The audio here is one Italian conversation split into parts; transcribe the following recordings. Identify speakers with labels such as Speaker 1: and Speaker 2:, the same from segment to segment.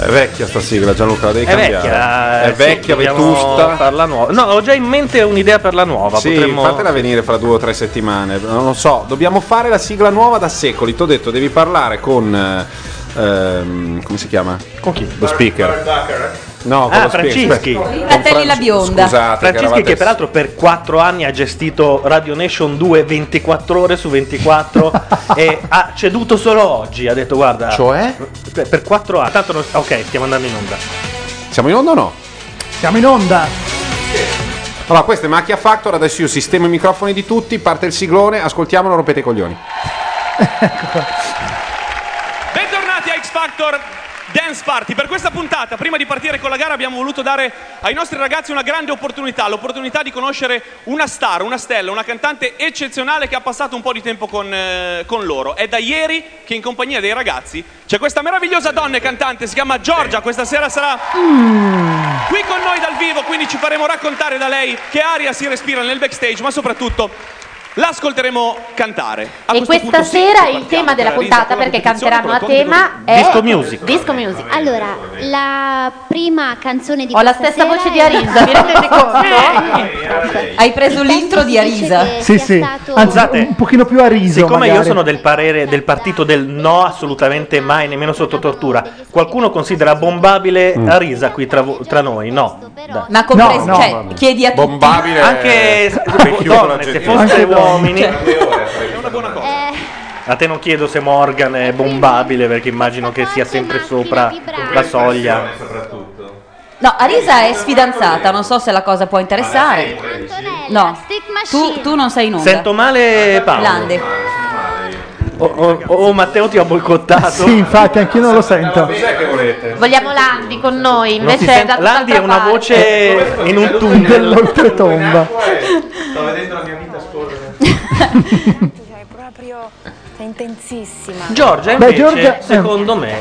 Speaker 1: È vecchia sta sigla, Gianluca, la devi
Speaker 2: È
Speaker 1: cambiare.
Speaker 2: vecchia, eh,
Speaker 1: è
Speaker 2: sì,
Speaker 1: vecchia,
Speaker 2: dobbiamo
Speaker 1: vetusta.
Speaker 2: farla nuova. No, ho già in mente un'idea per la nuova.
Speaker 1: Sì,
Speaker 2: Potremmo...
Speaker 1: fatela venire fra due o tre settimane. Non lo so, dobbiamo fare la sigla nuova da secoli. Ti ho detto, devi parlare con. eh, ehm, come si chiama?
Speaker 2: Con chi?
Speaker 1: Lo speaker. No, con
Speaker 2: Ah,
Speaker 1: lo speaker.
Speaker 2: Francischi.
Speaker 1: Aspetta.
Speaker 2: Fratelli
Speaker 1: Con Fran-
Speaker 3: la bionda.
Speaker 1: Scusate,
Speaker 2: Francischi
Speaker 1: eravate-
Speaker 2: che peraltro per 4 anni ha gestito Radio Nation 2 24 ore su 24 e ha ceduto solo oggi, ha detto guarda...
Speaker 1: Cioè?
Speaker 2: Per, 4 anni. Tanto non- ok, stiamo andando in onda.
Speaker 1: Siamo in onda o no?
Speaker 4: Siamo in onda.
Speaker 1: Allora, questa è Macchia Factor. Adesso io sistemo i microfoni di tutti. Parte il siglone, ascoltiamolo, rompete i coglioni.
Speaker 5: Bentornati a X Factor Dance Party. Per questa puntata, prima di partire con la gara, abbiamo voluto dare ai nostri ragazzi una grande opportunità, l'opportunità di conoscere una star, una stella, una cantante eccezionale che ha passato un po' di tempo con, eh, con loro. È da ieri che in compagnia dei ragazzi c'è questa meravigliosa donna e cantante, si chiama Giorgia, questa sera sarà qui con noi dal vivo, quindi ci faremo raccontare da lei che aria si respira nel backstage, ma soprattutto l'ascolteremo cantare. A
Speaker 3: E
Speaker 5: questo
Speaker 3: questa
Speaker 5: punto sì,
Speaker 3: sera
Speaker 5: partiamo
Speaker 3: il tema della
Speaker 5: con la risa,
Speaker 3: puntata,
Speaker 5: con la
Speaker 3: perché
Speaker 5: competizione,
Speaker 3: canteranno a
Speaker 5: con la
Speaker 3: tema, è
Speaker 2: Disco music.
Speaker 3: Disco music.
Speaker 6: Allora, la prima canzone di
Speaker 3: Ho la
Speaker 6: questa
Speaker 3: stessa
Speaker 6: sera
Speaker 3: voce
Speaker 6: è-
Speaker 3: di Arisa, vi rendete conto?
Speaker 4: Hai preso
Speaker 6: l'intro di Arisa. che
Speaker 4: Sì,
Speaker 6: sia
Speaker 4: sì.
Speaker 6: stato-
Speaker 4: Anzi,
Speaker 2: Scusate,
Speaker 4: un pochino più a riso.
Speaker 2: Siccome io
Speaker 4: magari.
Speaker 2: sono del parere del partito del no assolutamente mai, nemmeno sotto tortura, qualcuno considera bombabile
Speaker 1: Mm.
Speaker 2: a risa qui tra, vo- tra noi? No. Dai.
Speaker 7: Ma compreso,
Speaker 4: No, no,
Speaker 7: cioè,
Speaker 1: vabbè.
Speaker 7: chiedi a tutti.
Speaker 1: Bombabile.
Speaker 2: Anche se- donne, se fossero uomini, a te non chiedo se Morgan è bombabile perché immagino che sia sempre sopra la soglia.
Speaker 7: No, Arisa è sfidanzata, non so se la cosa può interessare. No, tu, tu non sei in onda.
Speaker 2: Sento male Paolo.
Speaker 7: Lande.
Speaker 2: Oh, oh, oh, Matteo ti ha boicottato.
Speaker 4: Sì, infatti, anch'io non lo sento.
Speaker 1: che volete?
Speaker 3: Vogliamo Landi con noi,
Speaker 2: Non si
Speaker 3: invece è
Speaker 2: sente-
Speaker 3: da
Speaker 2: Landi è
Speaker 3: tutt'altra
Speaker 2: una
Speaker 3: parte.
Speaker 2: voce in un tunnel.
Speaker 4: Dell'oltretomba.
Speaker 1: Sto vedendo la mia vita scorrere.
Speaker 8: è proprio è intensissima.
Speaker 2: Giorgia
Speaker 4: Beh,
Speaker 2: invece,
Speaker 4: Giorgia- eh,
Speaker 2: secondo me,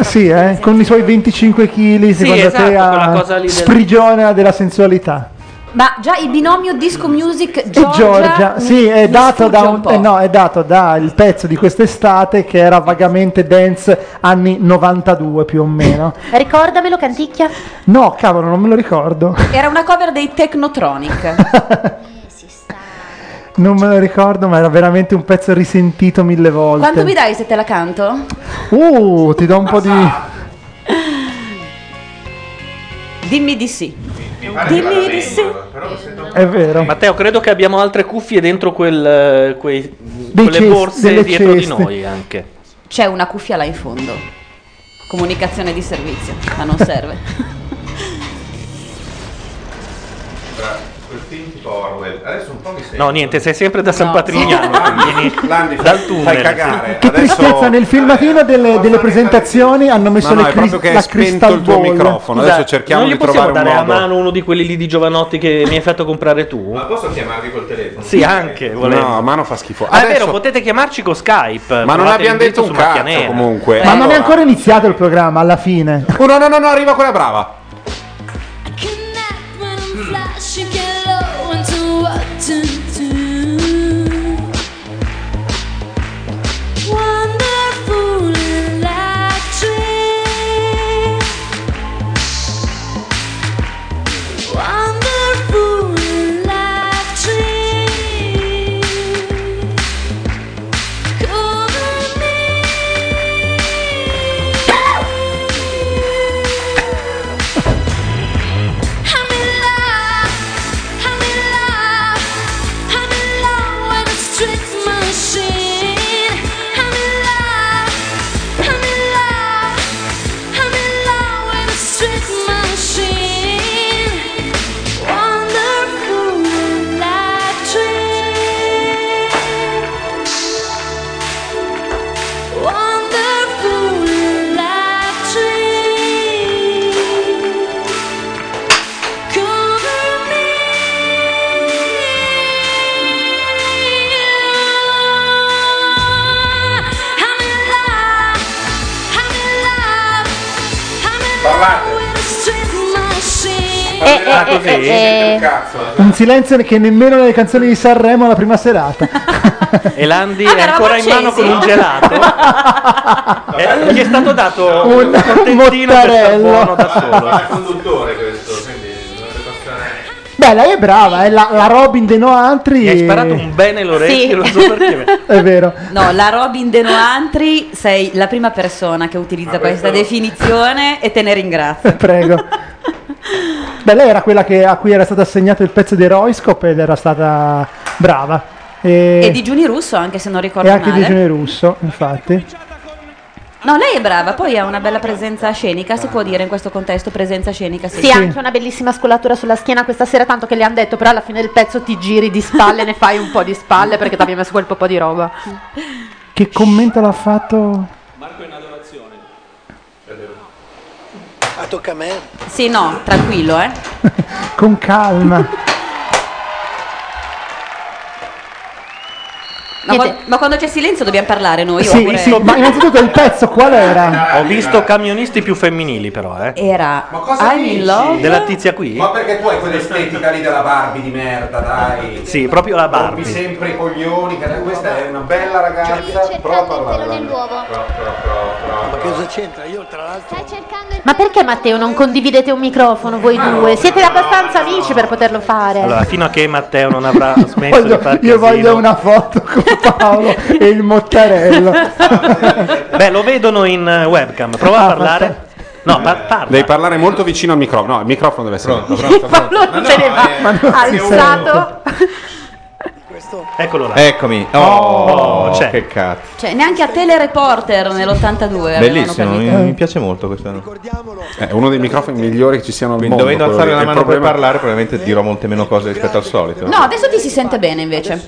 Speaker 4: Sì, eh, con i suoi 25 kg, secondo
Speaker 2: esatto,
Speaker 4: te,
Speaker 2: quella
Speaker 4: a
Speaker 2: cosa lì del-
Speaker 4: sprigiona della sensualità.
Speaker 7: Ma già il binomio disco music
Speaker 4: E
Speaker 7: Giorgia,
Speaker 4: Giorgia,
Speaker 7: mi-
Speaker 4: sì, è
Speaker 7: mi
Speaker 4: dato, da
Speaker 7: sfugge
Speaker 4: un,
Speaker 7: po'.
Speaker 4: eh, no, è dato dal pezzo di quest'estate che era vagamente dance anni 92 più o meno.
Speaker 3: Ricordamelo, canticchia.
Speaker 4: No, cavolo, non me lo ricordo.
Speaker 7: Era una cover dei Technotronic.
Speaker 4: Non me lo ricordo, ma era veramente un pezzo risentito mille volte.
Speaker 7: Quanto mi dai se te la canto?
Speaker 4: Uh, ti do un po' di.
Speaker 7: Dimmi di sì. Dimmi di sì.
Speaker 4: È vero.
Speaker 2: Matteo, credo che abbiamo altre cuffie dentro quel, eh, quei- quelle
Speaker 4: cesti,
Speaker 2: borse
Speaker 4: delle
Speaker 2: dietro
Speaker 4: ceste.
Speaker 2: di noi anche.
Speaker 7: C'è una cuffia là in fondo. Comunicazione di servizio, ma non serve.
Speaker 1: Quel film tipo Orwell. Adesso un po' mi sembra.
Speaker 2: No, niente, sei sempre da San
Speaker 7: No.
Speaker 2: Patrignano. vieni
Speaker 1: Landi,
Speaker 2: dal
Speaker 1: fai,
Speaker 2: tunnel.
Speaker 1: fai cagare.
Speaker 4: Che
Speaker 1: Adesso- eh,
Speaker 4: tristezza, nel filmatino delle, delle presentazioni hanno
Speaker 1: No,
Speaker 4: messo
Speaker 1: no,
Speaker 4: le
Speaker 1: è proprio
Speaker 4: cris-
Speaker 1: che
Speaker 4: la
Speaker 1: hai spento
Speaker 4: crystal
Speaker 1: il tuo
Speaker 4: ball.
Speaker 1: microfono.
Speaker 2: Scusa,
Speaker 1: Adesso cerchiamo
Speaker 2: Esatto. non gli
Speaker 1: di
Speaker 2: possiamo
Speaker 1: trovare
Speaker 2: dare
Speaker 1: un
Speaker 2: a
Speaker 1: modo.
Speaker 2: mano uno di quelli lì di giovanotti che mi hai fatto comprare tu?
Speaker 1: posso chiamarvi col telefono?
Speaker 2: Sì, anche, volendo.
Speaker 1: No, a mano fa schifo.
Speaker 2: Ah, è
Speaker 1: Adesso-
Speaker 2: vero, potete chiamarci con Skype.
Speaker 1: Ma non
Speaker 2: Provate
Speaker 1: abbiamo
Speaker 2: l'indirizzo
Speaker 1: detto un
Speaker 2: su Macchia
Speaker 1: cazzo
Speaker 2: Nera.
Speaker 1: comunque.
Speaker 4: Ma non è
Speaker 1: Allora.
Speaker 4: ancora iniziato il programma, alla fine.
Speaker 1: Eh, Oh, no, no, no, no, arriva quella brava.
Speaker 9: Ah, così?
Speaker 4: eh, eh. Un silenzio che nemmeno nelle canzoni di Sanremo alla prima serata.
Speaker 2: E Landi
Speaker 4: Ah, ma
Speaker 2: è ancora in mano con un gelato. Eh, gli è stato dato
Speaker 4: Un
Speaker 2: un contentino per star
Speaker 4: mottarello.
Speaker 2: buono da solo.
Speaker 4: Ah, è
Speaker 10: conduttore questo, quindi dovrebbe passare.
Speaker 4: Beh, lei è brava, è la, la Robin dei Noantri.
Speaker 2: Mi hai sparato un bene l'orecchio,
Speaker 7: Sì.
Speaker 2: lo so perché.
Speaker 4: È vero.
Speaker 7: No, la Robin De Noantri sei la prima persona che utilizza questa definizione e te ne ringrazio.
Speaker 4: Prego. Beh, lei era quella che- a cui era stato assegnato il pezzo di Roiscope ed era stata brava. E,
Speaker 7: E di Giuni Russo, anche se non
Speaker 4: Eh. e
Speaker 7: ricordo
Speaker 4: anche
Speaker 7: male.
Speaker 4: di Giuni Russo, infatti.
Speaker 7: No, lei è brava, poi ha una bella presenza scenica, si può dire in questo contesto presenza scenica, sì.
Speaker 3: Sì, ha anche una bellissima scollatura sulla schiena questa sera, tanto che le hanno detto, però alla fine del pezzo ti giri di spalle, ne fai un po' di spalle perché ti abbiamo messo quel po' di roba.
Speaker 4: Che commento l'ha fatto?
Speaker 5: Marco è in adorazione.
Speaker 7: Ah, tocca a me? Sì, no, tranquillo, eh.
Speaker 4: Con calma.
Speaker 7: Ma, qua- ma quando c'è silenzio dobbiamo parlare noi?
Speaker 4: sì,
Speaker 7: oppure-
Speaker 4: sì, ma innanzitutto il pezzo qual era?
Speaker 2: Ho visto camionisti più femminili, però, eh.
Speaker 7: Era
Speaker 10: cosa
Speaker 7: I'm
Speaker 10: dici?
Speaker 7: in love.
Speaker 2: Della tizia qui?
Speaker 10: Ma perché tu hai quell'estetica lì della Barbie di merda, dai? Eh,
Speaker 2: Sì, proprio la
Speaker 10: Rompi
Speaker 2: Barbie.
Speaker 10: sempre i coglioni, cara, questa è una bella ragazza. Prova a parlare. guarda. Prova, prova, prova, prova. Ma cosa c'entra? Io tra l'altro.
Speaker 3: Ma perché Matteo non condividete un microfono voi due? Siete abbastanza amici per poterlo fare.
Speaker 2: Allora, fino a che Matteo non avrà smesso
Speaker 4: Voglio-
Speaker 2: di fare
Speaker 4: io voglio
Speaker 2: casino.
Speaker 4: una foto con Paolo e il mottarello.
Speaker 2: Beh, lo vedono in eh, webcam. Prova a
Speaker 10: Ah,
Speaker 2: parlare.
Speaker 10: Eh,
Speaker 2: No, pa- parla.
Speaker 1: Devi parlare molto vicino al microfono. No, il microfono deve essere pronto.
Speaker 3: Paolo non se ne va. Alzato.
Speaker 2: Eccolo là.
Speaker 10: Eccomi. Oh,
Speaker 2: Oh, c'è.
Speaker 10: che cazzo.
Speaker 7: Cioè, neanche a Telereporter nell'82.
Speaker 10: Bellissimo, mi- mi
Speaker 1: piace molto questo. È Eh, uno dei microfoni migliori che ci siano al
Speaker 10: Quindi
Speaker 1: mondo.
Speaker 10: dovendo
Speaker 1: quello
Speaker 10: alzare
Speaker 1: lì.
Speaker 10: la
Speaker 1: Il
Speaker 10: mano per
Speaker 1: parlare, probabilmente dirò molte meno cose rispetto al solito.
Speaker 7: No, adesso ti si sente bene invece.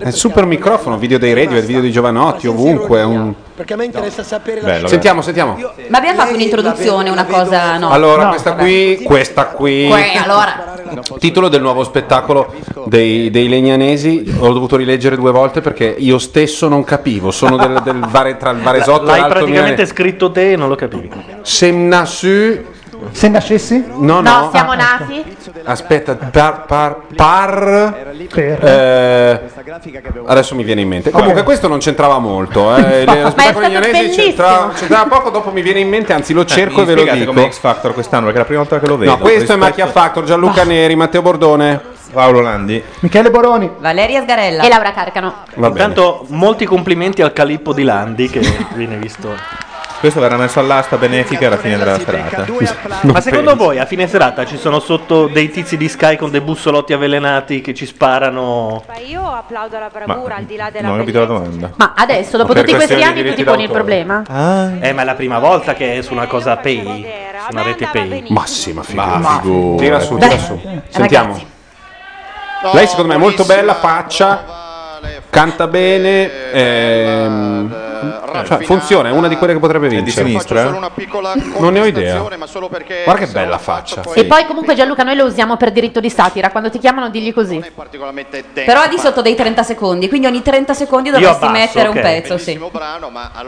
Speaker 1: È super microfono, video dei radio, video di Giovanotti, ovunque. è un-
Speaker 7: Perché a me interessa sapere
Speaker 1: Bello, sentiamo, sentiamo.
Speaker 7: Ma abbiamo fatto un'introduzione, una cosa no.
Speaker 1: Allora,
Speaker 7: No.
Speaker 1: questa qui, questa qui.
Speaker 7: Que- allora,
Speaker 1: Titolo del nuovo spettacolo dei, dei Legnanesi, ho dovuto rileggere due volte perché io stesso non capivo, sono del, del Vare- tra il Varesotto e
Speaker 2: L'hai
Speaker 1: l'Alto
Speaker 2: praticamente
Speaker 1: Milanese.
Speaker 2: scritto te e non lo capivi.
Speaker 1: Semnasu...
Speaker 4: Se nascessi?
Speaker 1: No, no,
Speaker 3: No, siamo
Speaker 2: Ah,
Speaker 3: nati.
Speaker 1: aspetta, par... par, par
Speaker 4: Per.
Speaker 1: eh, adesso mi viene in mente. Comunque, questo non c'entrava molto. Eh.
Speaker 10: Ma è
Speaker 1: Lo spettacolo
Speaker 10: stato
Speaker 1: legnanesi c'entrava, c'entrava poco. Dopo mi viene in mente, anzi, lo cerco e ve lo dico.
Speaker 10: come X Factor quest'anno, perché è la prima volta che lo vedo.
Speaker 1: No, questo è Macchia Factor, Gianluca Neri, Matteo Bordone,
Speaker 10: Paolo Landi.
Speaker 4: Michele Boroni.
Speaker 7: Valeria Sgarella.
Speaker 3: E Laura Carcano.
Speaker 2: Intanto, molti complimenti al Calippo di Landi che viene visto.
Speaker 10: Questo verrà messo all'asta benefica alla fine della serata.
Speaker 2: Ma secondo voi a fine serata ci sono sotto dei tizi di Sky con dei bussolotti avvelenati che ci sparano?
Speaker 8: Io applaudo la bravura al di là della
Speaker 2: ho capito la domanda.
Speaker 3: Ma adesso, dopo
Speaker 2: Per
Speaker 3: tutti questi
Speaker 2: questioni di
Speaker 3: anni, tu ti
Speaker 2: diritti
Speaker 3: poni il
Speaker 2: d'autore.
Speaker 3: problema?
Speaker 2: Eh, ma è la prima volta che è su una cosa pay, su una rete pay.
Speaker 1: Ma sì, ma
Speaker 2: Ma-
Speaker 1: figurati. Tira su,
Speaker 2: Dai,
Speaker 1: tira su.
Speaker 2: ragazzi.
Speaker 1: Sentiamo. Lei secondo me è molto bella, faccia, canta bene, ehm, cioè, funziona, è una di eh. quelle che potrebbe vincere.
Speaker 10: sinistra? Faccio solo
Speaker 1: Non ne ho idea. Guarda che bella faccia.
Speaker 3: E poi comunque Gianluca noi lo usiamo per diritto di satira, quando ti chiamano digli così.
Speaker 7: Però ha di sotto dei 30 secondi, quindi ogni 30 secondi dovresti
Speaker 10: abbasso,
Speaker 7: mettere
Speaker 10: ok.
Speaker 7: un pezzo, sì.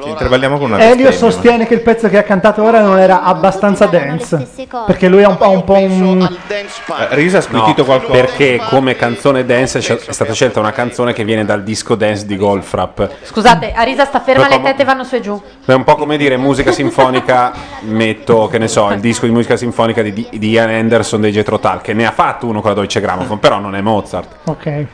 Speaker 10: Intervalliamo con una
Speaker 4: Elio
Speaker 10: bestemmia.
Speaker 4: sostiene che il pezzo che ha cantato ora non era abbastanza dance. Perché lui ha un po', un, po' un.
Speaker 1: Eh, Risa ha scrittito qualcosa. Perché come canzone dance è stata scelta una canzone che viene dal disco dance di Goldfrapp.
Speaker 3: Scusate, Arisa sta ferma, le
Speaker 1: Raccomo-
Speaker 3: tette vanno su e giù.
Speaker 1: È un po' come dire musica sinfonica, metto, che ne so, il disco di musica sinfonica di, di Ian Anderson dei Jetro Tal, che ne ha fatto uno con la Deutsche Grammophon, però non è Mozart.
Speaker 4: Ok.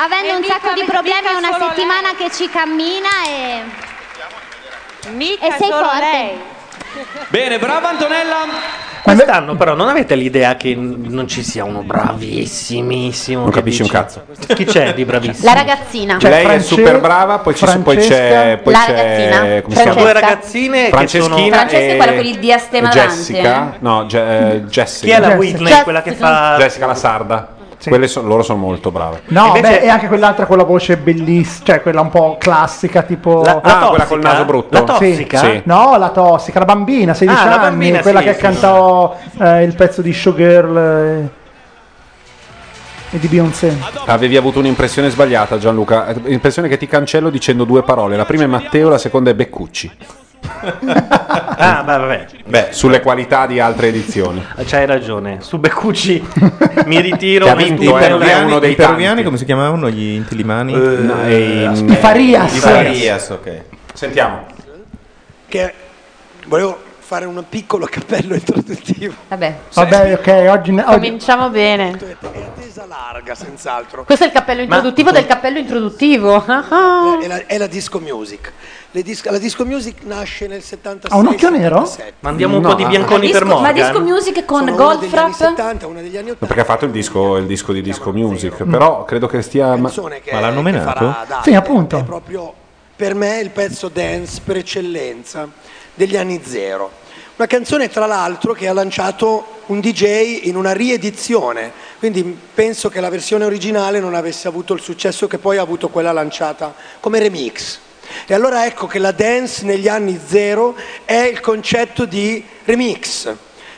Speaker 11: Avendo un sacco di problemi, è una settimana che ci cammina e. e sei
Speaker 8: solo
Speaker 11: forte.
Speaker 5: Bene, brava Antonella.
Speaker 2: Quest'anno però non avete l'idea che n- non ci sia uno bravissimissimo. Non
Speaker 1: capisci un cazzo.
Speaker 2: Chi c'è di bravissimo?
Speaker 3: La ragazzina.
Speaker 1: Cioè, Lei
Speaker 2: Cioè,
Speaker 1: è super brava, poi, ci so- poi c'è. Poi
Speaker 3: La
Speaker 1: c'è
Speaker 3: ragazzina.
Speaker 1: come si chiama? Eh.
Speaker 3: Francesca. Due
Speaker 2: ragazzine che
Speaker 1: Franceschina
Speaker 2: Eh, sono-
Speaker 7: Francesca è
Speaker 1: e-
Speaker 7: quella con il diastema
Speaker 1: e Jessica,
Speaker 7: davanti.
Speaker 1: no, Je- eh, Jessica.
Speaker 2: Chi è la Whitney, Jessica. quella che fa-
Speaker 1: Jessica la sarda. Quelle son- loro sono molto brave.
Speaker 4: No, beh, e anche quell'altra con la voce bellissima, cioè quella un po' classica, tipo.
Speaker 1: La- la Ah, quella tossica? col naso brutto. La tossica?
Speaker 4: Sì.
Speaker 1: Sì.
Speaker 4: No, la tossica, la bambina, 16
Speaker 2: Ah, la
Speaker 4: anni,
Speaker 2: bambina,
Speaker 4: quella
Speaker 2: sì,
Speaker 4: che
Speaker 2: sì,
Speaker 4: cantò eh, il pezzo di Showgirl eh, e, di Beyoncé.
Speaker 1: Avevi avuto un'impressione sbagliata, Gianluca. Eh, Impressione che ti cancello dicendo due parole. La prima è Matteo, la seconda è Beccucci.
Speaker 2: ah, ma vabbè.
Speaker 1: Beh, sulle qualità di altre edizioni.
Speaker 2: C'hai ragione. Su Beccucci mi ritiro.
Speaker 1: Che ha
Speaker 2: mi
Speaker 1: vinto,
Speaker 2: stupendo.
Speaker 1: eh, non è uno dei
Speaker 12: I peruviani come si chiamavano gli intilimani?
Speaker 1: No, eh,
Speaker 12: aspetta.
Speaker 1: i Farias.
Speaker 12: I Farias, ok.
Speaker 1: Sentiamo.
Speaker 13: Che volevo fare un piccolo cappello introduttivo.
Speaker 3: Vabbè.
Speaker 4: Vabbè, ok, oggi, ne- oggi-
Speaker 3: Cominciamo bene.
Speaker 13: Attesa larga, senz'altro.
Speaker 3: Questo è il cappello introduttivo del cappello introduttivo. Ah, ah.
Speaker 13: È la, è la disco music. Le dis- la disco music nasce nel 76.
Speaker 4: ha Ah, un occhio nero?
Speaker 13: 77.
Speaker 2: Mandiamo un po' di bianconi
Speaker 7: disco-
Speaker 2: per Morgan.
Speaker 7: ma disco music con
Speaker 13: Sono uno degli anni
Speaker 7: Goldfrapp
Speaker 13: 70, una degli anni 80.
Speaker 1: Perché ha fatto il disco, il disco di Disco Music, però credo che stia... Ma, l'hanno
Speaker 13: farà Davide.
Speaker 4: Sì, appunto.
Speaker 13: È proprio per me il pezzo dance per eccellenza degli anni zero. Una canzone tra l'altro che ha lanciato un DJ in una riedizione, quindi penso che la versione originale non avesse avuto il successo che poi ha avuto quella lanciata come remix. E allora ecco che la dance negli anni zero è il concetto di remix,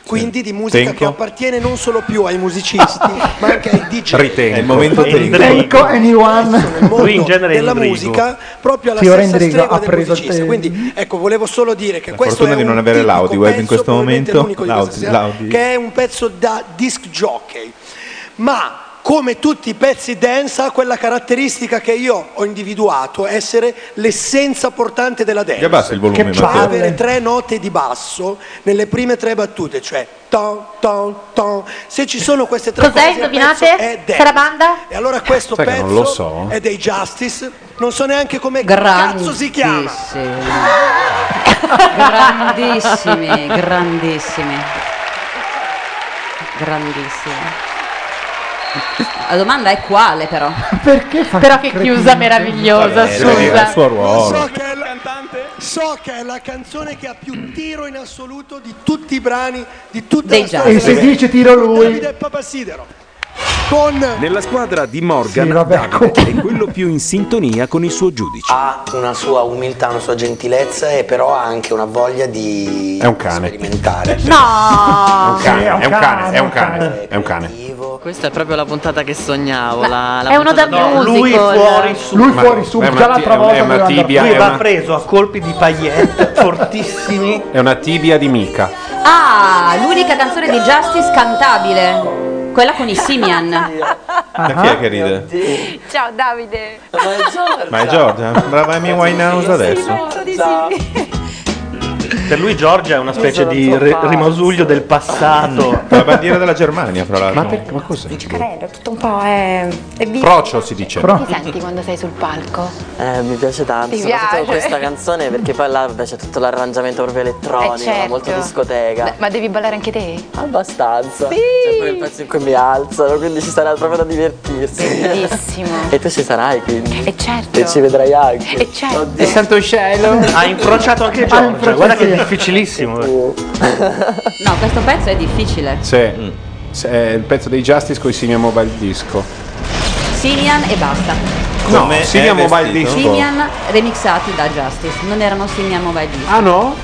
Speaker 13: quindi di musica
Speaker 12: Tempo.
Speaker 13: che appartiene non solo più ai musicisti, ma anche ai DJ.
Speaker 12: È il momento Enrico.
Speaker 4: Enrico, anyone.
Speaker 13: Lui in genere della Enrico. musica proprio alla
Speaker 4: Fiore
Speaker 13: stessa
Speaker 4: Enrico
Speaker 13: stregua
Speaker 4: ha
Speaker 13: del
Speaker 4: preso
Speaker 13: musicista.
Speaker 4: te-
Speaker 13: Quindi ecco, volevo solo dire che
Speaker 12: La
Speaker 13: questo
Speaker 12: fortuna
Speaker 13: è
Speaker 12: di non
Speaker 13: un
Speaker 12: avere
Speaker 13: tipico
Speaker 12: l'audiweb in
Speaker 13: pezzo,
Speaker 12: questo
Speaker 13: Ecco, probabilmente
Speaker 12: momento.
Speaker 13: l'unico di questa
Speaker 12: L'audi-
Speaker 13: sera,
Speaker 12: l'audi.
Speaker 13: che è un pezzo da disc jockey. Ma come tutti i pezzi dance ha quella caratteristica che io ho individuato essere l'essenza portante della dance.
Speaker 12: Che abbassi il volume,
Speaker 13: Che fa
Speaker 12: Matteo.
Speaker 13: avere tre note di basso nelle prime tre battute, cioè ton ton ton. Se ci sono queste tre
Speaker 3: Cos'è?
Speaker 13: cose, il pezzo
Speaker 3: Indovinate?
Speaker 13: è dance.
Speaker 3: Sarabanda?
Speaker 13: E allora questo
Speaker 1: Sai che
Speaker 13: pezzo
Speaker 1: non lo so?
Speaker 13: è dei Justice, non so neanche come cazzo si chiama.
Speaker 7: grandissimi, grandissimi. Grandissimi. La domanda è quale però?
Speaker 4: Perché
Speaker 3: Però che chiusa meravigliosa,
Speaker 7: Vabbè, deve dire
Speaker 3: scusa.
Speaker 7: il suo
Speaker 13: ruolo.
Speaker 7: So
Speaker 13: So che è la canzone che ha più tiro in assoluto di tutti i brani, di tutta
Speaker 4: Dei
Speaker 13: la storia.
Speaker 4: Justice. E se
Speaker 13: della-
Speaker 4: dice tiro lui?
Speaker 13: Davide e Papa Sidero. Con
Speaker 14: Nella squadra di Morgan,
Speaker 4: Sì, vabbè,
Speaker 14: Davide è quello più in sintonia con il suo giudice.
Speaker 10: Ha una sua umiltà, una sua gentilezza e però ha anche una voglia di
Speaker 1: È un cane.
Speaker 10: sperimentare.
Speaker 1: È
Speaker 15: No!
Speaker 1: un cane, è un cane, è un cane, è un cane.
Speaker 15: Questa è proprio la puntata che sognavo. La, la
Speaker 3: è uno
Speaker 15: puntata
Speaker 3: da
Speaker 15: dove-
Speaker 3: lui musical. fuori su-
Speaker 4: Lui
Speaker 1: Ma-
Speaker 4: fuori su,
Speaker 1: è una
Speaker 4: già
Speaker 1: ti-
Speaker 4: l'altra
Speaker 1: è un-
Speaker 4: volta
Speaker 1: è una
Speaker 4: doveva andare
Speaker 1: tibia,
Speaker 4: fuori.
Speaker 1: è
Speaker 2: Va
Speaker 1: una-
Speaker 2: preso a colpi di paillette fortissimi.
Speaker 1: È una tibia di mica.
Speaker 7: Ah, l'unica canzone di Justice cantabile. Quella con i Simian.
Speaker 12: Da chi è che ride?
Speaker 9: Ciao Davide.
Speaker 12: Ma è Giorgia? Brava Amy Winehouse adesso.
Speaker 2: Per lui Giorgia è una specie di ri- rimasuglio del passato.
Speaker 12: Mm. La bandiera della Germania, fra l'altro. Ma,
Speaker 1: cos'è?
Speaker 9: Credo, tutto un po' è. è vivo.
Speaker 12: Procio si dice.
Speaker 9: Come ti senti quando sei sul palco?
Speaker 15: Eh, mi piace tanto,
Speaker 9: Ti
Speaker 15: soprattutto
Speaker 9: piace?
Speaker 15: questa canzone perché poi là c'è tutto l'arrangiamento proprio elettronico,
Speaker 9: Eh, certo.
Speaker 15: molto discoteca.
Speaker 9: Beh, Ma devi ballare anche te?
Speaker 15: Abbastanza.
Speaker 9: Sì.
Speaker 15: C'è pure il pezzo in cui mi alzano, quindi ci sarà proprio da divertirsi.
Speaker 9: Bellissimo.
Speaker 15: e tu ci sarai quindi.
Speaker 9: E certo.
Speaker 15: E ci vedrai anche.
Speaker 9: E certo.
Speaker 15: E santo cielo.
Speaker 2: Ha incrociato anche Giorgia. Guarda che è difficilissimo.
Speaker 7: No, questo pezzo è difficile.
Speaker 1: Se,
Speaker 2: Mm.
Speaker 1: se è il pezzo dei Justice con i Simia Mobile Disco.
Speaker 7: Simian e basta.
Speaker 1: no, Simia
Speaker 12: è
Speaker 1: Mobile
Speaker 12: vestito?
Speaker 1: Disco.
Speaker 7: Simian remixati da Justice. Non erano Simian Mobile Disco.
Speaker 1: Ah no?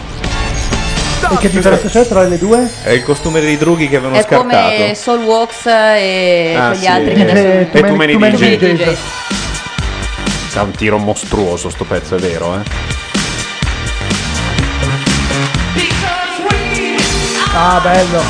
Speaker 4: E che differenza c'è tra le due?
Speaker 12: È il costume dei drughi che avevano
Speaker 7: È
Speaker 12: scartato.
Speaker 7: come Soul Walks e
Speaker 12: Ah,
Speaker 7: quegli
Speaker 12: sì.
Speaker 7: altri che
Speaker 12: Eh,
Speaker 7: adesso.
Speaker 12: e Too Many- Too Many DJs.
Speaker 1: C'ha un tiro mostruoso sto pezzo, è vero, eh?
Speaker 4: Ah, bello.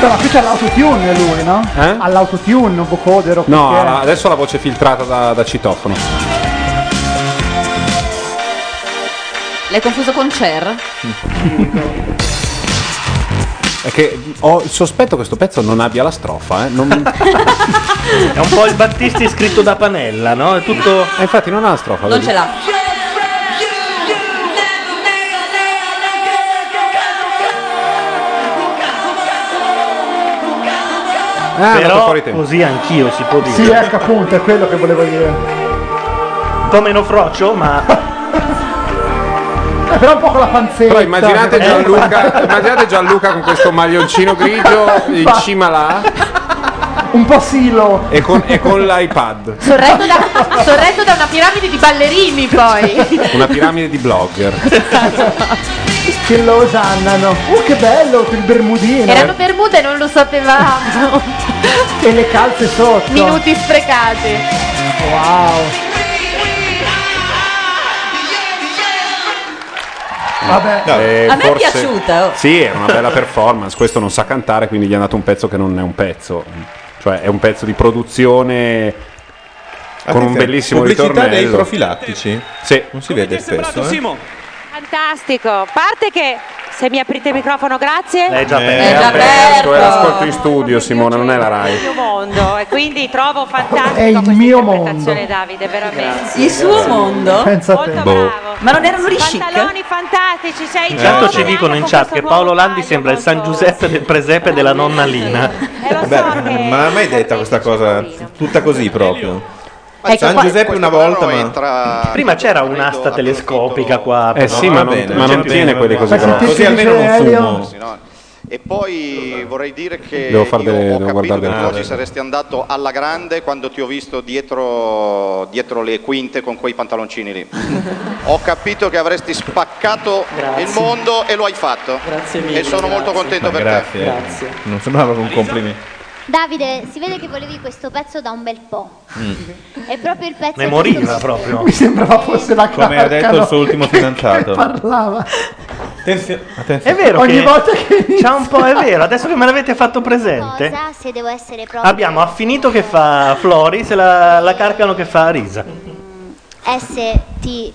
Speaker 4: Però qui c'è l'autotune lui, no?
Speaker 1: Eh?
Speaker 4: All'autotune, un vocoder o
Speaker 1: No,
Speaker 4: perché-
Speaker 1: adesso la voce è filtrata da, da citofono.
Speaker 7: L'hai confuso con Cher?
Speaker 1: È che ho il sospetto che sto pezzo non abbia la strofa, eh? Non...
Speaker 2: È un po' il Battisti scritto da Panella, no? È tutto.
Speaker 12: Eh,
Speaker 1: infatti non ha la strofa.
Speaker 7: Non ce l'ha.
Speaker 12: ah,
Speaker 1: è andato
Speaker 2: Però
Speaker 1: fuori tempo.
Speaker 2: così anch'io si può dire.
Speaker 4: Sì,
Speaker 12: eh.
Speaker 4: ecco appunto, è quello che volevo dire.
Speaker 2: Un po' meno frocio, ma.
Speaker 4: Eh, però un po' con la panzetta. Eh,
Speaker 1: Però immaginate Gianluca, immaginate Gianluca con questo maglioncino grigio in cima là.
Speaker 4: un po' silo.
Speaker 1: E con, e con l'iPad.
Speaker 3: Sorretto da, sorretto da una piramide di ballerini poi.
Speaker 1: Una piramide di blogger.
Speaker 4: Che lo osannano. Uh, che bello quel bermudino.
Speaker 3: Erano bermude e non lo sapevamo.
Speaker 4: E le calze sotto.
Speaker 3: Minuti sprecati.
Speaker 4: Wow.
Speaker 1: Vabbè.
Speaker 7: A me è piaciuta, oh.
Speaker 1: Eh, Sì, era una bella performance. Questo non sa cantare, quindi gli è andato un pezzo che non è un pezzo. Cioè, è un pezzo di produzione con un
Speaker 12: Attenzione,
Speaker 1: bellissimo
Speaker 12: pubblicità
Speaker 1: ritornello.
Speaker 12: dei profilattici.
Speaker 1: Sì.
Speaker 12: Non si vede spesso. eh.
Speaker 8: Fantastico. A parte che se mi aprite il microfono, grazie.
Speaker 7: Eh,
Speaker 1: È Eh,
Speaker 12: Eh,
Speaker 1: già
Speaker 8: È già aperto.
Speaker 1: È l'ascolto in studio, Simona, non è la Rai.
Speaker 8: il mio mondo e quindi trovo
Speaker 4: È
Speaker 8: fantastico
Speaker 4: il mio mondo.
Speaker 8: l'azione Davide, veramente.
Speaker 7: Il suo mondo?
Speaker 4: Pensa a te.
Speaker 1: Boh.
Speaker 7: Ma non erano risci?
Speaker 8: Pantaloni fantastici,
Speaker 1: Eh.
Speaker 8: sei
Speaker 2: Intanto
Speaker 8: giovane
Speaker 2: ci dicono in
Speaker 8: anche
Speaker 2: chat che Paolo Landi sembra il San Giuseppe del presepe della nonna Lina.
Speaker 12: Vabbè, ma mai detta questa cosa tutta così proprio.
Speaker 3: Ecco,
Speaker 12: San
Speaker 3: qua-
Speaker 12: Giuseppe una volta, ma
Speaker 2: Prima c'era un'asta telescopica qua.
Speaker 1: Eh sì, ma non- ma
Speaker 2: Certo.
Speaker 1: non tiene quelle cose Ma grosse.
Speaker 12: così
Speaker 1: sentite
Speaker 12: almeno non
Speaker 1: Elio?
Speaker 12: fumo.
Speaker 10: E poi vorrei dire che
Speaker 1: Devo far
Speaker 10: io
Speaker 1: delle-
Speaker 10: ho
Speaker 1: devo
Speaker 10: capito
Speaker 1: guardare
Speaker 10: che
Speaker 1: delle
Speaker 10: tu oggi
Speaker 1: cose.
Speaker 10: saresti andato alla grande quando ti ho visto dietro, dietro le quinte con quei pantaloncini lì. ho capito che avresti spaccato il mondo e lo hai fatto. Grazie mille. E sono molto contento
Speaker 12: Ma
Speaker 10: per
Speaker 12: grazie.
Speaker 10: te.
Speaker 12: Non sembrava un complimento.
Speaker 11: Davide, si vede che volevi questo pezzo da un bel po'.
Speaker 12: Mm.
Speaker 11: È proprio il pezzo.
Speaker 12: Ne moriva proprio. Mi
Speaker 4: sembrava fosse la
Speaker 12: Come ha detto il suo ultimo fidanzato.
Speaker 4: Parlava.
Speaker 2: È vero
Speaker 4: Ogni
Speaker 2: che
Speaker 4: volta
Speaker 2: c'ha un po' è vero, adesso che me l'avete fatto presente.
Speaker 11: Cosa, se devo essere
Speaker 7: esatto.
Speaker 11: proprio.
Speaker 2: Abbiamo affinito che fa Floris e la, la carcano che fa Arisa.
Speaker 11: S-T-R-O.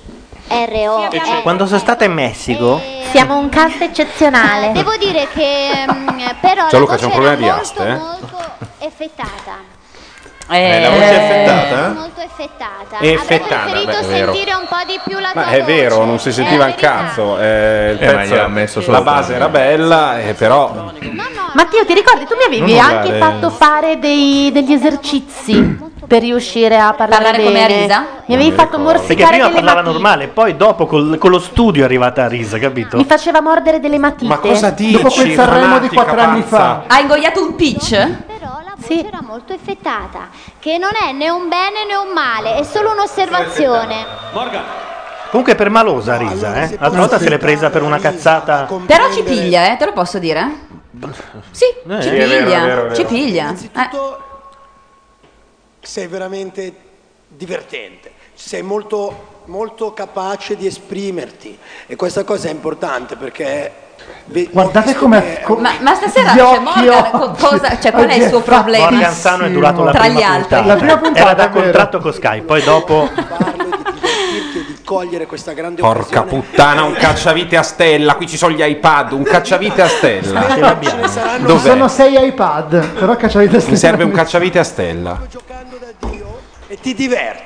Speaker 2: Quando sono stata in Messico,
Speaker 11: Siamo un cast eccezionale. Devo dire che mm, però
Speaker 2: Ciao,
Speaker 11: la
Speaker 2: Luca, c'è un
Speaker 11: voce
Speaker 2: problema
Speaker 11: era
Speaker 2: di
Speaker 11: molto,
Speaker 2: aste, eh?
Speaker 11: molto effettata.
Speaker 7: Eh,
Speaker 1: la voce è affettata?
Speaker 11: Molto effettata.
Speaker 1: È
Speaker 11: Avrei
Speaker 1: effettata,
Speaker 11: preferito
Speaker 1: beh, è vero.
Speaker 11: sentire un po' di più la
Speaker 1: Ma
Speaker 11: tua
Speaker 1: è vero, non si sentiva un cazzo. eh, il
Speaker 12: Eh, ma
Speaker 1: pezzo-
Speaker 12: gli ha messo solo
Speaker 1: la base era bella, eh, però
Speaker 3: Mattio, ti ricordi? Tu mi avevi
Speaker 1: Non
Speaker 3: anche
Speaker 1: urlare.
Speaker 3: fatto fare dei- degli esercizi per riuscire a parlare,
Speaker 7: Parlare come
Speaker 3: bene.
Speaker 7: Arisa?
Speaker 3: Mi avevi fatto
Speaker 2: perché
Speaker 3: morsicare
Speaker 2: prima
Speaker 3: delle
Speaker 2: parlava
Speaker 3: matite.
Speaker 2: normale, poi dopo col- con lo studio è arrivata Arisa, capito?
Speaker 3: Mi faceva mordere delle matite.
Speaker 2: Ma cosa dici, Dopo quel Sanremo di fanatica quattro anni pazza? fa.
Speaker 7: Ha ingoiato un peach?
Speaker 11: Però la voce era molto effettata, che non è né un bene né un male, è solo un'osservazione.
Speaker 2: Comunque per malosa Arisa, eh. L'altra volta se l'è presa per una cazzata.
Speaker 7: Però ci piglia, eh, te lo posso dire? Sì,
Speaker 2: Eh,
Speaker 7: ci
Speaker 2: sì, è
Speaker 7: piglia.
Speaker 2: vero, è vero, è vero.
Speaker 7: Ci piglia.
Speaker 13: Sei veramente divertente, sei molto, molto capace di esprimerti e questa cosa è importante perché...
Speaker 4: Guardate come...
Speaker 7: Eh, Ma, ma stasera
Speaker 4: Gli
Speaker 7: c'è
Speaker 4: occhi
Speaker 7: Morgan, co-
Speaker 4: oggi.
Speaker 7: cosa, cioè, qual è il suo
Speaker 4: Oggi è
Speaker 7: problema?
Speaker 4: fatto.
Speaker 2: Morgan Sano è durato la
Speaker 7: Tra
Speaker 2: prima
Speaker 7: gli altri.
Speaker 2: puntata.
Speaker 7: La prima puntata,
Speaker 2: Era
Speaker 7: è
Speaker 2: da
Speaker 7: vero.
Speaker 2: contratto con Sky, poi dopo
Speaker 13: di cogliere questa grande
Speaker 1: porca puttana, un cacciavite a stella, qui ci sono gli iPad, un cacciavite a stella.
Speaker 4: Ce
Speaker 1: Dov'è?
Speaker 4: Sono sei iPad, però cacciavite
Speaker 1: Mi serve un cacciavite a stella.
Speaker 13: e ti diverti.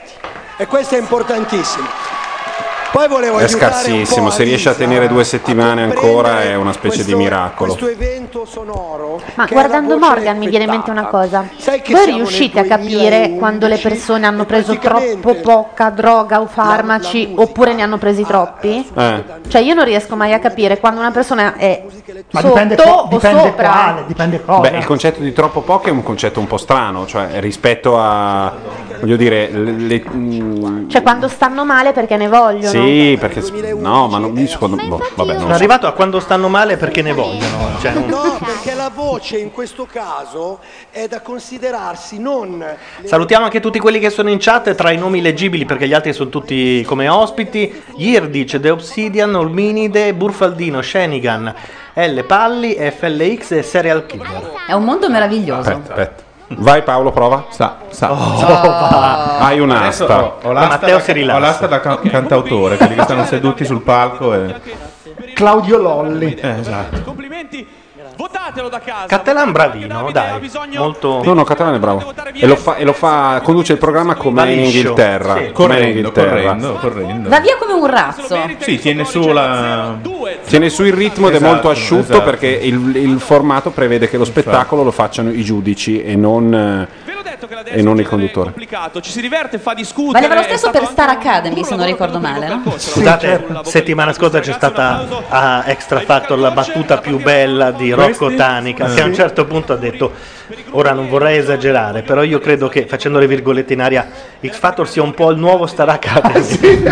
Speaker 13: E questo è importantissimo. Poi volevo
Speaker 1: È
Speaker 13: aiutare un
Speaker 1: scarsissimo,
Speaker 13: po'
Speaker 1: se riesce a
Speaker 13: Arisa.
Speaker 1: tenere due settimane ancora è una specie di miracolo.
Speaker 13: Questo evento sonoro
Speaker 3: Ma
Speaker 13: che è la
Speaker 3: guardando
Speaker 13: voce
Speaker 3: Morgan mi viene in mente una cosa.
Speaker 13: che
Speaker 3: Voi
Speaker 13: siamo
Speaker 3: riuscite a
Speaker 13: nel
Speaker 3: capire
Speaker 13: 2011
Speaker 3: quando le persone hanno preso troppo poca droga o farmaci oppure ne hanno presi troppi?
Speaker 12: Eh.
Speaker 3: Cioè io non riesco mai a capire quando una persona è
Speaker 4: Ma
Speaker 3: sotto
Speaker 4: dipende, co-
Speaker 3: o
Speaker 4: dipende
Speaker 3: sopra.
Speaker 4: quale, dipende cosa.
Speaker 1: Beh, il concetto di troppo poco è un concetto un po' strano, cioè rispetto a voglio dire le, le- mm,
Speaker 3: Cioè quando stanno male perché ne
Speaker 4: Cioè,
Speaker 3: vogliono.
Speaker 1: Sì, perché no, ma non, secondo boh, vabbè, non
Speaker 2: sono
Speaker 1: lo so.
Speaker 2: arrivato a quando stanno male perché ne vogliono. Cioè, non-
Speaker 13: No, perché la voce in questo caso è da considerarsi non
Speaker 2: Salutiamo anche tutti quelli che sono in chat tra i nomi leggibili perché gli altri sono tutti come ospiti. Yirdic, The Obsidian, Olminide, Burfaldino, Shenigan, L Palli, FLX e Serial Killer.
Speaker 7: È un mondo meraviglioso.
Speaker 1: Aspetta, aspetta. Vai Paolo, prova. Sa, sa.
Speaker 4: Oh.
Speaker 1: Hai un'asta.
Speaker 12: Adesso Ho, ho l'asta
Speaker 1: Matteo
Speaker 12: da,
Speaker 1: si rilassa.
Speaker 12: ho l'asta da ca- cantautore, quelli che stanno seduti sul palco. E...
Speaker 4: Claudio Lolli.
Speaker 12: esatto.
Speaker 2: Cattelan bravino, dai. Molto...
Speaker 1: No, no, Catalano è bravo. E lo fa, e lo fa conduce il programma come in
Speaker 12: Liscio.
Speaker 1: Inghilterra.
Speaker 12: Sì.
Speaker 1: Com'è in
Speaker 12: Correndo,
Speaker 1: Inghilterra.
Speaker 12: correndo, correndo.
Speaker 7: Va via come un razzo.
Speaker 12: Sì, tiene su la...
Speaker 1: Tiene su il ritmo ed è
Speaker 12: Esatto,
Speaker 1: molto asciutto
Speaker 12: esatto.
Speaker 1: perché il, il formato prevede che lo spettacolo lo facciano i giudici e non eh, e non il conduttore.
Speaker 16: complicato, Esatto, ci si diverte, fa discutere.
Speaker 7: Valeva lo
Speaker 16: è
Speaker 7: stesso
Speaker 16: stato
Speaker 7: per Star Academy, se non ricordo male, no?
Speaker 2: Scusate, settimana scorsa c'è stata a Extra Factor la battuta più bella di Rocco
Speaker 13: Questi?
Speaker 2: Tanica,
Speaker 13: Eh.
Speaker 2: che a un certo punto ha detto, ora non vorrei esagerare, però io credo che facendo le virgolette in aria X Factor sia un po' il nuovo Star Academy.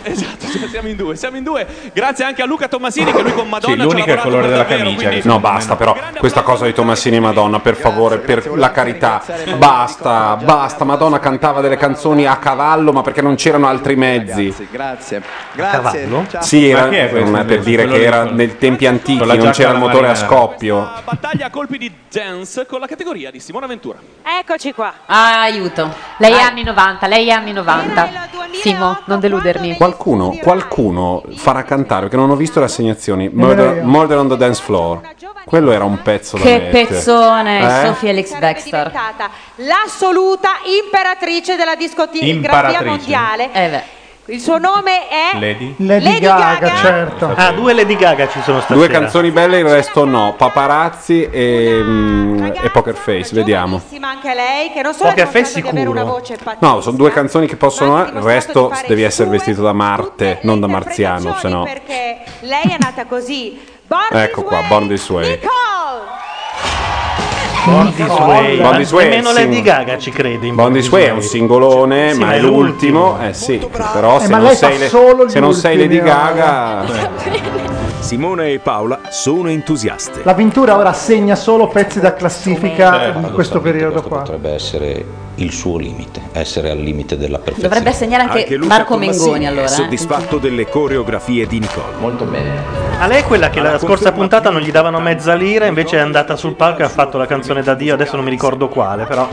Speaker 16: Esatto, cioè, siamo in due, siamo in due. Grazie anche a Luca Tommasini che lui con Madonna ci ha
Speaker 5: l'unica è il
Speaker 16: lavorato
Speaker 5: colore
Speaker 16: per
Speaker 5: della
Speaker 16: davvero,
Speaker 5: camicia. che-
Speaker 1: No, basta però, questa cosa di Tommasini e Madonna, per favore, per la carità, basta, basta, Madonna cantava delle canzoni a cavallo, ma perché non c'erano altri mezzi.
Speaker 14: Grazie.
Speaker 1: cavallo?
Speaker 14: ciao.
Speaker 1: Sì,
Speaker 5: Ma
Speaker 1: era,
Speaker 5: chi è questo,
Speaker 1: non è per
Speaker 5: invece?
Speaker 1: dire
Speaker 5: Quello
Speaker 1: che
Speaker 5: lì
Speaker 1: era
Speaker 5: con-
Speaker 1: nel tempi antichi,
Speaker 5: con la
Speaker 1: non
Speaker 5: giacca
Speaker 1: c'era il
Speaker 5: alla
Speaker 1: motore a
Speaker 5: marinara.
Speaker 1: scoppio.
Speaker 16: Battaglia a colpi di dance con la categoria di Simona Ventura.
Speaker 3: Eccoci qua. Ah, aiuto. Lei è anni 90, lei è anni 90. Simo, non deludermi.
Speaker 1: Qualcuno, qualcuno farà cantare, perché non ho visto le assegnazioni, Murder, Murder on the Dance Floor. Quello era un pezzo da
Speaker 7: Che
Speaker 1: mettere.
Speaker 7: pezzone,
Speaker 1: Eh?
Speaker 7: Sophie Alex Baxter.
Speaker 8: L'assoluta imperatrice della discografia
Speaker 1: Imperatrice.
Speaker 8: mondiale.
Speaker 7: Eh beh.
Speaker 8: Il suo nome è
Speaker 1: Lady?
Speaker 8: Lady Lady Gaga, Gaga.
Speaker 1: certo.
Speaker 2: Ah, due Lady Gaga ci sono state.
Speaker 1: Due canzoni belle, il resto no. Paparazzi e, mm, e Poker Face, vediamo.
Speaker 8: ma anche lei che non solo
Speaker 1: Poker
Speaker 8: ha dimostrato
Speaker 1: Face
Speaker 8: di avere una
Speaker 1: sicuro.
Speaker 8: voce pazzesca,
Speaker 1: No, sono due canzoni che possono. eh, Il resto devi essere vestito da Marte, non da marziano, se no.
Speaker 8: perché lei è nata così. Born
Speaker 1: Ecco qua, Born This Way.
Speaker 2: Born This Way.
Speaker 1: Born This Way,
Speaker 2: Nemmeno
Speaker 1: sì.
Speaker 2: Lady Gaga ci crede. in
Speaker 1: Born This Way è un singolone,
Speaker 2: Sì,
Speaker 1: ma
Speaker 2: ma
Speaker 1: è
Speaker 2: è
Speaker 1: l'ultimo. Eh sì, però
Speaker 4: Eh,
Speaker 1: se
Speaker 4: ma
Speaker 1: non
Speaker 4: lei fa
Speaker 1: sei, le-
Speaker 4: solo gli
Speaker 1: se non sei Lady
Speaker 4: ultimi, eh.
Speaker 1: Gaga. eh.
Speaker 10: Simona e Paola sono entusiaste.
Speaker 4: L'avventura ora segna solo pezzi da
Speaker 17: Eh,
Speaker 4: classifica in questo periodo qua.
Speaker 17: Dovrebbe essere il suo limite, essere al limite della perfezione.
Speaker 7: Dovrebbe assegnare anche,
Speaker 10: Luca
Speaker 7: Marco
Speaker 10: Tommasini
Speaker 7: Mengoni allora.
Speaker 10: È
Speaker 7: eh.
Speaker 10: soddisfatto delle coreografie di Nicole. Molto bene.
Speaker 2: A lei è quella che la scorsa puntata non gli davano mezza lira, invece è andata sul palco e ha fatto la canzone da Dio, adesso non mi ricordo quale, però.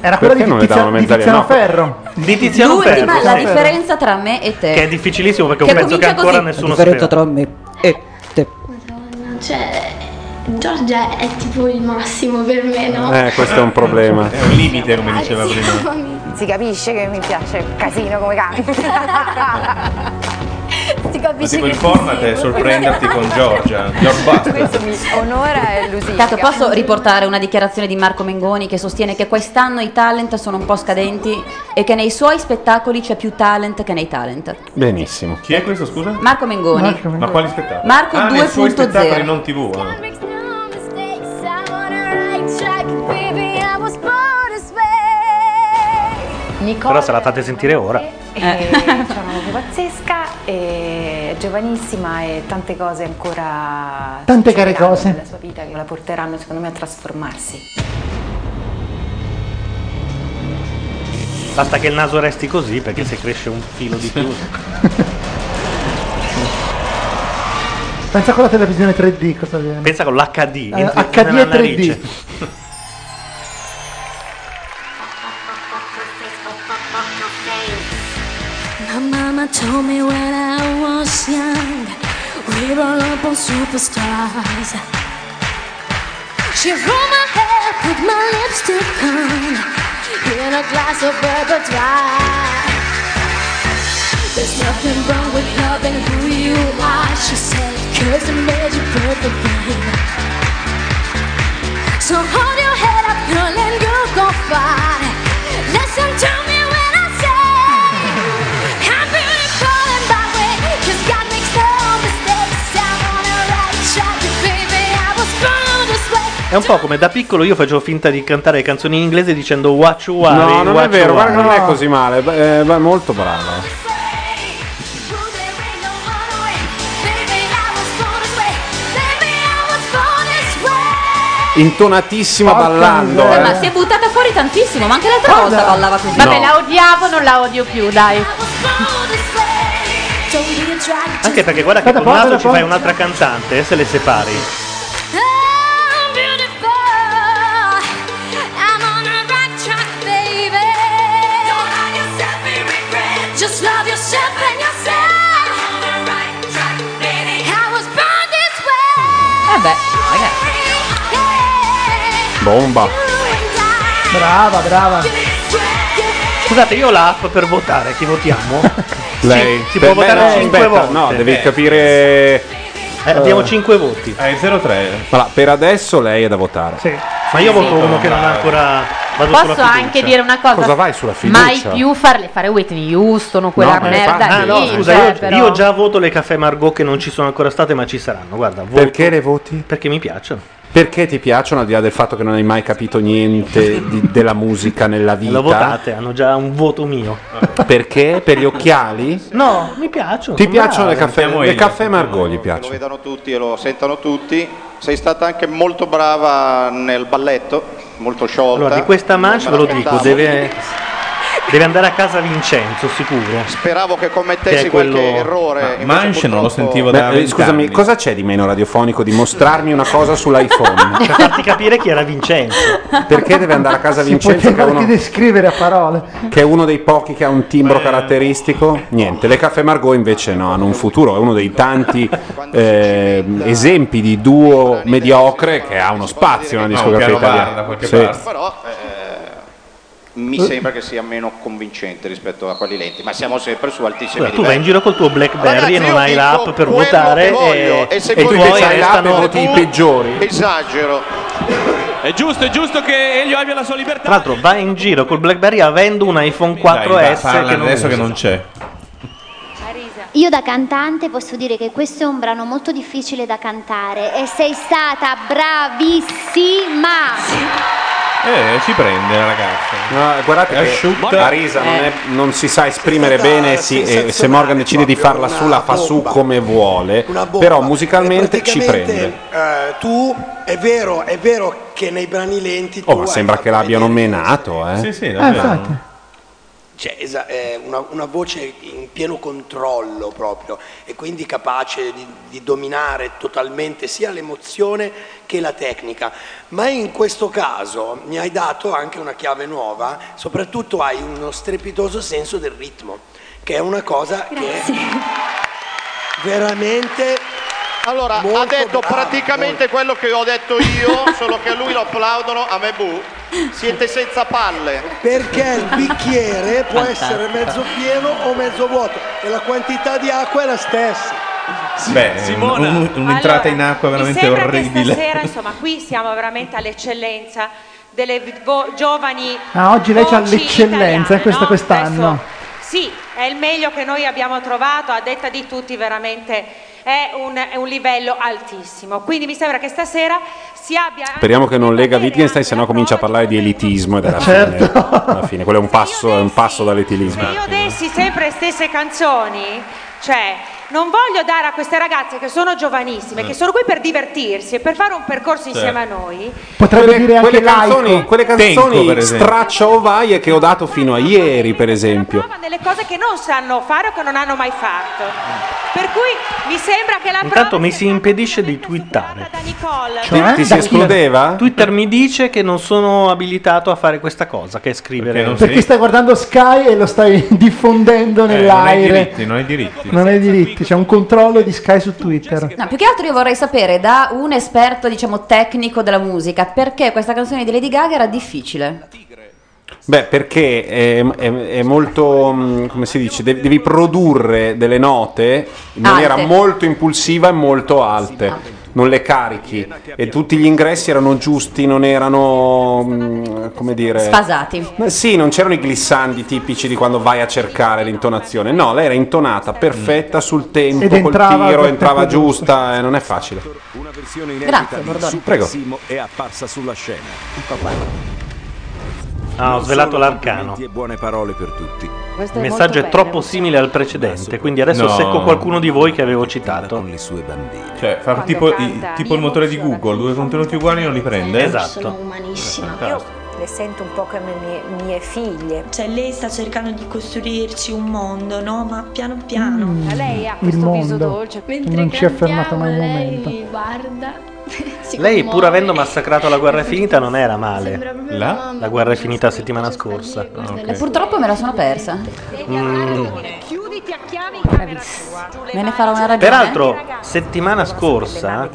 Speaker 4: Era
Speaker 1: quella Perché di non le Tizia- davano di mezza lira? Tiziano No.
Speaker 4: Ferro.
Speaker 2: Di Tiziano Ferro.
Speaker 7: L'ultima, la
Speaker 2: sì.
Speaker 7: differenza tra me e te.
Speaker 2: Che è difficilissimo perché è
Speaker 7: Che
Speaker 2: un pezzo che
Speaker 7: comincia
Speaker 2: ancora
Speaker 7: così.
Speaker 2: nessuno
Speaker 7: La differenza
Speaker 2: sapeva.
Speaker 7: tra
Speaker 18: me e te.
Speaker 19: Cioè, Giorgia è tipo il massimo per me, no?
Speaker 1: Eh, questo è un problema. È un limite, come diceva
Speaker 20: Si capisce che mi piace il casino come canta. si capisce
Speaker 5: Tipo il format è sorprenderti con Giorgia. George Buster.
Speaker 20: mi onora e lusinga.
Speaker 7: Tanto posso riportare una dichiarazione di Marco Mengoni che sostiene che quest'anno i talent sono un po' scadenti e che nei suoi spettacoli c'è più talent che nei talent.
Speaker 1: Benissimo.
Speaker 5: Chi è questo, scusa?
Speaker 7: Marco Mengoni.
Speaker 5: Ma quali spettacoli?
Speaker 7: Marco
Speaker 5: ah, nei suoi
Speaker 7: 2.0.
Speaker 5: spettacoli non tv. ah.
Speaker 20: Nicola
Speaker 2: Però se la fate sentire ora.
Speaker 7: Eh.
Speaker 20: è c'è una voce pazzesca, è giovanissima e tante cose ancora
Speaker 4: Tante care
Speaker 20: succederanno
Speaker 4: cose.
Speaker 20: nella sua vita che la porteranno secondo me a trasformarsi.
Speaker 2: Basta che il naso resti così perché se cresce un filo di più.
Speaker 4: Pensa con la televisione 3D cosa viene.
Speaker 2: Pensa con l'HD.
Speaker 4: Eh,
Speaker 2: entri
Speaker 4: HD
Speaker 2: nella
Speaker 4: e 3D.
Speaker 2: narice.
Speaker 9: My mama told me when I was young, we roll up on superstars. She rolled my hair, put my lipstick on, in a glass of bourbon dry. There's nothing wrong with loving who you are, she said, cause it made you perfect. babe. So hold your head up, girl, and you'll go far. Listen to me when I say, I'm beautiful in my way, 'cause God makes no mistakes. I'm on the right track, baby, I was born this way.
Speaker 2: È un po' come da piccolo io facevo finta di cantare canzoni in inglese dicendo Watch
Speaker 1: No, non è vero, guarda che non è così male. eh, va molto brava. Intonatissima ballando.
Speaker 7: Vabbè, ma
Speaker 1: eh.
Speaker 7: si è buttata fuori tantissimo, ma anche l'altra volta ballava così.
Speaker 3: Vabbè,
Speaker 1: No.
Speaker 3: la odiavo, non la odio più, dai.
Speaker 2: Anche perché guarda che con naso ci fai un'altra cantante eh, se le separi.
Speaker 9: Just love yourself and yourself. I was born this way.
Speaker 7: Vabbè, ragazzi.
Speaker 1: Bomba.
Speaker 4: Brava, brava.
Speaker 2: Scusate, io ho l'app per votare, chi votiamo?
Speaker 1: Lei.
Speaker 2: si può
Speaker 1: Beh,
Speaker 2: votare
Speaker 1: no,
Speaker 2: cinque
Speaker 1: aspetta,
Speaker 2: volte.
Speaker 1: No, devi
Speaker 2: Eh.
Speaker 1: capire. eh,
Speaker 2: abbiamo cinque voti.
Speaker 1: Hai 0-3. Allora, per adesso lei è da votare.
Speaker 4: Sì.
Speaker 2: Ma io voto uno che non ha ancora. Vado sulla
Speaker 3: Posso
Speaker 2: fiducia.
Speaker 3: anche dire una cosa?
Speaker 2: Cosa vai sulla fiducia?
Speaker 3: Mai più farle fare Whitney Houston o quella
Speaker 2: ma
Speaker 3: merda.
Speaker 2: infatti- Ah, no,
Speaker 3: lì,
Speaker 2: scusa,
Speaker 3: cioè,
Speaker 2: io,
Speaker 3: però-
Speaker 2: io già voto le caffè Margot che non ci sono ancora state, ma ci saranno. Guarda,
Speaker 1: Perché le voti?
Speaker 2: Perché mi piacciono.
Speaker 1: Perché ti piacciono al di là del fatto che non hai mai capito niente di- della musica nella vita?
Speaker 2: Lo votate, hanno già un voto mio.
Speaker 1: Perché? Per gli occhiali?
Speaker 2: No, mi piacciono.
Speaker 1: Ti
Speaker 2: sono
Speaker 1: piacciono le
Speaker 2: brave.
Speaker 1: caffè, le caffè Margot? Gli
Speaker 10: Lo
Speaker 1: piacciono.
Speaker 10: vedano tutti e lo sentano tutti. Sei stata anche molto brava nel balletto, molto sciolta.
Speaker 2: Allora, di questa manche
Speaker 10: Non me
Speaker 2: ve lo dico,
Speaker 10: l'aspettavo.
Speaker 2: deve, deve andare a casa Vincenzo, sicuro.
Speaker 10: Speravo che
Speaker 2: Che
Speaker 10: commettessi
Speaker 2: è quello-
Speaker 10: qualche errore. invece purtroppo-
Speaker 1: Beh, eh, Scusami, cosa c'è di meno radiofonico di mostrarmi una cosa sull'iPhone?
Speaker 2: Per farti capire chi era Vincenzo.
Speaker 1: Perché deve andare a casa
Speaker 4: Si
Speaker 1: Vincenzo che
Speaker 4: poteva
Speaker 1: è,
Speaker 4: anche
Speaker 1: uno,
Speaker 4: descrivere a parole.
Speaker 1: che è uno dei pochi che ha un timbro caratteristico? Niente, le Caffè Margot invece no, hanno un futuro, è uno dei tanti eh, esempi di duo mediocre che ha uno spazio nella
Speaker 12: Ah, un
Speaker 1: discografia
Speaker 12: piano bar da
Speaker 1: italiana.
Speaker 12: qualche
Speaker 1: Sì.
Speaker 12: parte.
Speaker 10: Però eh, mi sembra che sia meno convincente rispetto a quelli lenti, ma siamo sempre su altissimi
Speaker 2: Scusa, tu vai in
Speaker 10: livelli.
Speaker 2: giro col tuo Blackberry e non hai l'app per votare e,
Speaker 10: voglio, e se
Speaker 2: e i
Speaker 10: quello
Speaker 2: tuoi
Speaker 10: che hai l'app
Speaker 2: restano
Speaker 10: e voti i
Speaker 1: peggiori.
Speaker 10: Esagero.
Speaker 5: È giusto, è giusto che Elio abbia la sua libertà.
Speaker 2: Tra l'altro vai in giro col Blackberry avendo un iPhone 4S
Speaker 12: Dai, va, parla
Speaker 2: che non
Speaker 12: adesso
Speaker 2: usa.
Speaker 12: che non c'è.
Speaker 11: Io da cantante posso dire che questo è un brano molto difficile da cantare e sei stata bravissima.
Speaker 12: Eh, ci prende la ragazza.
Speaker 1: No, guardate
Speaker 12: È
Speaker 1: che
Speaker 12: asciutta.
Speaker 1: Marisa non, è-
Speaker 4: Eh.
Speaker 1: non si sa esprimere
Speaker 12: stata
Speaker 1: bene sì, e se Morgan decide di farla su la fa su come vuole, però musicalmente ci prende.
Speaker 13: Eh, tu è vero, è vero che nei brani lenti tu
Speaker 1: Oh, ma
Speaker 13: hai-
Speaker 1: sembra che l'abbiano menato, eh.
Speaker 13: Sì, sì,
Speaker 4: davvero. Eh, infatti.
Speaker 13: cioè, esa- è una, una voce in pieno controllo proprio e quindi capace di, di dominare totalmente sia l'emozione che la tecnica. Ma in questo caso mi hai dato anche una chiave nuova, soprattutto hai uno strepitoso senso del ritmo, che è una cosa che veramente...
Speaker 10: Allora, ha detto praticamente quello che ho detto io, solo che a lui lo applaudono, a me bu. Siete senza palle.
Speaker 13: Perché il bicchiere può essere mezzo pieno o mezzo vuoto e la quantità di acqua è la stessa.
Speaker 12: Beh,
Speaker 13: Simona.
Speaker 12: un- un- un'entrata
Speaker 13: Allora,
Speaker 12: in acqua
Speaker 13: mi
Speaker 12: veramente
Speaker 13: sembra che
Speaker 12: orribile.
Speaker 8: Stasera, insomma, qui siamo veramente all'eccellenza delle vi- vo- giovani.
Speaker 4: Ah, oggi lei c'ha
Speaker 8: voci
Speaker 4: l'eccellenza, eh,
Speaker 8: italiane,
Speaker 4: questa
Speaker 8: no?
Speaker 4: quest'anno.
Speaker 8: Sì, è il meglio che noi abbiamo trovato, a detta di tutti veramente è un, è un livello altissimo. Quindi mi sembra che stasera si abbia
Speaker 1: Speriamo che non lega Wittgenstein, sennò comincia a parlare di elitismo ed è la fine. Alla fine, quello è un passo, è un passo dall'elitismo.
Speaker 8: io dessi sempre le stesse canzoni, cioè non voglio dare a queste ragazze che sono
Speaker 12: Eh.
Speaker 8: giovanissime, che sono qui per divertirsi e per fare un percorso insieme a
Speaker 12: Certo.
Speaker 8: noi,
Speaker 4: Potrebbe dire anche
Speaker 1: Quelle canzoni,
Speaker 4: laico.
Speaker 1: quelle
Speaker 4: Tenco, per
Speaker 1: canzoni
Speaker 4: esempio.
Speaker 1: straccia ovaie che ho dato fino a ieri, per esempio.
Speaker 8: ma delle cose che non sanno fare o che non hanno mai fatto. Per cui mi sembra che la prova
Speaker 2: Intanto cioè, eh, mi si impedisce di twittare.
Speaker 8: Nicole
Speaker 1: Ti- ti si escludeva?
Speaker 2: Twitter mi dice che non sono abilitato a fare questa cosa, che è scrivere.
Speaker 4: Perché stai guardando Sky e lo stai diffondendo nell'aere.
Speaker 12: non hai diritti.
Speaker 4: Non hai diritti, c'è un controllo di Sky su Twitter.
Speaker 7: No, più che altro io vorrei sapere da un esperto, diciamo, tecnico della musica, perché questa canzone di Lady Gaga era difficile.
Speaker 1: Beh, perché è, è- è molto, mm, come si dice, de- devi produrre delle note in maniera
Speaker 7: Alte.
Speaker 1: molto impulsiva e molto alte. Non le carichi e tutti gli ingressi erano giusti, non erano mm, come dire
Speaker 7: Sfasati.
Speaker 1: Ma Sì, non c'erano i glissandi tipici di quando vai a cercare l'intonazione. No, lei era intonata perfetta sul tempo,
Speaker 4: Ed
Speaker 1: col
Speaker 4: entrava
Speaker 1: tiro,
Speaker 4: col
Speaker 1: entrava
Speaker 4: tempo
Speaker 1: giusta e non è facile.
Speaker 14: Una versione
Speaker 2: Grazie,
Speaker 14: inedita di
Speaker 2: Bordone.
Speaker 14: Super
Speaker 1: Prego.
Speaker 14: Simo è apparsa sulla scena.
Speaker 2: Ah, ho
Speaker 14: Non
Speaker 2: svelato
Speaker 14: solo
Speaker 2: l'arcano.
Speaker 14: complimenti E buone parole per tutti.
Speaker 2: Il messaggio è troppo simile al precedente, quindi adesso
Speaker 12: No.
Speaker 2: secco qualcuno di voi che avevo citato.
Speaker 12: Cioè, fa tipo, i- tipo il motore di Google, due contenuti uguali non li prende.
Speaker 5: esatto.
Speaker 8: Esatto.
Speaker 21: Sono umanissima. Io le sento un po' come mie, mie figlie. Cioè lei sta cercando di costruirci un mondo, no? Ma piano piano.
Speaker 4: Mm, Lei ha il questo viso mondo. dolce.
Speaker 21: Mentre
Speaker 4: Non ci ha fermato
Speaker 21: cantiamo,
Speaker 4: mai un
Speaker 21: lei
Speaker 4: momento.
Speaker 21: guarda. si
Speaker 2: Lei, pur
Speaker 21: commuove.
Speaker 2: avendo massacrato la guerra è finita, non era
Speaker 21: Sembra
Speaker 2: male.
Speaker 21: proprio una
Speaker 2: La,
Speaker 21: mamma.
Speaker 2: guerra è finita settimana scorsa. Mm.
Speaker 7: E purtroppo me la sono persa. Me ne farò una ragione.
Speaker 2: Peraltro, settimana scorsa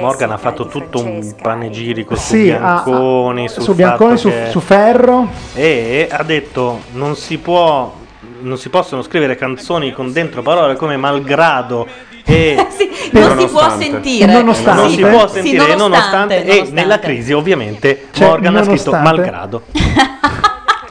Speaker 2: Morgan ha fatto tutto un panegirico su
Speaker 4: Sì, ah,
Speaker 2: Bianconi, sul
Speaker 4: su Bianconi,
Speaker 2: fatto
Speaker 4: su,
Speaker 2: che-
Speaker 4: su Ferro.
Speaker 2: e ha detto non si può non si possono scrivere canzoni con dentro parole come malgrado E
Speaker 7: non si può sentire.
Speaker 2: Non si può
Speaker 7: Sì,
Speaker 2: sentire
Speaker 7: nonostante,
Speaker 2: nonostante, e
Speaker 7: nonostante.
Speaker 2: nella crisi ovviamente
Speaker 4: Cioè,
Speaker 2: Morgan ha scritto
Speaker 4: nonostante.
Speaker 2: malgrado.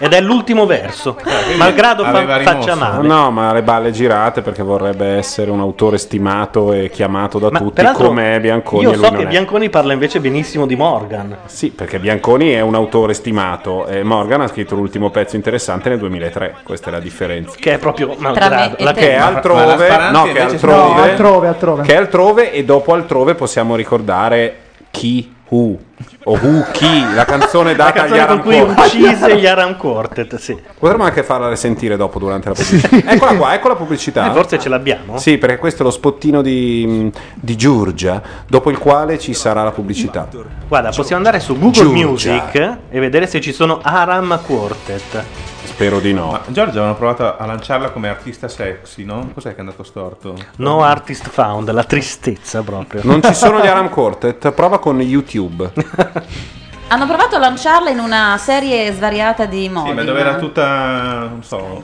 Speaker 2: Ed è l'ultimo verso. Malgrado fa- faccia male.
Speaker 1: No, ma le balle girate perché vorrebbe essere un autore stimato e chiamato da tutti
Speaker 2: Peraltro,
Speaker 1: come Bianconi.
Speaker 2: Io
Speaker 1: e lui
Speaker 2: so
Speaker 1: non
Speaker 2: che
Speaker 1: è.
Speaker 2: Bianconi parla invece benissimo di Morgan.
Speaker 1: Sì, perché Bianconi è un autore stimato e Morgan ha scritto l'ultimo pezzo interessante nel 2003, questa è la differenza.
Speaker 2: Che è proprio
Speaker 4: Tra me e
Speaker 1: la
Speaker 4: te.
Speaker 1: che è
Speaker 4: Ma- ma la
Speaker 1: altrove,
Speaker 4: Sparanti
Speaker 1: no, che è
Speaker 4: invece-
Speaker 1: altrove,
Speaker 4: No, altrove, altrove.
Speaker 1: Che è altrove e dopo altrove possiamo ricordare chi Who o Who chi, la canzone
Speaker 2: La
Speaker 1: data agli
Speaker 2: canzone con
Speaker 1: Aram
Speaker 2: cui
Speaker 1: Quartet.
Speaker 2: uccise gli Aram Quartet, sì.
Speaker 1: Potremmo anche farla risentire dopo durante la pubblicità. eccola qua, ecco la pubblicità.
Speaker 2: Eh, forse ce l'abbiamo.
Speaker 1: Sì, perché questo è lo spottino di, di Giurgia, dopo il quale ci sarà la pubblicità.
Speaker 2: Guarda, possiamo andare su Google
Speaker 1: Giurgia.
Speaker 2: Music e vedere se ci sono Aram Quartet.
Speaker 1: Spero di no.
Speaker 12: Ma Giorgio avevano provato a lanciarla come artista sexy, no? Cos'è che è andato storto?
Speaker 2: No artist found, la tristezza proprio.
Speaker 1: Non ci sono gli Aram Quartet, prova con YouTube.
Speaker 7: Hanno provato a lanciarla in una serie svariata di modi.
Speaker 12: Sì, ma dove era tutta, non so,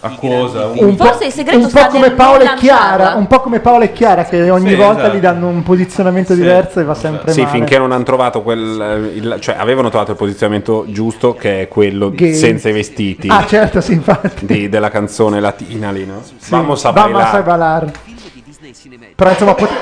Speaker 12: acquosa.
Speaker 7: Un po'- Forse il segreto
Speaker 4: un
Speaker 7: sta
Speaker 4: po' come
Speaker 7: nel
Speaker 4: Paola e
Speaker 7: non
Speaker 4: Chiara,
Speaker 7: lanciarla.
Speaker 4: un po' come Paola e Chiara che ogni
Speaker 1: Sì,
Speaker 4: volta
Speaker 1: esatto.
Speaker 4: gli danno un posizionamento diverso e va sempre
Speaker 1: Sì,
Speaker 4: male.
Speaker 1: finché non hanno trovato quel. eh, il- cioè, avevano trovato il posizionamento giusto, che è quello
Speaker 4: Gay.
Speaker 1: senza i vestiti
Speaker 4: Ah, certo, sì, infatti.
Speaker 1: di- della canzone latina lì, no? Vamos a
Speaker 4: Vamos
Speaker 1: bailar.
Speaker 4: a bailar. Però insomma, pot-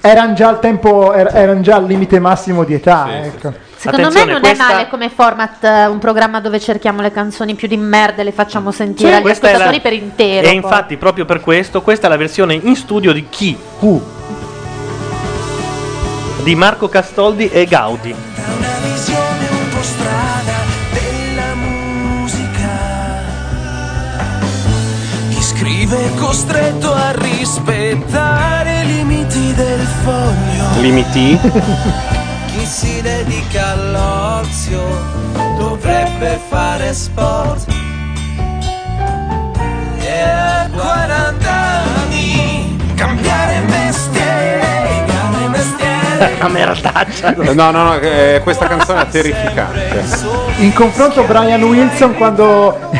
Speaker 4: erano già al tempo, er- erano già al limite massimo di età, ecco.
Speaker 3: Secondo me non è male come format eh, un programma dove cerchiamo le canzoni più di merda e le
Speaker 1: Mm.
Speaker 3: facciamo sentire agli
Speaker 2: Questa è la-
Speaker 3: ascoltatori per intero.
Speaker 2: E
Speaker 3: poi.
Speaker 2: infatti, proprio per questo, questa è la versione in studio di Chi Who di Marco Castoldi e Gaudi.
Speaker 22: una visione un po' strana della musica. Chi scrive è costretto a rispettare i limiti del foglio.
Speaker 1: Limiti?
Speaker 22: Chi si dedica all'ozio dovrebbe fare sport. E a 40 anni cambiare mestiere, cambiare mestiere.
Speaker 1: No, no, no, eh, questa canzone è terrificante.
Speaker 4: In confronto Brian Wilson quando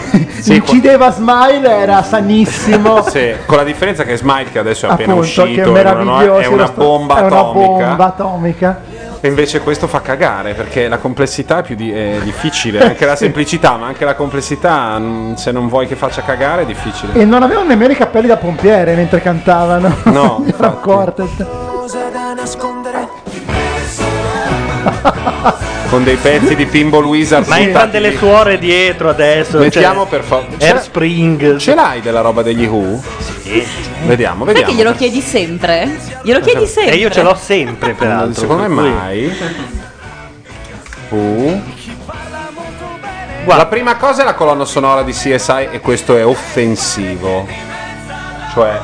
Speaker 4: incideva Smile era sanissimo.
Speaker 1: Sì, con la differenza che Smile, che adesso è appena
Speaker 4: Appunto, che
Speaker 1: uscito,
Speaker 4: è
Speaker 1: è una-
Speaker 4: meraviglioso.
Speaker 1: è una
Speaker 4: era sta-
Speaker 1: bomba
Speaker 4: è una
Speaker 1: atomica.
Speaker 4: bomba atomica.
Speaker 1: E invece questo fa cagare perché la complessità è più di- è difficile, anche la semplicità, ma anche la complessità, mh, se non vuoi che faccia cagare, è difficile.
Speaker 4: E non avevano nemmeno i cappelli da pompiere mentre cantavano.
Speaker 1: No,
Speaker 4: Era un quartet.
Speaker 22: Cosa da nascondere?
Speaker 1: Con dei pezzi di Pinball Wizard.
Speaker 2: Ma entrano delle suore dietro adesso.
Speaker 1: Mettiamo
Speaker 2: cioè,
Speaker 1: per favore.
Speaker 2: Spring.
Speaker 1: Ce l'hai della roba degli Who? Sì. Vediamo,
Speaker 7: Sai che
Speaker 1: vediamo.
Speaker 7: glielo chiedi sempre? Glielo chiedi sempre.
Speaker 2: E io ce l'ho sempre, peraltro.
Speaker 1: Secondo me
Speaker 2: per cui-
Speaker 1: mai. Who? La prima cosa è la colonna sonora di CSI e questo è offensivo. Cioè,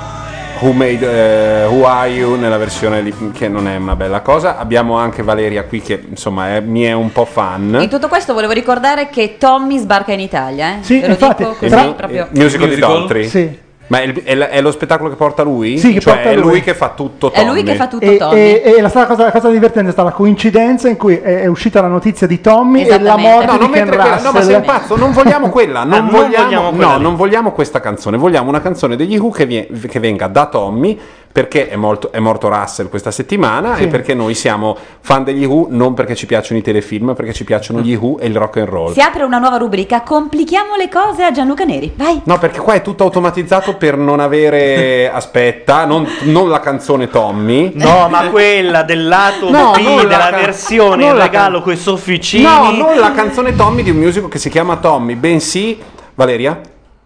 Speaker 1: Who, made, eh, Who Are You nella versione lì, che non è una bella cosa. Abbiamo anche Valeria qui che insomma è- mi è un po' fan.
Speaker 7: In tutto questo volevo ricordare che Tommy sbarca in Italia, eh.
Speaker 4: Sì,
Speaker 7: Ve lo
Speaker 4: infatti,
Speaker 7: dico così
Speaker 1: Il mu-
Speaker 7: proprio.
Speaker 1: il musical, di
Speaker 4: Musical?
Speaker 1: Daltrey?
Speaker 4: Sì.
Speaker 1: Ma è, il- è la- è lo spettacolo che porta lui?
Speaker 4: Sì, che
Speaker 1: cioè
Speaker 4: porta
Speaker 1: è lui
Speaker 4: lui.
Speaker 1: che fa tutto
Speaker 7: È
Speaker 1: Tommy.
Speaker 7: lui che fa tutto
Speaker 4: E,
Speaker 7: Tommy.
Speaker 4: e- e la, sta- cosa, la cosa divertente è stata la coincidenza in cui è, è uscita la notizia di Tommy e la
Speaker 1: Esattamente.
Speaker 4: morte
Speaker 1: No, non
Speaker 4: di Ken
Speaker 1: mettere quella, no,
Speaker 4: Russell.
Speaker 1: ma sei pazzo, non vogliamo quella, non,
Speaker 4: Ah, non
Speaker 1: vogliamo,
Speaker 4: vogliamo
Speaker 1: no,
Speaker 4: quella lì.
Speaker 1: non vogliamo questa canzone, vogliamo una canzone degli Who che, vie- che venga da Tommy perché è, molto- è morto Russell questa settimana
Speaker 4: Sì.
Speaker 1: e perché noi siamo fan degli Who non perché ci piacciono i telefilm, ma perché ci piacciono gli Who e il rock and roll.
Speaker 7: Si apre una nuova rubrica, complichiamo le cose a Gianluca Neri. Vai.
Speaker 1: No, perché qua è tutto automatizzato per non avere aspetta, non, non la canzone Tommy.
Speaker 2: No, ma quella del lato
Speaker 1: No,
Speaker 2: B
Speaker 1: non la
Speaker 2: della
Speaker 1: can-
Speaker 2: versione
Speaker 1: non
Speaker 2: il
Speaker 1: la
Speaker 2: regalo coi sofficini.
Speaker 1: No, non la canzone Tommy di un musical che si chiama Tommy, bensì Valeria?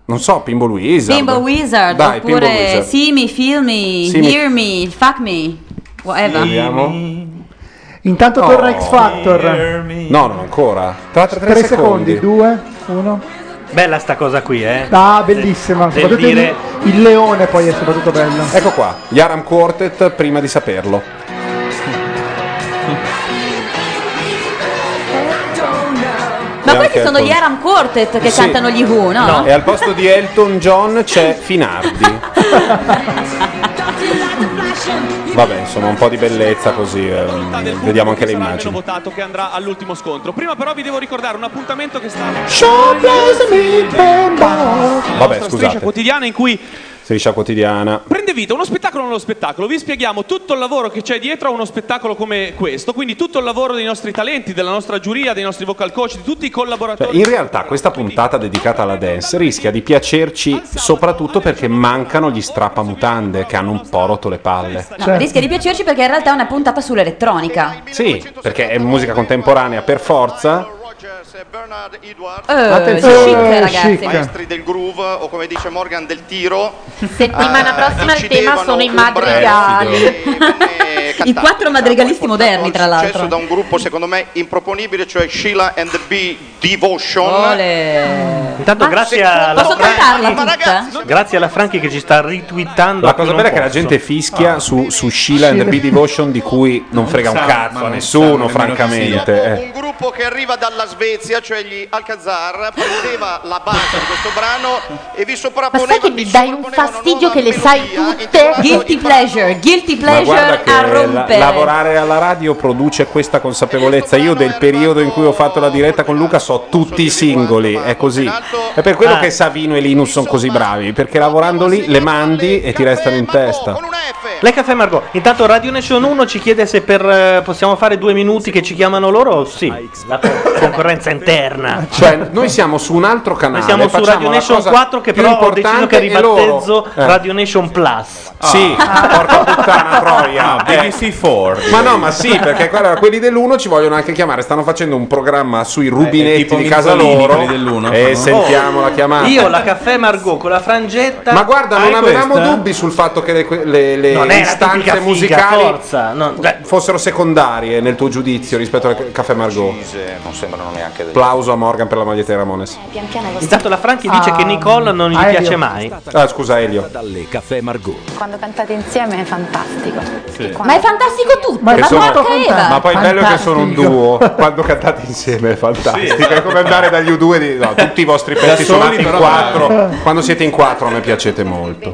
Speaker 1: Non so, Pimbo Luisa.
Speaker 7: Bimbo Wizard,
Speaker 1: Dai, Pinball
Speaker 7: oppure
Speaker 1: Wizard.
Speaker 7: See Me, Feel Me,
Speaker 1: See me.
Speaker 7: Hear Me, Fuck Me, whatever.
Speaker 1: Vediamo.
Speaker 4: Intanto
Speaker 1: Oh.
Speaker 4: torna X Factor.
Speaker 1: No, non ancora. Tra 3,
Speaker 4: 3 secondi, 2, 1.
Speaker 2: Bella sta cosa qui, eh.
Speaker 4: Ah, bellissima.
Speaker 2: Del
Speaker 4: soprattutto il-
Speaker 2: dire-
Speaker 4: il, leone poi è soprattutto bello.
Speaker 1: Ecco qua, gli Aram Quartet prima di saperlo.
Speaker 7: Ma
Speaker 1: E
Speaker 7: questi
Speaker 1: anche
Speaker 7: sono gli
Speaker 1: Elton.
Speaker 7: Aram Quartet che
Speaker 1: Sì.
Speaker 7: cantano gli Who, no?
Speaker 1: E al posto di Elton John c'è Finardi. Vabbè, insomma, un po' di bellezza così. ehm, vediamo anche le
Speaker 5: Meno
Speaker 1: immagini.
Speaker 5: votato che andrà all'ultimo scontro. Prima però vi devo ricordare un appuntamento che sta
Speaker 1: Vabbè,
Speaker 5: striscia
Speaker 1: scusate.
Speaker 5: quotidiana in cui
Speaker 1: Striscia quotidiana.
Speaker 5: Prende vita uno spettacolo nello spettacolo. Vi spieghiamo tutto il lavoro che c'è dietro a uno spettacolo come questo. Quindi tutto il lavoro dei nostri talenti, della nostra giuria, dei nostri vocal coach, di tutti i collaboratori.
Speaker 1: Cioè, in realtà questa puntata dedicata alla dance rischia di piacerci soprattutto perché mancano gli strappamutande che hanno un po' rotto le palle.
Speaker 7: No, rischia di piacerci perché in realtà è una puntata sull'elettronica.
Speaker 1: Sì, perché è musica contemporanea per forza.
Speaker 7: Eh,
Speaker 1: Attenzione.
Speaker 7: chic,
Speaker 1: Eh,
Speaker 7: ragazzi.
Speaker 1: chic.
Speaker 10: Maestri del groove o come dice Morgan del tiro. Eh,
Speaker 3: Settimana prossima il tema
Speaker 10: incidevano
Speaker 3: sono i
Speaker 10: un brand
Speaker 3: madrigali.
Speaker 7: I quattro madrigalisti moderni, tra
Speaker 10: Successo da
Speaker 7: l'altro.
Speaker 10: un gruppo secondo me improponibile, cioè Sheila and the Bee Devotion.
Speaker 2: Intanto grazie alla,
Speaker 10: Posso
Speaker 7: cantarla
Speaker 2: grazie alla Franchi che ci sta ritwittando.
Speaker 1: La cosa bella è che la gente fischia su, su Sheila and the
Speaker 2: Sheila.
Speaker 1: Bee Devotion di cui non frega un
Speaker 2: sa,
Speaker 1: cazzo a
Speaker 2: ma Ah. non
Speaker 1: nessuno,
Speaker 2: sa nemmeno chi
Speaker 1: francamente.
Speaker 2: sia.
Speaker 1: eh.
Speaker 10: Un gruppo che arriva dalla Svezia, cioè gli Alcazar, prendeva la base di questo brano e vi
Speaker 3: Ma sai
Speaker 10: soprapponeva
Speaker 3: che mi dai un fastidio che le sai tutte?
Speaker 7: Guilty pleasure, guilty
Speaker 1: Ma
Speaker 7: pleasure
Speaker 1: guarda
Speaker 7: a
Speaker 1: che la-
Speaker 7: rompere.
Speaker 1: lavorare alla radio produce questa consapevolezza. Io del periodo in cui ho fatto la diretta con Luca so tutti i singoli, è così. È per quello
Speaker 2: Ah.
Speaker 1: che Savino e Linus sono così bravi, perché lavorando lì le mandi e ti restano in testa.
Speaker 2: Lei caffè Margot. Intanto Radio Nation 1 ci chiede se per, eh, possiamo fare due minuti che ci chiamano loro. Sì,
Speaker 1: Ah,
Speaker 2: la co- concorrenza interna.
Speaker 1: Cioè, noi siamo su un altro canale.
Speaker 2: Noi siamo su
Speaker 1: facciamo
Speaker 2: Radio
Speaker 1: la
Speaker 2: Nation
Speaker 1: cosa
Speaker 2: 4 che
Speaker 1: più
Speaker 2: però ho deciso che
Speaker 1: importante e loro-
Speaker 2: ribattezzo
Speaker 1: Eh.
Speaker 2: Radio Nation Plus.
Speaker 1: Sì, porca puttana troia. Eh.
Speaker 12: BBC4.
Speaker 1: Ma no, ma sì, perché guarda, quelli dell'uno ci vogliono anche chiamare. Stanno facendo un programma sui
Speaker 12: Eh,
Speaker 1: rubinetti
Speaker 12: tipo
Speaker 1: di casa
Speaker 12: Minzolini,
Speaker 1: loro.
Speaker 12: quelli dell'uno.
Speaker 1: E
Speaker 12: No?
Speaker 1: sentiamo
Speaker 2: Oh.
Speaker 1: la chiamata.
Speaker 2: Io la caffè Margot con la frangetta.
Speaker 1: Ma guarda, non
Speaker 2: Hai
Speaker 1: avevamo
Speaker 2: questa?
Speaker 1: dubbi sul fatto che le, le- le
Speaker 2: Non è la tipica
Speaker 1: istanze
Speaker 2: figa,
Speaker 1: musicali
Speaker 2: forza,
Speaker 1: fossero secondarie nel tuo giudizio rispetto al Caffè Margot.
Speaker 23: Non sembrano neanche dei
Speaker 1: Applauso a Morgan per la maglietta di Ramones.
Speaker 23: Pian piano
Speaker 2: Intanto la Franchi dice
Speaker 9: Ah,
Speaker 2: che Nicole non gli
Speaker 9: Elio.
Speaker 2: piace mai.
Speaker 1: Ah, scusa, Elio.
Speaker 14: Dalle Caffè Margot.
Speaker 9: Quando cantate insieme è fantastico.
Speaker 7: Ma è fantastico tutto, ma,
Speaker 1: Che sono-
Speaker 7: porca Eva.
Speaker 1: ma poi il bello è che sono un duo quando cantate insieme è fantastico è come andare dagli U2 e dire no, tutti i vostri
Speaker 12: Da
Speaker 1: pezzi
Speaker 12: soli,
Speaker 1: suonati in
Speaker 12: però,
Speaker 1: quattro quando siete in quattro a me piacete molto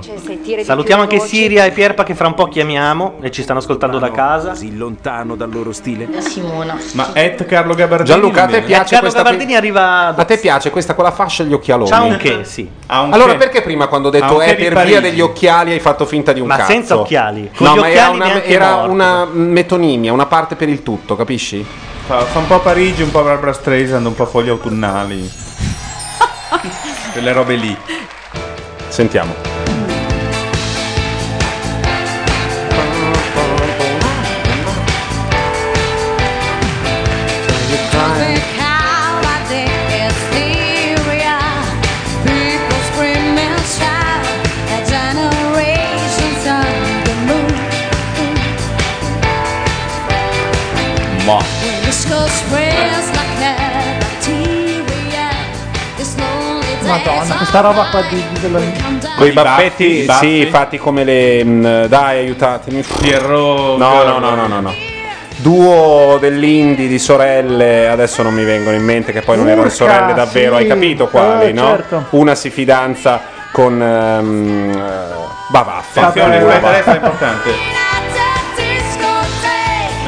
Speaker 2: Salutiamo anche Siria e Pierpa che fra un po' chiamiamo e ci stanno ascoltando da casa. Così lontano dal loro stile.
Speaker 24: Simona.
Speaker 1: ma
Speaker 12: Et Carlo Gabardini.
Speaker 1: Gianluca a te
Speaker 12: viene?
Speaker 1: piace
Speaker 2: Carlo
Speaker 1: questa
Speaker 2: Gabardini arriva
Speaker 1: a te piace questa con la fascia e gli occhialoni
Speaker 2: C'ha un che, sì.
Speaker 1: allora perché prima quando ho
Speaker 2: Ha un
Speaker 1: detto
Speaker 2: che
Speaker 1: è
Speaker 2: di
Speaker 1: per
Speaker 2: Parigi."
Speaker 1: via degli occhiali hai fatto finta di un
Speaker 2: Ma
Speaker 1: cazzo
Speaker 2: senza occhiali. Con
Speaker 1: no
Speaker 2: gli
Speaker 1: ma era,
Speaker 2: occhiali
Speaker 1: una,
Speaker 2: neanche
Speaker 1: era
Speaker 2: morto.
Speaker 1: una metonimia una parte per il tutto capisci?
Speaker 12: Fa, fa un po' Parigi, un po' Barbara Streisand, un po' foglie autunnali. Quelle robe lì.
Speaker 1: Sentiamo.
Speaker 24: The cow I think is Syria. People scream and shout. A generation's on the moon.
Speaker 12: Ma.
Speaker 24: When this goes spreads like a bacteria. This lonely days
Speaker 4: Madonna, questa roba qua di, di della-
Speaker 1: Con i
Speaker 12: baffi,
Speaker 1: baffetti,
Speaker 12: i baffi.
Speaker 1: sì, fatti come le. mh, dai, aiutatemi.
Speaker 12: Pierrot.
Speaker 1: No, no, no, no, no, no. Duo dell'indie di sorelle, adesso non mi vengono in mente che poi non erano
Speaker 12: Urca,
Speaker 1: sorelle davvero,
Speaker 12: sì.
Speaker 1: hai capito quali,
Speaker 12: Eh,
Speaker 1: no?
Speaker 12: certo.
Speaker 1: Una si fidanza con ehm, eh, Bavaffa.
Speaker 12: Attenzione,
Speaker 1: Una
Speaker 12: quella
Speaker 1: Bavaffa.
Speaker 12: è importante.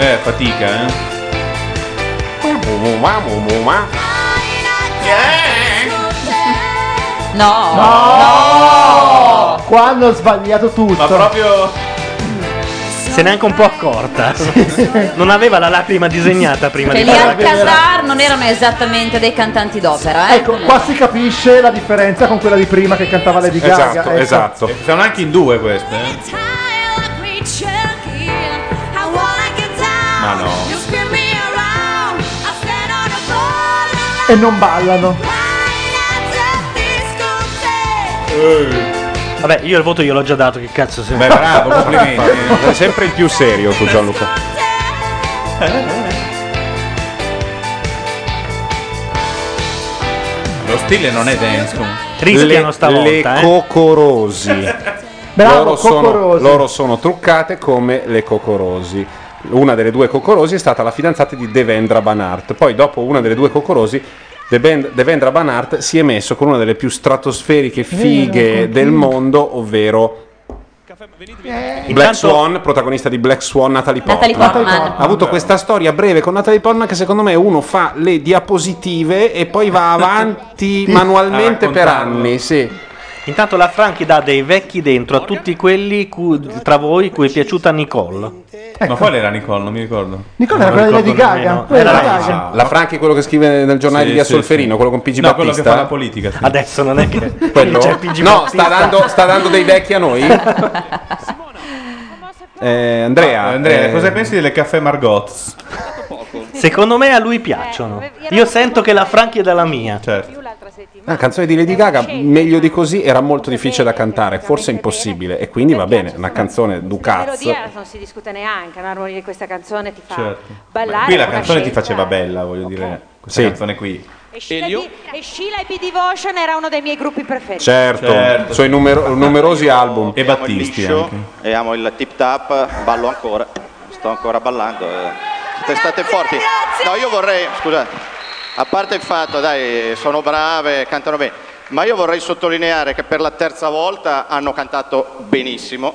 Speaker 12: Eh, fatica, eh.
Speaker 7: No.
Speaker 4: No!
Speaker 2: Oh!
Speaker 4: Quando ho sbagliato tutto.
Speaker 2: Ma
Speaker 12: proprio.
Speaker 2: Se n'è anche un po' accorta. non aveva la lacrima disegnata prima
Speaker 7: Cioè,
Speaker 2: di
Speaker 7: gli
Speaker 2: parlare.
Speaker 7: Alcazar non erano esattamente dei cantanti d'opera, eh?
Speaker 4: Ecco, qua si capisce la differenza con quella di prima che cantava Lady Gaga.
Speaker 12: Esatto,
Speaker 4: ecco.
Speaker 12: esatto. Eh, Sono anche in due queste. eh. Ma no.
Speaker 4: E non ballano.
Speaker 2: Vabbè, io il voto gliel'ho già dato, che cazzo sei?
Speaker 1: Beh, bravo, complimenti. Sei sempre il più serio tu, Gianluca.
Speaker 12: Lo stile non è dance comunque.
Speaker 1: le,
Speaker 10: eh.
Speaker 1: le cocorosi.
Speaker 12: Bravo,
Speaker 1: loro, sono,
Speaker 12: cocorosi.
Speaker 1: loro sono truccate come le cocorosi. Una delle due cocorosi è stata la fidanzata di Devendra Banart. Poi, dopo una delle due cocorosi, Deben- Devendra Banart si è messo con una delle più stratosferiche fighe
Speaker 2: con
Speaker 1: del
Speaker 2: Pink.
Speaker 1: mondo, ovvero Black
Speaker 2: Intanto-
Speaker 1: Swan, protagonista di Black Swan, Natalie Portman.
Speaker 7: Natalie Portman.
Speaker 1: Ha avuto questa storia breve con Natalie Portman che secondo me uno fa le diapositive e poi va avanti
Speaker 2: A
Speaker 1: manualmente per
Speaker 2: Ah,
Speaker 12: Ah,
Speaker 2: raccontarlo.
Speaker 1: anni. Sì.
Speaker 2: Intanto la Franchi dà dei vecchi dentro a tutti quelli cu- tra voi cui è piaciuta Nicole.
Speaker 12: Ma qual era Nicole? Non mi ricordo.
Speaker 4: Nicole era quella di Lady Gaga. quella di Lady Gaga.
Speaker 1: La Franchi è quello che scrive nel giornale
Speaker 12: Sì,
Speaker 1: di Via
Speaker 12: sì,
Speaker 1: Solferino,
Speaker 12: sì.
Speaker 1: quello con Pigi
Speaker 12: No, quello
Speaker 1: Battista.
Speaker 12: che fa la politica.
Speaker 2: Adesso non è che
Speaker 1: Quello?
Speaker 2: c'è Pigi
Speaker 1: no,
Speaker 2: Battista.
Speaker 1: sta dando, sta dando dei vecchi a noi. Eh, Andrea,
Speaker 12: Ah, Andrea,
Speaker 1: eh,
Speaker 12: cosa pensi delle caffè Margots?
Speaker 2: Secondo me a lui piacciono. Io sento che la Franchi è dalla mia.
Speaker 12: Certo.
Speaker 1: La canzone di Lady Gaga,
Speaker 8: Certo.
Speaker 1: meglio di così, era molto difficile da cantare, forse impossibile. E quindi va bene, una canzone
Speaker 8: La
Speaker 1: Ducaz.
Speaker 8: melodia non si discute neanche, l'armonia di questa canzone ti fa
Speaker 1: Cioè,
Speaker 12: Certo.
Speaker 8: ballare.
Speaker 12: Qui
Speaker 8: è
Speaker 12: la
Speaker 8: una
Speaker 12: canzone ti
Speaker 8: scelta.
Speaker 12: faceva bella, voglio dire. Questa canzone qui.
Speaker 8: E Sheila, B- e Sheila e B Devotion era uno dei miei gruppi preferiti.
Speaker 1: Certo,
Speaker 12: Certo.
Speaker 1: suoi numero- numerosi album. E
Speaker 10: Amo il liscio, e amo il tip tap, ballo ancora, sto ancora ballando. eh. Siete state forti. No, io vorrei, scusate, a parte il fatto, dai, sono brave, cantano bene, ma io vorrei sottolineare che per la terza volta hanno cantato benissimo,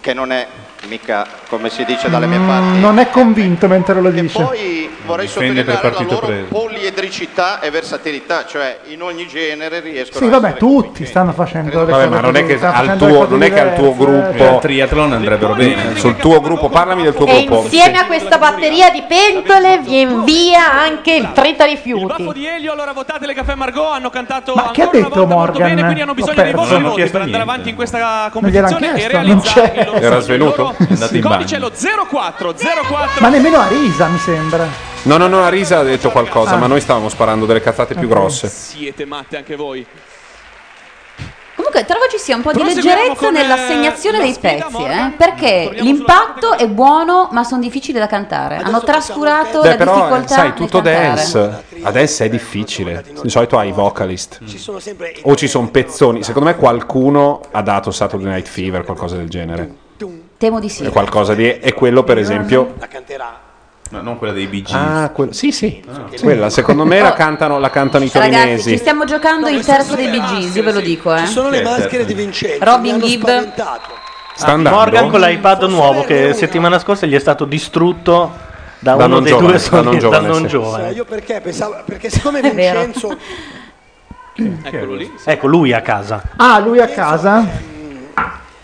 Speaker 10: che non è mica come si
Speaker 1: Cioè,
Speaker 10: dice dalle mie parti.
Speaker 4: Mm, non è convinto mentre lo dice.
Speaker 10: Poi vorrei
Speaker 12: Dipende per
Speaker 10: sottolineare la
Speaker 12: partito
Speaker 10: loro
Speaker 12: preso.
Speaker 10: poliedricità e versatilità, cioè in ogni genere riescono
Speaker 4: Sì,
Speaker 10: a
Speaker 4: vabbè, tutti stanno facendo le
Speaker 1: Vabbè,
Speaker 4: cose
Speaker 1: ma non è che
Speaker 4: stanno
Speaker 1: al
Speaker 4: facendo le
Speaker 1: tuo,
Speaker 4: cose
Speaker 1: non è che al tuo
Speaker 4: diverse.
Speaker 1: gruppo.
Speaker 12: Eh, Al triathlon andrebbero bene.
Speaker 1: Sul tuo gruppo, parlami del tuo
Speaker 3: E
Speaker 1: gruppo.
Speaker 3: insieme a questa batteria di pentole vi invia anche il 30 rifiuti.
Speaker 4: Ma che ha detto Morgan? Ho perso.
Speaker 5: Sono per andare avanti in questa
Speaker 4: Non gliel'hanno
Speaker 5: competizione e
Speaker 4: chiesto, non
Speaker 5: realizzare il
Speaker 4: c'è.
Speaker 5: loro
Speaker 1: Era
Speaker 5: sogno. Il
Speaker 1: svenuto?
Speaker 5: loro
Speaker 1: È andato in
Speaker 5: codice è lo 04 04
Speaker 4: Ma nemmeno a Risa, mi sembra.
Speaker 1: No, no, no, Arisa ha detto qualcosa,
Speaker 4: Ah.
Speaker 1: ma noi stavamo sparando delle cazzate più
Speaker 4: Ok.
Speaker 1: grosse.
Speaker 5: Siete matte anche voi.
Speaker 7: Comunque trovo ci sia un po' di
Speaker 5: Proseguiamo
Speaker 7: leggerezza
Speaker 5: con, eh,
Speaker 7: nell'assegnazione
Speaker 5: la
Speaker 7: dei
Speaker 5: sfida,
Speaker 7: pezzi,
Speaker 5: Morgan.
Speaker 7: eh, perché l'impatto è buono ma sono difficili da cantare. Hanno trascurato la
Speaker 1: Beh, però, eh,
Speaker 7: difficoltà
Speaker 1: sai, tutto
Speaker 7: nel cantare.
Speaker 1: dance. A dance è difficile. Di solito hai i vocalist.
Speaker 13: sono sempre
Speaker 1: O ci sono pezzoni. Secondo me qualcuno ha dato Saturday Night Fever, qualcosa del genere.
Speaker 7: Temo di sì.
Speaker 1: È qualcosa di. E quello, per esempio.
Speaker 12: No, non quella dei Bee Gees.
Speaker 1: Ah, quello- sì, sì.
Speaker 12: ok.
Speaker 1: Quella, secondo me, la
Speaker 7: Oh.
Speaker 1: cantano, la cantano i
Speaker 7: Ragazzi, ci
Speaker 1: torinesi.
Speaker 7: stiamo giocando il terzo dei Bee Gees, io ve lo dico, eh.
Speaker 13: Ci sono le
Speaker 1: Sì, certo.
Speaker 13: maschere di Vincenzo.
Speaker 7: Robin
Speaker 13: mi hanno
Speaker 7: Gibb.
Speaker 13: spaventato.
Speaker 1: Sta andando?
Speaker 2: Morgan con l'iPad nuovo che settimana scorsa gli è stato distrutto da,
Speaker 1: Da
Speaker 2: uno
Speaker 1: non
Speaker 2: dei
Speaker 1: giovane,
Speaker 2: due
Speaker 1: da
Speaker 2: sogni-
Speaker 1: non giovane, sì.
Speaker 2: giovane.
Speaker 13: Io perché pensavo perché siccome
Speaker 7: È vero.
Speaker 13: Vincenzo
Speaker 2: Eccolo lì. Ecco lui a casa.
Speaker 4: Ah, lui a casa?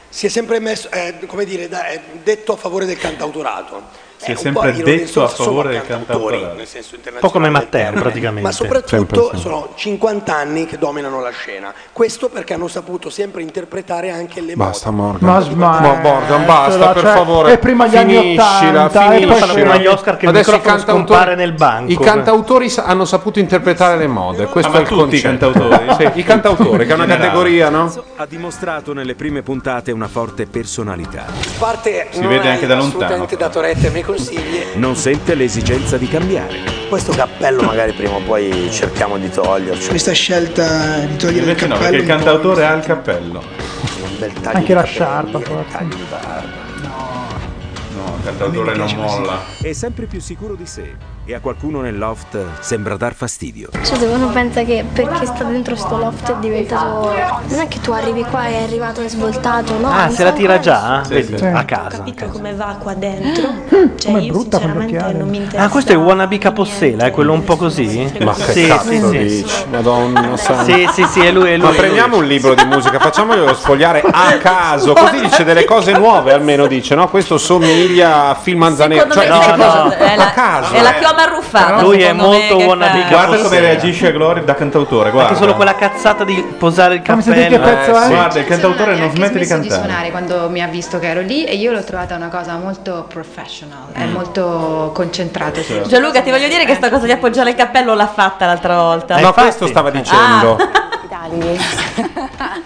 Speaker 13: si è sempre messo, eh, come dire, da- è detto a favore del cantautorato. Eh,
Speaker 12: Si è
Speaker 13: un
Speaker 12: sempre
Speaker 13: po' ironico,
Speaker 12: detto a
Speaker 13: sono
Speaker 12: favore del
Speaker 13: cantautori,
Speaker 12: cantautorato.
Speaker 13: nel senso
Speaker 2: Un po' come
Speaker 13: internazionale. Eh,
Speaker 2: Matteo praticamente.
Speaker 13: Ma soprattutto sono 50 anni che dominano la scena. Questo perché hanno saputo sempre interpretare anche le
Speaker 1: Basta, Morgan.
Speaker 4: Ma smettila,
Speaker 1: Ma Morgan, basta, per
Speaker 4: cioè,
Speaker 1: favore.
Speaker 4: e prima gli anni
Speaker 1: Finiscila,
Speaker 4: 80, e poi
Speaker 1: finiscila.
Speaker 4: fanno come gli
Speaker 2: Oscar che il
Speaker 1: Adesso i
Speaker 2: microfono
Speaker 1: cantautori-
Speaker 2: scompare nel banco.
Speaker 1: I cantautori sa- hanno saputo interpretare le mode. Questo
Speaker 12: ma
Speaker 1: è il
Speaker 12: tutti i
Speaker 1: concetto.
Speaker 12: cantautori?
Speaker 1: Sì, i cantautori, che è Oh, una
Speaker 12: In generale.
Speaker 1: categoria, no?
Speaker 14: Ha dimostrato nelle prime puntate una forte personalità.
Speaker 13: parte
Speaker 14: Si
Speaker 13: non
Speaker 14: vede
Speaker 13: hai
Speaker 14: anche da lontano,
Speaker 13: assolutamente dato retta ai miei consigli.
Speaker 14: Non sente l'esigenza di cambiare.
Speaker 15: Questo cappello magari prima o poi cerchiamo di toglierci.
Speaker 6: Questa scelta di togliere il
Speaker 12: Invece no, perché
Speaker 6: cappello
Speaker 12: il
Speaker 6: un po'
Speaker 12: cantautore ha il cappello.
Speaker 15: Un bel taglio
Speaker 4: Anche
Speaker 15: di
Speaker 4: la
Speaker 15: capelli,
Speaker 4: sciarpa,
Speaker 15: taglio di
Speaker 4: forse.
Speaker 15: barba.
Speaker 12: No, il cantautore non molla.
Speaker 14: È sempre più sicuro di sé e a qualcuno nel loft sembra dar fastidio.
Speaker 25: Cioè, se uno pensa che perché sta dentro sto loft è diventato. Non è che tu arrivi qua e è arrivato e svoltato, no?
Speaker 2: Ah,
Speaker 25: Mi
Speaker 2: se la
Speaker 25: sa-
Speaker 2: tira già?
Speaker 25: Sì,
Speaker 2: Vedi,
Speaker 25: sì.
Speaker 2: A casa.
Speaker 21: capito come va qua dentro. Cioè,
Speaker 4: Mm, Com'è
Speaker 21: io
Speaker 4: brutta con gli
Speaker 21: sinceramente
Speaker 4: occhiali.
Speaker 21: non mi interessa.
Speaker 2: Ah, questo è Wannabe Capossela, è quello un po' così?
Speaker 1: Ma che
Speaker 2: sì,
Speaker 1: cazzo
Speaker 2: sì, sì.
Speaker 1: dici? Madonna santa.
Speaker 2: Sì, sì, sì, è lui, è lui,
Speaker 1: Ma
Speaker 2: è lui.
Speaker 1: prendiamo un libro di musica, facciamoglielo sfogliare a caso, così dice delle cose nuove, almeno dice, no? Questo somiglia a film Manzanero,
Speaker 7: Secondo
Speaker 1: cioè
Speaker 7: me
Speaker 1: dice
Speaker 7: queste
Speaker 1: cose
Speaker 7: cose- è la-
Speaker 1: a caso. eh.
Speaker 7: è la chioma
Speaker 2: Ah,
Speaker 7: arruffata. secondo me, che fa-
Speaker 12: Guarda come reagisce Gloria da cantautore, guarda. Eh,
Speaker 2: Anche solo quella cazzata di posare il cappello.
Speaker 12: Guarda, il cantautore non smette di
Speaker 20: smesso di
Speaker 12: cantare.
Speaker 20: suonare quando mi ha visto che ero lì e io l'ho trovata una cosa molto professional, è molto concentrato.
Speaker 12: Certo.
Speaker 7: Gianluca, ti voglio dire che sta cosa di appoggiare il cappello l'ha fatta l'altra volta.
Speaker 1: No, questo stava
Speaker 7: Ah.
Speaker 1: dicendo.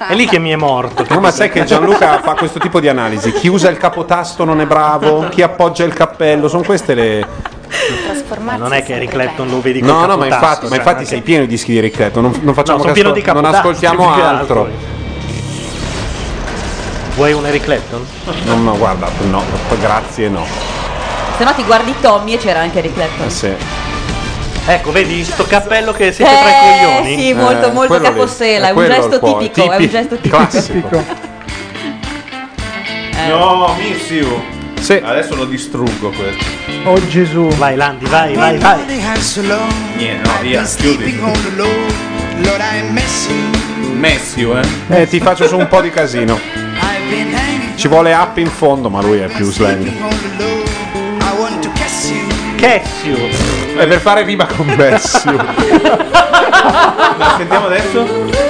Speaker 2: È lì che mi è morto.
Speaker 1: No, ma sai che Gianluca fa questo tipo di analisi. Chi usa il capotasto non è bravo, chi appoggia il cappello, sono queste le...
Speaker 2: Ma non è che Eric Clapton lo vedi col
Speaker 1: No, no, ma
Speaker 2: capotasto,
Speaker 1: infatti, ma
Speaker 2: cioè,
Speaker 1: infatti
Speaker 2: anche-
Speaker 1: sei pieno di dischi di Ricchetto, non, non facciamo
Speaker 2: No, sono
Speaker 1: che
Speaker 2: pieno
Speaker 1: ascol-
Speaker 2: di
Speaker 1: non
Speaker 2: capodastri,
Speaker 1: ascoltiamo
Speaker 2: più che
Speaker 1: altro.
Speaker 2: altro. Vuoi un Eric Clapton?
Speaker 1: No, no, guarda, no, grazie, no.
Speaker 7: Se no ti guardi Tommy e c'era anche Eric Clapton.
Speaker 1: Eh, sì.
Speaker 2: Ecco, vedi sto cappello che si
Speaker 7: Eh,
Speaker 2: tra i coglioni.
Speaker 7: sì,
Speaker 1: Eh,
Speaker 7: molto, molto capossela, è un gesto tipico, è un gesto tipico. Eh.
Speaker 1: Oh,
Speaker 12: No, miss you. Adesso lo distruggo questo.
Speaker 4: Oh Gesù.
Speaker 2: Vai Landi, vai, vai, vai.
Speaker 6: Nobody has so long
Speaker 12: Niente, no, via,
Speaker 6: sleeping
Speaker 12: chiudi.
Speaker 6: on the low.
Speaker 22: L'ora è Messi.
Speaker 1: Messio, eh? Eh, ti faccio su un po' di casino.
Speaker 22: I've been hanging
Speaker 1: Ci vuole up in fondo, ma lui è più slang.
Speaker 22: on the low. I want to kiss you.
Speaker 1: Kessio. È per fare rima con Messio.
Speaker 12: La sentiamo adesso?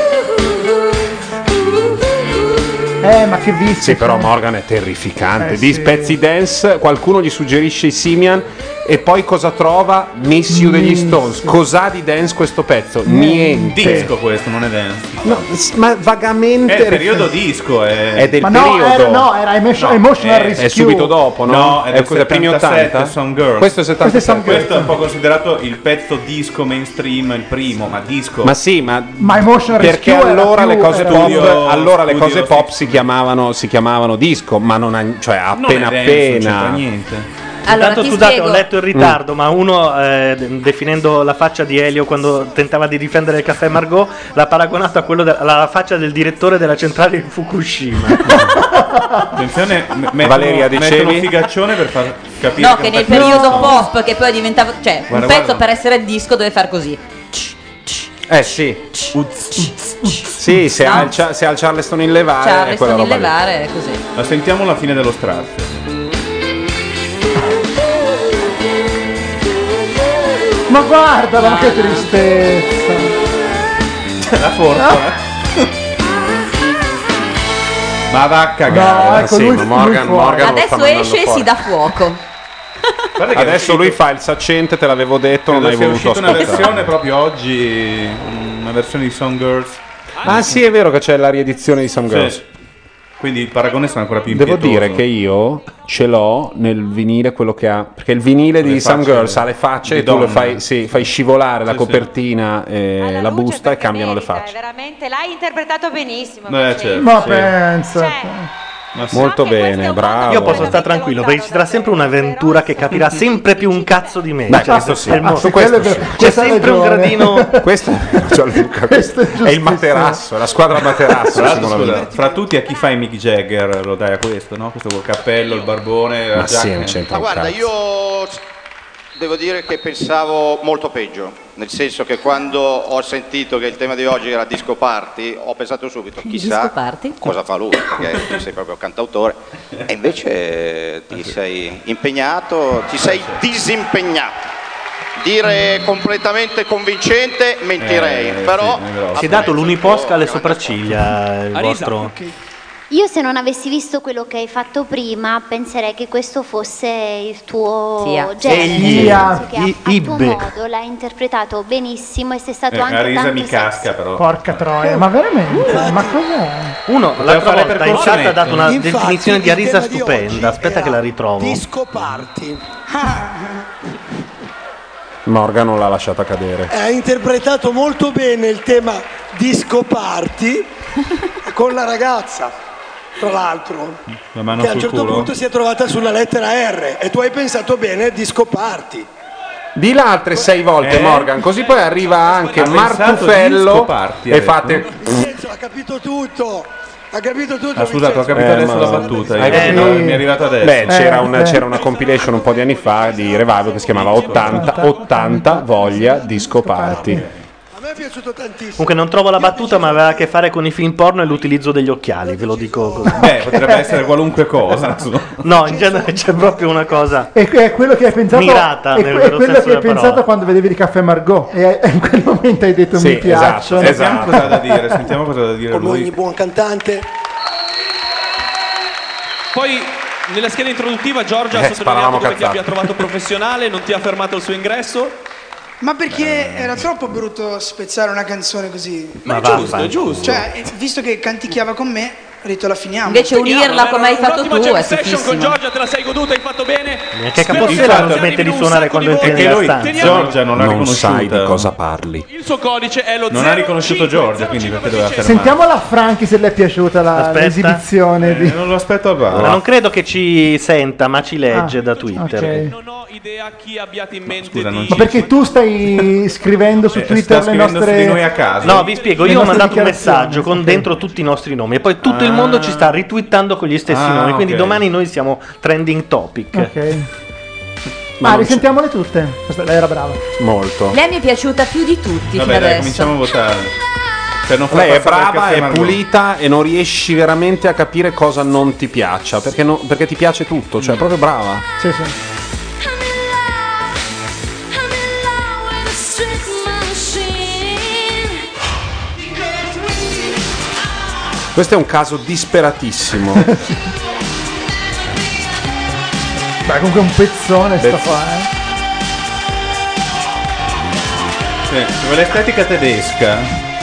Speaker 4: Eh, ma che vizio.
Speaker 1: Sì, però Morgan è terrificante.
Speaker 4: Eh,
Speaker 1: Di
Speaker 4: sì.
Speaker 1: pezzi dance, qualcuno gli suggerisce i Simian e poi cosa trova? Missio degli Stones. Cos'ha di dance questo pezzo? Niente.
Speaker 12: Disco questo, non è dance.
Speaker 1: No, s- ma vagamente.
Speaker 12: È il periodo disco, eh. è,
Speaker 1: È del
Speaker 4: Ma no, era, no, era emotion- emotional
Speaker 12: eh,
Speaker 4: rischio.
Speaker 1: È subito dopo, no? Eh,
Speaker 12: No, è del
Speaker 1: cos'è, primi
Speaker 12: 77,
Speaker 1: 80?
Speaker 12: Some Girls.
Speaker 1: Questo è 77.
Speaker 12: Questo è un po' considerato il pezzo disco mainstream, il primo, ma disco.
Speaker 1: Ma sì, ma
Speaker 4: Ma emotional
Speaker 1: perché
Speaker 4: rischio. era
Speaker 1: allora
Speaker 4: più- eh,
Speaker 1: le cose
Speaker 4: era-
Speaker 1: pop,
Speaker 12: Studio-
Speaker 1: allora le
Speaker 12: studio,
Speaker 1: cose pop si chiamavano, si chiamavano disco, ma non ha- cioè
Speaker 12: Non è dance,
Speaker 1: appena
Speaker 12: non c'entra
Speaker 1: appena.
Speaker 12: niente.
Speaker 7: Allora,
Speaker 2: Intanto
Speaker 7: ti
Speaker 2: scusate,
Speaker 7: spiego.
Speaker 2: ho letto in
Speaker 1: Mm.
Speaker 2: ritardo, ma uno eh, de- definendo la faccia di Elio quando tentava di difendere il caffè Margot l'ha paragonato a quello de- alla faccia del direttore della centrale di Fukushima.
Speaker 12: Attenzione, m- mettono,
Speaker 1: Valeria,
Speaker 12: mettono
Speaker 1: dicevi?
Speaker 12: figaccione per far capire
Speaker 7: No,
Speaker 12: è
Speaker 7: che
Speaker 12: un
Speaker 7: nel
Speaker 12: pezzo
Speaker 7: periodo
Speaker 12: disco.
Speaker 7: pop che poi diventava. Cioè,
Speaker 12: Guarda,
Speaker 7: un pezzo
Speaker 12: guarda.
Speaker 7: per essere disco deve far così.
Speaker 1: Eh sì. Sì, se, al, Cha- se al Charleston in
Speaker 7: Cioè,
Speaker 1: levare è Ah, eh, quella
Speaker 7: Charleston in
Speaker 1: roba lì.
Speaker 7: levare è così.
Speaker 12: La sentiamo alla fine dello strazio.
Speaker 4: Ma guardala, ma che tristezza.
Speaker 12: La forza.
Speaker 1: Ma va a cagare.
Speaker 4: No,
Speaker 1: va,
Speaker 4: ecco,
Speaker 1: sì,
Speaker 4: lui-
Speaker 1: ma Morgan,
Speaker 4: lui fuori.
Speaker 1: Morgan lo sta
Speaker 7: Adesso
Speaker 1: mandando
Speaker 7: esce e
Speaker 1: fuori.
Speaker 7: si dà fuoco.
Speaker 1: Adesso lui fa il saccente, te l'avevo detto, non
Speaker 12: Credo
Speaker 1: hai
Speaker 12: sia
Speaker 1: voluto
Speaker 12: uscita una versione
Speaker 1: ascoltare.
Speaker 12: proprio oggi, una versione di Song Girls.
Speaker 1: Ah sì, è vero che c'è la riedizione di Some Girls.
Speaker 12: Sì. Quindi il paragone sarà ancora più
Speaker 1: Devo
Speaker 12: impietoso.
Speaker 1: dire che io ce l'ho nel vinile quello che ha. Perché il vinile
Speaker 12: Le
Speaker 1: di Some
Speaker 12: facce
Speaker 1: Girls ha le facce
Speaker 12: di
Speaker 1: e tu lo
Speaker 12: donna.
Speaker 1: fai, sì, fai scivolare la
Speaker 12: Sì, sì.
Speaker 1: copertina, e la busta e cambiano le facce.
Speaker 8: Veramente l'hai interpretato benissimo.
Speaker 1: Eh,
Speaker 8: Vincenzo.
Speaker 1: certo,
Speaker 4: Ma
Speaker 1: sì.
Speaker 4: pensa.
Speaker 7: Cioè,
Speaker 1: Molto bene, bravo.
Speaker 2: Io posso stare tranquillo perché ci sarà sempre un'avventura che capirà sempre più un cazzo di me.
Speaker 1: Beh,
Speaker 2: Cioè,
Speaker 1: questo sì.
Speaker 2: è il mo-
Speaker 1: Ah, su
Speaker 2: quello
Speaker 1: questo
Speaker 2: è vero.
Speaker 1: sì.
Speaker 2: C'è sempre un gradino.
Speaker 1: Questo è Gianluca, questo è il materasso, è la squadra materasso.
Speaker 12: Tra l'altro,
Speaker 1: Simona
Speaker 12: scusa,
Speaker 1: Villa.
Speaker 12: fra tutti a chi fai Mick Jagger lo dai a questo, no? Questo col cappello, il barbone, la
Speaker 1: Ma sì,
Speaker 12: giacca.
Speaker 1: non c'entra
Speaker 10: Ma guarda, io s- devo dire che pensavo molto peggio, nel senso che quando ho sentito che il tema di oggi era disco party, ho pensato subito, chissà
Speaker 7: Disco party.
Speaker 10: cosa fa lui, perché sei proprio cantautore, e invece eh, ti sei impegnato, ti sei disimpegnato. Dire completamente convincente
Speaker 12: Eh,
Speaker 10: mentirei, però
Speaker 2: Si Eh, è dato l'uniposca alle sopracciglia. eh, Il
Speaker 10: Arisa,
Speaker 2: vostro.
Speaker 11: Io se non avessi visto quello che hai fatto prima, penserei che questo fosse il tuo
Speaker 7: Sia.
Speaker 11: genere.
Speaker 12: Egli.
Speaker 11: nel senso che
Speaker 12: I-
Speaker 11: a, a tuo
Speaker 12: Ibbe.
Speaker 11: modo l'hai interpretato benissimo e sei stato
Speaker 12: Eh,
Speaker 11: anche
Speaker 12: la risa
Speaker 11: tanto
Speaker 12: mi casca però.
Speaker 4: Porca troia, ma veramente? Ma cos'è?
Speaker 2: Uno,
Speaker 12: Poteva
Speaker 2: l'altra
Speaker 12: fare
Speaker 2: volta in
Speaker 12: percorso
Speaker 2: chat ha
Speaker 12: netto.
Speaker 2: dato una
Speaker 12: Infatti,
Speaker 2: definizione di
Speaker 12: il
Speaker 2: Arisa
Speaker 12: tema di
Speaker 2: stupenda. Aspetta che la ritrovo.
Speaker 13: Disco party.
Speaker 1: Morgan non l'ha lasciata cadere.
Speaker 13: Ha interpretato molto bene il tema disco party con la ragazza, tra l'altro.
Speaker 12: La mano
Speaker 13: che a un
Speaker 12: sul
Speaker 13: certo
Speaker 12: culo.
Speaker 13: punto si è trovata sulla lettera R e tu hai pensato bene disco party.
Speaker 1: Di là altre sei volte
Speaker 12: Eh?
Speaker 1: Morgan, così poi arriva anche
Speaker 12: Ha pensato di
Speaker 1: Martufello
Speaker 12: scoparti, ha
Speaker 1: e
Speaker 12: detto.
Speaker 1: fate...
Speaker 13: Vincenzo ha capito tutto. Ha capito tutto.
Speaker 12: Ah, scusate, ho
Speaker 13: Vincenzo.
Speaker 12: capito
Speaker 1: Eh,
Speaker 12: adesso
Speaker 1: ma-
Speaker 12: la battuta.
Speaker 1: Hai
Speaker 12: Eh,
Speaker 1: capito?
Speaker 12: no, mi è arrivata adesso.
Speaker 1: Beh, c'era,
Speaker 12: Eh,
Speaker 1: una,
Speaker 12: eh.
Speaker 1: c'era una compilation un po' di anni fa di Revival che si chiamava 80, 80 voglia disco party.
Speaker 2: Comunque non trovo la battuta, ma aveva a che fare con i film porno e l'utilizzo degli occhiali, ve lo dico così.
Speaker 12: Beh, potrebbe essere qualunque cosa.
Speaker 2: No, in genere c'è proprio una cosa.
Speaker 4: E que- è quello che hai pensato.
Speaker 2: Mirata,
Speaker 4: è, que-
Speaker 2: nel
Speaker 4: è
Speaker 2: vero
Speaker 4: quello
Speaker 2: senso
Speaker 4: che hai
Speaker 2: della parola.
Speaker 4: pensato quando vedevi di caffè Margot. E e in quel momento hai detto mi piacciono.
Speaker 12: esatto, Sentiamo cosa ha da dire, sentiamo cosa ha da dire
Speaker 13: Come
Speaker 12: lui.
Speaker 13: ogni buon cantante.
Speaker 5: Poi nella scheda introduttiva Giorgia
Speaker 1: Eh,
Speaker 5: ha sottolineato
Speaker 1: sparavamo
Speaker 5: come ti
Speaker 1: cazzate.
Speaker 5: abbia trovato professionale, non ti ha fermato il suo ingresso.
Speaker 26: Ma perché era troppo brutto spezzare una canzone così?
Speaker 5: Ma Ma è giusto, vaffanculo. è giusto.
Speaker 26: Cioè, eh, visto che canticchiava con me, ho detto la finiamo.
Speaker 7: Invece Cioè, unirla Finiamola, come hai era fatto
Speaker 5: Un'ottima jam session con Giorgia, te la sei goduta, hai fatto bene.
Speaker 2: Che capossela non smette di suonare quando entri
Speaker 12: Perché
Speaker 2: nella
Speaker 12: lui,
Speaker 2: stanza.
Speaker 12: Giorgia, non l'ha
Speaker 1: Non
Speaker 12: riconosciuta.
Speaker 1: sai di cosa parli.
Speaker 5: Il suo codice è lo
Speaker 12: Non ha riconosciuto Giorgia, quindi perché doveva fermare?
Speaker 4: Sentiamo la Franchi se le è piaciuta la-
Speaker 2: Aspetta. Eh,
Speaker 4: l'esibizione. di...
Speaker 12: non lo aspetto a
Speaker 2: Ma non credo che ci senta, ma ci
Speaker 12: Ah,
Speaker 2: legge da Twitter.
Speaker 4: ok.
Speaker 12: Scusa, non
Speaker 4: Ma perché tu stai scrivendo
Speaker 12: Eh,
Speaker 4: su Twitter le nostre.
Speaker 2: No, vi spiego,
Speaker 4: le
Speaker 2: io ho
Speaker 4: nostre
Speaker 2: mandato un
Speaker 4: dichiarazioni. Ah.
Speaker 2: messaggio con dentro tutti i nostri nomi e poi tutto il mondo ci sta ritwittando con gli stessi
Speaker 12: Ah,
Speaker 2: nomi, quindi
Speaker 12: ok.
Speaker 2: domani noi siamo trending topic.
Speaker 4: Ok.
Speaker 1: Ma non
Speaker 4: ah,
Speaker 1: c'è-
Speaker 4: risentiamole tutte. Questa- Lei era brava.
Speaker 1: molto.
Speaker 7: Lei mi è piaciuta più di tutti fino
Speaker 12: Vabbè, dai,
Speaker 7: adesso.
Speaker 12: cominciamo a votare. Per non far
Speaker 1: Lei è
Speaker 12: passare il
Speaker 1: brava,
Speaker 12: caffè
Speaker 1: è
Speaker 12: amargo.
Speaker 1: pulita e non riesci veramente a capire cosa non ti piaccia, perché, no- perché ti piace tutto, cioè è proprio brava.
Speaker 4: Sì, sì.
Speaker 1: Questo è un caso disperatissimo.
Speaker 4: Beh, comunque è un pezzone sta
Speaker 1: Pezz-
Speaker 4: qua, eh.
Speaker 12: Sì, ci vuole estetica tedesca.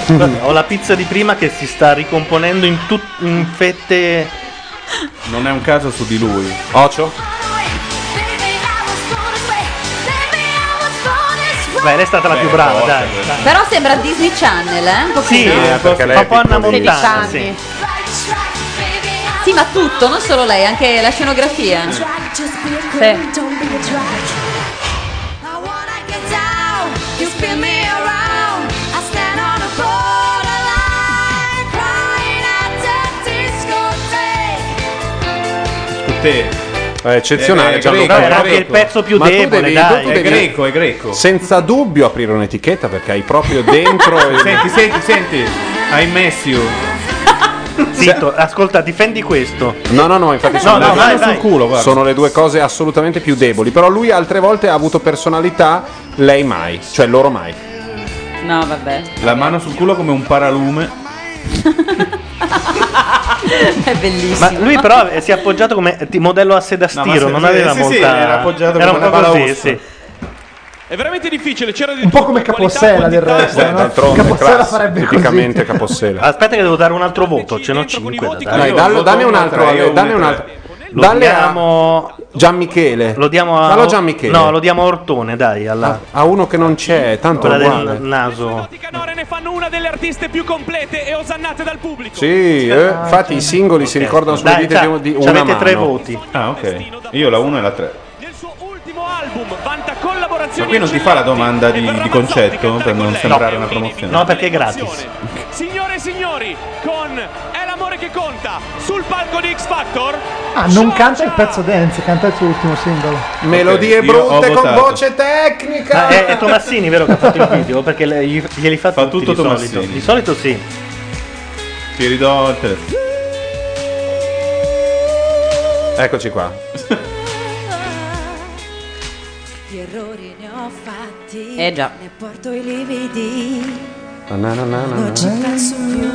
Speaker 2: Guarda, Ho la pizza di prima che si sta ricomponendo in, tut- in fette.
Speaker 12: Non è un caso su di lui.
Speaker 1: Ocio?
Speaker 2: Beh, lei è stata la più brava,
Speaker 12: forte,
Speaker 2: dai.
Speaker 12: questa.
Speaker 2: dai.
Speaker 7: Però sembra Disney Channel, eh? Un po'
Speaker 2: Sì,
Speaker 7: così, no?
Speaker 2: eh, perché lei è
Speaker 7: po' Anna
Speaker 2: piccolina.
Speaker 7: Montana,
Speaker 2: Sì.
Speaker 7: sì. Sì, ma tutto, non solo lei, anche la scenografia.
Speaker 12: Te.
Speaker 1: Eh, È eccezionale,
Speaker 12: È
Speaker 1: Gianluca.
Speaker 12: greco, è
Speaker 1: Era
Speaker 12: greco. Ma
Speaker 1: anche
Speaker 12: tu devi-
Speaker 1: tu
Speaker 12: È
Speaker 1: devi-
Speaker 12: greco, è greco.
Speaker 1: Senza dubbio aprire un'etichetta perché hai proprio dentro il-
Speaker 12: senti, senti, senti. I miss you.
Speaker 2: Zitto, ascolta, difendi questo.
Speaker 1: No, no, no, infatti
Speaker 2: No,
Speaker 1: sono,
Speaker 2: no,
Speaker 1: le-
Speaker 2: vai, vai.
Speaker 1: sono le due cose assolutamente più deboli. Però lui altre volte ha avuto personalità, lei mai, cioè loro mai.
Speaker 7: No, vabbè.
Speaker 12: La mano sul culo come un paralume.
Speaker 7: È bellissimo.
Speaker 2: Ma lui però eh, si è appoggiato come ti- modello a sede a
Speaker 12: No, ma
Speaker 2: stiro,
Speaker 12: se-
Speaker 2: non
Speaker 12: sì,
Speaker 2: aveva
Speaker 12: sì, sì,
Speaker 2: molta...
Speaker 12: era appoggiato
Speaker 2: era
Speaker 12: come
Speaker 2: un po'
Speaker 12: una
Speaker 2: così,
Speaker 12: balaustra.
Speaker 2: sì.
Speaker 5: È veramente difficile, c'era di
Speaker 4: Un po' come Capossella del resto.
Speaker 1: Beh,
Speaker 4: no?
Speaker 1: d'altronde,
Speaker 4: Capossella
Speaker 1: class-
Speaker 4: farebbe così.
Speaker 1: tipicamente Capossella.
Speaker 2: Aspetta che devo dare un altro voto, ce n'ho 5 da dare.
Speaker 1: Dai, dallo- danne un altro, Ale, danne un altro.
Speaker 2: Lo
Speaker 1: Dalle
Speaker 2: diamo
Speaker 1: a Gian Michele.
Speaker 2: Lo diamo a
Speaker 1: Dallo Gian Michele.
Speaker 2: No, lo diamo a Ortone, dai,
Speaker 1: a,
Speaker 2: alla
Speaker 1: a uno che non c'è, tanto è
Speaker 2: quella
Speaker 1: uguale.
Speaker 2: del naso.
Speaker 1: Sì, eh, infatti i singoli si ricordano sulle
Speaker 12: Dai,
Speaker 1: dita
Speaker 12: c'ha-
Speaker 1: di un- di
Speaker 12: c'ha-
Speaker 1: una
Speaker 12: avete tre
Speaker 1: mano.
Speaker 12: voti. Ah, ok. Io la 1 e la 3. Ma qui non ti fa la domanda di, di concetto per non sembrare una promozione?
Speaker 2: No, perché è gratis.
Speaker 5: Signore e signori, con È l'amore che conta sul palco di X Factor.
Speaker 4: Ah, non canta il pezzo dance, canta il suo ultimo singolo.
Speaker 1: Melodie brutte con voce
Speaker 2: Ma
Speaker 1: tecnica.
Speaker 2: Eh, è, è Tomassini, vero, che ha fatto il video? Perché le- gli- glieli fa,
Speaker 12: Fa
Speaker 2: tutti
Speaker 12: tutto
Speaker 2: di solito.
Speaker 12: Tomassini.
Speaker 2: Di solito sì.
Speaker 12: Ti ridò il telefono.
Speaker 1: Eccoci qua.
Speaker 9: Di errori ne ho fatti.
Speaker 1: Eh già.
Speaker 9: Ne porto i lividi.
Speaker 1: Na, na, na, na, na.
Speaker 9: Non ci
Speaker 12: Eh.
Speaker 9: penso più.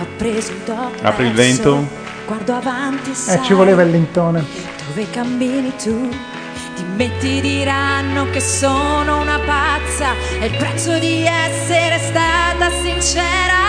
Speaker 9: Ho preso un do.
Speaker 1: Apri il vento.
Speaker 9: Guardo avanti. sai
Speaker 4: Eh, ci voleva il lentone.
Speaker 9: Dove cammini tu? Di me ti diranno che sono una pazza. È il prezzo di essere stata sincera.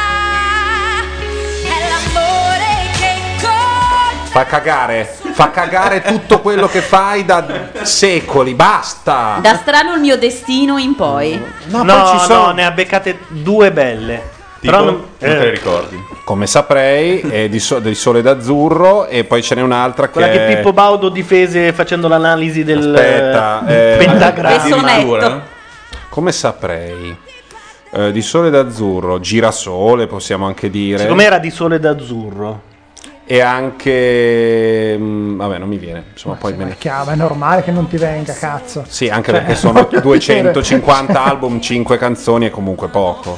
Speaker 9: È l'amore che conta.
Speaker 1: Fa cagare, fa cagare tutto quello che fai da secoli, basta.
Speaker 7: Da strano il mio destino in poi.
Speaker 2: No, no, ne ha beccate due belle. Però non- eh,
Speaker 12: ricordi.
Speaker 1: Come saprei, è di, so- di Sole d'Azzurro e poi ce n'è un'altra
Speaker 2: quella che
Speaker 1: è-
Speaker 2: Pippo Baudo difese facendo l'analisi del
Speaker 1: Aspetta,
Speaker 2: eh,
Speaker 1: eh,
Speaker 2: pentagramma.
Speaker 1: Come saprei? Eh, di Sole d'Azzurro, Girasole possiamo anche dire.
Speaker 2: Secondo me era di sole d'azzurro.
Speaker 1: E anche... mm, vabbè, non mi viene. Insomma, poi me ne...
Speaker 4: Chiaro, Ah, è normale che non ti venga, cazzo.
Speaker 1: Sì, anche
Speaker 4: Cioè,
Speaker 1: perché sono
Speaker 4: voglio
Speaker 1: 250
Speaker 4: dire.
Speaker 1: album, 5 canzoni e comunque poco.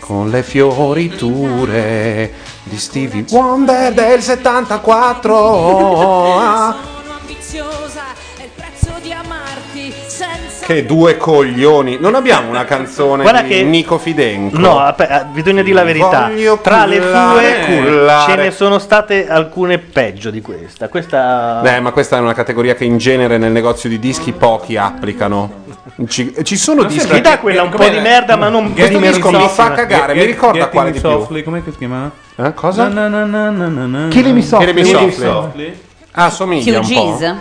Speaker 1: Con le fioriture di Stevie Wonder del 74. Oh, ah.
Speaker 9: Sono ambiziosa, è il prezzo di amarti senza
Speaker 1: Che due coglioni. Non abbiamo una canzone
Speaker 2: Guarda
Speaker 1: di
Speaker 2: che-
Speaker 1: Nico Fidenco.
Speaker 2: No, app- eh, bisogna dire la verità.
Speaker 1: Voglio
Speaker 2: Tra le
Speaker 1: cullare,
Speaker 2: due
Speaker 1: cullare.
Speaker 2: ce ne sono state alcune peggio di questa. Questa
Speaker 1: Beh, ma questa è una categoria che in genere nel negozio di dischi pochi applicano. Ci, ci sono
Speaker 12: Ma
Speaker 1: dischi.
Speaker 12: sembra
Speaker 2: Dà quella un po' di merda, ma non
Speaker 1: Questo
Speaker 2: di
Speaker 1: disco mi fa
Speaker 2: merzissima.
Speaker 1: cagare, mi ricorda
Speaker 12: Getting
Speaker 1: quale di più.
Speaker 12: Softly, com'è che si chiama?
Speaker 1: Eh, cosa?
Speaker 12: Na, na, na, na, na, na.
Speaker 1: Killing Me Softly.
Speaker 12: Killing Me
Speaker 1: Killing Me
Speaker 12: Softly.
Speaker 1: Ah, somiglia un po'.
Speaker 7: QGIS.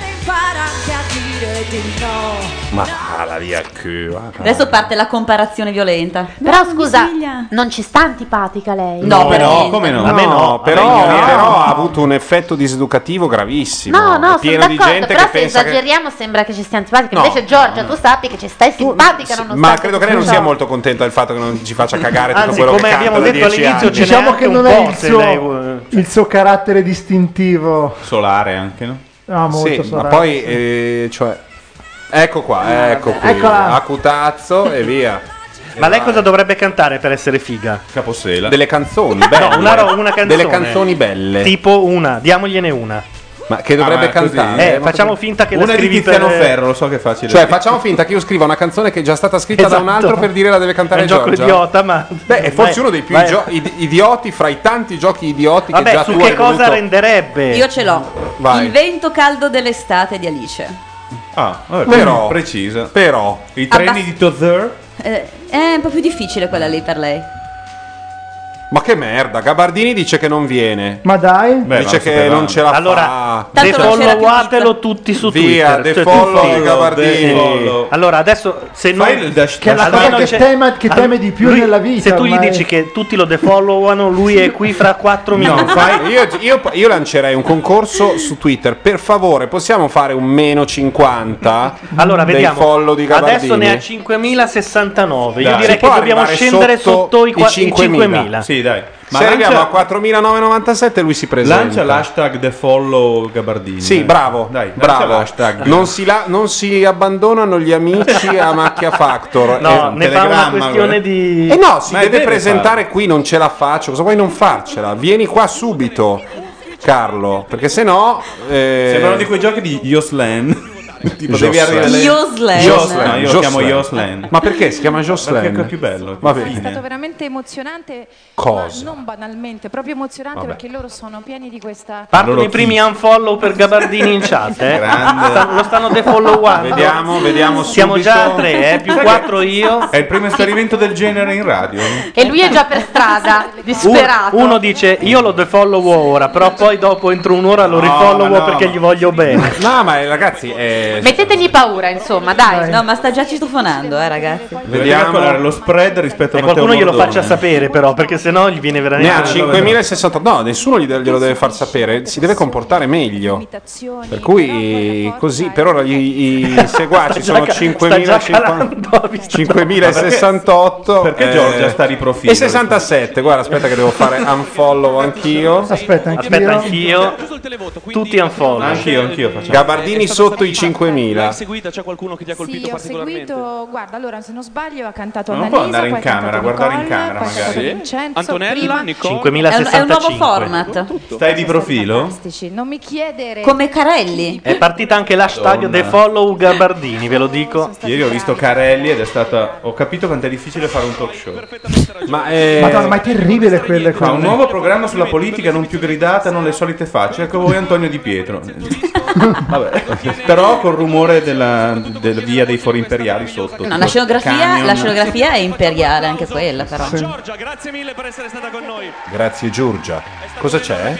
Speaker 9: impara anche a dire di no.
Speaker 1: Ma va la via eh. che va.
Speaker 7: Adesso parte la comparazione violenta.
Speaker 3: Però scusa, non ci sta antipatica lei.
Speaker 1: No, però, come no?
Speaker 3: A me no.
Speaker 1: però,
Speaker 3: A me no.
Speaker 1: però ha avuto un effetto diseducativo gravissimo.
Speaker 3: No, no,
Speaker 1: è
Speaker 3: sono
Speaker 1: pieno di
Speaker 3: d'accordo,
Speaker 1: gente
Speaker 3: però
Speaker 1: che
Speaker 3: se
Speaker 1: pensa che
Speaker 3: esageriamo sembra che ci stia antipatica.
Speaker 1: No.
Speaker 3: Invece Giorgia, tu sappi che ci stai simpatica nonostante
Speaker 1: ma credo che lei non
Speaker 3: tutto
Speaker 1: sia
Speaker 3: ciò.
Speaker 1: molto contenta del fatto che non ci faccia cagare tutto
Speaker 2: Anzi,
Speaker 1: quello
Speaker 2: come
Speaker 1: che
Speaker 2: abbiamo
Speaker 1: canta da
Speaker 2: detto
Speaker 1: 10
Speaker 2: all'inizio,
Speaker 1: anni.
Speaker 2: ce n'è
Speaker 4: Diciamo che
Speaker 2: anche
Speaker 4: non
Speaker 2: un
Speaker 4: è
Speaker 2: po'
Speaker 4: il
Speaker 2: se
Speaker 4: suo,
Speaker 2: lei vuole-
Speaker 4: il suo carattere distintivo.
Speaker 12: Solare anche, no?
Speaker 4: Ah, molto
Speaker 1: sì, ma
Speaker 4: solare.
Speaker 1: poi, eh, cioè, ecco qua, ecco qui,
Speaker 2: Ah, Eccola.
Speaker 1: a cutazzo e via.
Speaker 2: Ma lei cosa dovrebbe cantare per essere figa?
Speaker 12: Caposela.
Speaker 1: Delle canzoni, belle.
Speaker 2: No, una, ro- una canzone.
Speaker 1: Delle canzoni belle.
Speaker 2: Tipo una, diamogliene una.
Speaker 1: Ma che
Speaker 12: Ah,
Speaker 1: dovrebbe cantare?
Speaker 2: Eh, facciamo finta che la
Speaker 1: Una di
Speaker 2: scrivi
Speaker 1: Tiziano
Speaker 2: per...
Speaker 1: Ferro,
Speaker 12: lo so che è facile.
Speaker 1: Cioè, facciamo finta che io scriva una canzone che è già stata scritta da un
Speaker 2: Esatto.
Speaker 1: altro per dire la deve cantare
Speaker 2: È un gioco
Speaker 1: Giorgia.
Speaker 2: idiota, ma...
Speaker 1: Beh, è forse
Speaker 2: Vai,
Speaker 1: uno dei più
Speaker 2: vai.
Speaker 1: gio- id- idioti fra i tanti giochi idioti
Speaker 2: Vabbè,
Speaker 1: che già
Speaker 2: su
Speaker 1: tu
Speaker 2: che
Speaker 1: hai
Speaker 2: cosa
Speaker 1: voluto-
Speaker 2: renderebbe?
Speaker 7: Io ce l'ho.
Speaker 1: Vai.
Speaker 7: Il vento caldo dell'estate di Alice.
Speaker 12: Ah, vabbè,
Speaker 1: eh, Però-
Speaker 12: precisa.
Speaker 1: Però
Speaker 12: i
Speaker 7: Abbas-
Speaker 12: treni di Tozer
Speaker 7: Eh, è un po' più difficile quella lì per lei.
Speaker 1: Ma che merda, Gabardini dice che non viene.
Speaker 4: Ma dai,
Speaker 1: dice che non ce la fa.
Speaker 2: Defollowatelo tutti su
Speaker 1: Via,
Speaker 2: Twitter. Cioè,
Speaker 1: defollow
Speaker 2: tutti.
Speaker 1: di Gabardini.
Speaker 2: Defollow. Allora, adesso se non...
Speaker 4: Fai il dash- Che è la cosa che tema- che teme di più
Speaker 2: lui-
Speaker 4: nella vita,
Speaker 2: Se tu gli
Speaker 4: ormai.
Speaker 2: dici che tutti lo defollowano, lui è qui fra 4 minuti.
Speaker 1: No, fai- io, io- io lancerei un concorso su Twitter. Per favore, possiamo fare un meno 50
Speaker 2: Allora,
Speaker 1: dei
Speaker 2: vediamo.
Speaker 1: follow di Gabardini?
Speaker 2: Adesso ne ha 5069. Io
Speaker 1: Dai.
Speaker 2: direi
Speaker 1: Si
Speaker 2: che
Speaker 1: può
Speaker 2: dobbiamo
Speaker 1: arrivare
Speaker 2: scendere
Speaker 1: sotto
Speaker 2: sotto, i,
Speaker 1: i
Speaker 2: qua- i
Speaker 1: 5.000.
Speaker 2: 5.000.
Speaker 1: Sì,
Speaker 12: dai.
Speaker 1: Se arriviamo a 4997 lui si presenta.
Speaker 12: Lancia l'hashtag defollow Gabardini.
Speaker 1: Sì, bravo,
Speaker 12: Dai, lancia
Speaker 1: bravo.
Speaker 12: l'hashtag.
Speaker 1: Non si, la- non si abbandonano gli amici a Macchia Factor. È
Speaker 2: No, ne fa
Speaker 1: un telegramma,
Speaker 2: una questione di-
Speaker 1: Eh no, si
Speaker 2: Ma è
Speaker 1: deve
Speaker 2: vero,
Speaker 1: presentare qui, non ce la faccio. Cosa vuoi non farcela? Vieni qua subito, Carlo, perché se no... eh,
Speaker 12: Sembrano di quei giochi di Yoslan. tipo devi
Speaker 1: Joslan.
Speaker 12: arrivare lei-
Speaker 20: Yoslan.
Speaker 12: Yoslan,
Speaker 1: No,
Speaker 12: io lo chiamo Yoslan.
Speaker 1: Ma perché si chiama Joslan?
Speaker 12: Perché è più bello.
Speaker 1: Va
Speaker 20: È stato
Speaker 1: bene.
Speaker 20: veramente emozionante,
Speaker 1: Cosa?
Speaker 20: ma non banalmente, proprio emozionante
Speaker 1: Vabbè.
Speaker 20: perché loro sono pieni di questa
Speaker 2: Partono i primi unfollow per Gabardini in chat. eh.
Speaker 12: Grande.
Speaker 2: Stanno- lo stanno defollowando.
Speaker 12: Vediamo, vediamo
Speaker 2: Siamo
Speaker 12: subito.
Speaker 2: già a 3, eh, più 4 io.
Speaker 12: È il primo esperimento del genere in radio.
Speaker 3: E lui è già per strada, disperato.
Speaker 2: Uno dice io lo defollowo ora, però poi dopo entro un'ora
Speaker 1: No,
Speaker 2: lo rifollowo
Speaker 1: ma no,
Speaker 2: perché
Speaker 1: ma-
Speaker 2: gli voglio bene.
Speaker 1: No, ma eh, ragazzi, eh,
Speaker 3: Mettetegli paura, insomma, dai.
Speaker 7: No, ma sta già citofonando, eh, ragazzi.
Speaker 12: Vediamo qual è lo spread rispetto a Matteo
Speaker 2: E Eh,
Speaker 12: eh.
Speaker 2: qualcuno glielo
Speaker 12: Bordone.
Speaker 2: faccia sapere però, perché sennò gli viene
Speaker 1: ne
Speaker 2: veramente...
Speaker 1: ha 5060. No, nessuno gli- glielo deve far sapere. Si deve comportare meglio.
Speaker 20: imitazione.
Speaker 1: Per cui così per ora gli- i seguaci sono 5050 5068
Speaker 12: Perché
Speaker 1: eh,
Speaker 12: Giorgia sta di profilo?
Speaker 1: E 67, guarda, aspetta che devo fare unfollow anch'io. Aspetta
Speaker 2: Aspetta anch'io. Tutti unfollow.
Speaker 1: Anch'io, anch'io faccio. Gabardini sotto i 5000.
Speaker 5: seguita, c'è qualcuno che ti ha colpito
Speaker 20: Sì, ho
Speaker 5: particolarmente?
Speaker 20: seguito, guarda, allora se non sbaglio ha cantato
Speaker 5: Ma
Speaker 20: Annalisa,
Speaker 5: non può andare in
Speaker 20: poi ha cantato
Speaker 12: camera, guardare in
Speaker 20: Nicole,
Speaker 12: camera
Speaker 20: poi ha cantato
Speaker 12: magari.
Speaker 20: Vincenzo,
Speaker 5: Antonella,
Speaker 20: prima-
Speaker 5: Nicole.
Speaker 7: È un, è un nuovo format.
Speaker 12: Stai di profilo?
Speaker 20: Fantastici, Non mi chiedere
Speaker 7: Come Carelli.
Speaker 2: È partita anche l'hashtag
Speaker 12: Madonna.
Speaker 2: defollow Gabardini, ve lo dico.
Speaker 12: Ieri ho visto Carelli ed è stata. Ho capito quanto è difficile fare un talk show. eh,
Speaker 1: Ma
Speaker 5: eh,
Speaker 4: Madonna, ma è terribile quelle
Speaker 12: Fa Ecco, un
Speaker 4: cose.
Speaker 12: nuovo programma sulla politica non più gridata, non le solite facce. Ecco voi Antonio Di Pietro. Vabbè. Però col rumore della, della via dei fori imperiali sotto.
Speaker 7: No, la scenografia,
Speaker 12: Camion.
Speaker 7: la scenografia è imperiale anche quella, però.
Speaker 1: Grazie Giorgia. Cosa c'è?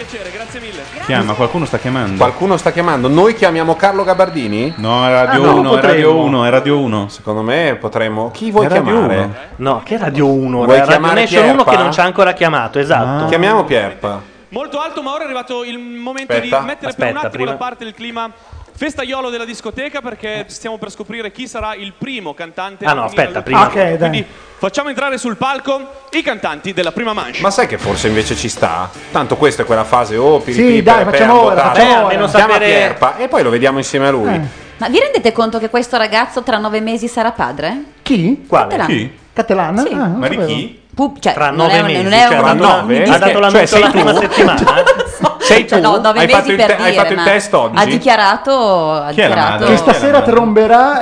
Speaker 12: Chiama, qualcuno sta chiamando.
Speaker 1: Qualcuno sta chiamando. Noi chiamiamo Carlo Gabardini? Ah,
Speaker 12: No, è Radio 1, è Radio 1, è Radio 1.
Speaker 1: Secondo me potremmo Chi vuoi
Speaker 2: È Radio
Speaker 1: chiamare?
Speaker 2: Uno. No, che Radio 1?
Speaker 1: Vuoi
Speaker 2: Radio
Speaker 1: chiamare
Speaker 2: Nation 1
Speaker 1: Pierpa? Ah.
Speaker 2: che non ci ha ancora chiamato, esatto.
Speaker 1: Chiamiamo Pierpa.
Speaker 5: Molto alto, ma ora è arrivato il momento
Speaker 1: Aspetta,
Speaker 5: di mettere per
Speaker 1: aspetta,
Speaker 5: un attimo
Speaker 1: prima.
Speaker 5: da parte il clima festaiolo della discoteca perché stiamo per scoprire chi sarà il primo cantante.
Speaker 2: Ah no,
Speaker 5: a venire
Speaker 2: aspetta,
Speaker 5: alle
Speaker 2: prima.
Speaker 5: prime.
Speaker 2: Ok, dai.
Speaker 5: Quindi facciamo entrare sul palco i cantanti della prima manche.
Speaker 1: Ma sai che forse invece ci sta? Tanto questa è quella fase oh, piri,
Speaker 5: Sì,
Speaker 1: piri,
Speaker 5: dai,
Speaker 1: per- per
Speaker 5: facciamo ora,
Speaker 1: andare.
Speaker 5: facciamo Beh, ora. almeno
Speaker 1: Chiama
Speaker 5: sapere-
Speaker 1: Pierpa e poi lo vediamo insieme a lui.
Speaker 7: Ma vi rendete conto che questo ragazzo tra nove mesi sarà padre?
Speaker 4: Chi?
Speaker 7: Quale? Chi?
Speaker 4: Catalana?
Speaker 7: Sì.
Speaker 4: Ah, non
Speaker 7: Ma di
Speaker 4: sapevo.
Speaker 7: chi? Pu- cioè,
Speaker 2: Tra
Speaker 7: non
Speaker 2: nove
Speaker 7: è un-
Speaker 2: mesi,
Speaker 7: non è
Speaker 2: cioè,
Speaker 7: un-
Speaker 1: tra
Speaker 7: un-
Speaker 1: nove?
Speaker 7: un-
Speaker 1: Ha dato la mentola
Speaker 2: la prima settimana.
Speaker 1: Cioè,
Speaker 2: eh?
Speaker 1: Sei tu?
Speaker 7: Cioè, no, nove
Speaker 1: hai
Speaker 7: mesi
Speaker 1: fatto il,
Speaker 7: per
Speaker 1: te- hai
Speaker 7: dire,
Speaker 1: fatto il
Speaker 7: ma
Speaker 1: test oggi?
Speaker 7: Ha dichiarato. Ha
Speaker 1: Chi è la madre?
Speaker 7: dichiarato
Speaker 1: Che stasera
Speaker 4: tromberà.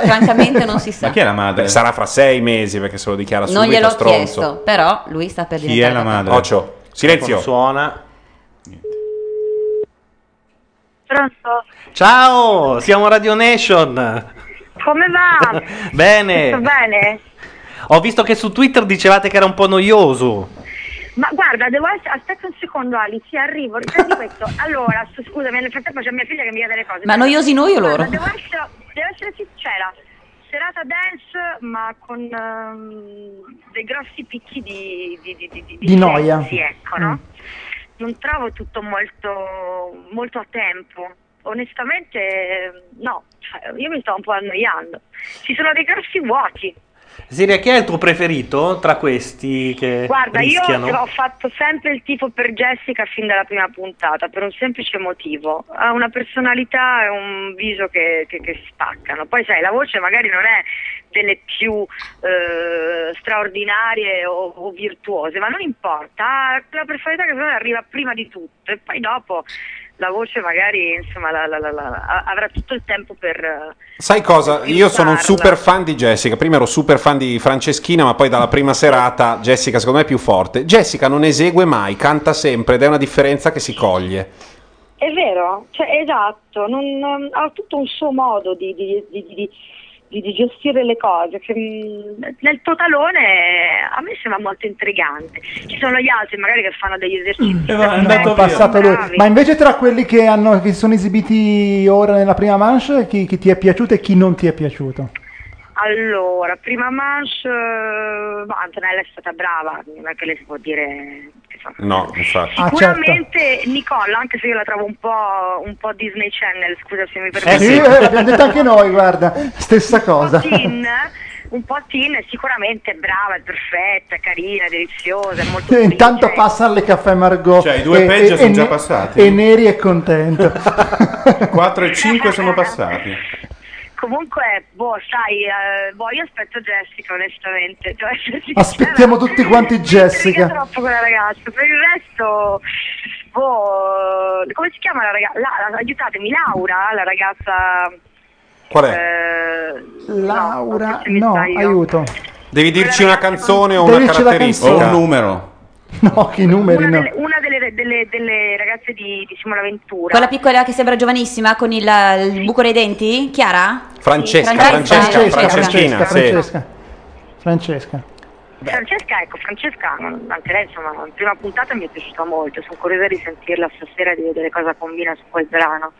Speaker 7: Francamente, non si sa.
Speaker 1: è la madre? sarà fra sei mesi perché se lo dichiara subito
Speaker 7: Non gliel'ho
Speaker 1: stronzo.
Speaker 7: chiesto, però lui sta per diventare.
Speaker 1: madre? Ocio. Silenzio.
Speaker 2: Suona.
Speaker 24: Pronto?
Speaker 2: Ciao, siamo Radio Nation.
Speaker 24: Come va? Sto
Speaker 2: Bene.
Speaker 24: bene?
Speaker 2: Ho visto che su Twitter dicevate che era un po' noioso.
Speaker 24: Ma guarda, devo essere... Aspetta un secondo Ali, ci arrivo, riprendi questo. Allora, su- scusami, nel frattempo c'è mia figlia che mi chiede le cose.
Speaker 7: Ma noiosi noi o loro?
Speaker 24: Guarda, Devo essere, devo essere sincera. serata dance ma con ehm, dei grossi picchi di, di, di, di, di-
Speaker 4: Di noia.
Speaker 24: Sì, ecco, no? Non trovo tutto molto, molto a tempo. Onestamente, eh, no, Cioè, io mi sto un po' annoiando. Ci sono dei grossi vuoti.
Speaker 2: Siria, chi è il tuo preferito tra questi che
Speaker 24: Guarda,
Speaker 2: rischiano?
Speaker 24: io ho fatto sempre il tifo per Jessica fin dalla prima puntata, per un semplice motivo. Ha una personalità e un viso che, che- che spaccano. Poi sai, la voce magari non è delle più eh, straordinarie o, o virtuose, ma non importa, ha quella personalità che secondo me arriva prima di tutto e poi dopo la voce magari insomma, la- la- la- la- a- avrà tutto il tempo per... eh,
Speaker 1: Sai cosa? Io sono un super fan di Jessica. Prima ero super fan di Franceschina, ma poi dalla prima serata Jessica secondo me è più forte. Jessica non esegue mai, canta sempre ed è una differenza che si coglie.
Speaker 24: È vero, cioè, esatto, non, ehm, ha tutto un suo modo di, di- di- di- di- di gestire le cose. che, mm, nel totalone eh, a me sembra molto intrigante. Ci sono gli altri magari che fanno degli esercizi.
Speaker 4: Ecco, passato lui. Ma invece tra quelli che, hanno, che si sono esibiti ora nella prima manche, chi, chi ti è piaciuto e chi non ti è piaciuto?
Speaker 24: Allora, prima manche, eh, ma Antonella è stata brava, non è che le si può dire
Speaker 1: No, infatti.
Speaker 24: Ah,
Speaker 4: Ah, certo.
Speaker 24: Sicuramente Nicola, anche se io la trovo un po', un po' Disney Channel, scusa se mi
Speaker 4: Eh
Speaker 24: permetti.
Speaker 4: sì, eh, l'abbiamo detto anche noi, guarda, stessa cosa.
Speaker 24: teen, un po' teen, sicuramente brava, è perfetta, è carina, è deliziosa, è molto
Speaker 4: E Intanto passano le caffè Margot.
Speaker 12: Cioè, i due peggio sono già
Speaker 4: ne-
Speaker 12: passati.
Speaker 4: E Neri è contento.
Speaker 12: 4 e 5 sono passati.
Speaker 24: Comunque, boh, sai, eh, boh, io aspetto Jessica, onestamente. Devo essere sincera.
Speaker 4: Aspettiamo tutti quanti
Speaker 24: Intriga
Speaker 4: Jessica.
Speaker 24: troppo quella ragazza, per il resto, boh, come si chiama la ragazza? aiutatemi, Laura, la ragazza...
Speaker 1: Qual è?
Speaker 24: eh,
Speaker 4: Laura, no, aiuto.
Speaker 1: Devi dirci una canzone o
Speaker 4: Devi
Speaker 1: una
Speaker 4: dirci la
Speaker 1: caratteristica.
Speaker 4: canzone. O un
Speaker 1: numero.
Speaker 4: No, che numeri no.
Speaker 24: una delle, delle- delle ragazze di, di Simona Ventura.
Speaker 7: Quella piccola che sembra giovanissima con il, il buco dei denti? Chiara?
Speaker 1: Francesca,
Speaker 4: Francesca,
Speaker 1: Francesca, Franceschina.
Speaker 4: Francesca,
Speaker 1: sì.
Speaker 4: Francesca. Francesca.
Speaker 24: Francesca, ecco, Francesca, non- anche lei insomma, la prima puntata mi è piaciuta molto, sono curiosa di sentirla stasera e di vedere cosa combina su quel brano.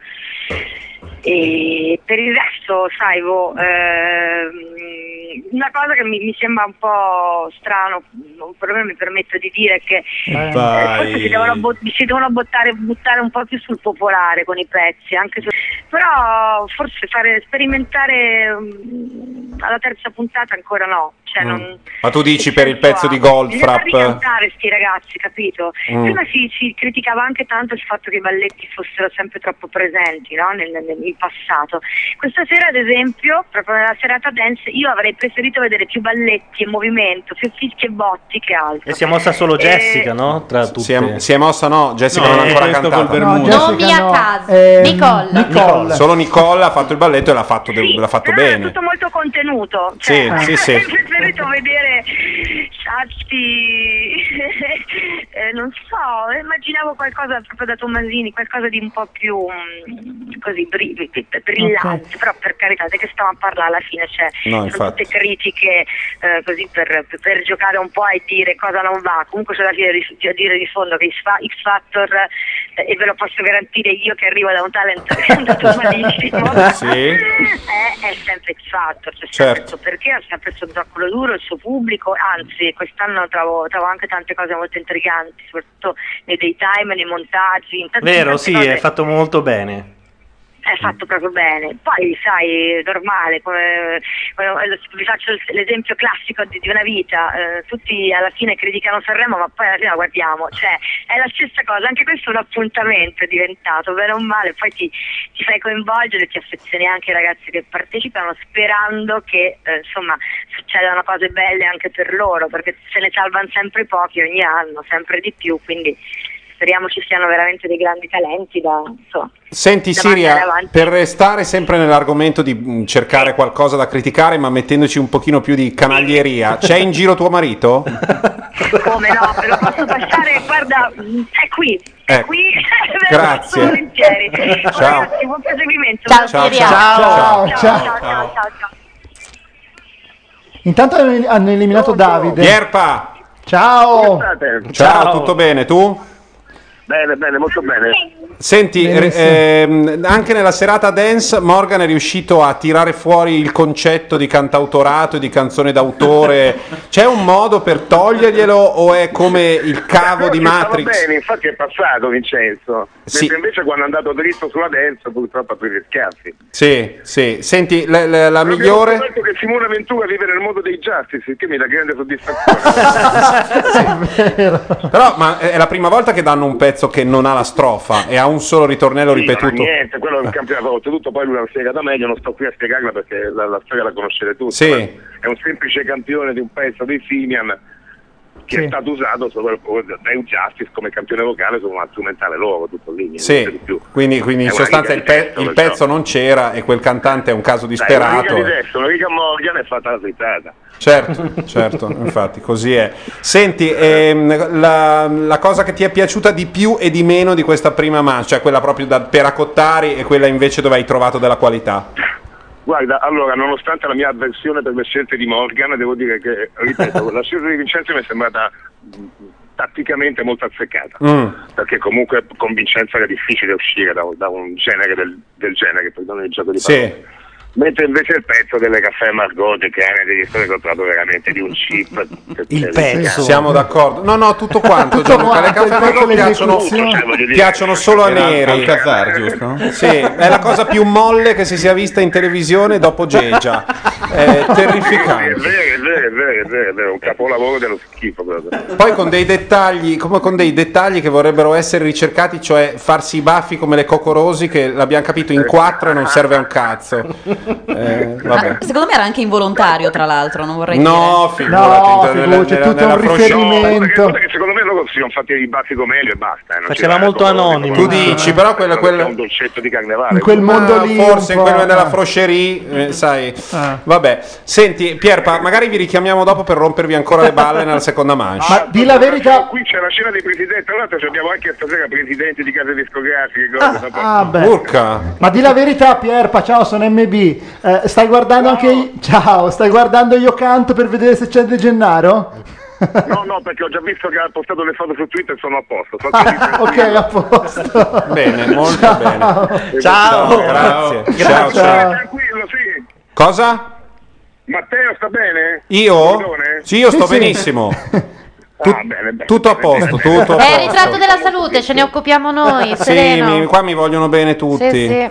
Speaker 24: E per il resto, sai, boh, ehm, una cosa che mi, mi sembra un po' strano, o perlomeno mi permetto di dire che eh,
Speaker 12: Vai.
Speaker 24: forse si devono, bo- si devono bottare- buttare un po' più sul popolare con i pezzi, anche se- però forse fare sperimentare mm, alla terza puntata ancora no. Cioè,
Speaker 1: Mm.
Speaker 24: non,
Speaker 1: Ma tu dici per il pezzo di
Speaker 24: Bisogna farli
Speaker 1: Goldfrapp?
Speaker 24: cantare sti ragazzi, capito?
Speaker 1: Mm.
Speaker 24: Prima si, si criticava anche tanto il fatto che i balletti fossero sempre troppo presenti no? nel, nel- nel passato. Questa sera, ad esempio, proprio nella serata dance, io avrei preferito vedere più balletti e movimento, più fischi e botti che altro.
Speaker 2: E si è mossa solo Jessica, no? Tra tutti. Si
Speaker 1: è, mossa, no? Jessica
Speaker 2: No,
Speaker 1: non ha ancora
Speaker 2: questo col
Speaker 1: cantato.
Speaker 2: Bermuda.
Speaker 1: Jessica-
Speaker 3: Via casa.
Speaker 1: ehm,
Speaker 3: Nicola.
Speaker 1: Nicola. Solo Nicola ha fatto il balletto e l'ha fatto, de- l'ha fatto
Speaker 24: È
Speaker 1: bene.
Speaker 24: Eh, tutto molto contenuto.
Speaker 1: Sì,
Speaker 24: Cioè,
Speaker 1: sì, sì.
Speaker 24: Avrei preferito vedere Satti, eh, non so, immaginavo qualcosa proprio da Tommasini, qualcosa di un po' più mm, così bri- brillante, però per carità, di che stiamo a parlare alla fine? Cioè,
Speaker 1: No,
Speaker 24: sono
Speaker 1: infatti.
Speaker 24: tutte critiche eh, così per, per giocare un po' e dire cosa non va. Comunque c'è da dire, da dire di fondo che X Fa- X Factor, eh, e ve lo posso garantire io che arrivo da un talent che è andato malissimo,
Speaker 1: Sì.
Speaker 24: è, è sempre X Factor, cioè
Speaker 1: Certo.
Speaker 24: sempre il suo perché ha sempre il suo zoccolo duro, il suo pubblico, anzi quest'anno trovo, trovo anche tante cose molto intriganti, soprattutto nei daytime, nei montaggi. in tante-
Speaker 2: Vero,
Speaker 24: tante
Speaker 2: sì,
Speaker 24: cose
Speaker 2: è fatto molto bene.
Speaker 24: è fatto proprio bene. Poi, sai, è normale, come, come- lo- vi faccio l'esempio classico di, di una vita, eh, tutti alla fine criticano Sanremo, ma poi alla fine la guardiamo, cioè è la stessa cosa, anche questo è un appuntamento è diventato, bene o male, poi ti, ti fai coinvolgere, ti affezioni anche ai ragazzi che partecipano sperando che eh, insomma succedano cose belle anche per loro, perché se ne salvano sempre pochi ogni anno, sempre di più, quindi speriamo ci siano veramente dei grandi talenti da insomma.
Speaker 1: Senti
Speaker 24: Davanti
Speaker 1: Siria,
Speaker 24: davanti.
Speaker 1: per restare sempre nell'argomento di mh, cercare qualcosa da criticare, ma mettendoci un pochino più di canaglieria, c'è in giro tuo marito?
Speaker 24: Come no, ve lo posso passare, guarda, è qui, è
Speaker 1: Eh,
Speaker 24: qui,
Speaker 1: grazie.
Speaker 24: volentieri.
Speaker 1: Ciao.
Speaker 24: Ragazzi, buon proseguimento.
Speaker 4: Ciao, Ciao, Siria. ciao. Ciao, ciao.
Speaker 24: ciao, ciao.
Speaker 4: Intanto hanno- hanno eliminato Davide.
Speaker 1: Pierpa!
Speaker 4: Ciao!
Speaker 1: Ciao, tutto bene, tu?
Speaker 15: Bene, bene, molto bene.
Speaker 1: Senti, re- ehm, anche nella serata dance Morgan è riuscito a tirare fuori il concetto di cantautorato e di canzone d'autore. C'è un modo per toglierglielo o è come il cavo di
Speaker 15: Però ci stava
Speaker 1: Matrix?
Speaker 15: bene, infatti è passato Vincenzo.
Speaker 1: Sì.
Speaker 15: Mentre invece quando è andato dritto sulla dance purtroppo ha preso gli schiaffi.
Speaker 1: Sì, sì. Senti, la, la- la
Speaker 15: Abbiamo
Speaker 1: migliore...
Speaker 15: scoperto che Simone Ventura vive nel mondo dei Justice, il che mi dà grande soddisfazione.
Speaker 1: Però ma è la prima volta che danno un pezzo che non ha la strofa e ha un solo ritornello
Speaker 15: Sì, ma
Speaker 1: ripetuto. Ah.
Speaker 15: niente, quello è un campionato. Oltretutto poi lui l'ha spiegata meglio, non sto qui a spiegarla perché la, la storia la conoscete tutti.
Speaker 1: Sì.
Speaker 15: ma È un semplice campione di un pezzo dei Simian che è stato usato solo da un Justice come campione vocale su una strumentale loro, tutto lì. niente di
Speaker 1: Sì,
Speaker 15: più.
Speaker 1: quindi, quindi
Speaker 15: È
Speaker 1: in
Speaker 15: una
Speaker 1: sostanza
Speaker 15: riga
Speaker 1: il,
Speaker 15: di
Speaker 1: pe-
Speaker 15: testo,
Speaker 1: il
Speaker 15: perciò.
Speaker 1: pezzo non c'era e quel cantante è un caso
Speaker 15: Dai, una riga
Speaker 1: disperato.
Speaker 15: di testo, una riga Morgan è fatta la frittata.
Speaker 1: Certo, certo, infatti così è. Senti, ehm, la, la cosa che ti è piaciuta di più e di meno di questa prima mancia, cioè quella proprio da Peracottari e quella invece dove hai trovato della qualità?
Speaker 15: Guarda, allora, nonostante la mia avversione per le scelte di Morgan, devo dire che, ripeto, la scelta di Vincenzo mi è sembrata mh, tatticamente molto azzeccata.
Speaker 1: Mm.
Speaker 15: perché comunque con Vincenzo era difficile uscire da, da un genere del, del genere, perdono il gioco di parole.
Speaker 1: Sì,
Speaker 15: Mentre invece il pezzo delle caffè Margot di Kennedy, storie che ho trovato veramente di un chip. eh,
Speaker 1: Il pezzo. Siamo d'accordo. No, no, tutto quanto.
Speaker 15: Tutto
Speaker 7: Ecco,
Speaker 1: Gianluca,
Speaker 7: ah,
Speaker 1: le
Speaker 15: quanto,
Speaker 1: caffè
Speaker 15: il pezzo
Speaker 1: Margot piacciono,
Speaker 15: dell'esecuzione. Cioè, voglio dire-
Speaker 1: piacciono solo a
Speaker 12: Era
Speaker 1: neri.
Speaker 12: Alcazar, giusto?
Speaker 1: Sì, è la cosa più molle che si sia vista in televisione dopo Gegia. È terrificante.
Speaker 15: È vero, è vero, è vero, è vero, è vero, è un capolavoro dello schifo. proprio.
Speaker 1: Poi con dei dettagli, come con dei dettagli che vorrebbero essere ricercati, cioè farsi i baffi come le cocorosi, che l'abbiamo capito in quattro e non serve a un cazzo. Eh, vabbè.
Speaker 7: Secondo me era anche involontario, tra l'altro, non vorrei
Speaker 1: No,
Speaker 7: dire.
Speaker 1: figurati,
Speaker 4: No,
Speaker 1: nella-
Speaker 4: figurati, c'è
Speaker 1: nella-
Speaker 4: tutto
Speaker 1: nella
Speaker 4: un
Speaker 1: froscia-
Speaker 4: riferimento.
Speaker 15: Guarda che secondo me loro si sono fatti i baffi come Elio e basta. eh, non
Speaker 1: Faceva
Speaker 15: c'era
Speaker 1: molto
Speaker 15: capolavoro di
Speaker 1: anonimo.
Speaker 15: capolavoro.
Speaker 1: Tu dici, però quella- quella-
Speaker 15: È un dolcetto di carnevale. Ah,
Speaker 1: Ma forse in
Speaker 15: un po',
Speaker 1: quello della
Speaker 15: eh.
Speaker 1: froscerie, eh, sai.
Speaker 4: Ah.
Speaker 1: Vabbè, senti Pierpa, magari vi richiamiamo dopo per rompervi ancora le balle nella seconda manche.
Speaker 4: Ma di la verità.
Speaker 15: Qui Ah, c'è la scena dei presidenti, tra l'altro ci abbiamo anche stasera presidenti di case discografiche. cose, dopo-
Speaker 4: Ah, beh.
Speaker 1: Urca.
Speaker 4: Ma di la verità, Pierpa, ciao, sono MB. Eh, stai guardando anche i- Ciao, stai guardando Io canto per vedere se c'è De Gennaro?
Speaker 15: No, no, perché ho già visto che ha postato le foto su Twitter e sono a posto. Sono
Speaker 4: Ah, ok, a posto.
Speaker 1: Bene, molto bene.
Speaker 4: Ciao.
Speaker 1: grazie.
Speaker 15: Grazie.
Speaker 1: Ciao, ciao.
Speaker 15: Tranquillo, sì.
Speaker 1: Cosa?
Speaker 15: Matteo sta bene? Ah,
Speaker 1: Io?
Speaker 15: Bidone?
Speaker 1: Sì, io sto benissimo. Tu- tutto a posto, tutto a posto.
Speaker 3: È il Eh, ritratto della salute, ce ne occupiamo noi,
Speaker 1: Sì,
Speaker 3: sereno.
Speaker 1: mi- qua mi vogliono bene tutti.
Speaker 3: Sì, sì.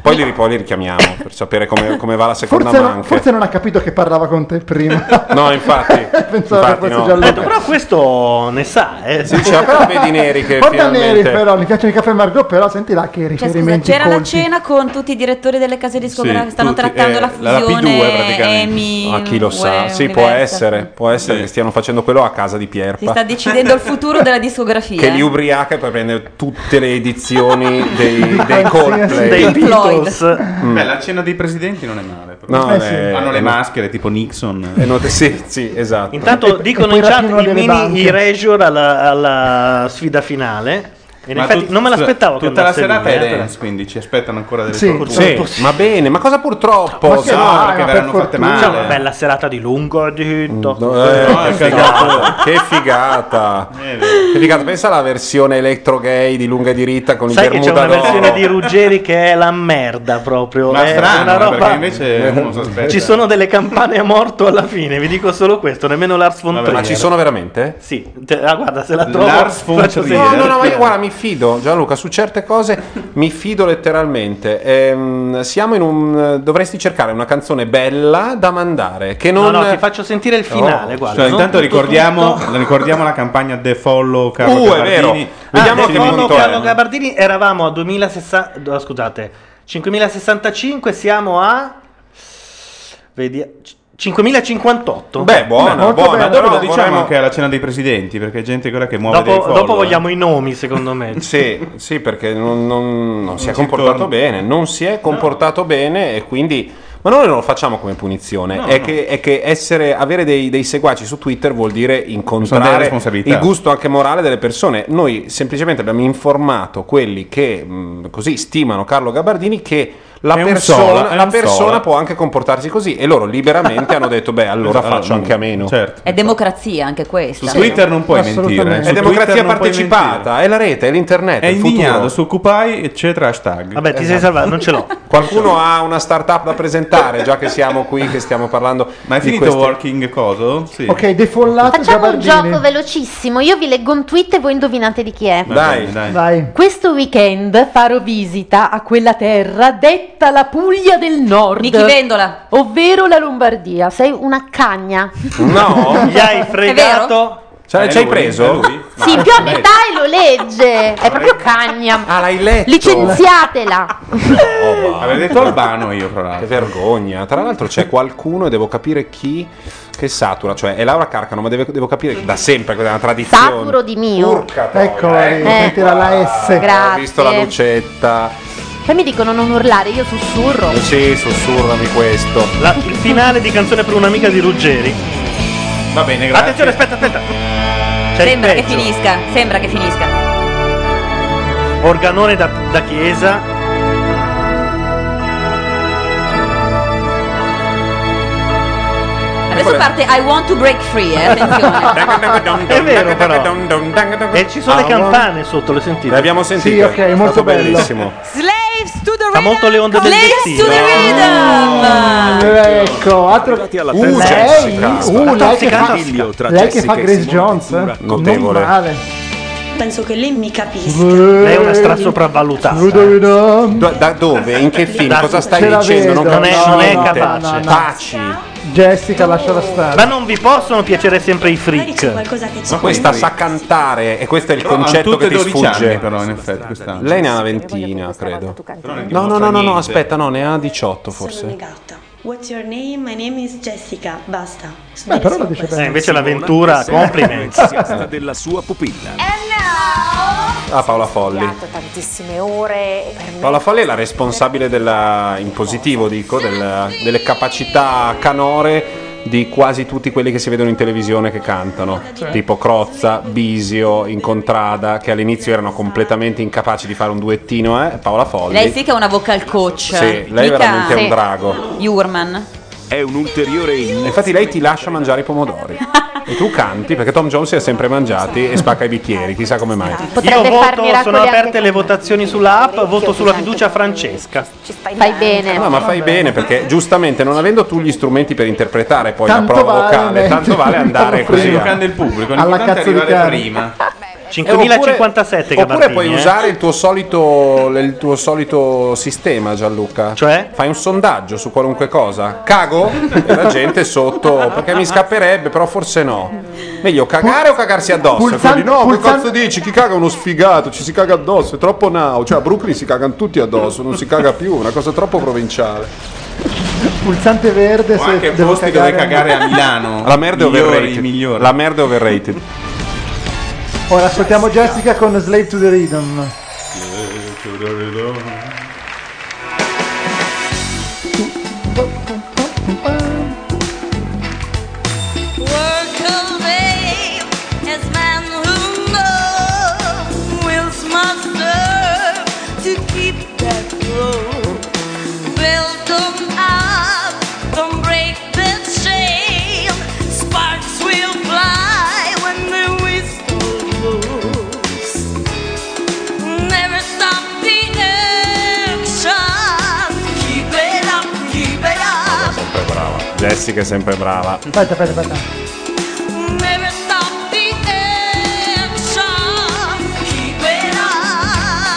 Speaker 1: Poi li, poi li richiamiamo per sapere come, come va la seconda
Speaker 4: Forse, non-
Speaker 1: manche.
Speaker 4: forse non ha capito che parlava con te prima.
Speaker 1: No, infatti.
Speaker 4: Pensavo
Speaker 1: infatti
Speaker 4: che fosse
Speaker 1: no.
Speaker 4: Gianluca.
Speaker 2: Però questo ne sa, eh.
Speaker 1: Sì, cioè, però vedi i neri che
Speaker 4: Guarda
Speaker 1: finalmente-
Speaker 4: neri, però, mi piacciono i caffè Margot, però senti là che
Speaker 7: Cioè, scusa,
Speaker 4: riferimenti
Speaker 7: c'era la
Speaker 4: colti.
Speaker 7: cena con tutti i direttori delle case discografiche che
Speaker 1: Sì,
Speaker 7: stanno
Speaker 1: tutti,
Speaker 7: trattando
Speaker 1: eh,
Speaker 7: la
Speaker 1: la P2
Speaker 7: fusione
Speaker 1: praticamente.
Speaker 7: Emi.
Speaker 1: A Ah, chi lo sa,
Speaker 7: Uè,
Speaker 1: sì, può
Speaker 7: Universal.
Speaker 1: essere, può essere che stiano facendo quello a casa di Pierpa.
Speaker 7: Si sta decidendo il futuro della discografia.
Speaker 1: che li ubriaca e poi prende tutte le edizioni dei, Ah, dei Coldplay. Mm.
Speaker 12: Dei
Speaker 7: Beatles.
Speaker 12: Beh, la cena dei presidenti non è male. però.
Speaker 1: No, Eh, sì. eh,
Speaker 12: Hanno le
Speaker 1: eh,
Speaker 12: maschere tipo Nixon.
Speaker 1: Eh, no, sì, sì, esatto.
Speaker 2: Intanto dicono in chat i mini
Speaker 12: banche.
Speaker 2: erasure alla, alla sfida finale. In
Speaker 12: Ma
Speaker 2: effetti
Speaker 12: tut-
Speaker 2: non me
Speaker 12: scusa,
Speaker 2: l'aspettavo che
Speaker 12: Tutta la
Speaker 2: andasse
Speaker 12: serata
Speaker 2: lui,
Speaker 12: è
Speaker 2: eh.
Speaker 12: dance, quindi ci aspettano ancora delle
Speaker 2: Sì,
Speaker 12: torture.
Speaker 2: sì,
Speaker 1: Ma bene, ma cosa purtroppo?
Speaker 12: Ma che no, ma per fortuna.
Speaker 2: C'è una bella serata di lungo dito.
Speaker 1: Eh,
Speaker 2: No,
Speaker 1: che,
Speaker 2: che
Speaker 1: figata. che figata. Che figata. Pensa alla versione electro gay di lunga diritta con
Speaker 2: Sai
Speaker 1: i
Speaker 2: che c'è
Speaker 1: Bermuda
Speaker 2: una
Speaker 1: d'oro.
Speaker 2: versione di Ruggeri che è la merda proprio.
Speaker 1: Ma
Speaker 2: è
Speaker 1: strano,
Speaker 2: una roba...
Speaker 12: perché
Speaker 1: Eh,
Speaker 12: invece uno si aspetta.
Speaker 2: Ci sono delle campane a morto alla fine, vi dico solo questo, nemmeno Lars von Trier.
Speaker 1: ma ci sono veramente?
Speaker 2: Sì, te- ah, guarda, se la trovo
Speaker 1: eh. Lars von
Speaker 2: faccio
Speaker 1: Trier.
Speaker 2: sentire.
Speaker 1: No, no, no, ma io guarda, mi fido, Gianluca, su certe cose mi fido letteralmente. Ehm, siamo in un dovresti cercare una canzone bella da mandare che non
Speaker 2: No, no, ti faccio sentire il finale, guarda.
Speaker 12: Cioè,
Speaker 2: non
Speaker 12: intanto
Speaker 2: tutto,
Speaker 12: ricordiamo,
Speaker 2: tutto.
Speaker 12: ricordiamo la campagna The Follow Carlo
Speaker 1: Uh, è vero.
Speaker 12: Gabardini.
Speaker 1: Vediamo
Speaker 12: Ah,
Speaker 1: a
Speaker 12: sì, Follow
Speaker 1: che
Speaker 2: Carlo
Speaker 1: punto
Speaker 12: Carlo
Speaker 2: Carlo Gabardini eravamo a 2060 no, scusate 5065 siamo a vedi 5058
Speaker 1: Beh, buona,
Speaker 12: Beh, molto bene. Dopo lo
Speaker 2: Dopo,
Speaker 12: diciamo anche alla cena dei presidenti, perché è gente quella che muove
Speaker 2: dopo,
Speaker 12: dei follow.
Speaker 2: dopo
Speaker 12: eh.
Speaker 2: vogliamo i nomi secondo me
Speaker 1: Sì, sì, perché non, non- non si è
Speaker 12: si
Speaker 1: comportato
Speaker 12: torna.
Speaker 1: bene, non si è comportato bene e quindi... Ma noi non lo facciamo come punizione,
Speaker 12: No,
Speaker 1: è,
Speaker 12: no.
Speaker 1: Che, è che essere, avere dei, dei seguaci su Twitter vuol dire
Speaker 12: Sono delle
Speaker 1: incontrare
Speaker 12: responsabilità.
Speaker 1: il gusto anche morale delle persone. Noi semplicemente abbiamo informato quelli che mh, così stimano Carlo Gabardini che la
Speaker 12: È un
Speaker 1: persona,
Speaker 12: sola, è
Speaker 1: la
Speaker 12: un
Speaker 1: persona
Speaker 12: sola.
Speaker 1: può anche comportarsi così e loro liberamente hanno detto beh allora
Speaker 12: Esatto,
Speaker 1: faccio anche a meno.
Speaker 12: Certo.
Speaker 7: È democrazia anche questa.
Speaker 1: Su Twitter
Speaker 12: non puoi
Speaker 1: Assolutamente.
Speaker 12: mentire. eh.
Speaker 1: È
Speaker 12: Su
Speaker 1: democrazia
Speaker 12: Twitter non puoi
Speaker 1: partecipata,
Speaker 12: mentire.
Speaker 1: è la rete, è l'internet,
Speaker 12: È
Speaker 1: è il futuro.
Speaker 12: indignato su Occupy, eccetera, hashtag. Esatto.
Speaker 1: Vabbè, ti sei salvato, non ce l'ho. Qualcuno ha una startup da presentare, già che siamo qui, che stiamo parlando. Ma
Speaker 12: è finito Working Coso? Sì.
Speaker 4: Ok, defollato
Speaker 3: Facciamo un
Speaker 4: Gabardini.
Speaker 3: gioco velocissimo. Io vi leggo un tweet e voi indovinate di chi è.
Speaker 12: Dai, dai.
Speaker 4: Vai.
Speaker 3: Questo weekend farò visita a quella terra detta la Puglia del Nord.
Speaker 7: Michi Vendola.
Speaker 3: Ovvero la Lombardia. Sei una cagna.
Speaker 1: No,
Speaker 2: gli hai
Speaker 3: fregato?
Speaker 2: fregato.
Speaker 1: Cioè,
Speaker 12: È
Speaker 1: ci hai
Speaker 12: lui?
Speaker 1: preso?
Speaker 12: È lui?
Speaker 3: Sì, più a metà e lo legge. È proprio cagna.
Speaker 1: Ah, l'hai letto?
Speaker 3: Licenziatela.
Speaker 1: Avevo detto Albano io, fra l'altro. Che vergogna. Tra l'altro c'è qualcuno, e devo capire chi, che satura. Cioè, è Laura Carcano, ma deve- devo capire da sempre, quella è una tradizione.
Speaker 3: Saturo di mio.
Speaker 4: Ecco,
Speaker 3: Eh.
Speaker 4: mettila la S.
Speaker 3: Grazie.
Speaker 1: Ho visto
Speaker 3: eh.
Speaker 1: la lucetta.
Speaker 3: Poi mi dicono non urlare, io sussurro.
Speaker 1: Sì, sussurrami questo.
Speaker 2: La- il finale di canzone per un'amica di Ruggeri.
Speaker 12: Va bene,
Speaker 2: Attenzione, aspetta, aspetta. C'è il
Speaker 7: Sembra che
Speaker 2: peggio.
Speaker 7: finisca, sembra che finisca.
Speaker 2: Organone da, da chiesa.
Speaker 7: Adesso parte I want to break free, eh, attenzione.
Speaker 2: È vero però. E ci sono le
Speaker 1: Ah,
Speaker 2: campane sotto, le sentite? Le
Speaker 1: abbiamo sentite.
Speaker 2: Sì, ok,
Speaker 1: È
Speaker 2: molto
Speaker 1: stato
Speaker 2: bello.
Speaker 1: bellissimo.
Speaker 8: Slaves to the
Speaker 2: Fa molto le onde del destino.
Speaker 4: Ecco, altro
Speaker 2: Uh,
Speaker 4: lei,
Speaker 2: Jessica.
Speaker 4: uh, lei che
Speaker 2: Tossica
Speaker 4: fa,
Speaker 2: figlio tra
Speaker 4: lei che
Speaker 2: Jessica
Speaker 4: fa
Speaker 2: e
Speaker 4: Grace
Speaker 2: Simone
Speaker 4: Jones, eh?
Speaker 2: Ventura.
Speaker 4: non
Speaker 2: Notevole.
Speaker 4: male.
Speaker 21: Penso che lei mi capisca.
Speaker 4: Lei
Speaker 2: Lei è una stra sopravvalutata.
Speaker 1: Da, da dove? In che film?
Speaker 2: Da-
Speaker 1: Cosa stai
Speaker 4: Ce la
Speaker 1: dicendo?
Speaker 4: vedo.
Speaker 2: Non è-
Speaker 1: capisco
Speaker 2: non è
Speaker 1: niente.
Speaker 2: capace. No, no, no.
Speaker 1: Taci.
Speaker 4: Jessica, lasciala stare.
Speaker 2: Ma non vi possono piacere sempre i freak.
Speaker 1: Ma questa sa cantare e questo è il
Speaker 12: Però hanno
Speaker 1: concetto
Speaker 12: tutte
Speaker 1: che ti
Speaker 12: 12
Speaker 1: sfugge.
Speaker 12: anni, però, in effetti, quest'anno.
Speaker 1: Lei ne ha una ventina, credo. No, no,
Speaker 12: dimostra
Speaker 1: no, no, no,
Speaker 12: niente.
Speaker 1: aspetta, no, ne ha 18
Speaker 21: Sono
Speaker 1: forse.
Speaker 21: negata. What's your name? My name is Jessica. Basta.
Speaker 4: Beh, però lo dice bene.
Speaker 2: Eh, invece l'avventura, complimenti.
Speaker 22: della sua pupilla.
Speaker 1: Ah, Paola Folli.
Speaker 21: tantissime ore per me.
Speaker 1: Paola Folli è la responsabile della, in positivo dico, della- delle capacità canore di quasi tutti quelli che si vedono in televisione che cantano, tipo Crozza, Bisio, Incontrada, che all'inizio erano completamente incapaci di fare un duettino, eh? Paola Folli.
Speaker 7: Lei sì che è una vocal coach.
Speaker 1: Sì, lei è
Speaker 7: Mica-
Speaker 1: veramente
Speaker 7: Sì.
Speaker 1: un drago.
Speaker 7: Jurman.
Speaker 1: È un ulteriore Infatti lei ti lascia mangiare i pomodori. e tu canti perché Tom Jones li ha sempre mangiati e spacca i bicchieri, chissà come mai.
Speaker 2: Io
Speaker 3: Potrebbe far
Speaker 2: voto,
Speaker 3: miracoli
Speaker 2: sono
Speaker 3: anche
Speaker 2: aperte le votazioni sulla app, voto sulla fiducia a
Speaker 1: Eh,
Speaker 2: Francesca.
Speaker 3: Fai bene.
Speaker 1: No, ma fai bene perché giustamente non avendo tu gli strumenti per interpretare poi
Speaker 3: Tanto
Speaker 1: la prova
Speaker 3: vale
Speaker 1: vocale,
Speaker 3: mettere-
Speaker 1: tanto vale andare
Speaker 12: Stanno
Speaker 1: così. Eh,
Speaker 12: provocando il pubblico, l'importante è arrivare prima.
Speaker 2: 5057
Speaker 1: Oppure, oppure
Speaker 2: Gabardini,
Speaker 1: puoi
Speaker 2: eh.
Speaker 1: usare il tuo, solito, il tuo solito sistema, Gianluca. Cioè? Fai un sondaggio su qualunque cosa. Cago? E la gente sotto. Perché mi scapperebbe, però forse no. Meglio cagare o cagarsi addosso? E
Speaker 4: Pulsan-
Speaker 1: quindi, no,
Speaker 4: pulsan-
Speaker 1: che cazzo dici? Chi caga è uno sfigato, ci si caga addosso, è troppo now. Cioè a Brooklyn si cagano tutti addosso, non si caga più, una cosa troppo provinciale.
Speaker 4: Pulsante verde
Speaker 12: O
Speaker 4: se
Speaker 12: anche
Speaker 4: devo
Speaker 12: posti dove cagare a Milano.
Speaker 1: La merda è
Speaker 12: Migliori,
Speaker 1: overrated. La merda è overrated.
Speaker 4: Ora ascoltiamo Jessica con Slave to the Rhythm.
Speaker 9: Work away as man who knows wills must serve to keep that road. Build them up, don't break the chain. Sparks will fly when the whistle blows. Never stop the action. Keep it up, keep it up.
Speaker 1: Sempre brava. Jessica è sempre brava.
Speaker 4: Aspetta, aspetta, aspetta.
Speaker 9: Never stop the action. Keep it up.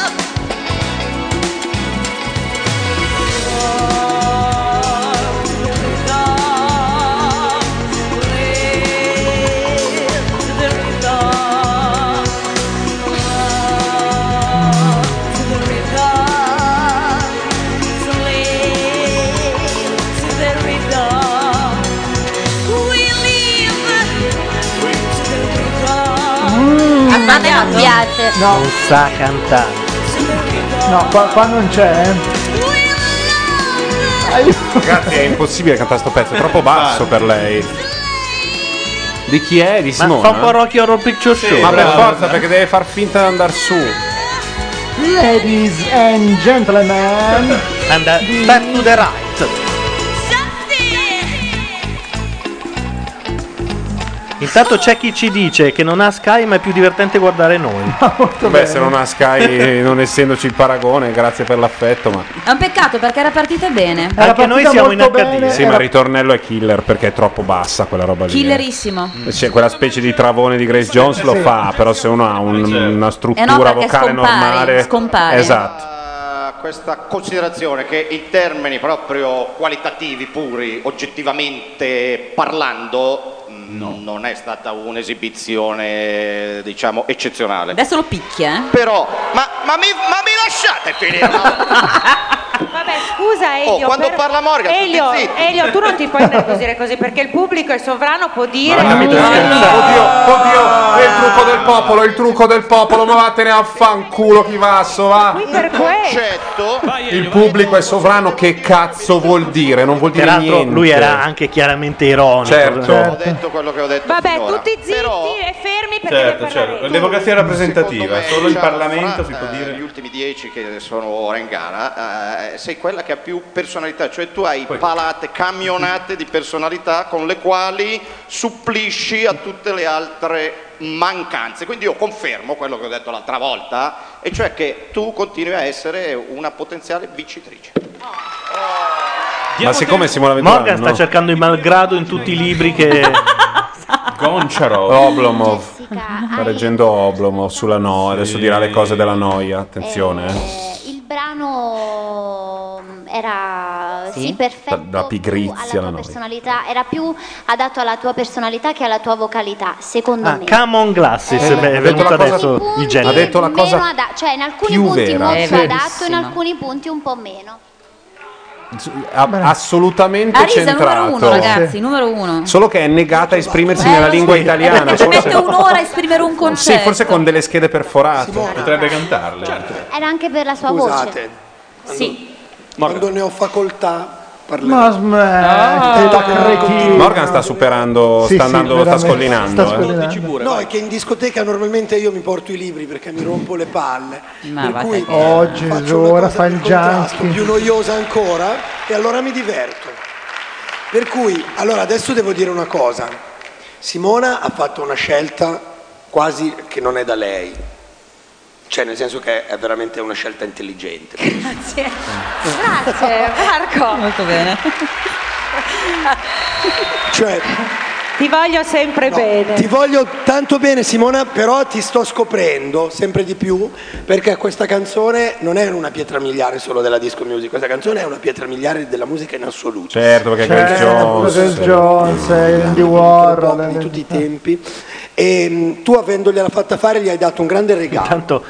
Speaker 3: Mm. A me non piace.
Speaker 2: Non sa cantare.
Speaker 4: No, qua, qua non c'è, eh.
Speaker 1: Ragazzi, è impossibile cantare sto pezzo, è troppo basso per lei. Di chi è? Di
Speaker 2: Ma
Speaker 1: Simona?
Speaker 2: fa un po' Rocky Horror Picture Show.
Speaker 1: Ma per forza, perché deve far finta di andare su.
Speaker 4: Ladies and gentlemen,
Speaker 2: And uh, step to the right. Intanto c'è chi ci dice che non ha Sky ma è più divertente guardare noi.
Speaker 13: Ah,
Speaker 1: Beh, se non ha Sky, non essendoci il paragone, grazie per l'affetto, ma
Speaker 7: È un peccato perché era partita bene.
Speaker 1: Anche noi siamo in HD. sì, ma il
Speaker 7: Era
Speaker 1: ritornello è killer perché è troppo bassa quella roba lì.
Speaker 7: eh.
Speaker 1: eh.
Speaker 7: Killerissimo.
Speaker 1: C'è Mm. quella specie di travone di Grace Jones lo
Speaker 7: Sì.
Speaker 1: fa, però se uno ha un-
Speaker 11: certo.
Speaker 1: una
Speaker 7: Eh no,
Speaker 1: struttura
Speaker 7: perché
Speaker 1: vocale
Speaker 7: scompare,
Speaker 1: normale
Speaker 7: scompare.
Speaker 1: Esatto.
Speaker 10: a Ah, questa considerazione che in termini proprio qualitativi puri, oggettivamente parlando, mh, non è stata un'esibizione diciamo eccezionale.
Speaker 7: Adesso lo picchia, eh.
Speaker 10: Però, ma, ma mi, ma mi lasciate finire? Oh,
Speaker 8: Vabbè, scusa Elio.
Speaker 10: quando parla Morgan, tutti
Speaker 8: Elio,
Speaker 10: zitti.
Speaker 8: Elio, tu non ti puoi nervosire così perché il pubblico è sovrano, può dire.
Speaker 1: Eh, Oddio, oddio, è il trucco del popolo, il trucco del popolo, ma vattene a fanculo chi va, so va. Eh,
Speaker 11: certo.
Speaker 1: Il pubblico è sovrano, che cazzo vuol dire? Non vuol dire
Speaker 2: Peraltro
Speaker 1: niente.
Speaker 2: lui era anche chiaramente ironico.
Speaker 1: Certo.
Speaker 10: Ho detto quello che ho detto.
Speaker 8: Vabbè,
Speaker 10: finora.
Speaker 8: tutti zitti e fermi perché
Speaker 12: Certo,
Speaker 8: ne
Speaker 12: certo.
Speaker 8: parleremo.
Speaker 12: L'evocazione rappresentativa,
Speaker 10: Secondo me,
Speaker 12: solo il
Speaker 10: diciamo,
Speaker 12: Parlamento
Speaker 10: fra,
Speaker 12: si può
Speaker 10: eh,
Speaker 12: dire.
Speaker 10: Gli ultimi dieci che sono ora in gara, eh, sei quella che ha più personalità, cioè tu hai palate, camionate di personalità con le quali supplisci a tutte le altre mancanze. Quindi io confermo quello che ho detto l'altra volta, e cioè che tu continui a essere una potenziale vincitrice.
Speaker 1: Ma siccome Simone Ventura
Speaker 2: Morgan sta
Speaker 1: no.
Speaker 2: cercando il malgrado in tutti i libri che.
Speaker 1: Gonciarov. Oblomov. Sta leggendo Oblomov sulla no, adesso dirà le cose della noia, attenzione. eh.
Speaker 11: Il brano mm, era sì,
Speaker 1: Da,
Speaker 11: perfetto.
Speaker 1: da pigrizia la noia.
Speaker 11: Personalità, era più adatto alla tua personalità che alla tua vocalità, secondo
Speaker 2: Ah,
Speaker 11: me.
Speaker 2: come on glasses,
Speaker 1: Eh,
Speaker 2: beh,
Speaker 1: ha
Speaker 2: è
Speaker 1: detto
Speaker 2: venuto
Speaker 1: la cosa-
Speaker 2: adesso il genere.
Speaker 1: Ha detto la
Speaker 11: Meno
Speaker 1: cosa
Speaker 11: ada- cioè in alcuni
Speaker 1: più
Speaker 11: punti
Speaker 1: vera.
Speaker 7: Eh,
Speaker 11: molto
Speaker 1: Sì.
Speaker 11: adatto, in
Speaker 1: Verissima.
Speaker 11: alcuni punti un po' meno.
Speaker 1: a- assolutamente
Speaker 7: Arisa
Speaker 1: centrato.
Speaker 7: numero uno, ragazzi, numero uno.
Speaker 1: Solo che è negata a esprimersi nella lingua italiana.
Speaker 7: Ci mette
Speaker 1: Forse,
Speaker 7: un'ora a esprimere un
Speaker 1: sì,
Speaker 7: concetto.
Speaker 11: certo.
Speaker 1: forse con delle schede perforate.
Speaker 12: Potrebbe cantarle.
Speaker 11: Era anche per la sua
Speaker 13: Scusate,
Speaker 11: voce. Sì.
Speaker 13: quando ne ho facoltà parlerò. Eh,
Speaker 4: Ma smetti da cretino.
Speaker 1: Morgan sta superando,
Speaker 4: Sì,
Speaker 1: sta
Speaker 4: sì,
Speaker 1: andando, sta
Speaker 4: veramente,
Speaker 1: scollinando.
Speaker 4: sta
Speaker 1: eh.
Speaker 4: scollinando.
Speaker 13: No, è che in discoteca normalmente io mi porto i libri perché mi rompo le palle. per cui
Speaker 4: Oh Gesù, ora fa il
Speaker 13: contrasto più
Speaker 4: junkie.
Speaker 13: noiosa ancora e allora mi diverto. Per cui, allora adesso devo dire una cosa. Simona ha fatto una scelta quasi che non è da lei. Cioè, nel senso che è veramente una scelta intelligente.
Speaker 8: Grazie. Grazie, Marco.
Speaker 7: Molto bene.
Speaker 13: Cioè,
Speaker 8: ti voglio sempre bene.
Speaker 13: Ti voglio tanto bene Simona, però ti sto scoprendo sempre di più perché questa canzone non è una pietra miliare solo della disco music, questa canzone è una pietra miliare della musica in assoluto. Cioè,
Speaker 1: Certo, perché Grace Jones.
Speaker 4: Grace Jones, Andy Warhol.
Speaker 13: tutti i tempi e mh, tu avendogliela fatta fare gli hai dato un grande regalo
Speaker 2: Tanto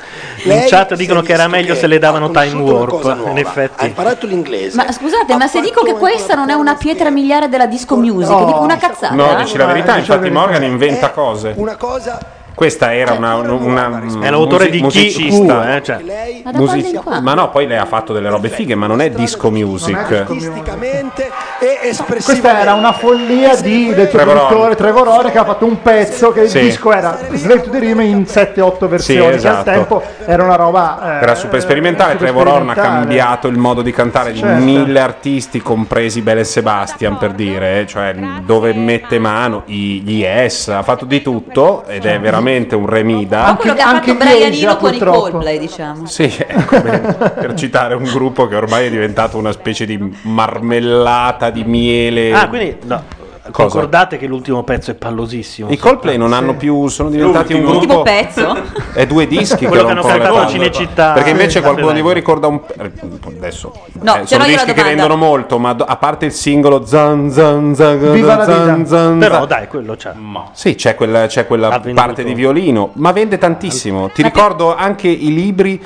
Speaker 2: in
Speaker 13: Lei
Speaker 2: chat
Speaker 13: si
Speaker 2: dicono
Speaker 13: è
Speaker 2: che era
Speaker 13: visto
Speaker 2: meglio
Speaker 13: che
Speaker 2: se le davano
Speaker 13: ha
Speaker 2: Time
Speaker 13: conosciuto una cosa
Speaker 2: Warp. In
Speaker 13: nuova, ha
Speaker 2: effetti.
Speaker 13: imparato l'inglese
Speaker 7: Ma scusate, ma se dico che questa non è una pietra miliare della disco music, dico una cazzata.
Speaker 1: No, dici la verità, infatti Morgan inventa
Speaker 13: È
Speaker 1: cose.
Speaker 13: una cosa
Speaker 1: Questa era una, una-
Speaker 2: È l'autore di
Speaker 1: musi-
Speaker 2: chi-
Speaker 1: musicista,
Speaker 2: Q, eh, cioè.
Speaker 13: Ma
Speaker 11: da
Speaker 1: Musi-
Speaker 11: quando in qua?
Speaker 1: ma no, poi lei ha fatto delle robe fighe, ma non è disco music.
Speaker 13: artisticamente e espressivamente
Speaker 4: Questa era una follia di, del tuo
Speaker 1: Trevor Horn.
Speaker 4: produttore Trevor Horn che ha fatto un pezzo che
Speaker 1: Sì.
Speaker 4: il disco era Slave to the Rim in 7-8 versioni che
Speaker 1: esatto.
Speaker 4: al tempo era una roba eh,
Speaker 1: Era super sperimentale,
Speaker 4: super
Speaker 1: Trevor Horn ha
Speaker 4: sperimentale.
Speaker 1: cambiato il modo di cantare di
Speaker 4: Certo.
Speaker 1: mille artisti, compresi Belle e Sebastian per dire, eh, cioè dove mette mano, i- gli S, ha fatto di tutto ed è veramente un remida.
Speaker 7: Ma quello che ha fatto
Speaker 4: Anche Liegi,
Speaker 7: Brian Eno con i
Speaker 4: purtroppo.
Speaker 7: Coldplay, diciamo.
Speaker 1: Sì, eh, come- per citare un gruppo che ormai è diventato una specie di marmellata di miele.
Speaker 2: Ah, quindi no,
Speaker 1: Cosa?
Speaker 2: concordate che l'ultimo pezzo è pallosissimo.
Speaker 1: I Coldplay non hanno più, sono diventati un
Speaker 2: L'ultimo.
Speaker 1: gruppo.
Speaker 2: L'ultimo pezzo?
Speaker 1: È due dischi
Speaker 2: Quello che
Speaker 1: rompono
Speaker 2: hanno
Speaker 1: le
Speaker 2: cantato a
Speaker 1: palle.
Speaker 2: Cinecittà.
Speaker 1: Perché invece
Speaker 2: Sì,
Speaker 1: qualcuno di
Speaker 2: Sanremo.
Speaker 1: voi ricorda un. eh, Adesso.
Speaker 2: No,
Speaker 1: eh,
Speaker 2: ce
Speaker 1: sono
Speaker 2: l'ho io la
Speaker 1: dischi che
Speaker 2: domanda.
Speaker 1: vendono molto, ma do- a parte il singolo Zan Zan Zan
Speaker 2: Viva la
Speaker 1: zan,
Speaker 2: vita.
Speaker 1: zan,
Speaker 2: Però
Speaker 1: zan.
Speaker 2: dai, quello c'è.
Speaker 1: Sì, c'è quella, c'è quella parte di violino, ma vende tantissimo. Ti ricordo anche i libri.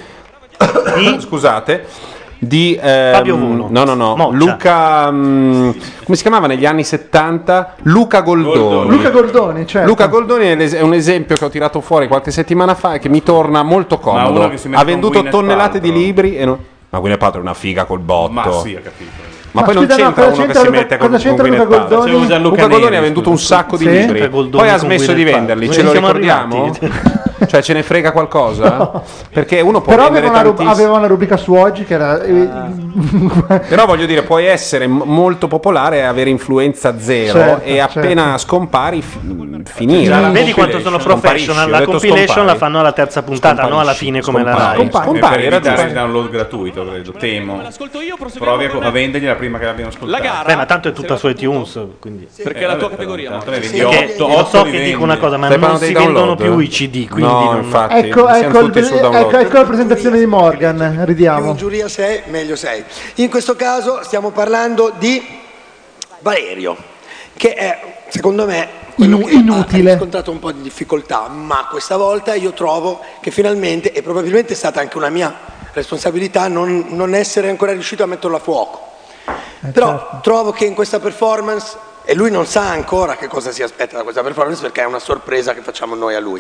Speaker 1: scusate. Di ehm,
Speaker 2: Fabio Volo.
Speaker 1: no, no, no, Luca, mm, come si chiamava negli anni 70? Luca Goldoni.
Speaker 4: Luca Goldoni certo.
Speaker 1: Luca Goldoni è, l'es- è un esempio che ho tirato fuori qualche settimana fa e che mi torna molto
Speaker 12: uno
Speaker 1: comodo.
Speaker 12: che si mette
Speaker 1: Ha
Speaker 12: con
Speaker 1: venduto
Speaker 12: Gwyneth
Speaker 1: tonnellate di libri e non- Ma Gwyneth Paltrow è una figa col botto.
Speaker 12: Ma sì, ha capito.
Speaker 1: Ma
Speaker 4: Ma
Speaker 1: poi non
Speaker 4: scusa, no,
Speaker 1: c'entra
Speaker 4: cosa
Speaker 1: uno che
Speaker 4: c'entra
Speaker 1: si
Speaker 4: Luca-
Speaker 1: mette con,
Speaker 4: cosa
Speaker 1: con
Speaker 4: c'entra Luca
Speaker 1: Gwyneth Paltrow.
Speaker 4: Goldoni? Facevo
Speaker 1: Luca
Speaker 4: Gianluca
Speaker 1: Goldoni ha
Speaker 4: Neri,
Speaker 1: venduto un sacco di
Speaker 4: Sì.
Speaker 1: libri.
Speaker 4: Luca Goldoni
Speaker 1: Poi ha
Speaker 4: con
Speaker 1: smesso di
Speaker 4: Gwyneth
Speaker 1: venderli,
Speaker 4: Paltrow.
Speaker 1: ce lo
Speaker 4: Siamo
Speaker 1: ricordiamo?
Speaker 4: arrivati.
Speaker 1: Cioè, ce ne frega qualcosa? Perché uno può
Speaker 4: Però aveva
Speaker 1: vendere
Speaker 4: una, rub-
Speaker 1: tantissimo. Ah,
Speaker 4: aveva una rubrica su oggi che era... eh,
Speaker 1: Però voglio dire, puoi essere m- molto popolare e avere influenza zero
Speaker 4: Certo,
Speaker 1: e appena scompari, fi- finire.
Speaker 2: Già, Cioè, vedi quanto sono professional. La compilation la fanno alla terza puntata,
Speaker 1: Scomparisci,
Speaker 2: non alla fine come la
Speaker 1: scompari.
Speaker 2: Rai.
Speaker 12: per
Speaker 1: Scompari. Compari,
Speaker 12: evitare
Speaker 1: ragione.
Speaker 12: il download gratuito, credo. Temo. Provi a, a vendergli la prima che l'abbiano ascoltata.
Speaker 2: Beh, ma tanto è tutta su iTunes. Quindi.
Speaker 12: Perché è la tua categoria,
Speaker 2: Tanto
Speaker 12: Mauro.
Speaker 2: ne
Speaker 12: Sì,
Speaker 2: vedi Perché
Speaker 12: otto-
Speaker 2: lo
Speaker 12: otto
Speaker 2: so
Speaker 12: li
Speaker 2: che
Speaker 12: vendi.
Speaker 2: dico una cosa, ma
Speaker 1: Stai
Speaker 2: non
Speaker 1: parlando
Speaker 2: si
Speaker 1: dei
Speaker 2: vendono più
Speaker 1: download?
Speaker 2: i CD. Quindi
Speaker 1: No,
Speaker 2: non...
Speaker 1: infatti.
Speaker 4: Ecco,
Speaker 1: siamo
Speaker 4: ecco, il-
Speaker 1: tutti su download.
Speaker 4: ecco, ecco la presentazione di Morgan, ridiamo.
Speaker 13: Giuria 6, meglio 6. In questo caso stiamo parlando di Valerio, che è, secondo me,
Speaker 4: Inu- inutile.
Speaker 13: riscontrato un po' di difficoltà, ma questa volta io trovo che finalmente, e probabilmente è stata anche una mia responsabilità, non, non essere ancora riuscito a metterlo a fuoco. Però trovo che in questa performance, e lui non sa ancora che cosa si aspetta da questa performance perché è una sorpresa che facciamo noi a lui.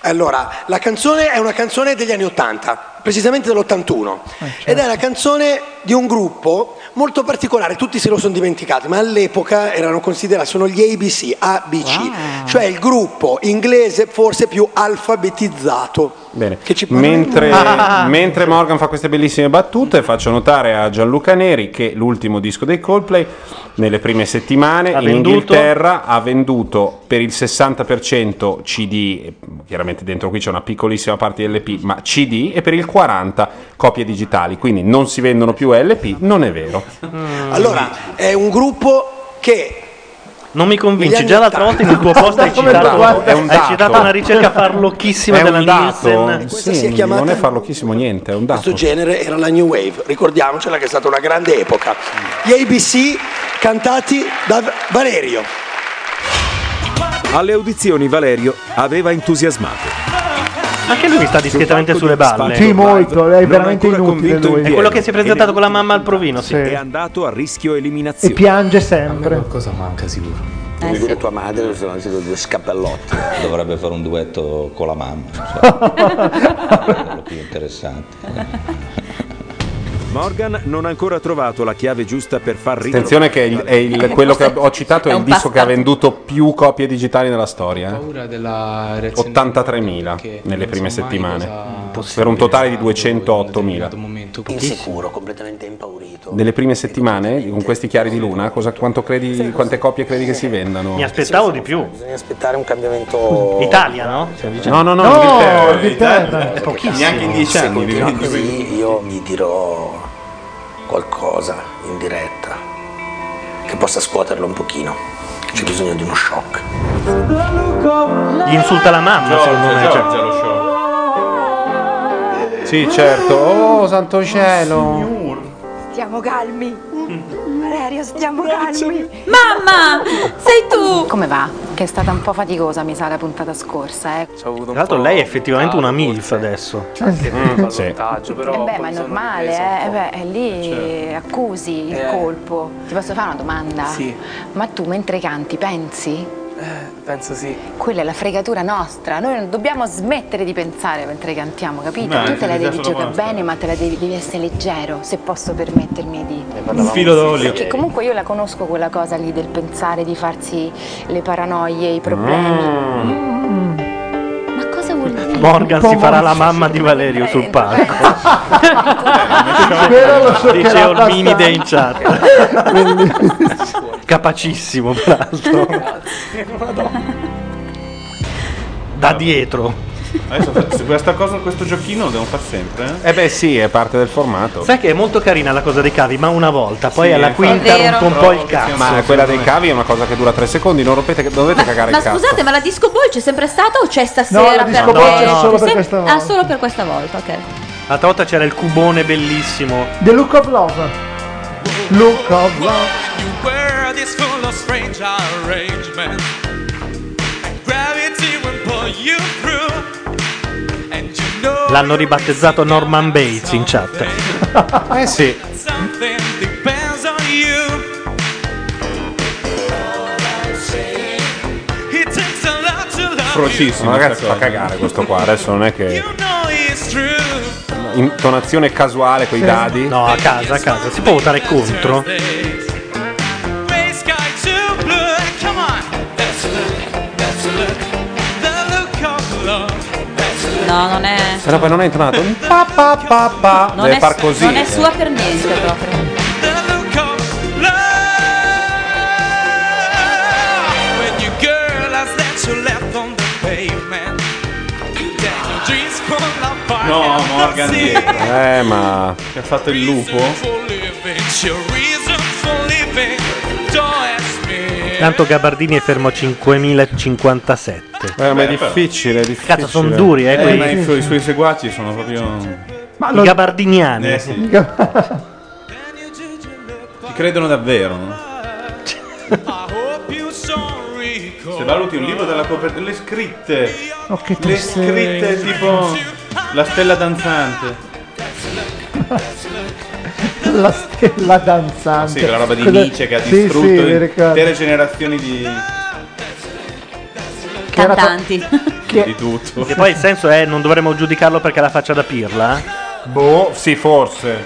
Speaker 13: Allora, la canzone è una canzone degli anni 80, precisamente dell'81, ed è la canzone di un gruppo molto particolare, tutti se lo sono dimenticati, ma all'epoca erano considerati, sono gli ABC, ABC, cioè il gruppo inglese forse più alfabetizzato.
Speaker 1: Bene. Mentre, mentre Morgan fa queste bellissime battute, faccio notare a Gianluca Neri che l'ultimo disco dei Coldplay, nelle prime settimane
Speaker 2: Ha
Speaker 1: in
Speaker 2: venduto-
Speaker 1: Inghilterra, ha venduto per il 60% CD, e chiaramente dentro qui c'è una piccolissima parte di LP, ma CD, e per il 40% copie digitali. Quindi non si vendono più LP, non è vero.
Speaker 13: Allora, è un gruppo che
Speaker 2: Non mi convinci,
Speaker 13: Negli
Speaker 2: già
Speaker 13: anni
Speaker 2: l'altra volta in un tuo post hai
Speaker 13: Come
Speaker 2: citato,
Speaker 13: dato, è un
Speaker 2: hai
Speaker 1: dato.
Speaker 2: citato una ricerca farlocchissima
Speaker 1: È
Speaker 2: della
Speaker 1: un dato,
Speaker 2: Nielsen.
Speaker 1: sì, non è farlocchissimo niente, è un dato.
Speaker 13: questo genere era la New Wave, ricordiamocela che è stata una grande epoca. Gli ABC cantati da Valerio.
Speaker 14: Eh, Alle audizioni Valerio aveva entusiasmato.
Speaker 2: Anche lui sta discretamente sulle balle.
Speaker 4: Sì, molto, è
Speaker 14: Non
Speaker 4: veramente
Speaker 14: ancora
Speaker 4: inutile
Speaker 14: convinto
Speaker 4: lui.
Speaker 2: È quello che si è presentato con la mamma al provino, sì.
Speaker 14: È andato a rischio
Speaker 4: E
Speaker 14: eliminazione.
Speaker 4: piange sempre.
Speaker 23: Qualcosa manca sicuro.
Speaker 14: Eh, sì.
Speaker 23: tua madre sono anche due scappellotti. Dovrebbe fare un duetto con la mamma. cioè.
Speaker 14: quello
Speaker 23: più interessante.
Speaker 14: Morgan non ha ancora trovato la chiave giusta per far ridere.
Speaker 1: Attenzione che è, il- è il- quello che ho citato è,
Speaker 14: È
Speaker 1: il
Speaker 14: un
Speaker 1: disco che ha
Speaker 14: bastardo.
Speaker 1: venduto più copie digitali nella storia. eh. 83.000 nelle prime settimane, per un totale di 208.000.
Speaker 23: Insicuro, completamente impaurito.
Speaker 1: Nelle prime settimane, con questi chiari di luna, cosa- quanto credi- quante copie credi che si vendano?
Speaker 2: Mi aspettavo di più.
Speaker 23: Bisogna aspettare un cambiamento. diciamo.
Speaker 2: Italia, no?
Speaker 1: No, no, no,
Speaker 2: No,
Speaker 1: Inghilterra.
Speaker 2: Inghilterra. È pochissimo.
Speaker 14: eh, Neanche in dieci
Speaker 23: Se
Speaker 14: anni
Speaker 23: continua
Speaker 14: diventa
Speaker 23: così, io mi dirò qualcosa in diretta che possa scuoterlo un pochino. C'è bisogno di uno shock.
Speaker 2: Gli insulta la mamma, secondo me. cioè.
Speaker 1: Sì, certo. Oh, santo cielo.
Speaker 21: Stiamo calmi. Valerio, stiamo calmi.
Speaker 20: Mamma, sei tu! Come va? Che è stata un po' faticosa, mi sa, la puntata scorsa, eh.
Speaker 2: Tra l'altro lei è effettivamente una MILF adesso.
Speaker 1: Mm, sì.
Speaker 20: Eh beh, ma è normale, eh. Eh beh, è lì accusi il
Speaker 21: Eh.
Speaker 20: colpo. Ti posso fare una domanda?
Speaker 21: Sì.
Speaker 20: Ma tu mentre canti pensi?
Speaker 21: Penso sì.
Speaker 20: Quella è la fregatura nostra, noi non dobbiamo smettere di pensare mentre cantiamo, capito?
Speaker 21: No,
Speaker 20: tu te la
Speaker 21: è
Speaker 20: devi
Speaker 21: solo
Speaker 20: giocare
Speaker 21: nostra.
Speaker 20: bene, ma te la devi, devi essere leggero, se posso permettermi di...
Speaker 21: parlavamo Un filo d'olio.
Speaker 20: Perché comunque io la conosco quella cosa lì del pensare, di farsi le paranoie, i problemi.
Speaker 2: Mm.
Speaker 20: Ma cosa vuol dire?
Speaker 2: Morgan si farà la mamma di Valerio sul palco.
Speaker 4: Spero lo so
Speaker 2: Dice Orminide in chat. Capacissimo, peraltro. Da dietro.
Speaker 12: Adesso fa- su questa cosa, questo giochino lo devo fare sempre. eh?
Speaker 1: Eh beh sì, è parte del formato.
Speaker 2: Sai che è molto carina la cosa dei cavi, ma una volta, poi
Speaker 1: Sì,
Speaker 2: alla
Speaker 1: infatti.
Speaker 2: quinta
Speaker 7: È vero.
Speaker 2: rompe un po' il cazzo.
Speaker 1: Ma quella
Speaker 12: eh?
Speaker 1: dei cavi è una cosa che dura tre secondi, non rompete, non dovete cagare
Speaker 7: Ma
Speaker 1: il cazzo.
Speaker 7: scusate, ma la disco ball c'è sempre stata o c'è stasera?
Speaker 1: la disco ball c'è solo per
Speaker 7: sempre-
Speaker 1: questa
Speaker 7: Ah, solo per questa volta, ok.
Speaker 2: L'altra volta Tota c'era il cubone bellissimo.
Speaker 4: The Look of Love. Look of Love.
Speaker 22: World is full of strange arrangements. Gravity will pull you through. And you know
Speaker 2: L'hanno ribattezzato Norman Bates in chat.
Speaker 1: Eh sì.
Speaker 22: something depends on you. It takes a lot to love
Speaker 1: Frocissimo,
Speaker 22: you.
Speaker 1: ragazzi, fa cagare questo qua. Adesso non è che
Speaker 22: No, it's true.
Speaker 1: intonazione casuale con i dadi.
Speaker 2: No, a casa, a casa. Si può votare contro?
Speaker 22: Gray sky to blue. Come on. That's a look. That's a look. The look of love. That's
Speaker 7: no, non è.
Speaker 1: Se no poi non è entrato. Pa, pa, pa, pa.
Speaker 7: Non
Speaker 1: Deve
Speaker 7: è,
Speaker 1: far così.
Speaker 7: non è sua per niente proprio.
Speaker 22: When you girl eyes that you left on the pavement. You dance your dreams from the fire.
Speaker 12: No, Morgan.
Speaker 22: Sì.
Speaker 1: Eh, ma.
Speaker 12: Che ha fatto il lupo?
Speaker 22: It's your reason for living. Don't ask me.
Speaker 2: Tanto Gabardini è fermo a 5057.
Speaker 1: Eh, ma è difficile, è difficile.
Speaker 2: Cazzo, sono duri, eh,
Speaker 12: ma
Speaker 2: quei-
Speaker 12: i, suoi- i suoi seguaci sono proprio.
Speaker 2: I gabardiniani.
Speaker 12: Eh, sì. Ci credono davvero, no? Se valuti un libro dalla copertina, le scritte,
Speaker 4: Oh, che
Speaker 12: le
Speaker 4: tristezza.
Speaker 12: scritte tipo la stella danzante.
Speaker 4: La stella danzante.
Speaker 12: Sì, quella roba di
Speaker 4: Quella-
Speaker 12: Nietzsche che ha
Speaker 4: Cioè, Sì,
Speaker 12: distrutto
Speaker 4: sì, mi ricordo.
Speaker 12: intere generazioni di,
Speaker 4: era fa-
Speaker 7: Cantanti.
Speaker 12: di tutto.
Speaker 2: Che poi il senso è non dovremmo giudicarlo perché ha la faccia da pirla? eh?
Speaker 1: Boh, sì, forse.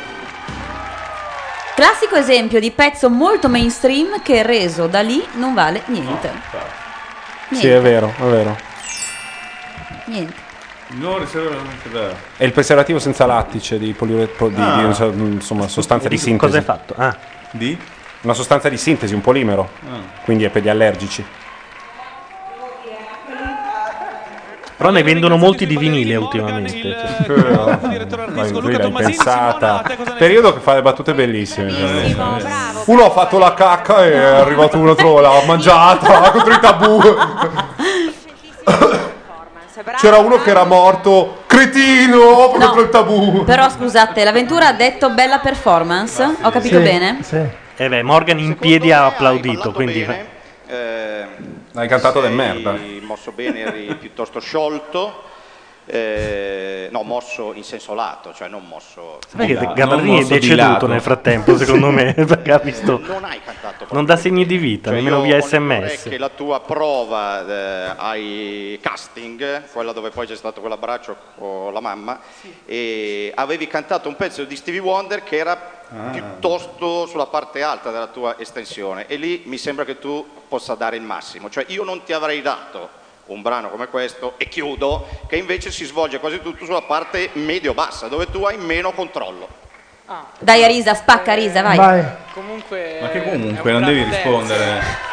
Speaker 7: Classico esempio di pezzo molto mainstream che reso da lì non vale niente. Niente.
Speaker 1: Sì, è vero, è vero.
Speaker 7: Niente.
Speaker 12: No, riserva veramente bello.
Speaker 1: È il preservativo senza lattice di, poliure- po- di- di,
Speaker 12: Ah.
Speaker 1: non so, insomma, sostanza di
Speaker 12: Di
Speaker 1: sintesi.
Speaker 12: cosa è
Speaker 2: fatto? Ah.
Speaker 12: Di?
Speaker 1: Una sostanza di sintesi, un polimero.
Speaker 12: Ah.
Speaker 1: Quindi è per gli allergici.
Speaker 2: Però ne vendono molti di vinile ultimamente.
Speaker 1: Ma lui l'hai pensata. Periodo che fa le battute bellissime. Uno ha fatto la cacca e è arrivato uno altro, l'ha mangiata contro i tabù. C'era uno che era morto, cretino, contro il tabù.
Speaker 7: Però scusate, l'avventura ha detto bella performance, ho capito bene?
Speaker 2: Eh beh, Morgan in piedi ha applaudito, quindi...
Speaker 1: Hai cantato del
Speaker 10: merda. Ehm, mosso bene, eri piuttosto sciolto. eh, no, mosso in senso lato, cioè non mosso.
Speaker 2: Sai che
Speaker 10: Non
Speaker 2: Gabardini è
Speaker 10: mosso di
Speaker 2: deceduto
Speaker 10: lato.
Speaker 2: nel frattempo, secondo me, perché ha visto...
Speaker 10: Non hai cantato
Speaker 2: Non dà segni di vita,
Speaker 10: Cioè,
Speaker 2: nemmeno
Speaker 10: io
Speaker 2: via
Speaker 10: ho nelle
Speaker 2: sms.
Speaker 10: orecchie la tua prova eh, ai casting, quella dove poi c'è stato quell'abbraccio con la mamma, e avevi cantato un pezzo di Stevie Wonder che era
Speaker 2: Ah.
Speaker 10: piuttosto sulla parte alta della tua estensione e lì mi sembra che tu possa dare il massimo, cioè io non ti avrei dato un brano come questo e chiudo che invece si svolge quasi tutto sulla parte medio-bassa dove tu hai meno controllo.
Speaker 7: Dai Arisa, spacca Arisa, vai.
Speaker 10: Comunque
Speaker 12: Ma che comunque non devi rispondere.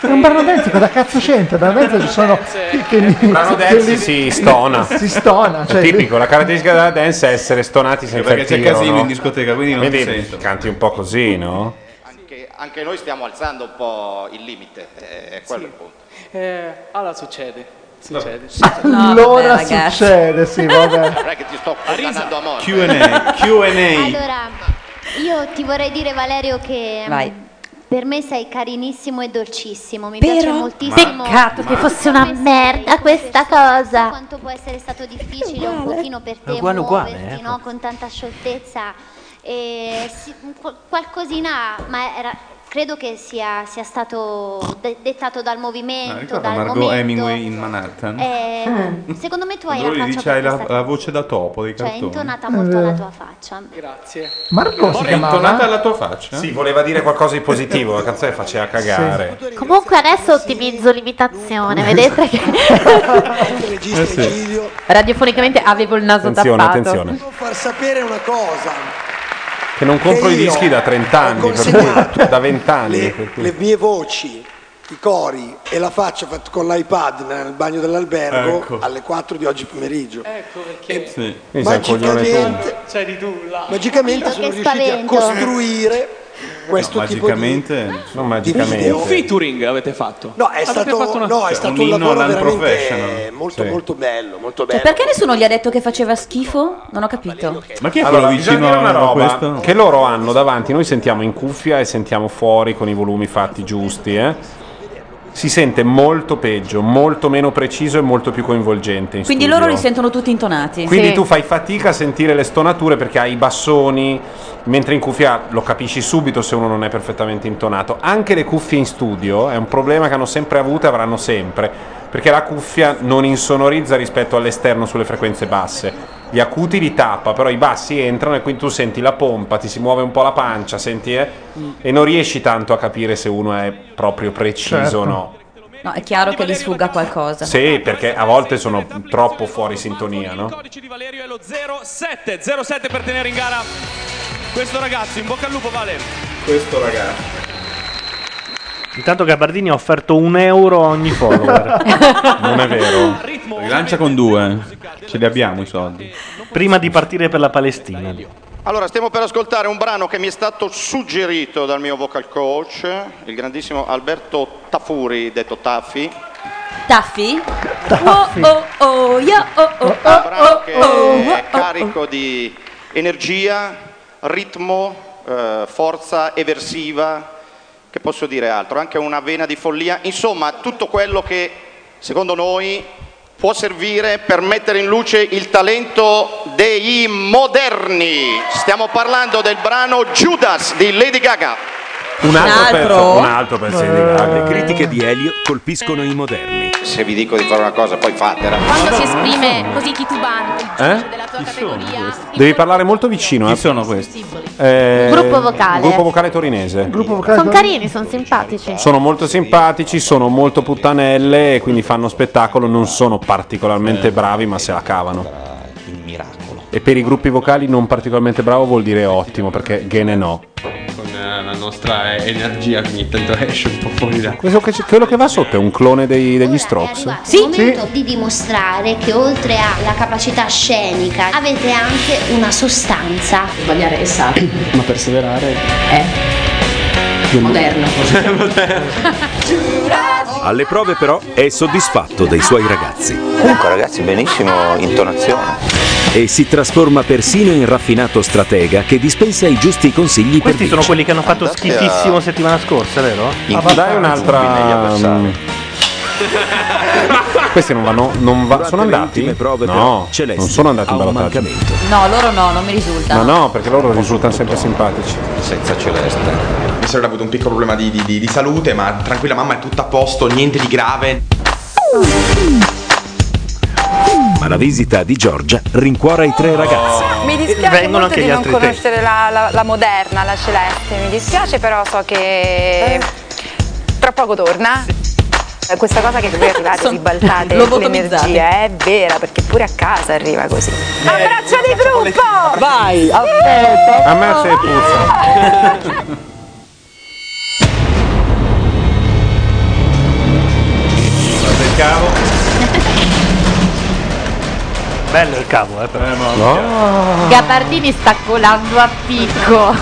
Speaker 4: È un brano dance, cosa cazzo c'entra? Veramente ci sono. Che, che li-
Speaker 1: Brano
Speaker 4: che
Speaker 1: dance
Speaker 4: li-
Speaker 1: si stona.
Speaker 4: Si stona. Cioè,
Speaker 1: è tipico, la caratteristica della dance è essere stonati senza
Speaker 12: perché
Speaker 1: il
Speaker 12: c'è
Speaker 1: tiro,
Speaker 12: casino
Speaker 1: no?
Speaker 12: in discoteca, quindi non ti
Speaker 1: Quindi
Speaker 12: sento.
Speaker 1: canti un po' così, no?
Speaker 10: Anche, anche noi stiamo alzando un po' il limite, eh, è quello il punto.
Speaker 6: Eh, allora succede. Succede.
Speaker 4: allora succede, sì, vabbè.
Speaker 10: Non è che ti sto condannando a morte.
Speaker 12: Q&A, Q&A.
Speaker 11: Allora, io ti vorrei dire Valerio che mm,
Speaker 12: Vai.
Speaker 11: per me sei carinissimo e dolcissimo, mi
Speaker 3: Però-
Speaker 11: piace moltissimo.
Speaker 3: Peccato che fosse una merda questa cosa.
Speaker 11: Quanto può essere stato difficile un pochino per te
Speaker 3: Uguale, uguale,
Speaker 11: muoverti,
Speaker 12: ecco.
Speaker 3: eh.
Speaker 11: no, con tanta scioltezza e sì, un qual- qualcosina, ma era- credo che sia, sia stato de- dettato dal
Speaker 12: Ah,
Speaker 11: movimento,
Speaker 12: ricorda
Speaker 11: dal
Speaker 12: Margot
Speaker 11: momento.
Speaker 12: Hemingway in Manhattan?
Speaker 11: Eh, secondo me tu hai
Speaker 12: Dove
Speaker 11: la
Speaker 12: gli dice eh,
Speaker 11: faccia
Speaker 12: hai
Speaker 11: per
Speaker 12: la,
Speaker 11: questa
Speaker 12: la voce da topo dei
Speaker 11: cioè è
Speaker 12: cartoni.
Speaker 11: intonata molto
Speaker 3: Eh.
Speaker 11: alla tua faccia.
Speaker 6: Grazie.
Speaker 4: Marco si
Speaker 12: È intonata alla tua faccia?
Speaker 1: Sì, voleva dire qualcosa di positivo, la canzone faceva cagare.
Speaker 3: Comunque adesso ottimizzo l'imitazione, vedete che
Speaker 13: Eh,
Speaker 4: Eh,
Speaker 3: radiofonicamente avevo il naso
Speaker 1: Attenzione,
Speaker 3: tappato.
Speaker 1: attenzione.
Speaker 13: Devo far sapere una cosa.
Speaker 1: Che non compro
Speaker 13: Che
Speaker 1: i
Speaker 13: io
Speaker 1: dischi da 30 anni,
Speaker 13: ho
Speaker 1: per cui,
Speaker 13: consegnato
Speaker 1: da 20 anni. per cui-
Speaker 13: Le mie voci, i cori e la faccia fatta con l'iPad nel bagno dell'albergo
Speaker 1: Ecco.
Speaker 13: alle 4 di oggi pomeriggio.
Speaker 12: Sì.
Speaker 1: Quindi sei un coglione tu.
Speaker 13: Magicamente,
Speaker 6: C'è di tu là.
Speaker 13: magicamente
Speaker 6: Io
Speaker 13: sono
Speaker 6: che
Speaker 13: riusciti a
Speaker 6: spavento.
Speaker 13: costruire questo tipo di
Speaker 1: Non
Speaker 6: Un featuring avete fatto.
Speaker 13: No, è
Speaker 6: Avete
Speaker 13: stato,
Speaker 6: fatto una-
Speaker 13: no, è
Speaker 6: Cioè,
Speaker 13: stato
Speaker 6: un
Speaker 13: un,
Speaker 6: inno
Speaker 13: lavoro
Speaker 6: all'unprofessional.
Speaker 13: veramente molto,
Speaker 6: Sì.
Speaker 13: molto bello, molto
Speaker 7: Cioè,
Speaker 13: bello.
Speaker 7: perché nessuno gli ha detto che faceva schifo? Non ho capito.
Speaker 12: Ma chi è
Speaker 1: Allora,
Speaker 12: quello
Speaker 1: bisogna
Speaker 12: vicino
Speaker 1: dire una
Speaker 12: a
Speaker 1: roba
Speaker 12: questo?
Speaker 1: che loro hanno davanti, noi sentiamo in cuffia e sentiamo fuori con i volumi fatti giusti, eh. Si sente molto peggio, molto meno preciso e molto più coinvolgente. in
Speaker 7: Quindi
Speaker 1: studio.
Speaker 7: loro li sentono tutti intonati.
Speaker 1: Quindi tu fai fatica a sentire le stonature perché hai i bassoni, mentre in cuffia lo capisci subito se uno non è perfettamente intonato. Anche le cuffie in studio è un problema che hanno sempre avuto e avranno sempre, perché la cuffia non insonorizza rispetto all'esterno sulle frequenze basse. Gli acuti li tappa, però i bassi entrano e quindi tu senti la pompa, ti si muove un po' la pancia, senti eh? e non riesci tanto a capire se uno è proprio preciso
Speaker 4: Certo.
Speaker 1: o no.
Speaker 7: No, è chiaro che gli sfugga qualcosa.
Speaker 1: Sì, perché a volte sono troppo fuori sintonia, no?
Speaker 5: 7-07 per tenere in gara questo ragazzo. In bocca al lupo, Vale.
Speaker 27: Questo ragazzo.
Speaker 2: Intanto Gabardini ha offerto un euro a ogni follower.
Speaker 27: Non è vero. Rilancia con due. eh. Ce li abbiamo i soldi.
Speaker 2: Prima di partire per la Palestina.
Speaker 10: Allora, stiamo per ascoltare un brano che mi è stato suggerito dal mio vocal coach, il grandissimo Alberto Tafuri, detto Taffi.
Speaker 7: Taffi? Oh oh oh, yo oh oh
Speaker 10: È un brano
Speaker 7: oh
Speaker 10: che
Speaker 7: oh oh.
Speaker 10: è carico di energia, ritmo, eh, forza eversiva, che posso dire altro, anche una vena di follia, insomma tutto quello che secondo noi può servire per mettere in luce il talento dei moderni. Stiamo parlando del brano Judas di Lady Gaga.
Speaker 1: Un altro,
Speaker 10: altro? Eh.
Speaker 1: pezzo, un altro pezzo di Gaga.
Speaker 14: Le critiche di Elio colpiscono i moderni.
Speaker 10: Se vi dico di fare una cosa, poi fatela.
Speaker 28: Quando si esprime così titubante
Speaker 1: Eh?
Speaker 28: della tua categoria,
Speaker 1: Devi parlare molto vicino. Chi sono questi? Eh,
Speaker 3: Gruppo vocale.
Speaker 1: Gruppo vocale torinese.
Speaker 3: Sono carini, sono simpatici.
Speaker 1: Sono molto simpatici, sono molto puttanelle e quindi fanno spettacolo. Non sono particolarmente bravi, ma se la cavano. E per i gruppi vocali non particolarmente bravo vuol dire ottimo, perché gene no.
Speaker 29: con eh, la nostra eh, energia che ogni tanto esce un po' fuori da
Speaker 1: Quello che, quello che va sotto è un clone dei- degli Strokes.
Speaker 11: È il momento di dimostrare che oltre alla capacità scenica avete anche una sostanza.
Speaker 30: Sbagliare è sacro,
Speaker 29: ma perseverare
Speaker 30: è moderno.
Speaker 14: Alle prove però è soddisfatto dei suoi ragazzi. Comunque ragazzi benissimo intonazione. E si trasforma persino in raffinato stratega che dispensa i giusti consigli
Speaker 2: Questi
Speaker 14: per
Speaker 2: sono quelli che hanno fatto schifissimo settimana scorsa, vero?
Speaker 10: Ah,
Speaker 14: In- Dai
Speaker 1: Ah, un'altra. mm. Questi non vanno. Non va- sono andati? No, non sono andati in ballottaggio.
Speaker 7: No, loro no, non mi risulta.
Speaker 1: Ma no, perché loro risultano sempre simpatici.
Speaker 31: Senza celeste. Mi sembra avuto un piccolo problema di, di- di- di salute, ma tranquilla mamma è tutto a posto, niente di grave.
Speaker 14: Ma la visita di Giorgia rincuora i tre ragazzi.
Speaker 2: Oh.
Speaker 20: Mi dispiace
Speaker 14: Eh,
Speaker 20: molto
Speaker 14: Vengono anche
Speaker 20: di
Speaker 14: gli
Speaker 20: non
Speaker 14: altri tre.
Speaker 20: conoscere la, la- la moderna, la celeste. Mi dispiace, però so
Speaker 7: Eh.
Speaker 20: che tra poco torna. Eh, Questa cosa che voi arrivate ribaltate
Speaker 9: lo
Speaker 20: l'energia è vera, perché pure a casa arriva così. Abbraccio di gruppo!
Speaker 9: Vai,
Speaker 1: A me sei puzza.
Speaker 27: Il cavo.
Speaker 2: Bello il cavo, eh. Però.
Speaker 1: Oh.
Speaker 3: Gabardini sta colando a picco.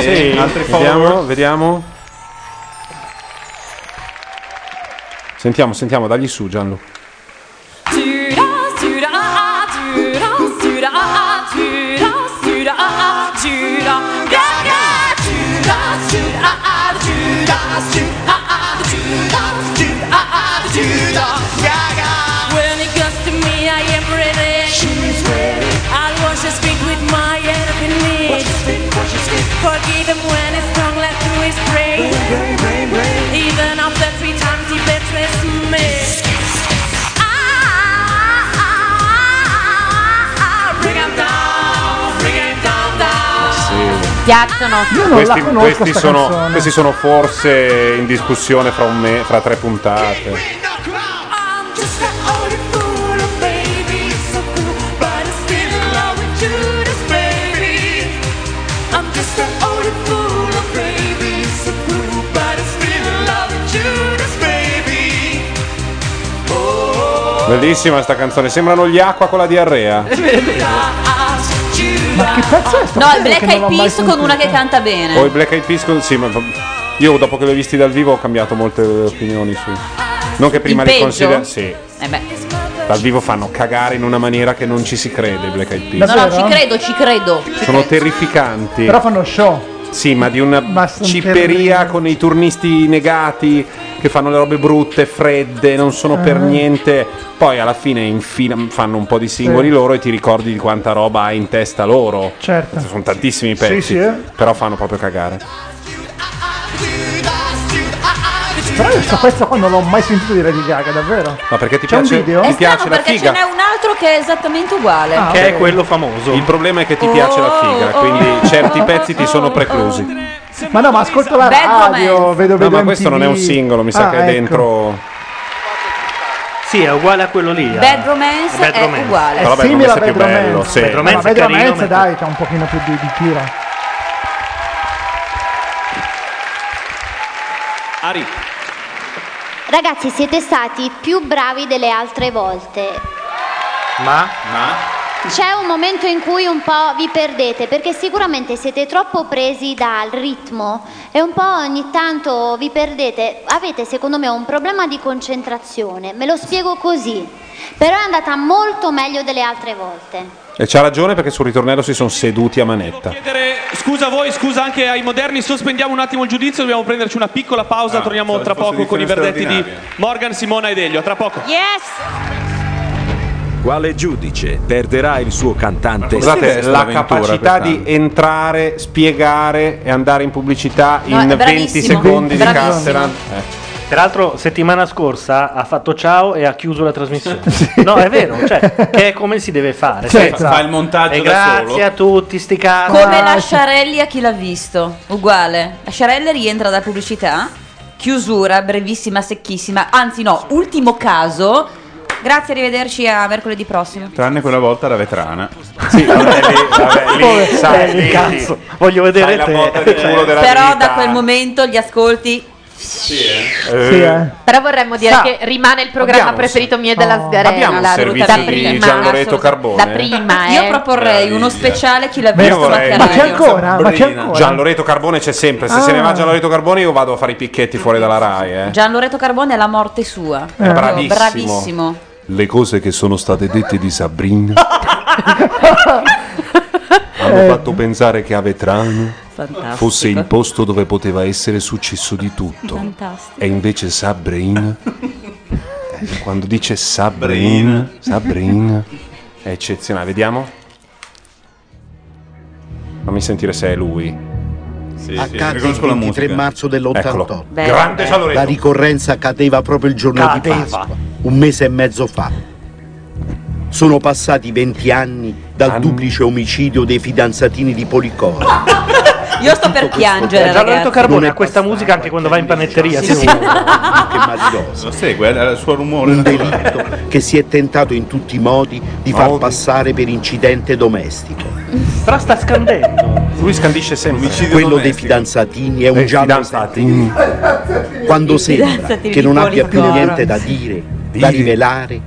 Speaker 1: Sì,
Speaker 27: altri
Speaker 1: vediamo, vediamo. Sentiamo, sentiamo, dagli su Gianlu.
Speaker 9: When it comes to me, I am ready. She's ready. I'll wash his feet with my enemy. Forgive him when he's strong, let him his praise. Even after three times he betrays me. Ah, Bring him down, bring him down, down.
Speaker 3: Piacciono.
Speaker 1: Questi, questi sono, questi sono forse in discussione fra, un me- fra tre puntate.
Speaker 9: I'm just an old fool, a baby, so cool, but I still love Judas, baby. I'm just an old fool, a baby, so cool, but I still love Judas, baby.
Speaker 1: Bellissima sta canzone, sembrano gli acqua con la diarrea.
Speaker 9: Ma che
Speaker 4: pezzo è
Speaker 7: No, il Black Eyed Peas con una che canta
Speaker 1: O i
Speaker 7: bene.
Speaker 1: Black Eyed Peas con- sì, ma io dopo che li ho visti dal vivo ho cambiato molte opinioni sui. Non che prima
Speaker 7: Il
Speaker 1: li
Speaker 7: peggio?
Speaker 1: considera. Sì.
Speaker 7: Eh beh.
Speaker 1: Dal vivo fanno cagare in una maniera che non ci si crede i Black Eyed Peas.
Speaker 7: No, no, ci credo, ci credo.
Speaker 1: Sono terrificanti.
Speaker 4: Però fanno show.
Speaker 1: Sì, ma di una ciperia con i turnisti negati che fanno le robe brutte, fredde, non sono per
Speaker 4: Ah.
Speaker 1: niente. Poi alla fine infila- fanno un po' di singoli
Speaker 4: Sì.
Speaker 1: loro e ti ricordi di quanta roba hai in testa loro.
Speaker 4: Certo.
Speaker 1: Sono tantissimi pezzi,
Speaker 4: sì, eh.
Speaker 1: però fanno proprio cagare.
Speaker 4: Però questo pezzo qua non l'ho mai sentito di Lady Gaga, davvero.
Speaker 1: Ma perché ti
Speaker 4: C'è un
Speaker 1: piace,
Speaker 4: video?
Speaker 1: ti
Speaker 7: È
Speaker 1: piace
Speaker 7: strano
Speaker 1: Ah, la
Speaker 7: perché
Speaker 1: figa?
Speaker 7: ce n'è un altro che è esattamente uguale.
Speaker 9: Ah,
Speaker 1: che è quello famoso. Il problema è che ti piace la figa, quindi certi pezzi ti sono preclusi.
Speaker 4: Ma no, ma ascolto la
Speaker 7: Bad
Speaker 4: radio, vedo
Speaker 1: No,
Speaker 4: vedo
Speaker 1: ma
Speaker 4: MTV.
Speaker 1: questo non è un singolo, mi sa
Speaker 4: Ah,
Speaker 1: che è
Speaker 4: ecco.
Speaker 1: dentro.
Speaker 2: Sì, è uguale a quello lì. eh. a-
Speaker 7: Bad Romance
Speaker 2: Bad
Speaker 7: è
Speaker 2: Romance.
Speaker 7: uguale.
Speaker 4: È
Speaker 2: Però Bad
Speaker 4: simile a
Speaker 2: Romance è
Speaker 4: Bad
Speaker 2: più
Speaker 4: Romance.
Speaker 2: bello, sì. Bad
Speaker 4: No,
Speaker 2: Romance è
Speaker 4: Bad
Speaker 2: carino,
Speaker 4: Romance,
Speaker 2: ma è
Speaker 4: dai, c'ha un pochino più di, di tiro.
Speaker 5: Ari.
Speaker 11: Ragazzi, siete stati più bravi delle altre volte.
Speaker 2: Ma?
Speaker 11: C'è un momento in cui un po' vi perdete perché sicuramente siete troppo presi dal ritmo e un po' ogni tanto vi perdete. Avete secondo me un problema di concentrazione, me lo spiego così, però è andata molto meglio delle altre volte.
Speaker 1: E c'ha ragione perché sul ritornello si sono seduti a manetta.
Speaker 5: chiedere scusa a voi, scusa anche ai moderni, sospendiamo un attimo il giudizio, dobbiamo prenderci una piccola
Speaker 10: Ah,
Speaker 5: pausa, torniamo
Speaker 1: se
Speaker 5: tra
Speaker 1: fosse
Speaker 5: poco con i
Speaker 1: edizione
Speaker 5: verdetti di Morgan, Simona ed Elio, a tra poco.
Speaker 32: Yes!
Speaker 33: Quale giudice perderà il suo cantante?
Speaker 1: Scusate, la capacità di entrare, spiegare e andare in pubblicità
Speaker 7: No,
Speaker 1: in
Speaker 7: è
Speaker 1: 20
Speaker 7: bravissimo,
Speaker 1: secondi di
Speaker 7: bravissimo.
Speaker 1: Castellan.
Speaker 2: Peraltro settimana scorsa ha fatto ciao e ha chiuso la trasmissione. No, è vero, cioè, che è come si deve fare.
Speaker 10: Sì,
Speaker 4: esatto.
Speaker 2: Cioè,
Speaker 10: fa il montaggio
Speaker 2: e
Speaker 10: da
Speaker 2: grazie
Speaker 10: solo.
Speaker 2: a tutti, sti cazzi.
Speaker 7: Come la Sciarelli a chi l'ha visto, uguale. La Sciarelli rientra da pubblicità, chiusura brevissima, secchissima, anzi no, ultimo caso. Grazie, arrivederci a mercoledì prossimo.
Speaker 10: Tranne quella volta la vetrana.
Speaker 1: Sì, vabbè, lì, vabbè,
Speaker 10: lì,
Speaker 7: sai,
Speaker 2: lì, cazzo. Voglio vedere
Speaker 10: la
Speaker 2: te.
Speaker 10: botta di culo della
Speaker 7: Però da quel momento gli ascolti.
Speaker 10: Sì,
Speaker 4: Sì, eh.
Speaker 3: Però vorremmo dire
Speaker 7: Sa-
Speaker 3: che rimane il programma
Speaker 7: Abbiamo un
Speaker 3: preferito mio e
Speaker 7: Oh.
Speaker 3: della Sgarella.
Speaker 1: abbiamo un servizio
Speaker 3: da
Speaker 1: di
Speaker 3: prima,
Speaker 1: Gianloreto
Speaker 3: assolutamente.
Speaker 1: Carbone.
Speaker 3: Da prima, eh.
Speaker 7: Io proporrei uno speciale chi l'ha visto
Speaker 1: vorrei-
Speaker 7: Macchinari.
Speaker 4: Ma c'è
Speaker 1: Gian Gianloreto Carbone c'è sempre. Se se ne va
Speaker 7: Ah.
Speaker 1: Gianloreto Carbone, io vado a fare i picchetti fuori dalla Rai. Eh.
Speaker 7: Gianloreto Carbone è la morte sua.
Speaker 1: È
Speaker 7: Proprio
Speaker 1: bravissimo.
Speaker 7: bravissimo.
Speaker 1: Le cose che sono state dette di Sabrina hanno
Speaker 14: Eh.
Speaker 1: fatto pensare che a Vetrano
Speaker 7: Fantastico.
Speaker 1: fosse il posto dove poteva essere successo di tutto.
Speaker 7: Fantastico.
Speaker 1: E invece Sabrina, eh, quando dice Sabrina, Sabrina, è eccezionale. Vediamo. Fammi sentire se è lui.
Speaker 14: Accadde il 23 marzo
Speaker 1: Eccolo.
Speaker 14: dell'88.
Speaker 1: Bello. Grande Gianloreto.
Speaker 14: La ricorrenza cadeva proprio il giorno
Speaker 1: Cadeva.
Speaker 14: di Pasqua, un mese e mezzo fa. Sono passati 20 anni dal duplice omicidio dei fidanzatini di Policoro.
Speaker 7: Io sto per piangere,
Speaker 2: Gianloreto
Speaker 7: ragazzi.
Speaker 2: Carbone ha questa musica anche quando va in panetteria.
Speaker 14: Sì, sì.
Speaker 10: Lo segue, è il suo rumore.
Speaker 14: Un delitto che si è tentato in tutti i modi di far passare per incidente domestico.
Speaker 2: Però sta scandendo.
Speaker 1: Lui scandisce sempre.
Speaker 14: Quello dei fidanzatini è un giallo satinico.
Speaker 2: Mm.
Speaker 14: Quando
Speaker 34: I
Speaker 14: sembra
Speaker 34: fidanzatini
Speaker 14: che non
Speaker 34: di
Speaker 14: abbia più
Speaker 34: Policoro.
Speaker 14: niente da dire, da rivelare,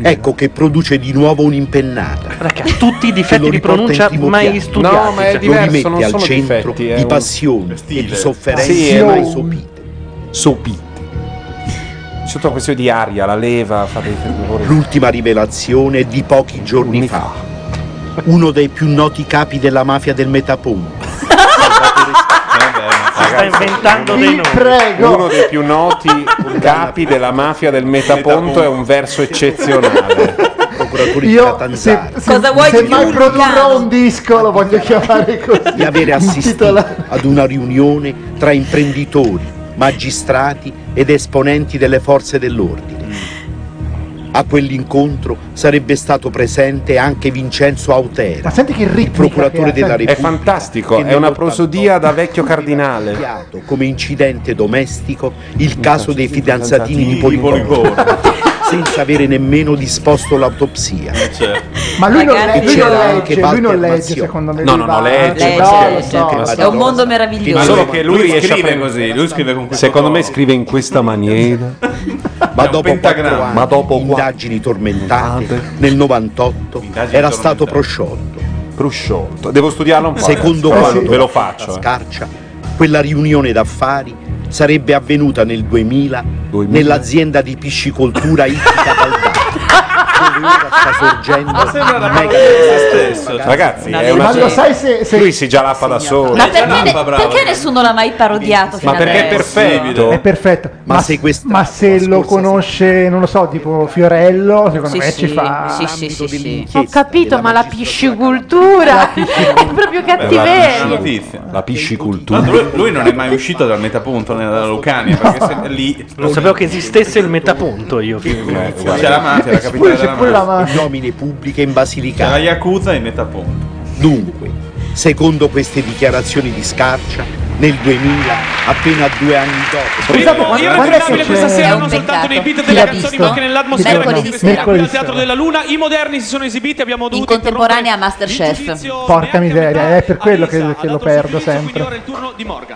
Speaker 14: ecco che produce di nuovo un'impennata.
Speaker 2: tutti i difetti di pronuncia mai studiati.
Speaker 14: No, ma è diverso, lo rimette al centro di passioni e di sofferenze
Speaker 1: eh, Sì, è
Speaker 14: mai
Speaker 1: un-
Speaker 14: sopite.
Speaker 1: Sopite. C'è tutta una questione di aria, la leva, fa dei fermori.
Speaker 14: L'ultima rivelazione è di pochi giorni fa. Uno dei più noti capi della mafia del Metaponto.
Speaker 2: sta inventando
Speaker 14: Vi
Speaker 2: dei nomi.
Speaker 14: prego.
Speaker 1: Uno dei più noti capi della mafia del Metaponto è un verso eccezionale.
Speaker 14: Io se,
Speaker 7: Cosa vuoi
Speaker 4: se
Speaker 7: di
Speaker 4: mai
Speaker 7: più,
Speaker 4: produrrò un disco lo voglio chiamare così.
Speaker 14: di avere assistito ad una riunione tra imprenditori, magistrati ed esponenti delle forze dell'ordine. A quell'incontro sarebbe stato presente anche Vincenzo Autera, il procuratore della
Speaker 1: È
Speaker 14: Repubblica,
Speaker 1: fantastico,
Speaker 14: che
Speaker 1: Ecco, è una
Speaker 14: nell'88
Speaker 1: prosodia da vecchio cardinale.
Speaker 14: archiviato come incidente domestico il caso dei fidanzatini di
Speaker 10: fidanzatini di
Speaker 14: Policoro, senza avere nemmeno disposto l'autopsia.
Speaker 1: Eh, certo.
Speaker 4: Ma lui non,
Speaker 14: Ragazzi,
Speaker 4: legge, lui non
Speaker 14: c'era
Speaker 4: legge,
Speaker 14: anche
Speaker 4: lui non eh,
Speaker 14: Walter Mazzioni.
Speaker 4: legge secondo me.
Speaker 14: No,
Speaker 4: lui
Speaker 14: no,
Speaker 4: va-
Speaker 14: no, legge,
Speaker 4: No,
Speaker 14: legge,
Speaker 4: lo so.
Speaker 14: legge.
Speaker 7: È un mondo meraviglioso.
Speaker 1: Solo che lui,
Speaker 10: Lui
Speaker 1: riesce a
Speaker 10: scrive
Speaker 1: prendere-
Speaker 10: così, lui scrive con questo
Speaker 1: Secondo me scrive in questa maniera.
Speaker 14: Ma dopo
Speaker 1: pentagramma.
Speaker 14: quattro anni,
Speaker 1: Ma dopo
Speaker 14: indagini tormentate, nel 98 era stato prosciolto.
Speaker 1: Prosciolto. Devo studiarlo un po'.
Speaker 14: Secondo
Speaker 1: adesso,
Speaker 14: quanto
Speaker 1: ve lo faccio. eh.
Speaker 14: Scarcia, quella riunione d'affari sarebbe avvenuta nel 2000, nell'azienda di piscicoltura Ittica Valdà. dove ora sta sorgendo un mega
Speaker 9: Eh,
Speaker 10: stesso.
Speaker 1: Ragazzi,
Speaker 14: Una
Speaker 1: è una
Speaker 14: ma lo sai
Speaker 4: se,
Speaker 1: lui si gialappa da solo.
Speaker 7: Ma perché, ne- perché nessuno l'ha mai parodiato? fino adesso?
Speaker 4: È perfetto. Ma,
Speaker 14: Ma
Speaker 4: se,
Speaker 14: se questa-
Speaker 4: ma se lo conosce, non lo so, tipo Fiorello, secondo
Speaker 7: Sì,
Speaker 4: me ci
Speaker 7: sì,
Speaker 4: fa.
Speaker 7: sì, sì, sì, sì.
Speaker 3: Ho capito, ma la piscicultura è proprio cattiveria.
Speaker 10: La piscicultura. Lui, lui non è mai uscito dal metapunto né dalla Lucania perché
Speaker 1: Ah.
Speaker 10: se- lì
Speaker 2: Non sapevo che esistesse il metapunto io. figurati.
Speaker 10: c'è la mafia, la capitale della mafia.
Speaker 14: nomine pubbliche in
Speaker 10: C'è la
Speaker 14: Basilicata.
Speaker 10: Yakuza e il metapunto.
Speaker 14: Dunque, secondo queste dichiarazioni di Scarcia,
Speaker 24: nel 2000, appena due anni dopo.
Speaker 5: Rippo irrefutabile questa sera non soltanto nei beat delle canzoni ma anche nell'atmosfera che si respira qui al Teatro della Luna i moderni si sono esibiti abbiamo
Speaker 7: In
Speaker 5: dovuto
Speaker 7: contemporanea a Masterchef.
Speaker 4: Porca miseria, è per quello che, che lo perdo sempre.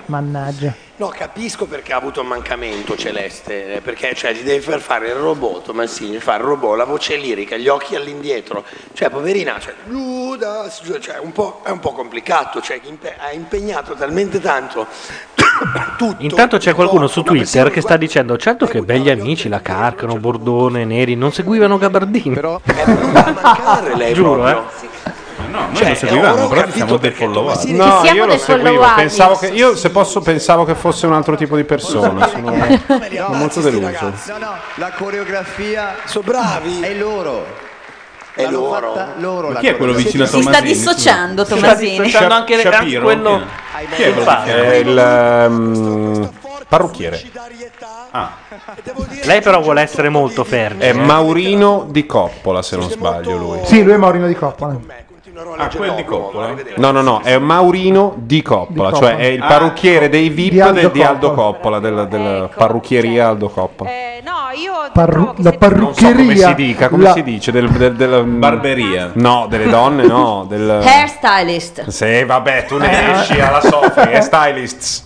Speaker 4: Mannaggia.
Speaker 13: No, capisco perché ha avuto un mancamento Celeste, eh, perché cioè, gli devi far fare il robot, ma sì, gli fa il robot, la voce lirica, gli occhi all'indietro, cioè poverina, cioè, Judas, cioè, un po', è un po' complicato, cioè, impe- ha impegnato talmente tanto tutto.
Speaker 2: Intanto c'è qualcuno su Twitter che sta dicendo certo che belli amici, la Carcano, Bordone, Neri non seguivano Gabardini. Però
Speaker 13: mancare lei
Speaker 2: Giuro,
Speaker 13: proprio.
Speaker 2: eh.
Speaker 1: noi
Speaker 13: Cioè,
Speaker 1: lo seguivamo,
Speaker 13: ora ho
Speaker 1: però
Speaker 13: capito
Speaker 1: siamo dei follower.
Speaker 13: Sì,
Speaker 1: No,
Speaker 13: siamo
Speaker 1: io lo
Speaker 13: dei
Speaker 1: seguivo.
Speaker 13: followati.
Speaker 1: Pensavo che, io, se posso, pensavo che fosse un altro tipo di persona. Sono, sono molto deluso.
Speaker 8: No, no, la coreografia.
Speaker 13: Sono bravi.
Speaker 8: È loro.
Speaker 13: È loro.
Speaker 8: loro
Speaker 12: Ma
Speaker 8: la
Speaker 12: chi è quello vicino
Speaker 8: coreografia.
Speaker 12: a Si sta Tommasini?
Speaker 7: Dissociando
Speaker 8: Sì.
Speaker 7: Tomasini.
Speaker 8: Sta dissociando anche-
Speaker 1: Shapiro,
Speaker 8: anche quello-
Speaker 1: chi è? Chi è quello che è? il ehm, parrucchiere.
Speaker 2: Ah. Lei però vuole essere molto ferma.
Speaker 1: È Maurino di Coppola, se non sbaglio lui.
Speaker 4: Sì, lui è Maurino di Coppola.
Speaker 12: quel di Coppola.
Speaker 1: No, no, no, è Maurino di Coppola,
Speaker 12: Di Coppola.
Speaker 1: cioè è il
Speaker 12: Ah,
Speaker 1: parrucchiere dei VIP
Speaker 4: Di
Speaker 1: del-
Speaker 4: Aldo
Speaker 1: di, Aldo Coppola, della, della parrucchieria Aldo Coppola.
Speaker 4: Parru- la
Speaker 1: non so come
Speaker 4: parruccheria.
Speaker 1: si dica, come
Speaker 4: la-
Speaker 1: si dice, del, del- della- barberia. No, delle donne, no,
Speaker 7: Eh,
Speaker 1: del
Speaker 7: Hairstylist.
Speaker 1: Sì, vabbè, tu ne esci alla Sofri, è stylist.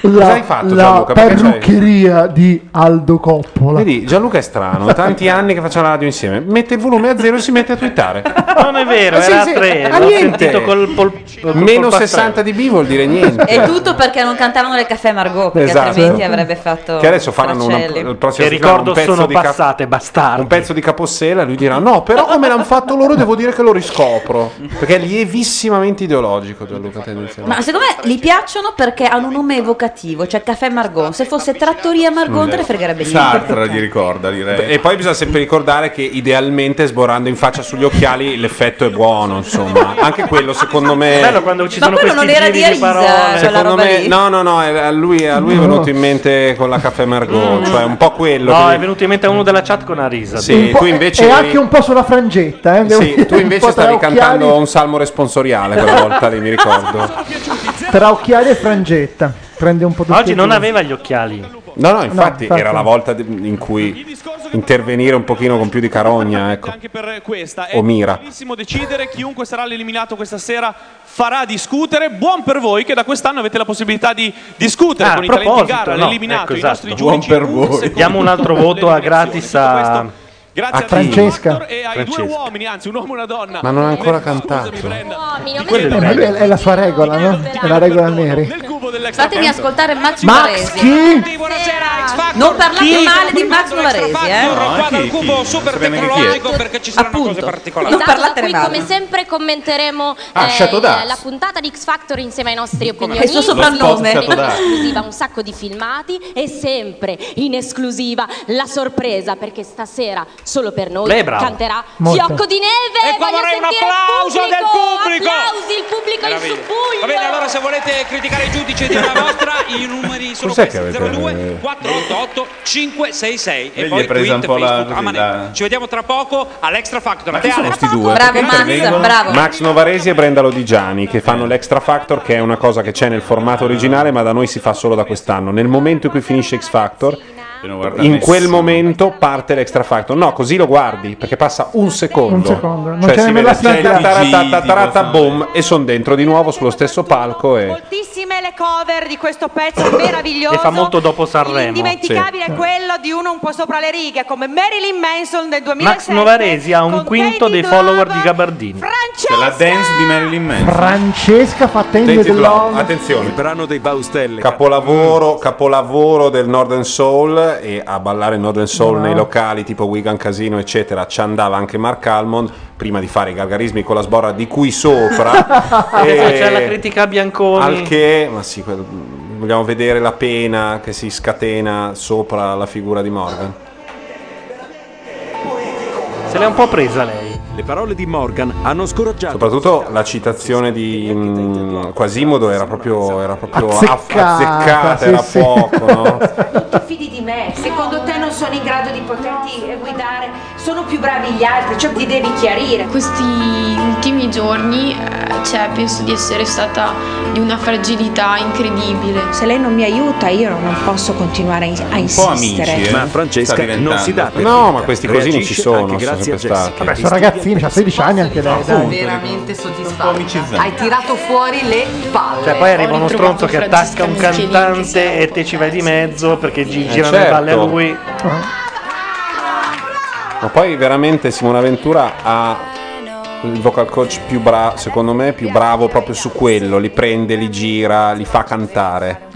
Speaker 4: la-
Speaker 1: Cosa hai fatto,
Speaker 4: la
Speaker 1: Gianluca? Perché c'hai-
Speaker 4: parruccheria di Aldo Coppola.
Speaker 1: Vedi, Gianluca è strano, tanti anni che facciamo la radio insieme, mette il volume a zero e si mette a twittare.
Speaker 2: Non è vero,
Speaker 1: Ah, sì,
Speaker 2: era
Speaker 1: sì,
Speaker 2: a tre,
Speaker 1: ah,
Speaker 2: l'ho
Speaker 1: niente.
Speaker 2: sentito col, pol- col
Speaker 1: Meno
Speaker 2: polpastrello.
Speaker 1: 60 di B vuol dire niente.
Speaker 7: E tutto perché non cantavano nel caffè Margot, perché
Speaker 1: Esatto.
Speaker 7: altrimenti avrebbe fatto
Speaker 1: Che adesso faranno una,
Speaker 7: Fraccelli.
Speaker 1: il prossimo
Speaker 2: Che ricordo sono
Speaker 1: passate,
Speaker 2: bastardi.
Speaker 1: Un pezzo di capossela, lui dirà: No, però come l'hanno fatto loro, devo dire che lo riscopro. Perché è lievissimamente ideologico Gianluca tendenzialmente.
Speaker 7: Cioè, Ma secondo me gli piacciono perché hanno un nome evocativo, cioè Caffè Margot. Se fosse Trattoria Margot non te ne fregherebbe niente.
Speaker 12: Sartre gli ricorda, direi.
Speaker 1: E poi bisogna sempre ricordare che idealmente sborando in faccia sugli occhiali l'effetto è buono, insomma. Anche quello secondo me...
Speaker 2: Bello quando ci Ma sono quello questi non era giri di di Arisa,
Speaker 4: Cioè,
Speaker 2: parole. quella
Speaker 1: Secondo
Speaker 2: roba
Speaker 1: me
Speaker 2: lì?
Speaker 1: no, no, no, è- a lui, a lui è venuto in mente con la caffè Margot,
Speaker 4: Mm.
Speaker 1: cioè un po' quello
Speaker 2: No,
Speaker 1: che-
Speaker 2: è venuto in mente uno della chat con una risa.
Speaker 1: Sì, Un po'- tu invece-
Speaker 4: E anche un po' sulla frangetta. Eh?
Speaker 1: Sì, tu
Speaker 4: Un po'
Speaker 1: invece
Speaker 4: tra
Speaker 1: stavi
Speaker 4: occhiali-
Speaker 1: cantando un salmo responsoriale quella volta lì, mi ricordo.
Speaker 4: Tra occhiali e frangetta. Prende un po' tutti
Speaker 2: Oggi
Speaker 4: e
Speaker 2: non
Speaker 4: due.
Speaker 2: aveva gli occhiali.
Speaker 1: No, no, infatti,
Speaker 4: infatti.
Speaker 1: era la volta di- in cui intervenire un pochino con più di carogna, ecco.
Speaker 5: per questa
Speaker 1: O mira.
Speaker 5: bellissimo decidere chiunque sarà l'eliminato questa sera farà discutere buon per voi che da quest'anno avete la possibilità di discutere
Speaker 2: Ah,
Speaker 5: con i
Speaker 2: a
Speaker 5: talenti in
Speaker 2: proposito,
Speaker 5: gara
Speaker 2: no,
Speaker 5: l'eliminato
Speaker 2: ecco,
Speaker 5: i
Speaker 2: esatto.
Speaker 5: nostri
Speaker 2: Buon
Speaker 5: giudici
Speaker 2: per
Speaker 5: un
Speaker 2: voi.
Speaker 5: secondo
Speaker 2: Diamo un
Speaker 5: tutte
Speaker 2: altro
Speaker 5: le
Speaker 2: voto a
Speaker 5: eliminazioni.
Speaker 2: gratis
Speaker 5: Tutto
Speaker 2: a-
Speaker 5: questo grazie
Speaker 1: a
Speaker 5: a
Speaker 1: chi?
Speaker 4: Francesca.
Speaker 5: e ai due
Speaker 4: Francesca.
Speaker 5: uomini anzi un uomo e una donna
Speaker 1: Ma non ha ancora cantato.
Speaker 4: Eh, ma lui è, è la sua regola, no? È la regola neri.
Speaker 7: Fatemi ascoltare Max
Speaker 4: Max
Speaker 7: Novaresi.
Speaker 4: chi?
Speaker 7: Non parlate
Speaker 4: Chi?
Speaker 7: male di Max Novaresi, eh.
Speaker 5: qua dal cubo super tecnologico perché ci saranno cose particolari
Speaker 9: Esatto, da cui come sempre commenteremo eh,
Speaker 1: Ah, Chateau d'Ars.
Speaker 9: la puntata di X Factor insieme ai nostri
Speaker 1: È il suo
Speaker 9: opinionisti.
Speaker 1: soprannome.
Speaker 9: In
Speaker 1: Lo spot Chateau d'Ars.
Speaker 9: esclusiva un sacco di filmati e sempre in esclusiva la sorpresa perché stasera solo per noi
Speaker 5: Lei è brava.
Speaker 9: canterà
Speaker 5: Molto.
Speaker 9: Fiocco di Neve.
Speaker 5: E qua
Speaker 9: Voglio
Speaker 5: vorrei un
Speaker 9: sentire il
Speaker 5: applauso del pubblico.
Speaker 9: Applausi, il pubblico in
Speaker 5: Meraviglia.
Speaker 9: subbuglio.
Speaker 5: Va bene, allora se volete criticare i giudici e dire la vostra, i numeri sono
Speaker 12: Cos'è
Speaker 5: questi:
Speaker 12: che avete-
Speaker 1: eh,
Speaker 5: 02 488 566
Speaker 12: Lei
Speaker 5: e
Speaker 12: gli
Speaker 5: poi
Speaker 12: è presa
Speaker 5: Twitter,
Speaker 12: un po' la-
Speaker 5: Facebook,
Speaker 12: così,
Speaker 5: a manetta.
Speaker 12: la-
Speaker 5: Ci vediamo tra poco all'Extra Factor.
Speaker 1: Ma
Speaker 5: Te,
Speaker 1: chi sono
Speaker 5: Alex?
Speaker 1: questi due?
Speaker 9: Bravo,
Speaker 1: Perché
Speaker 9: Max,
Speaker 1: intervengono?
Speaker 9: bravo.
Speaker 1: Max Novaresi e Brenda Lodigiani che fanno l'Extra Factor, che è una cosa che c'è nel formato originale, ma da noi si fa solo da quest'anno. Nel momento in cui finisce X Factor, in quel momento parte l'Extra Factor. No, così lo guardi, perché passa un secondo.
Speaker 4: Un secondo, non
Speaker 1: Cioè
Speaker 4: c'è
Speaker 1: si
Speaker 4: nemmeno
Speaker 1: vede
Speaker 4: la
Speaker 1: c'è il
Speaker 4: sigla.
Speaker 1: taratata, tarata, boom, e sono dentro di nuovo sullo stesso palco e...
Speaker 15: Moltissime le cover di questo pezzo meraviglioso.
Speaker 1: E fa molto dopo Sanremo.
Speaker 15: Indimenticabile
Speaker 1: Sì.
Speaker 15: è quello di uno un po' sopra le righe, come Marilyn Manson del 2007.
Speaker 2: Max Novaresi ha un quinto dei follower di Gabardini.
Speaker 15: C'è
Speaker 12: la dance di Marilyn Manson.
Speaker 4: Francesca Fatende
Speaker 1: Denti Glow,
Speaker 4: dell'On.
Speaker 1: attenzione, il brano dei Baustelle, capolavoro, capolavoro del Northern Soul e a ballare Northern Soul
Speaker 4: No.
Speaker 1: nei locali tipo Wigan Casino eccetera, ci andava anche Mark Almond prima di fare i gargarismi con la sborra di qui sopra
Speaker 2: Adesso c'è la critica a Bianconi.
Speaker 1: al che, ma sì, quel- vogliamo vedere la pena che si scatena sopra la figura di Morgan.
Speaker 2: Se l'è un po' presa lei.
Speaker 21: Le parole di Morgan hanno scoraggiato
Speaker 1: Soprattutto la citazione di mm, Quasimodo era proprio, era proprio aff-
Speaker 21: Azzeccata,
Speaker 1: azzeccata, era
Speaker 21: sì, sì.
Speaker 1: poco, no?
Speaker 15: Fidi di me, secondo te non
Speaker 8: sono in grado di poterti eh, guidare, sono più bravi gli altri, cioè ti devi chiarire.
Speaker 20: Questi ultimi giorni eh, cioè, penso di essere stata di una fragilità incredibile.
Speaker 8: Se lei non mi aiuta io non posso continuare a ins- a insistere.
Speaker 4: eh.
Speaker 35: Ma Francesca non si dà per
Speaker 1: No,
Speaker 35: vinta.
Speaker 1: ma questi così non ci
Speaker 35: Reagisce
Speaker 1: sono.
Speaker 35: anche grazie a
Speaker 1: sempre stati.
Speaker 35: Jessica.
Speaker 4: Vabbè, sono ragazzini, c'ha 16 anni anche lei,
Speaker 3: Sono
Speaker 4: dai.
Speaker 3: veramente soddisfatta. Hai tirato fuori le palle.
Speaker 2: Cioè, poi arriva uno
Speaker 3: Ho ritrovato
Speaker 2: stronzo che attacca un
Speaker 3: Francesca
Speaker 2: cantante e te ci vai di mezzo perché gi-
Speaker 1: Eh,
Speaker 2: girano le
Speaker 1: certo.
Speaker 2: palle a lui.
Speaker 1: Ma poi veramente Simona Ventura ha il vocal coach più bravo, secondo me, più bravo proprio su quello. Li prende, li gira, li fa cantare.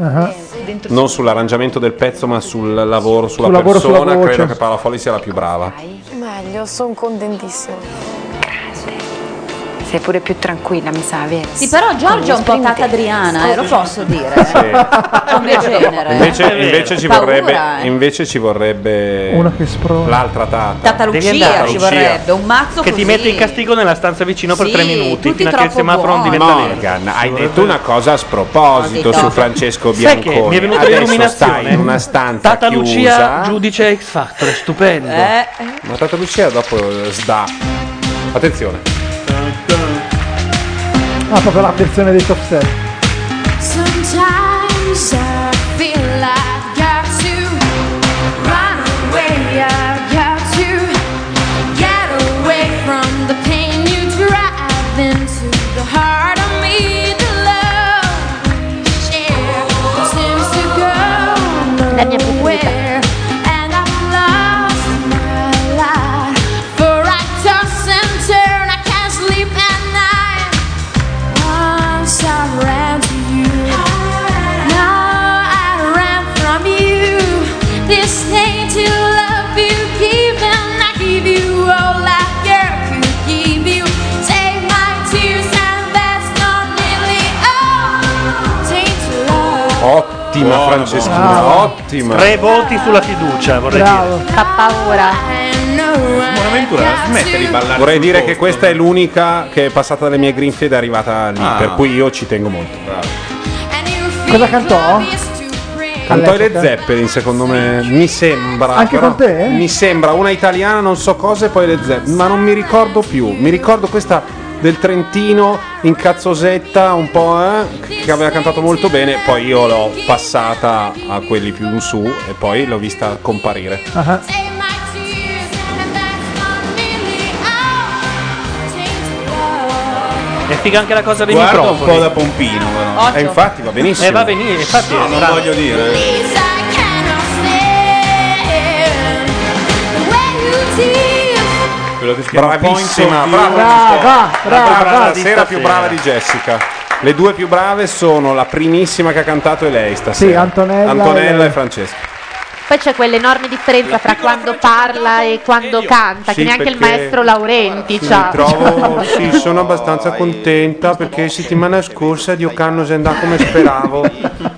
Speaker 1: Non sull'arrangiamento del pezzo, ma sul lavoro, sulla
Speaker 4: Sul lavoro, sulla
Speaker 1: persona.
Speaker 4: voce.
Speaker 1: credo che Paola Folli sia la più brava.
Speaker 8: Meglio, sono contentissima. Sei pure più tranquilla, mi sa, vero?
Speaker 7: Sì, però Giorgia è un po' tata Adriana, eh, lo posso dire. Come genere.
Speaker 1: Invece,
Speaker 7: È vero.
Speaker 1: invece ci
Speaker 7: Paura,
Speaker 1: vorrebbe,
Speaker 7: eh.
Speaker 1: invece ci vorrebbe
Speaker 4: Una che sprona.
Speaker 1: l'altra tata.
Speaker 7: Tata Lucia
Speaker 2: Devi andare.
Speaker 7: ci
Speaker 2: Lucia.
Speaker 7: vorrebbe, un mazzo
Speaker 2: Che ti
Speaker 7: così.
Speaker 2: mette in castigo nella stanza vicino per
Speaker 7: Sì,
Speaker 2: tre minuti
Speaker 7: tutti
Speaker 2: fino a che il
Speaker 7: troppo
Speaker 2: semaforo non
Speaker 7: buoni.
Speaker 2: diventa nero.
Speaker 1: Morgan, hai detto una cosa a sproposito
Speaker 2: Sì,
Speaker 1: su
Speaker 2: no.
Speaker 1: Francesco
Speaker 2: Sai che
Speaker 1: Bianconi.
Speaker 2: mi è venuta
Speaker 1: Adesso
Speaker 2: l'illuminazione?
Speaker 1: sta in una stanza
Speaker 2: Tata
Speaker 1: chiusa.
Speaker 2: Lucia, giudice X Factor, è stupendo.
Speaker 1: Eh. Ma Tata Lucia dopo eh, sda. Attenzione.
Speaker 4: Ah, proprio la versione dei top 7.
Speaker 9: Sometimes I feel I've got to run away. I've got to get away from the pain you drive into the heart of me. The love, yeah, seems to go
Speaker 11: La mia preferita.
Speaker 9: nowhere. And I've lost my life. For I toss and turn, I can't sleep at night. Once I ran to you, now I ran from you. This thing to love you, giving I give you all I girl could give you. Take my tears and that's not nearly all. Take to love.
Speaker 1: Ottima
Speaker 2: Buono,
Speaker 1: Francesca,
Speaker 2: buono.
Speaker 1: ottima.
Speaker 2: Tre voti sulla fiducia, vorrei dire.
Speaker 11: Fa paura.
Speaker 5: smetti di ballare.
Speaker 1: Vorrei dire che questa è l'unica che è passata dalle mie grinfie ed è arrivata lì,
Speaker 5: Ah.
Speaker 1: per cui io ci tengo molto.
Speaker 4: Cosa cantò?
Speaker 1: Cantò i
Speaker 4: All'epoca.
Speaker 1: Led Zeppelin, secondo me, mi sembra.
Speaker 4: Anche
Speaker 1: però-
Speaker 4: con te? eh?
Speaker 1: Mi sembra una italiana, non so cosa, e poi Led Zeppelin, ma non mi ricordo più. Mi ricordo questa del Trentino in cazzosetta, un po' eh, che aveva cantato molto bene, poi io l'ho passata a quelli più in su e poi l'ho vista comparire.
Speaker 4: Ah,
Speaker 2: È figa anche la cosa dei
Speaker 5: Guarda un
Speaker 2: microfoni.
Speaker 5: po' da pompino, però.
Speaker 2: Ottimo.
Speaker 5: E infatti va benissimo.
Speaker 2: Eh, va benissimo, infatti
Speaker 5: No,
Speaker 2: è
Speaker 5: non
Speaker 2: bravo.
Speaker 5: voglio dire.
Speaker 1: Quello che si
Speaker 5: chiama
Speaker 1: Bravissima,
Speaker 5: Point of
Speaker 1: brava,
Speaker 5: View. Brava,
Speaker 1: Michela. la,
Speaker 5: brava,
Speaker 1: brava
Speaker 5: brava
Speaker 1: la
Speaker 5: di
Speaker 1: sera più
Speaker 5: stasera.
Speaker 1: brava di Jessica. Le due più brave sono la primissima che ha cantato e lei stasera.
Speaker 4: Sì, Antonella
Speaker 1: Antonella
Speaker 4: e-
Speaker 1: e Francesca.
Speaker 11: Poi c'è quell'enorme differenza fra quando parla e quando canta,
Speaker 1: Sì,
Speaker 11: che neanche il
Speaker 1: perché-
Speaker 11: maestro Laurenti cioè,
Speaker 1: Mi
Speaker 11: c'ha.
Speaker 1: trovo, sì, sono abbastanza contenta perché settimana scorsa Diocano è andato come speravo.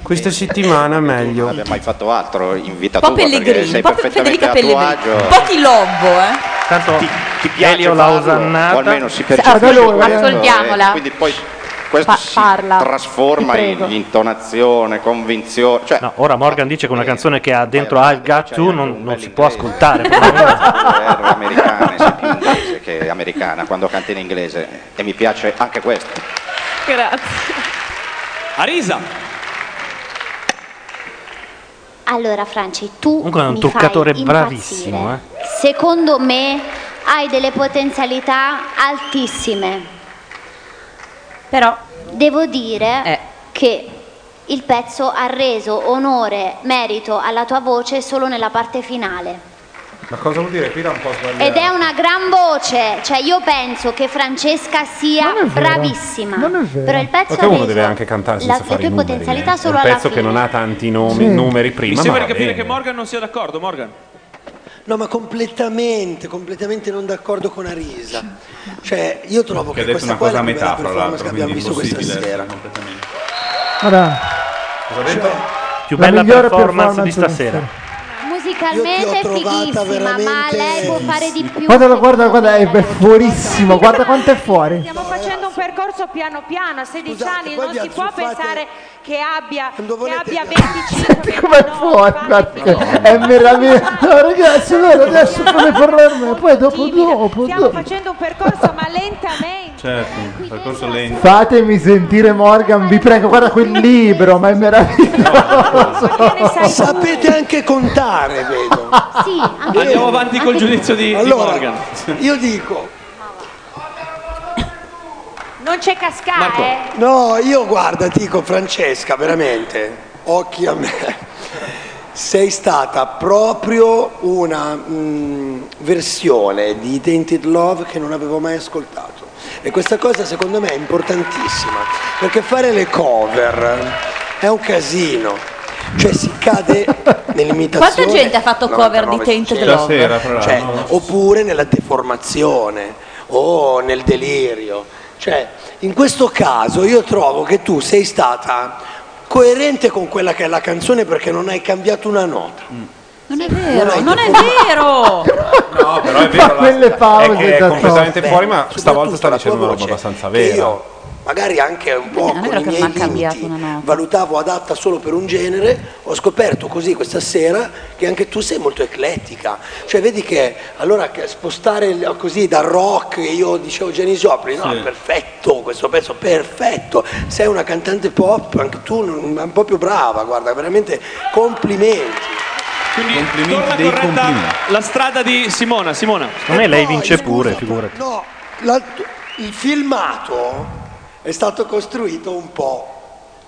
Speaker 1: Questa settimana è meglio. Non mai fatto altro in vita
Speaker 7: Un po' Pellegrini, un po' Federica Pellegrini. Un po' Chilombo, eh.
Speaker 2: Tanto Elio l'ha osannata. si
Speaker 11: Ascoltiamola.
Speaker 10: Eh, Quindi poi questo
Speaker 11: Pa-
Speaker 10: si
Speaker 11: parla.
Speaker 10: trasforma
Speaker 11: Ti
Speaker 10: in
Speaker 11: prego.
Speaker 10: intonazione, convinzione. Cioè,
Speaker 2: No, ora Morgan dice che una canzone che ha dentro I've Got You non, non si può ascoltare.
Speaker 10: guerra americana, sei più inglese che americana quando canti in inglese. eh, E mi piace anche questo.
Speaker 15: Grazie. Arisa,
Speaker 11: Allora, Franci, tu
Speaker 2: Comunque è un
Speaker 11: mi
Speaker 2: toccatore
Speaker 11: fai
Speaker 2: bravissimo. Eh.
Speaker 11: impazzire. Secondo me hai delle potenzialità altissime. Però devo dire
Speaker 2: Eh.
Speaker 11: che il pezzo ha reso onore, merito alla tua voce solo nella parte finale.
Speaker 1: Ma cosa vuol dire? Qui era un po' sbagliato.
Speaker 11: Ed è una gran voce, cioè io penso che Francesca sia bravissima. Però il pezzo
Speaker 1: Perché
Speaker 11: ha
Speaker 1: uno
Speaker 11: reso
Speaker 1: deve anche cantare
Speaker 11: la-
Speaker 1: senza
Speaker 11: le
Speaker 1: fare
Speaker 11: tue
Speaker 1: i numeri.
Speaker 11: potenzialità
Speaker 1: eh.
Speaker 11: solo
Speaker 1: un
Speaker 11: alla
Speaker 1: pezzo che non ha tanti nomi,
Speaker 13: Sì.
Speaker 1: numeri prima.
Speaker 15: mi sembra
Speaker 1: ma
Speaker 15: di
Speaker 1: va
Speaker 15: capire
Speaker 1: bene.
Speaker 15: che Morgan non sia d'accordo, Morgan.
Speaker 13: No, ma completamente, completamente non d'accordo con Arisa. Cioè, io trovo
Speaker 5: Che
Speaker 13: che,
Speaker 5: ha detto
Speaker 13: questa
Speaker 5: una
Speaker 13: qua è
Speaker 5: cosa
Speaker 13: la
Speaker 5: a
Speaker 13: più
Speaker 5: metà,
Speaker 13: bella
Speaker 5: fra
Speaker 13: performance
Speaker 5: l'altro.
Speaker 13: che abbiamo
Speaker 5: Quindi
Speaker 13: visto questa
Speaker 5: impossibile.
Speaker 13: sera.
Speaker 4: guarda.
Speaker 5: Cosa ha detto?
Speaker 2: Più
Speaker 4: La
Speaker 2: bella
Speaker 4: migliore
Speaker 2: performance di
Speaker 4: performance
Speaker 2: stasera.
Speaker 11: Musica musicalmente è fighissima, ma lei può fare di più.
Speaker 4: Guardalo, guardalo, guarda, è è fuorissimo, guarda quanto è fuori.
Speaker 8: Stiamo facendo un percorso piano piano, a 16 anni non si può pensare che abbia, che abbia 25
Speaker 4: Com'è fuori, guarda, che è meraviglioso. No, ragazzi, allora adesso fate parlare, poi dopo, dopo, dopo.
Speaker 8: facendo un percorso ma lentamente.
Speaker 2: eh.
Speaker 1: Certo, un percorso lento.
Speaker 4: Fatemi sentire Morgan, vi prego, guarda quel libro, ma è meraviglioso.
Speaker 13: Sapete anche contare, vedo.
Speaker 5: Andiamo avanti col giudizio di, di
Speaker 13: Allora,
Speaker 5: Morgan.
Speaker 13: Io dico,
Speaker 8: Non c'è cascata, eh.
Speaker 13: no, io guarda, dico Francesca, veramente, occhi a me. Sei stata proprio una mm, versione di Identity Love che non avevo mai ascoltato. E questa cosa secondo me è importantissima, perché fare le cover è un casino. Cioè si cade nell'imitazione.
Speaker 7: Quanta gente ha fatto cover di Tainted Love? Stasera, fra l'altro.
Speaker 13: Cioè, oppure nella deformazione o nel delirio. Cioè, in questo caso io trovo che tu sei stata coerente con quella che è la canzone perché non hai cambiato una nota.
Speaker 7: Mm. Non è vero, non è vero!
Speaker 1: No, però è vero,
Speaker 4: quelle
Speaker 1: è
Speaker 4: pause
Speaker 1: che è
Speaker 4: da
Speaker 1: completamente
Speaker 4: sotto.
Speaker 1: fuori, ma stavolta sta dicendo una roba abbastanza vera.
Speaker 13: Magari anche un po' con i miei limiti valutavo adatta solo per un genere, ho scoperto così questa sera che anche tu sei molto eclettica. Cioè vedi che allora che spostare il- così dal rock, io dicevo Jenny Joplin, no,
Speaker 36: Sì.
Speaker 13: perfetto, questo pezzo perfetto. Sei una cantante pop, anche tu non- ma un po' più brava, guarda, veramente complimenti.
Speaker 5: Quindi torna
Speaker 13: dei
Speaker 5: corretta
Speaker 13: complimenti.
Speaker 5: la strada di Simona. Simona.
Speaker 2: Secondo me lei vince pure, figurati.
Speaker 13: No, la- il filmato è stato costruito un po'.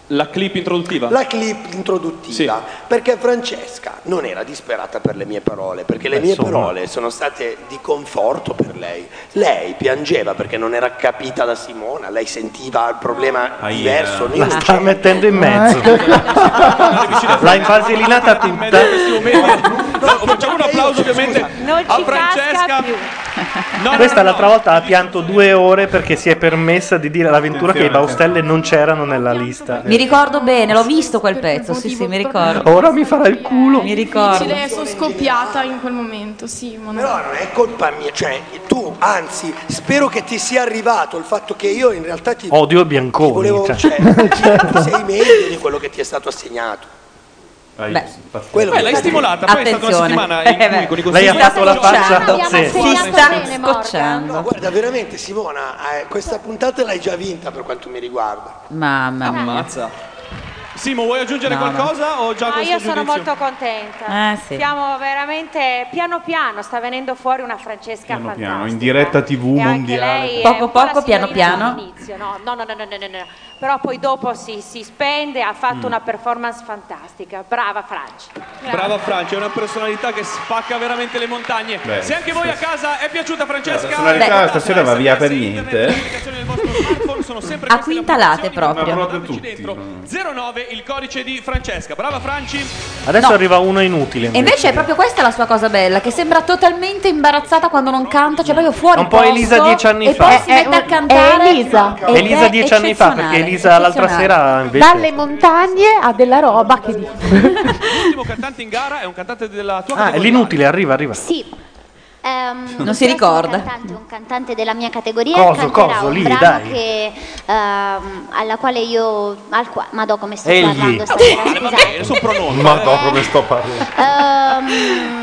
Speaker 5: La clip introduttiva.
Speaker 13: La clip introduttiva, perché Francesca non era disperata per le mie parole, perché le
Speaker 5: Beh,
Speaker 13: mie
Speaker 5: insomma.
Speaker 13: parole sono state di conforto per lei. Lei piangeva perché non era capita da Simona, lei sentiva il problema
Speaker 2: Aia.
Speaker 13: diverso.
Speaker 2: La sta mettendo in mezzo. L'ha infasillinata tutta.
Speaker 5: Facciamo un applauso ovviamente a Francesca. No, no,
Speaker 2: Questa l'altra volta ha pianto due ore perché si è permessa di dire all'avventura che i Baustelle non c'erano nella lista.
Speaker 7: Mi ricordo bene, l'ho visto quel pezzo, sì sì, mi ricordo.
Speaker 2: Ora mi farà il culo.
Speaker 7: Mi ricordo.
Speaker 13: Difficile.
Speaker 9: Sono scoppiata in quel momento, sì. Ma
Speaker 13: Però non è colpa mia, cioè tu, anzi, spero che ti sia arrivato il fatto che io in realtà ti
Speaker 2: Odio i bianconi.
Speaker 13: volevo,
Speaker 2: cioè.
Speaker 13: cioè,
Speaker 2: Certo.
Speaker 13: sei meglio di quello che ti è stato assegnato.
Speaker 5: Beh.
Speaker 13: Quello
Speaker 5: Beh,
Speaker 13: che- Eh,
Speaker 5: l'hai stimolata, poi è stata una settimana in cui con i consigli
Speaker 2: Lei ha fatto la faccia.
Speaker 13: Sì.
Speaker 7: Si sta scocciando.
Speaker 13: No, guarda, veramente Simona, eh, questa puntata l'hai già vinta per quanto mi riguarda.
Speaker 7: Mamma mia.
Speaker 5: Ammazza. Simo, vuoi aggiungere
Speaker 7: No,
Speaker 5: qualcosa o già
Speaker 8: Ma
Speaker 5: questo
Speaker 8: io sono
Speaker 5: giudizio?
Speaker 8: molto contenta.
Speaker 5: Eh, sì.
Speaker 8: Siamo veramente piano piano, sta venendo fuori una Francesca
Speaker 1: Piano
Speaker 8: fantastica.
Speaker 1: piano, in diretta TV mondiale.
Speaker 8: Lei è
Speaker 7: Poco
Speaker 8: un po' la
Speaker 7: poco, piano
Speaker 8: signorina
Speaker 7: piano.
Speaker 8: all'inizio, No, no, no, no, no, no, no, no. Però poi dopo si, si spende, ha fatto
Speaker 5: Mm.
Speaker 8: una performance fantastica. Brava Franci.
Speaker 5: Brava Francia, è una personalità che spacca veramente le montagne.
Speaker 1: Beh,
Speaker 5: Se anche voi a casa è piaciuta
Speaker 1: La
Speaker 5: Francesca,
Speaker 1: personalità
Speaker 5: votate.
Speaker 1: stasera va via per niente. eh.
Speaker 7: A quintalate proprio.
Speaker 1: Proprio tutti.
Speaker 5: 09 il codice di Francesca. Brava Franci.
Speaker 2: Adesso
Speaker 7: No.
Speaker 2: arriva uno inutile.
Speaker 7: E invece è proprio questa la sua cosa bella, che sembra totalmente imbarazzata quando non canta, cioè proprio fuori
Speaker 2: Un po'
Speaker 7: posto,
Speaker 2: Elisa dieci anni
Speaker 7: e
Speaker 2: fa.
Speaker 7: poi si
Speaker 2: È-
Speaker 7: mette a cantare.
Speaker 3: Elisa.
Speaker 7: Ed
Speaker 2: Elisa
Speaker 7: è
Speaker 2: dieci anni fa, perché
Speaker 7: eccezionale,
Speaker 2: Elisa l'altra
Speaker 7: eccezionale.
Speaker 2: sera invece...
Speaker 3: Dalle montagne a della roba che dici.
Speaker 5: L'ultimo cantante in gara è un cantante della tua
Speaker 2: Ah, è
Speaker 5: categoria.
Speaker 2: l'inutile, arriva, arriva.
Speaker 11: Sì. Ehm,
Speaker 2: Non si
Speaker 11: il prossimo
Speaker 2: ricorda.
Speaker 11: Cantante, un cantante della mia categoria
Speaker 2: Coso,
Speaker 11: canterà
Speaker 2: coso,
Speaker 11: un
Speaker 2: lì,
Speaker 11: brano
Speaker 2: dai.
Speaker 11: che, ehm, alla quale io al qua- Madò come sto
Speaker 1: Egli.
Speaker 11: parlando stasera, scusate.
Speaker 5: sono pronomi.
Speaker 1: Ma dopo come sto parlando.
Speaker 11: Ehm,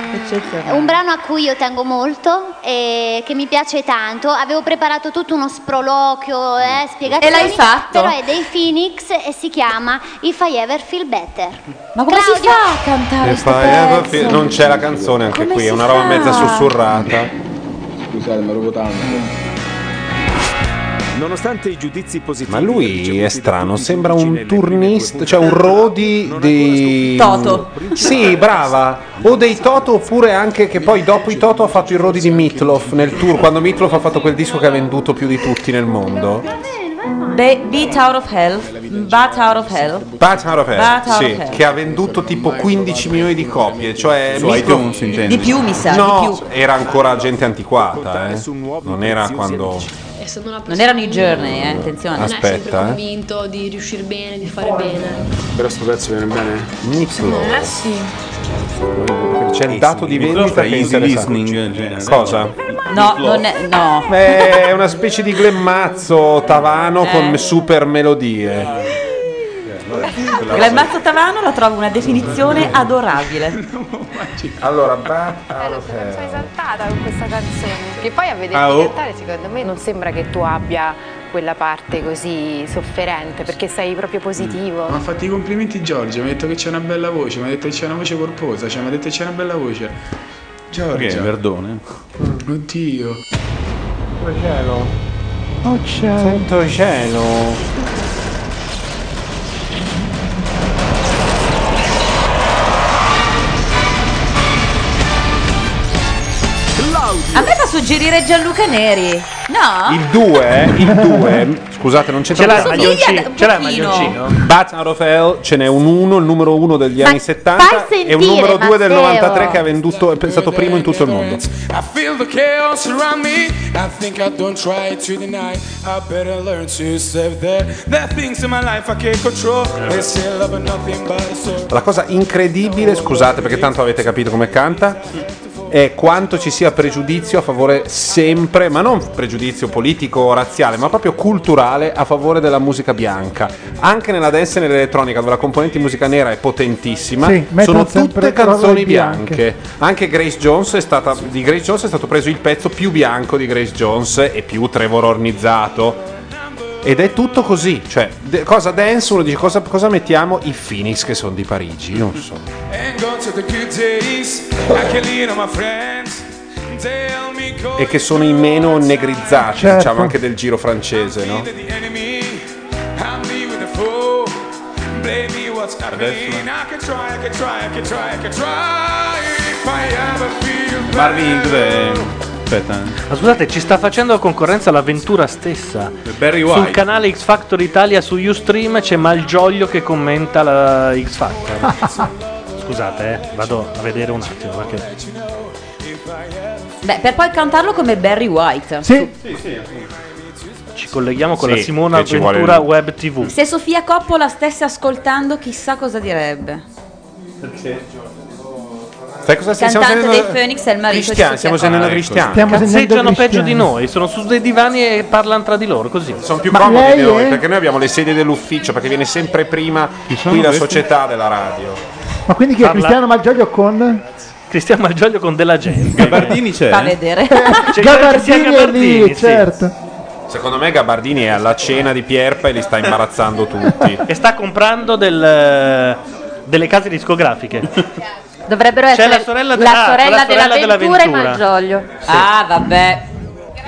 Speaker 11: un brano a cui io tengo molto e che mi piace tanto. Avevo preparato tutto uno sproloquio,
Speaker 2: Mm.
Speaker 11: eh, spiegazioni.
Speaker 7: E l'hai fatto?
Speaker 11: Però è dei Phoenix e si chiama If I Ever Feel Better.
Speaker 7: Ma come si fa a
Speaker 11: Ah,
Speaker 7: cantare
Speaker 1: If
Speaker 7: sto
Speaker 1: I ever
Speaker 7: pezzo?
Speaker 1: feel- Eh, Non c'è la canzone anche
Speaker 7: Come
Speaker 1: qui, è
Speaker 7: si
Speaker 1: una roba
Speaker 7: fa?
Speaker 1: mezza sussurrata.
Speaker 37: Scusate, ma ero tanto.
Speaker 14: Nonostante i giudizi positivi,
Speaker 1: Ma lui è strano, sembra un turnista, cioè un Rodi di
Speaker 14: Toto.
Speaker 1: Sì, brava. O dei Toto oppure anche che poi dopo i Toto ha fatto il Rodi di Mitloff nel tour quando Mitloff ha fatto quel disco che ha venduto più di tutti nel mondo.
Speaker 7: Be- beat out of hell, bat out of hell.
Speaker 1: Bat Out of Hell,
Speaker 7: Bat Out
Speaker 1: sì,
Speaker 7: of Hell.
Speaker 1: che ha venduto tipo 15 milioni di copie, cioè
Speaker 14: Su
Speaker 1: Mitloff-
Speaker 14: iTunes, intendi. Di più, mi sa,
Speaker 1: No,
Speaker 14: di più.
Speaker 1: era ancora gente antiquata, eh. Non era quando
Speaker 11: essendo una persona
Speaker 7: Non erano i Journey, eh, attenzione.
Speaker 11: Non è sempre
Speaker 1: Aspetta, eh.
Speaker 11: convinto di riuscire bene, di fare bene.
Speaker 1: Però sto pezzo viene bene. Nicolo.
Speaker 11: Eh sì.
Speaker 1: C'è il dato di vendita che è Cioè, interessante. Cosa?
Speaker 7: No, non è. No.
Speaker 1: Beh, è una specie di glemmazzo tavano
Speaker 9: Eh?
Speaker 1: con super melodie.
Speaker 7: Glemmazzo Tavano la trovo una definizione adorabile.
Speaker 1: Allora, Barbara
Speaker 20: Sono esaltata con questa canzone. Che poi a vederti
Speaker 1: Eh. Ah, oh.
Speaker 20: cantare, secondo me, non sembra che tu abbia quella parte così sofferente, perché sei proprio positivo.
Speaker 1: Mm.
Speaker 9: Mi ha fatto i complimenti Giorgio, mi ha detto che c'è una bella voce, mi ha detto che c'è una voce corposa, cioè mi ha detto che c'è una bella voce.
Speaker 5: Perché
Speaker 9: Giorgio.
Speaker 5: Verdone?
Speaker 9: Oddio.
Speaker 1: cielo. Oh cielo. Santo cielo.
Speaker 7: A me fa suggerire Gianluca Neri. No?
Speaker 1: Il 2, il 2, scusate, non
Speaker 7: Ce
Speaker 1: c'entra
Speaker 7: l'hai il
Speaker 1: niente.
Speaker 7: maglioncino? Ce l'hai il maglioncino?
Speaker 1: Bazzan Rafael ce n'è un 1, il numero 1 degli anni 70
Speaker 9: fai
Speaker 1: e un
Speaker 9: sentire,
Speaker 1: numero 2 del
Speaker 9: Matteo.
Speaker 1: 93 che ha venduto, è stato primo in tutto il mondo.
Speaker 9: I feel the chaos around me. I think I don't try to deny. I better learn to save there. There are things in my life I can't control. They say love is nothing but a soul.
Speaker 1: La cosa incredibile, scusate perché tanto avete capito come canta, è quanto ci sia pregiudizio a favore sempre, ma non pregiudizio politico o razziale, ma proprio culturale a favore della musica bianca. Anche nella dance e nell'elettronica, dove la componente di musica nera è potentissima,
Speaker 4: Sì, mettono
Speaker 1: sono
Speaker 4: sempre
Speaker 1: tutte canzoni
Speaker 4: parole bianche.
Speaker 1: bianche. Anche Grace Jones è stata, di Grace Jones è stato preso il pezzo più bianco di Grace Jones e più trevorornizzato. Ed è tutto così, cioè, de- cosa dance? Uno dice cosa, cosa mettiamo? I Phoenix che sono di Parigi, non so.
Speaker 9: And go to the good days. I can lean on my friends. Tell me go
Speaker 1: E che sono i meno negrizzati,
Speaker 9: Certo.
Speaker 1: diciamo, anche del giro francese, no?
Speaker 9: enemy. I'm me with the fool. Blame me what's out of me. I can try, I can try, I can try, I can try. If I ever feel
Speaker 5: Marvin cos'è? Aspetta. eh.
Speaker 2: Ma scusate, ci sta facendo concorrenza l'avventura stessa.
Speaker 5: Barry
Speaker 2: Sul
Speaker 5: White.
Speaker 2: canale X Factor Italia su Ustream c'è Malgioglio che commenta la X
Speaker 1: Ah.
Speaker 2: Factor. Scusate, eh, vado a vedere un attimo perché
Speaker 7: Beh, per poi cantarlo come Barry White.
Speaker 5: Sì, sì.
Speaker 2: ci colleghiamo con la
Speaker 1: Sì,
Speaker 2: Simona
Speaker 1: che ci vuole
Speaker 2: Avventura
Speaker 1: il-
Speaker 2: Web TV.
Speaker 7: Se Sofia Coppola stesse ascoltando, chissà cosa direbbe.
Speaker 1: Sai cosa stiamo
Speaker 7: Cantante
Speaker 1: facendo?
Speaker 7: dei Phoenix è il marito
Speaker 1: Cristiano,
Speaker 7: di
Speaker 1: stiamo
Speaker 7: Sofia
Speaker 5: Ecco.
Speaker 1: sentendo
Speaker 7: Coppola.
Speaker 1: cristiano.
Speaker 2: Stiamo Cazzeggiano
Speaker 1: sentendo
Speaker 2: peggio di noi, sono su dei divani e parlano tra di loro così.
Speaker 1: Sono più comodi di noi, perché noi abbiamo le sedie dell'ufficio, perché viene sempre prima qui la
Speaker 2: questi?
Speaker 1: società della radio.
Speaker 4: Ma quindi chi è
Speaker 2: Parla-
Speaker 4: Cristiano Malgioglio con...
Speaker 2: Cristiano Malgioglio con della gente.
Speaker 5: Gabardini c'è?
Speaker 7: Fa vedere.
Speaker 2: C'è
Speaker 4: Gabardini è lì,
Speaker 1: Gabardini, sì.
Speaker 4: certo.
Speaker 1: Secondo me Gabardini è alla cena di Pierpa e li sta imbarazzando tutti.
Speaker 2: E sta comprando del- eh, delle case discografiche.
Speaker 3: Dovrebbero
Speaker 2: C'è
Speaker 3: essere
Speaker 2: la sorella de-
Speaker 3: la
Speaker 2: ah,
Speaker 3: sorella
Speaker 2: la sorella
Speaker 3: dell'avventura e
Speaker 2: dell'avventura.
Speaker 3: Malgioglio.
Speaker 7: Ah, vabbè.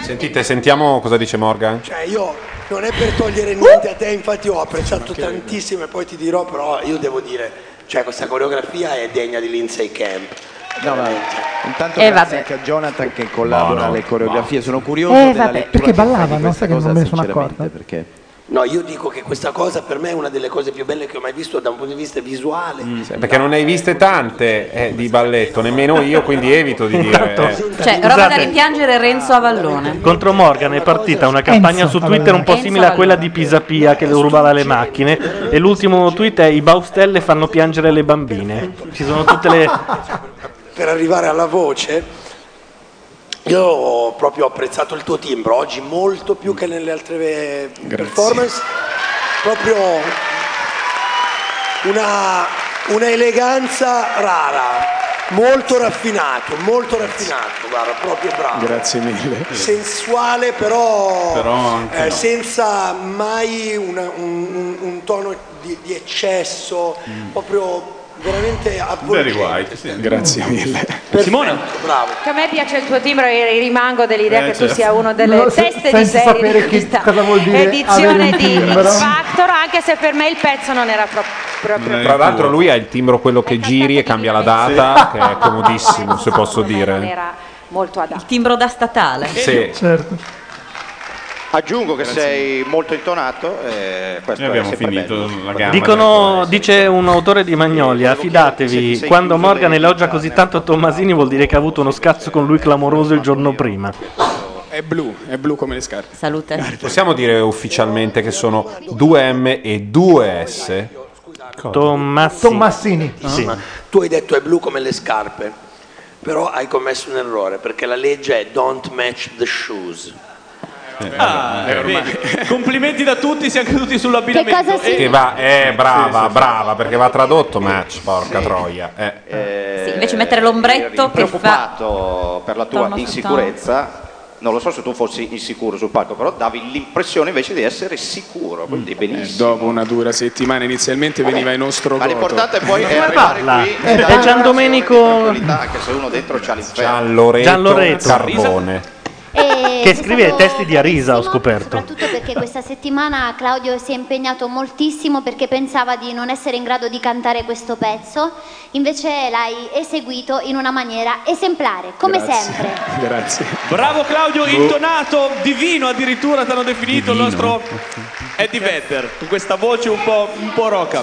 Speaker 1: Sentite, sentiamo cosa dice Morgan.
Speaker 13: Eh, io non è per togliere niente a te, infatti ho apprezzato tantissimo e poi ti dirò, però io devo dire, cioè questa coreografia è degna di Lindsay Camp.
Speaker 38: No, ma intanto
Speaker 13: Eh,
Speaker 38: grazie
Speaker 13: vabbè.
Speaker 38: anche a Jonathan che collabora
Speaker 13: No, no,
Speaker 38: alle coreografie. Sono curioso
Speaker 4: Eh
Speaker 38: della
Speaker 4: vabbè,
Speaker 38: lettura
Speaker 4: perché
Speaker 38: che fai di
Speaker 4: ballavano,
Speaker 38: questa
Speaker 4: sai che
Speaker 38: cosa,
Speaker 4: non me ne sono
Speaker 38: sinceramente,
Speaker 4: accorta.
Speaker 38: Perché
Speaker 13: No, io dico che questa cosa per me è una delle cose più belle che ho mai visto da un punto di vista visuale.
Speaker 38: Mm.
Speaker 1: Perché non ne hai viste tante eh, di balletto, nemmeno io, quindi evito di dire. eh.
Speaker 7: Cioè, roba da ripiangere Renzo Avallone.
Speaker 2: Contro Morgan è partita una campagna
Speaker 4: Enzo,
Speaker 2: su Twitter un po'
Speaker 7: Enzo
Speaker 2: simile a quella di Pisapia che le rubava le macchine e l'ultimo tweet è i baustelle fanno piangere le bambine. Ci sono tutte le...
Speaker 13: per arrivare alla voce, io ho proprio apprezzato il tuo timbro oggi molto più che nelle altre eh, performance. Proprio una, una eleganza rara, molto raffinato, molto raffinato, guarda, proprio bravo.
Speaker 9: Grazie mille.
Speaker 13: Sensuale però,
Speaker 9: Però anche
Speaker 13: eh,
Speaker 9: no.
Speaker 13: senza mai una- un, un- un tono di, di eccesso,
Speaker 9: Mm.
Speaker 13: proprio veramente avvolgente.
Speaker 9: Grazie mille.
Speaker 13: Simona, bravo.
Speaker 8: Che a me piace il tuo timbro e rimango dell'idea
Speaker 9: Eh,
Speaker 8: che tu
Speaker 9: certo.
Speaker 8: sia uno delle
Speaker 4: No, se-
Speaker 8: teste di
Speaker 4: senza
Speaker 8: serie
Speaker 4: sapere
Speaker 8: di
Speaker 4: chi-
Speaker 8: questa
Speaker 4: cosa vuol dire avere
Speaker 8: edizione
Speaker 4: un
Speaker 8: di
Speaker 4: timbro.
Speaker 8: X Factor, anche se per me il pezzo non era pro- proprio
Speaker 1: Tra l'altro lui ha il timbro quello che giri e cambia la data, che è comodissimo, se posso dire.
Speaker 8: era molto adatto.
Speaker 7: Il timbro da statale.
Speaker 1: Sì.
Speaker 4: Certo.
Speaker 10: Aggiungo che sei molto intonato e questo
Speaker 5: Noi abbiamo
Speaker 10: è sempre
Speaker 5: finito
Speaker 10: bello.
Speaker 5: la gamma.
Speaker 2: Dicono, dice un autore di Magnolia, fidatevi, quando Morgan elogia così tanto Tommasini vuol dire che ha avuto uno scazzo con lui clamoroso il giorno prima.
Speaker 24: È blu, è blu come le scarpe.
Speaker 7: Salute.
Speaker 1: Possiamo dire ufficialmente che sono 2M e 2S?
Speaker 2: Tommassini.
Speaker 4: Tommassini.
Speaker 13: Ma tu hai detto è blu come le scarpe, però hai commesso un errore perché la legge è don't match the shoes.
Speaker 5: Ah,
Speaker 13: Eh, ormai.
Speaker 5: vedi. complimenti da tutti, siamo caduti sull'abbinamento.
Speaker 13: Che cosa si-
Speaker 5: Eh,
Speaker 1: Che va, eh, brava,
Speaker 5: Sì, sì,
Speaker 1: brava, perché va tradotto match, porca troia. eh.
Speaker 7: Ah, Sì, invece mettere l'ombretto che fa.
Speaker 22: preoccupato per la tua
Speaker 7: Torno su
Speaker 22: insicurezza. Non lo so se tu fossi insicuro sul palco, però davi l'impressione invece di essere sicuro,
Speaker 7: Mm.
Speaker 22: quindi
Speaker 24: Eh,
Speaker 22: benissimo.
Speaker 24: dopo una dura settimana inizialmente veniva in ostro
Speaker 22: Ma l'importante poi è
Speaker 24: Come
Speaker 22: arrivare
Speaker 24: parla?
Speaker 22: qui
Speaker 24: Eh,
Speaker 22: e
Speaker 24: è
Speaker 22: dare
Speaker 24: Gian
Speaker 22: una
Speaker 24: Domenico-
Speaker 22: sensazione di tranquillità, anche se uno dentro c'ha l'inferno.
Speaker 1: Gianloreto,
Speaker 2: Gianloreto.
Speaker 1: Carbone.
Speaker 11: Eh,
Speaker 2: Che scrive i testi di Arisa, ho scoperto.
Speaker 11: Soprattutto perché questa settimana Claudio si è impegnato moltissimo perché pensava di non essere in grado di cantare questo pezzo, invece l'hai eseguito in una maniera esemplare, come sempre.
Speaker 24: Grazie.
Speaker 5: Bravo Claudio, intonato, divino addirittura ti hanno definito il nostro Eddie Vedder, con questa voce un po', un po roca.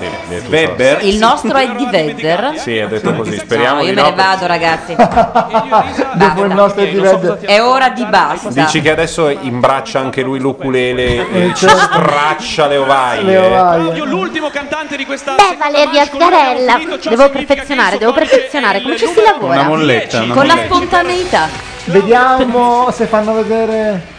Speaker 1: Weber?
Speaker 7: Il nostro è di Vedder.
Speaker 1: Sì, ha detto così,
Speaker 7: No,
Speaker 1: speriamo
Speaker 7: io
Speaker 1: di
Speaker 7: me
Speaker 1: no.
Speaker 7: ne vado, ragazzi.
Speaker 4: Ah, Dopo il nostro di Vedder.
Speaker 7: È ora di basta.
Speaker 1: Dici che adesso imbraccia anche lui l'uculele e
Speaker 4: Eh,
Speaker 1: ci
Speaker 4: certo.
Speaker 1: straccia le ovaie.
Speaker 4: Le ovaie.
Speaker 5: Claudio, l'ultimo cantante di questa
Speaker 11: Beh, Valeria Sgarella, devo perfezionare, devo perfezionare, come ci si lavora?
Speaker 12: Una molletta, una
Speaker 7: Con la
Speaker 12: molletta.
Speaker 7: spontaneità.
Speaker 4: Vediamo se fanno vedere.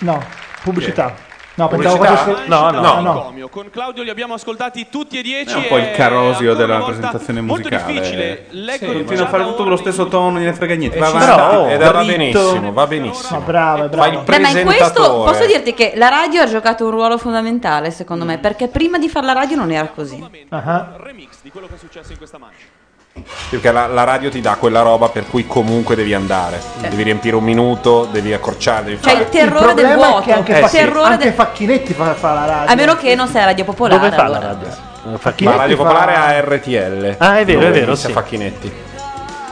Speaker 4: No, pubblicità. No, pensavo
Speaker 12: Pubblicità?
Speaker 4: facesse-
Speaker 12: No, no.
Speaker 4: Ah,
Speaker 5: Omio. Con Claudio li abbiamo ascoltati tutti e dieci.
Speaker 12: È un po' il
Speaker 5: e
Speaker 12: carosio
Speaker 5: ancora
Speaker 12: della
Speaker 5: una volta
Speaker 12: presentazione
Speaker 5: molto
Speaker 12: musicale.
Speaker 5: difficile. Leggo il
Speaker 12: Continua a fare tutto con lo stesso tono, non ne frega niente.
Speaker 2: Eh,
Speaker 1: E
Speaker 12: Va
Speaker 1: ci
Speaker 12: avanti,
Speaker 1: sta,
Speaker 2: oh,
Speaker 1: ed era
Speaker 12: dritto.
Speaker 1: benissimo, va benissimo.
Speaker 4: brava,
Speaker 1: brava. Fai il
Speaker 7: Beh, ma in questo
Speaker 1: presentatore.
Speaker 7: posso dirti che la radio ha giocato un ruolo fondamentale, secondo
Speaker 24: Mm.
Speaker 7: me, perché prima di fare la radio non era così.
Speaker 5: remix di quello che è successo in questa mancia.
Speaker 1: Perché la, la radio ti dà quella roba per cui comunque devi andare.
Speaker 7: Eh.
Speaker 1: Devi riempire un minuto, devi accorciare, devi
Speaker 7: Cioè,
Speaker 1: fare-
Speaker 7: il terrore del
Speaker 4: problema è
Speaker 7: vuoto.
Speaker 4: che anche,
Speaker 1: Eh,
Speaker 4: Facchi-
Speaker 1: sì.
Speaker 7: terrore
Speaker 4: anche Facchinetti fa, fa la radio.
Speaker 7: A meno che non sei radio popolare.
Speaker 4: Dove fa la
Speaker 7: allora.
Speaker 1: Ma
Speaker 4: Facchinetti
Speaker 1: Radio
Speaker 4: fa-
Speaker 1: Popolare ha RTL.
Speaker 2: Ah, è vero,
Speaker 1: dove
Speaker 2: è vero,
Speaker 1: inizia
Speaker 2: sì.
Speaker 1: Facchinetti.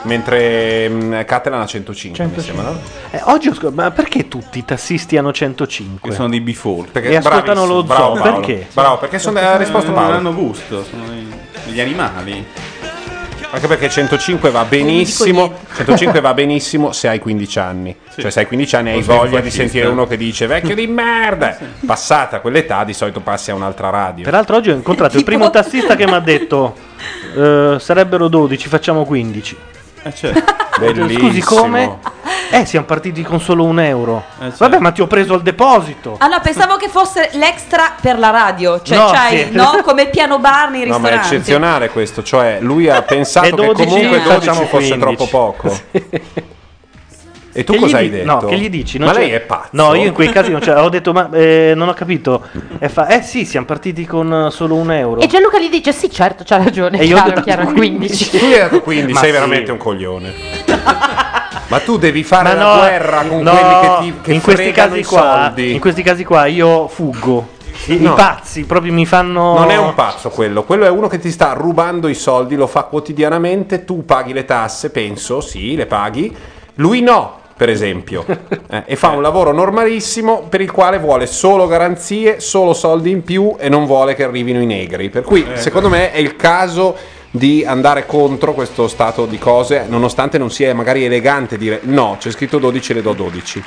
Speaker 1: Mentre mh, Catalan ha 105, mi sembra, no?
Speaker 2: Eh, oggi ho scop- ma perché tutti i tassisti hanno 105?
Speaker 1: Esatto.
Speaker 12: Che sono dei bifolk.
Speaker 2: Perché- E ascoltano
Speaker 12: bravissimo,
Speaker 2: lo
Speaker 12: bravo
Speaker 2: zoo,
Speaker 12: Paolo.
Speaker 2: perché?
Speaker 1: Bravo, perché sono- ha risposto
Speaker 12: Non
Speaker 1: Paolo.
Speaker 12: hanno gusto, sono dei- degli animali.
Speaker 1: Anche perché 105 va benissimo. 105 va benissimo se hai 15 anni. Cioè, se hai 15 anni e hai
Speaker 12: Così
Speaker 1: voglia di
Speaker 12: fascista.
Speaker 1: sentire uno che dice vecchio di merda. Passata quell'età, di solito passi a un'altra radio.
Speaker 2: Peraltro oggi ho incontrato il primo tassista che mi ha detto eh, sarebbero 12, facciamo 15.
Speaker 5: Eh,
Speaker 2: Scusi,
Speaker 5: certo.
Speaker 1: Bellissimo.
Speaker 2: come? Eh, siamo partiti con solo un euro.
Speaker 5: Eh, certo.
Speaker 2: Vabbè, ma ti ho preso il deposito.
Speaker 7: Ah no, pensavo che fosse l'extra per la radio, cioè
Speaker 2: No,
Speaker 7: c'hai
Speaker 2: sì.
Speaker 7: no, come piano bar nei
Speaker 1: No, ma è
Speaker 7: ristoranti.
Speaker 1: eccezionale questo, cioè lui ha pensato
Speaker 2: E 12,
Speaker 1: che comunque 12
Speaker 2: facciamo
Speaker 1: fosse
Speaker 2: 15.
Speaker 1: troppo poco. E tu
Speaker 2: Che gli
Speaker 1: cosa hai
Speaker 2: di-
Speaker 1: detto?
Speaker 2: No, che gli dici? Non
Speaker 1: ma
Speaker 2: c'è-
Speaker 1: lei è pazzo.
Speaker 2: No, io in quei casi non c'è. Ho detto, ma eh, non ho capito. E fa, eh sì, siamo partiti con eh, solo un euro.
Speaker 3: E Gianluca gli dice: Sì, certo, c'ha ragione.
Speaker 2: E io ho
Speaker 3: chiaro,
Speaker 2: detto
Speaker 3: chiaro, 15.
Speaker 1: Tu gli hai dato 15,
Speaker 2: Ma
Speaker 1: sei
Speaker 2: sì.
Speaker 1: veramente un coglione. Ma tu devi fare
Speaker 2: Ma
Speaker 1: la guerra con
Speaker 2: no,
Speaker 1: quelli che ti che
Speaker 2: in questi
Speaker 1: fregano
Speaker 2: casi
Speaker 1: i
Speaker 2: qua,
Speaker 1: soldi.
Speaker 2: in questi casi qua io fuggo. I, i
Speaker 1: No.
Speaker 2: pazzi proprio mi fanno
Speaker 1: Non è un pazzo quello, quello è uno che ti sta rubando i soldi, lo fa quotidianamente, tu paghi le tasse, penso, sì, le paghi, lui no, per esempio, Eh, e fa un lavoro normalissimo per il quale vuole solo garanzie, solo soldi in più e non vuole che arrivino i negri. Per cui,
Speaker 12: Eh,
Speaker 1: secondo me, è il caso di andare contro questo stato di cose, nonostante non sia magari elegante dire no, c'è scritto 12, le do 12.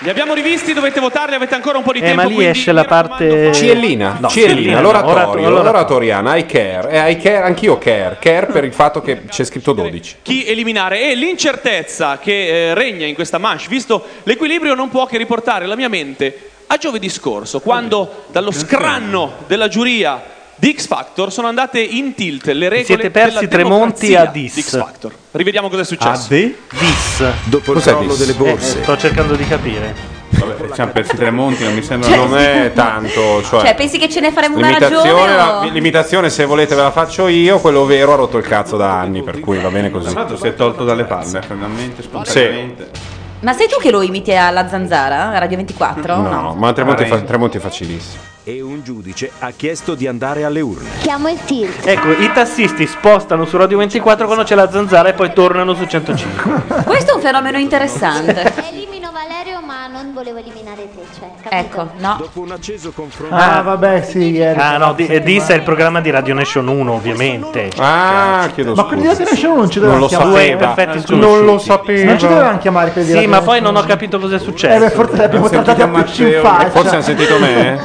Speaker 5: Li abbiamo rivisti, dovete votarli, avete ancora un po' di
Speaker 2: Eh,
Speaker 5: tempo.
Speaker 2: ma lì
Speaker 5: quindi
Speaker 2: esce la parte
Speaker 1: Ciellina,
Speaker 2: No,
Speaker 1: Ciellina,
Speaker 2: no,
Speaker 1: l'oratorio,
Speaker 2: oratorio, l'oratorio.
Speaker 1: l'oratoriana, I care, e I care, anch'io care, care per il fatto che c'è scritto 12.
Speaker 5: chi eliminare e l'incertezza che eh, regna in questa manche, visto l'equilibrio, non può che riportare la mia mente a giovedì scorso, quando dallo scranno della giuria di X Factor sono andate in tilt le regole
Speaker 2: siete persi
Speaker 5: della
Speaker 2: Tremonti
Speaker 5: democrazia
Speaker 2: a Dis.
Speaker 5: di X Factor. Rivediamo cosa è successo.
Speaker 2: Dis.
Speaker 14: Dopo il
Speaker 5: Cos'è
Speaker 14: crollo
Speaker 5: Dis?
Speaker 14: delle borse.
Speaker 2: Eh, sto cercando di capire.
Speaker 12: Vabbè, siamo persi tre monti, non mi sembra
Speaker 7: Cioè, non è
Speaker 1: tanto,
Speaker 7: Cioè, pensi che ce ne faremo una
Speaker 1: L'imitazione,
Speaker 7: ragione
Speaker 1: la-
Speaker 7: o...
Speaker 1: l'imitazione, se volete ve la faccio io, quello vero ha rotto il cazzo da anni, per cui va bene così.
Speaker 12: si è tolto dalle palle, finalmente, spontaneamente.
Speaker 7: Ma sei tu che lo imiti alla zanzara, a Radio 24?
Speaker 1: No, ma Tremonti, è fa-
Speaker 21: Arrendo.
Speaker 1: Tremonti è facilissimo.
Speaker 21: E un giudice ha chiesto di andare alle urne.
Speaker 11: Chiamo il tilt.
Speaker 2: Ecco, i tassisti spostano su Radio 24 quando c'è la zanzara e poi tornano su 105.
Speaker 7: Questo è un fenomeno interessante.
Speaker 11: Elimino Valerio ma non volevo eliminare te, cioè, capito?
Speaker 7: Ecco, no.
Speaker 21: Dopo un acceso confronto.
Speaker 4: Ah, vabbè, sì, ieri.
Speaker 2: Ah no, di- eh, Dis è il programma di Radio Nation 1, ovviamente.
Speaker 1: Ah, chiedo
Speaker 4: Ma quelli di Radio Nation non ci dovevano chiamare.
Speaker 2: Due perfetti
Speaker 4: Non lo
Speaker 2: sapevo.
Speaker 4: Non ci dovevano chiamare quelli di
Speaker 2: Sì,
Speaker 4: Radio
Speaker 2: ma
Speaker 4: Nation.
Speaker 2: poi non ho capito cosa è successo.
Speaker 4: Eh, beh, forse l'abbiamo trattata a tutti in faccia.
Speaker 1: Forse hanno sentito me?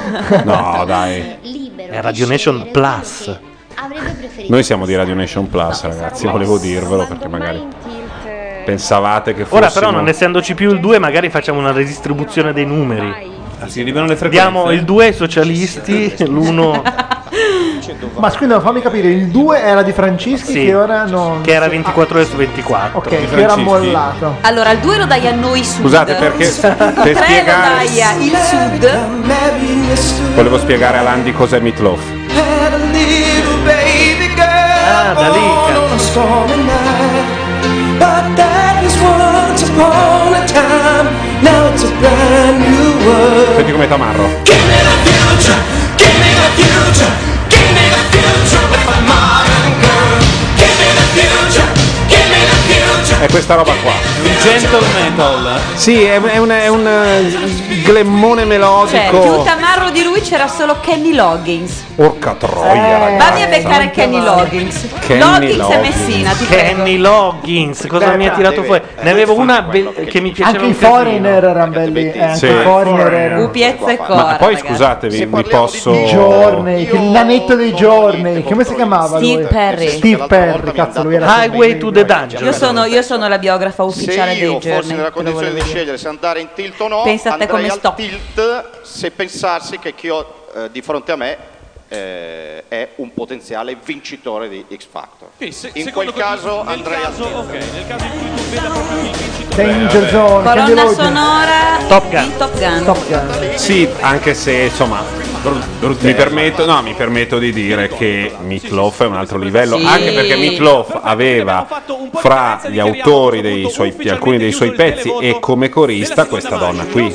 Speaker 1: No, dai.
Speaker 2: È Radio Nation Plus.
Speaker 1: Noi siamo di Radio Nation Plus, ragazzi. Volevo dirvelo perché magari pensavate che fosse.
Speaker 2: Ora però non essendoci più il 2 magari facciamo una redistribuzione dei numeri.
Speaker 1: Ah,
Speaker 12: Si arrivano le frequenze.
Speaker 2: Diamo il 2 ai socialisti, l'1
Speaker 4: Ma scusa, fammi capire, il 2 era di Francischi
Speaker 2: Sì.
Speaker 4: che ora non...
Speaker 2: che era 24 ore su 24.
Speaker 4: Ok, che era mollato.
Speaker 7: Allora, il 2 lo dai a noi sud.
Speaker 1: Scusate perché per
Speaker 7: Il 3 lo
Speaker 1: spiegare
Speaker 7: dai a il sud.
Speaker 1: volevo spiegare a Landi cos'è Meatloaf.
Speaker 2: Ah, da lì.
Speaker 9: But that was once upon a time, now it's a brand new world.
Speaker 1: Senti come tamarro. È questa roba qua.
Speaker 12: Il gentle metal.
Speaker 1: Sì, è, è un, è un, eh, glemmone
Speaker 7: Cioè, più
Speaker 1: melodico.
Speaker 2: Certo.
Speaker 7: tamarro di lui c'era solo Kenny Loggins. Eh,
Speaker 1: Porca troia, ragazzi.
Speaker 7: Vammi a beccare Kenny Loggins.
Speaker 1: Kenny
Speaker 7: Loggins, e
Speaker 1: Loggins.
Speaker 7: Messina, ti prego.
Speaker 2: Kenny Loggins, cosa
Speaker 7: Beh,
Speaker 2: mi ha
Speaker 7: dai,
Speaker 2: tirato
Speaker 7: deve-
Speaker 2: fuori? Ne avevo una be- che mi piaceva
Speaker 4: Anche
Speaker 2: un
Speaker 4: i
Speaker 2: casino.
Speaker 4: foreigner erano belli. eh, anche
Speaker 1: Sì.
Speaker 4: i foreigner erano...
Speaker 7: Upiezza e
Speaker 1: Ma
Speaker 7: Cora.
Speaker 1: poi scusatevi, vi posso.
Speaker 4: Giorni, che- il nanetto dei giorni, come si chiamava lui?
Speaker 7: Steve Perry.
Speaker 4: Steve Perry, cazzo, lui era
Speaker 2: Highway to the Dungeon.
Speaker 7: Io sono, io sono la biografa
Speaker 22: Se
Speaker 7: ufficiale dei
Speaker 22: io fossi
Speaker 7: giorni.
Speaker 22: nella
Speaker 7: te lo
Speaker 22: condizione
Speaker 7: volevo
Speaker 22: di
Speaker 7: dire.
Speaker 22: scegliere se andare in tilt o no,
Speaker 7: Pensa a te
Speaker 22: andrei
Speaker 7: come
Speaker 22: al
Speaker 7: sto.
Speaker 22: tilt se pensassi che chi ho eh, di fronte a me eh, è un potenziale vincitore di X Factor. in quel caso andrei al tilt. Eh,
Speaker 4: Danger Zone,
Speaker 7: Colonna
Speaker 4: Candy
Speaker 7: sonora
Speaker 1: Top Gun.
Speaker 7: di Top Gun.
Speaker 1: Sì, anche se insomma. Mi permetto, no, mi permetto di dire che Meatloaf è un altro livello,
Speaker 7: Sì.
Speaker 1: anche perché Meatloaf aveva fra gli autori dei suoi- di alcuni dei suoi pezzi e come corista questa donna qui.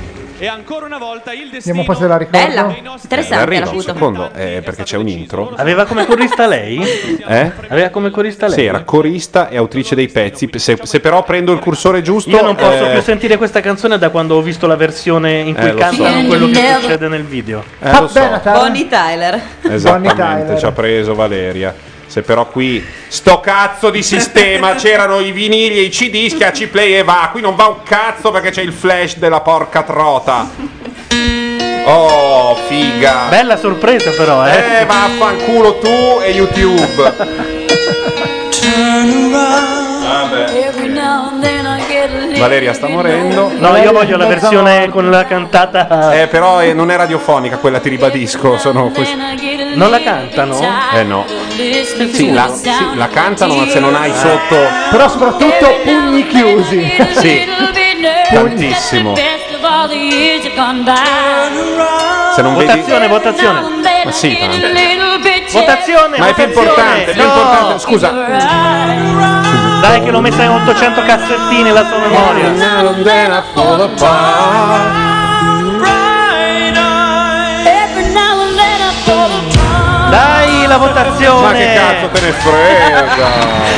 Speaker 1: eh,
Speaker 4: Vediamo un po' se la ricordo.
Speaker 7: Bella, interessante.
Speaker 1: Arriva
Speaker 7: Esatto, era
Speaker 1: un
Speaker 7: tutto.
Speaker 1: secondo, eh, perché c'è un intro.
Speaker 2: Aveva come corista lei?
Speaker 1: Eh?
Speaker 2: Aveva come corista lei?
Speaker 1: Sì, era corista e autrice dei pezzi. Se, se però prendo il cursore giusto,
Speaker 2: Io non posso
Speaker 1: eh,
Speaker 2: più sentire questa canzone da quando ho visto la versione in cui
Speaker 1: Eh, lo
Speaker 2: cantano
Speaker 1: so.
Speaker 2: quello che succede nel video.
Speaker 1: eh, lo so.
Speaker 7: Bonnie Tyler.
Speaker 1: Esattamente, ci ha preso Valeria. Se però qui sto cazzo di sistema c'erano i vinili, e i CD, schiacci play e va. Qui non va un cazzo perché c'è il flash della porca trota. Oh, figa.
Speaker 2: Bella sorpresa però, eh.
Speaker 1: Eh, vaffanculo tu e YouTube. Vabbè. Ah, Valeria sta morendo.
Speaker 2: No, io voglio la versione con la cantata.
Speaker 1: Eh, però eh, non è radiofonica quella, ti ribadisco. Sono quest-
Speaker 2: Non la cantano?
Speaker 1: Eh no. Sì, la, sì, la cantano, ma se non hai sotto.
Speaker 4: Però soprattutto pugni chiusi.
Speaker 1: Sì. Tantissimo. Se non vedi.
Speaker 2: Votazione, votazione.
Speaker 1: Ma sì, tanto.
Speaker 2: Votazione,
Speaker 1: Ma è più importante, più
Speaker 2: no.
Speaker 1: importante. Scusa.
Speaker 2: Dai che l'ho messa in 800 cassettine la sua memoria. Dai la votazione.
Speaker 1: Ma che cazzo te ne frega?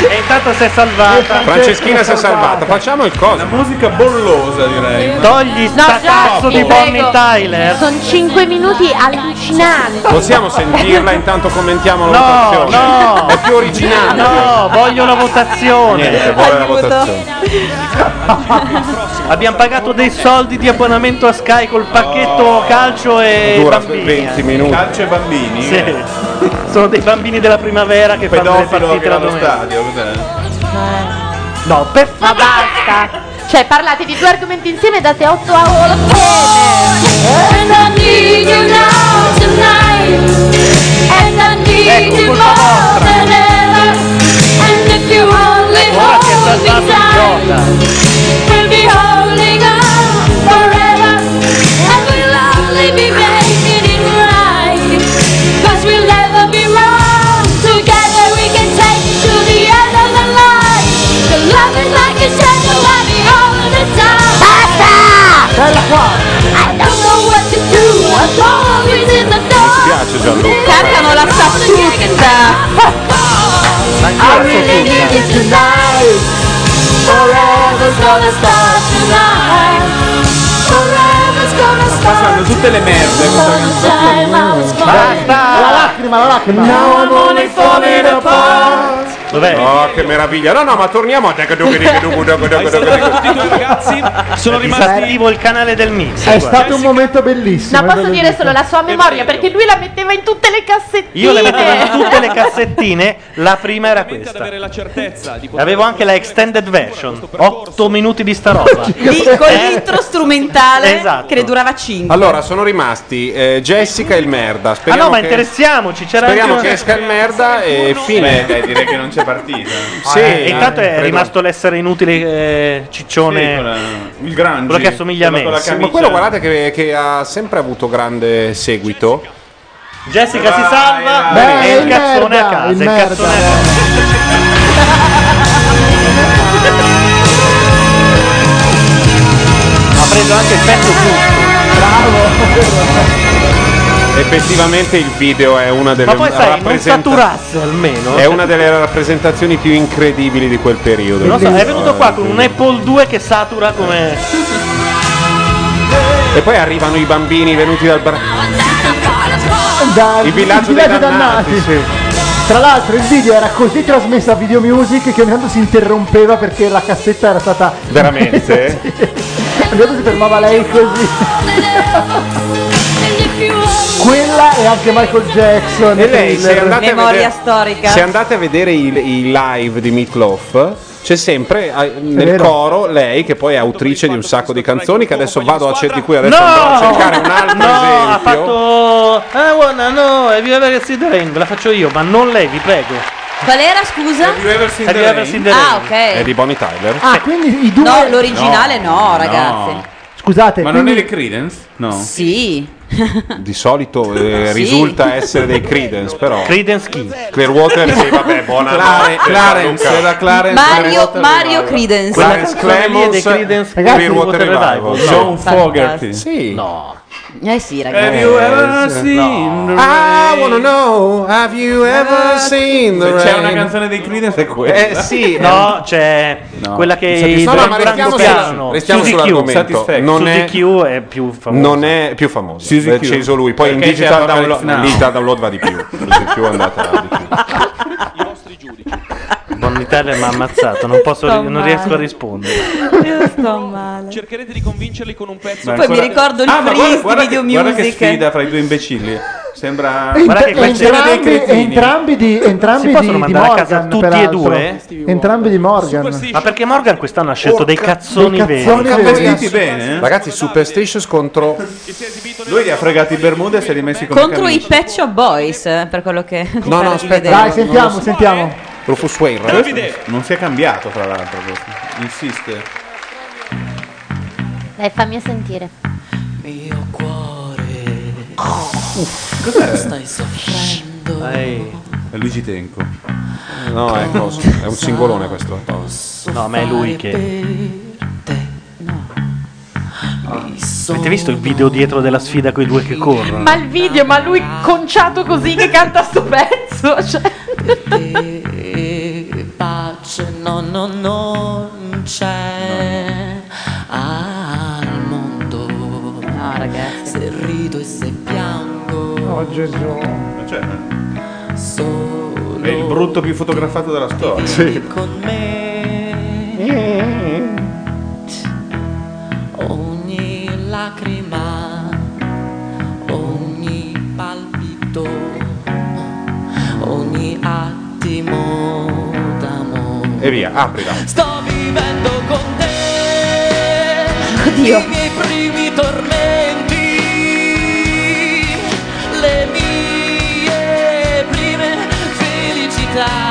Speaker 2: E intanto si è salvata.
Speaker 1: Franceschina si è salvata. Facciamo il coso. La
Speaker 12: musica bollosa, direi.
Speaker 2: Togli sta cazzo di Bonnie Tyler.
Speaker 3: Sono 5 minuti allucinanti.
Speaker 1: Possiamo sentirla intanto commentiamo la
Speaker 2: No,
Speaker 1: votazione.
Speaker 2: no.
Speaker 1: È più originale.
Speaker 2: No, voglio la votazione.
Speaker 1: Niente, vuole la votazione.
Speaker 2: Abbiamo pagato dei soldi di abbonamento a Sky col pacchetto calcio e
Speaker 1: Dura
Speaker 2: bambini. eh.
Speaker 1: 20 minuti.
Speaker 12: Calcio e bambini.
Speaker 2: Sì. Sono dei bambini della primavera che fanno le
Speaker 12: Pedofilo
Speaker 2: partite
Speaker 12: che
Speaker 2: la
Speaker 12: va allo
Speaker 2: domenica.
Speaker 12: stadio, cos'è?
Speaker 2: No, per
Speaker 3: Ma basta! Cioè, parlate di due argomenti insieme e date 8 a Eh,
Speaker 4: Bella qua.
Speaker 1: Mi spiace Gianluca.
Speaker 7: Cantano la sassuzza.
Speaker 9: Forever's gonna start tonight.
Speaker 5: tutte le merde questa canzone.
Speaker 4: La lacrima, la lacrima. No, non è
Speaker 1: Dov'è? Oh, che meraviglia. No, no, ma torniamo a
Speaker 5: ragazzi, sono
Speaker 2: rimasti attivo il canale del mix.
Speaker 4: È stato un momento bellissimo.
Speaker 3: No,
Speaker 4: eh,
Speaker 3: posso
Speaker 4: voglio
Speaker 3: dire solo la sua memoria perché lui la metteva in tutte le cassettine.
Speaker 2: Io le mettevo in tutte le cassettine, la prima era questa. Avevo anche la extended version, 8 minuti di sta roba. Ah,
Speaker 7: Lì, con
Speaker 4: Eh.
Speaker 7: l'intro strumentale
Speaker 2: Esatto.
Speaker 7: che ne durava 5.
Speaker 1: Allora, sono rimasti eh, Jessica e il merda.
Speaker 2: Ah
Speaker 1: Speriamo
Speaker 2: no, ma
Speaker 1: che-
Speaker 2: interessiamoci, c'era
Speaker 1: Speriamo
Speaker 2: anche
Speaker 1: che esca il merda e fine.
Speaker 12: Beh, dai, direi che non c'è partita.
Speaker 2: Ah, eh, intanto è rimasto l'essere inutile eh, ciccione
Speaker 12: il grande
Speaker 2: quello che assomiglia a me
Speaker 1: Eh. Sì, ma quello guardate che, che ha sempre avuto grande seguito.
Speaker 2: Jessica si salva
Speaker 1: Beh,
Speaker 2: e il
Speaker 1: il
Speaker 2: cazzone
Speaker 1: merda,
Speaker 2: a casa
Speaker 1: il
Speaker 2: il
Speaker 1: merda.
Speaker 2: cazzone a casa.
Speaker 1: Ha preso anche il pezzo giusto. Effettivamente il video è una delle
Speaker 2: ma poi sai non
Speaker 1: rappresenta-
Speaker 2: saturasse almeno
Speaker 1: È una delle rappresentazioni più incredibili di quel periodo.
Speaker 2: Non lo so, è venuto qua con un Apple 2 che satura come
Speaker 1: E poi arrivano i bambini venuti dal Bra-
Speaker 4: Dai,
Speaker 1: il villaggio
Speaker 4: il
Speaker 1: dei
Speaker 4: villaggio
Speaker 1: dannati.
Speaker 4: Ah, dannati.
Speaker 1: sì.
Speaker 4: Tra l'altro il video era così trasmesso a video music che ogni tanto si interrompeva perché la cassetta era stata.
Speaker 1: Veramente?
Speaker 4: Ogni tanto si fermava lei così. Quella e anche Michael Jackson.
Speaker 1: E lei, se
Speaker 4: Thriller.
Speaker 1: andate a Memoria vedere-
Speaker 7: storica.
Speaker 1: Se andate a vedere i, i live di Meatloaf, c'è sempre eh, nel
Speaker 4: vero.
Speaker 1: coro lei che poi è autrice di un sacco di canzoni che adesso vado a cercare qui adesso
Speaker 2: No!
Speaker 1: andrò a cercare un altro
Speaker 2: no
Speaker 1: esempio.
Speaker 2: ha fatto Eh, I wanna know have you ever seen the rain ve la faccio io ma non lei vi prego
Speaker 7: Qual era, scusa?
Speaker 2: Have you ever seen the rain?
Speaker 7: Ah, ok.
Speaker 1: È di Bonnie Tyler.
Speaker 4: Ah, quindi i due.
Speaker 7: No, l'originale no, ragazzi.
Speaker 4: Scusate,
Speaker 12: Ma non è
Speaker 4: quindi-
Speaker 12: le Credence? No.
Speaker 7: Sì.
Speaker 1: Di solito eh,
Speaker 12: Sì.
Speaker 1: risulta essere dei Credence, però.
Speaker 2: Credence chi?
Speaker 1: Clearwater, sì, vabbè, buona
Speaker 12: Clare-
Speaker 1: notte,
Speaker 12: Clarence,
Speaker 1: Luca.
Speaker 12: era Clarence
Speaker 7: Mario, Mario Credence.
Speaker 1: Clarence Clemons,
Speaker 2: Credence
Speaker 1: Clearwater
Speaker 2: Clearwater
Speaker 1: Revival.
Speaker 2: Revival. No.
Speaker 1: John Fogerty.
Speaker 2: Fantastico.
Speaker 1: Sì.
Speaker 2: No.
Speaker 7: Eh sì,
Speaker 1: Have
Speaker 7: ragazzi.
Speaker 1: you ever seen the I wanna know, have you ever seen the
Speaker 12: Se c'è
Speaker 1: rain?
Speaker 12: una canzone dei Credence è quella.
Speaker 1: Eh, sì.
Speaker 2: no c'è
Speaker 1: No.
Speaker 2: quella che
Speaker 1: Mi sa che
Speaker 2: i
Speaker 1: sono-
Speaker 2: Duran
Speaker 1: ma
Speaker 2: Duran
Speaker 1: restiamo
Speaker 2: copiano.
Speaker 1: sulla- restiamo
Speaker 2: Su DQ.
Speaker 1: sull'argomento. Non
Speaker 2: Su
Speaker 1: è-
Speaker 2: DQ è più famoso
Speaker 1: Non è più famoso,
Speaker 12: Suzy
Speaker 1: è
Speaker 12: Q.
Speaker 1: acceso lui. Poi
Speaker 12: Perché
Speaker 1: in digital
Speaker 12: c'è la
Speaker 1: download,
Speaker 12: Now.
Speaker 1: in digital download va di più. Suzy Q è andata di più.
Speaker 2: Bonnitalia mi ha ammazzato Esatto, non, posso,
Speaker 7: Sto
Speaker 2: non
Speaker 7: male.
Speaker 2: riesco a rispondere
Speaker 7: Io sto male.
Speaker 5: Cercherete di convincerli con un pezzo.
Speaker 7: Poi mi ricordo il
Speaker 12: ah, ma guarda,
Speaker 7: freeze
Speaker 12: guarda
Speaker 7: di video
Speaker 12: che, guarda che
Speaker 7: music.
Speaker 12: sfida fra i due imbecilli. Sembra
Speaker 4: Ent-
Speaker 12: Guarda che quella dei
Speaker 4: entrambi,
Speaker 12: cretini.
Speaker 4: entrambi di entrambi
Speaker 12: Si possono
Speaker 4: di, di
Speaker 12: mandare
Speaker 4: Morgan
Speaker 12: a casa tutti
Speaker 2: e
Speaker 4: peraltro.
Speaker 2: due?
Speaker 4: entrambi di Morgan
Speaker 2: ma perché Morgan quest'anno ha scelto dei cazzoni
Speaker 4: dei
Speaker 2: veri
Speaker 4: cazzoni
Speaker 2: Cazzoni
Speaker 4: veri.
Speaker 2: veri.
Speaker 12: bene, eh?
Speaker 1: Ragazzi, Superstitious contro.
Speaker 12: Lui li ha fregati i Bermuda e si è rimessi come
Speaker 7: Contro i Pet Shop Boys, eh, per quello che
Speaker 1: No, no, aspetta.
Speaker 4: dai sentiamo
Speaker 1: Non lo so.
Speaker 4: sentiamo
Speaker 1: Rufus Wainwright.
Speaker 12: Davide. Non si è cambiato, fra l'altro. questo. Insiste.
Speaker 3: Dai, fammi sentire.
Speaker 9: Mio cuore.
Speaker 12: Cos'è?
Speaker 9: Stai soffrendo.
Speaker 12: È Luigi Tenco.
Speaker 1: No, è, coso, è un singolone questo.
Speaker 2: no ma è lui che avete visto il video dietro della sfida con i due che corrono
Speaker 3: Ma il video, ma lui conciato così che canta sto pezzo. Cioè.
Speaker 9: E pace no, no, non c'è al mondo. No, ragazzi. Se rido e se piango.
Speaker 4: Oh Gesù.
Speaker 12: Ma c'è, eh? È il brutto più fotografato della storia. Sì.
Speaker 9: Con me. Ogni lacrima, ogni palpito, ogni attimo d'amore.
Speaker 1: E via, aprila.
Speaker 9: Sto vivendo con te
Speaker 7: Oddio.
Speaker 9: I miei primi tormenti Le mie prime felicità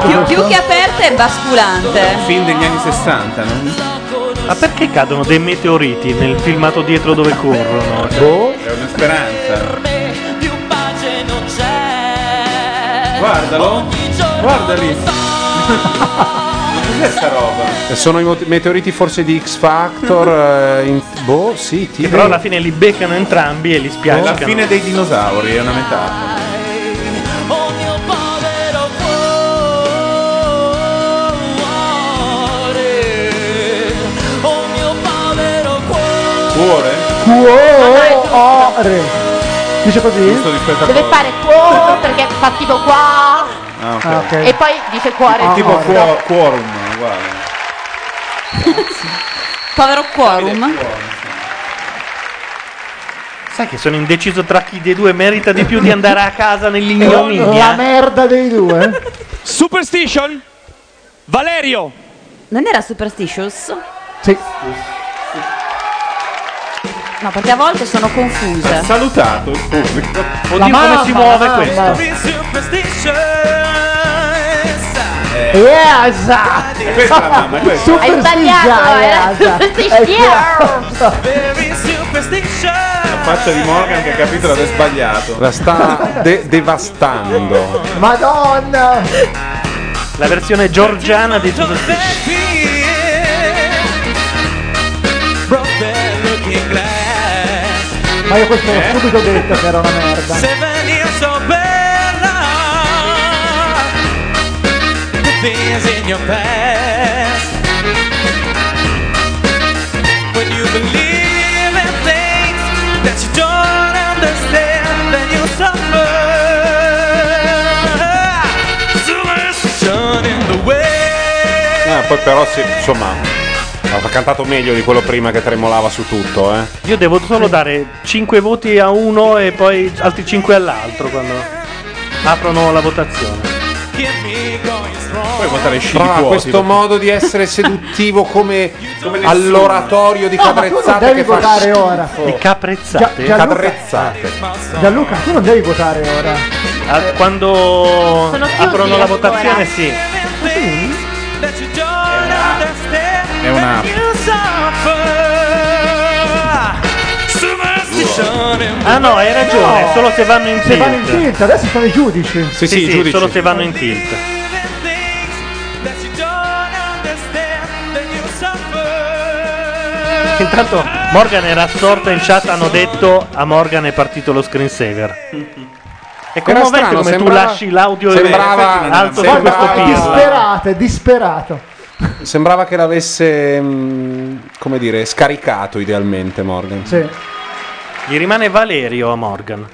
Speaker 7: più, più che aperta è basculante.
Speaker 12: Film degli anni 60, no?
Speaker 2: ma perché cadono dei meteoriti nel filmato dietro dove corrono Cioè,
Speaker 12: Boh. È una speranza.
Speaker 9: Più pace non c'è
Speaker 12: Guardalo. Guardali. Cos'è sta roba?
Speaker 1: Eh, Sono i mot- meteoriti forse di X Factor.
Speaker 4: Mhm.
Speaker 1: eh, in- boh, sì, ti
Speaker 2: Che però alla fine li beccano entrambi e li
Speaker 12: È
Speaker 2: spiaccano
Speaker 12: la fine dei dinosauri, è una metafora.
Speaker 9: Oh mio povero cuore
Speaker 12: Cuore?
Speaker 4: cuore. Dice così?
Speaker 12: Giusto rispetto a
Speaker 3: Deve
Speaker 12: cosa?
Speaker 3: fare cuo perché fa tipo qua
Speaker 12: Ah, ok.
Speaker 4: Ah, ok.
Speaker 3: e poi dice cuore.
Speaker 12: È tipo
Speaker 3: giusto.
Speaker 12: cuo- quorum, uguale.
Speaker 7: Povero quorum.
Speaker 2: Sai che sono indeciso tra chi dei due merita di più di andare a casa
Speaker 4: Eh, La
Speaker 2: eh? nell'ignominia.
Speaker 4: merda dei due.
Speaker 5: Superstition? Valerio!
Speaker 7: Non era superstitious?
Speaker 4: Sì.
Speaker 7: No, perché a volte sono confusa.
Speaker 12: Salutato il pubblico.
Speaker 7: La mamma, la mamma.
Speaker 4: Yes!
Speaker 12: È questa la mamma, è questa.
Speaker 4: Super
Speaker 3: Hai sbagliato,
Speaker 4: Sisa,
Speaker 3: eh?
Speaker 4: yes.
Speaker 12: La faccia di Morgan che ha capito l'aveva sbagliato.
Speaker 1: La sta de- devastando.
Speaker 4: Madonna!
Speaker 2: La versione georgiana di Superstition.
Speaker 4: Ma io questo l'ho subito detto che era una merda.
Speaker 23: The things in your past. When you believe in things that you don't understand, then you suffer. Superstition in the way.
Speaker 1: Eh, poi però sì, insomma, ha cantato meglio di quello prima che tremolava su tutto, eh.
Speaker 2: Io devo solo dare 5 voti a uno e poi altri 5 all'altro quando aprono la votazione.
Speaker 12: Puoi votare sci
Speaker 1: Tra
Speaker 12: di cuoti,
Speaker 1: questo
Speaker 12: dopo.
Speaker 1: modo di essere seduttivo come
Speaker 12: nessuno.
Speaker 1: all'oratorio di
Speaker 4: No, ma tu non
Speaker 1: Cadrezzate
Speaker 4: devi
Speaker 1: che fa
Speaker 4: votare
Speaker 1: schifo.
Speaker 4: ora. Di
Speaker 2: caprezzate?
Speaker 4: Gia- Gianluca-
Speaker 1: Cadrezzate.
Speaker 4: Gianluca, tu non devi votare ora.
Speaker 2: Ah, Quando
Speaker 4: Sono chiusi
Speaker 2: aprono la
Speaker 4: ancora.
Speaker 2: votazione sì.
Speaker 12: È una.
Speaker 2: Ah no, hai ragione,
Speaker 4: No.
Speaker 2: solo se vanno in
Speaker 4: Se vanno in
Speaker 2: tilt.
Speaker 4: tilt, adesso sono i giudici.
Speaker 2: Sì, sì, solo se vanno in tilt. Intanto Morgan era assorta in chat, hanno detto a Morgan è partito lo screensaver. È
Speaker 1: Era
Speaker 2: commovente
Speaker 1: strano,
Speaker 2: come
Speaker 1: sembrava-
Speaker 2: tu lasci l'audio
Speaker 1: sembrava-
Speaker 2: alto su
Speaker 1: sembrava-
Speaker 2: questo pirla.
Speaker 4: Disperate, disperato.
Speaker 1: Sembrava che l'avesse, mh, come dire, scaricato idealmente Morgan.
Speaker 4: Sì.
Speaker 2: Gli rimane Valerio a Morgan.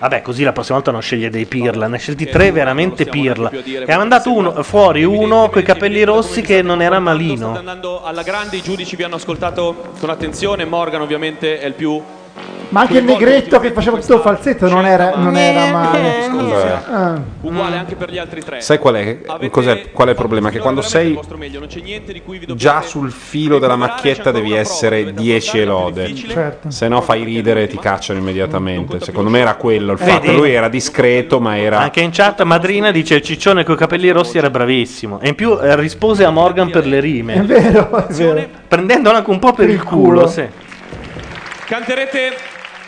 Speaker 2: Vabbè, così la prossima volta non sceglie dei pirla, ne ha scelti tre veramente pirla. E ha mandato uno, fuori uno coi capelli rossi che non era malino.
Speaker 5: Andando alla grande, i giudici vi hanno ascoltato con attenzione. Morgan, ovviamente, è il più.
Speaker 4: Ma anche il negretto che faceva tutto falsetto non era, non era male.
Speaker 1: Scusa.
Speaker 4: Ah.
Speaker 5: Uguale anche per gli altri tre.
Speaker 1: Sai qual è, cos'è- qual è il problema? Che quando sei già sul filo della macchietta devi essere 10 lode.
Speaker 4: Certo.
Speaker 1: Se no fai ridere e ti cacciano immediatamente. Secondo me era quello il fatto.
Speaker 2: Eh, Vedi?
Speaker 1: Lui era discreto, ma era.
Speaker 2: Anche in chat Madrina dice Ciccione coi capelli rossi era bravissimo. E in più eh, rispose a Morgan per le rime.
Speaker 4: È vero, è vero.
Speaker 2: Prendendolo anche un po' per il culo, sì.
Speaker 5: Canterete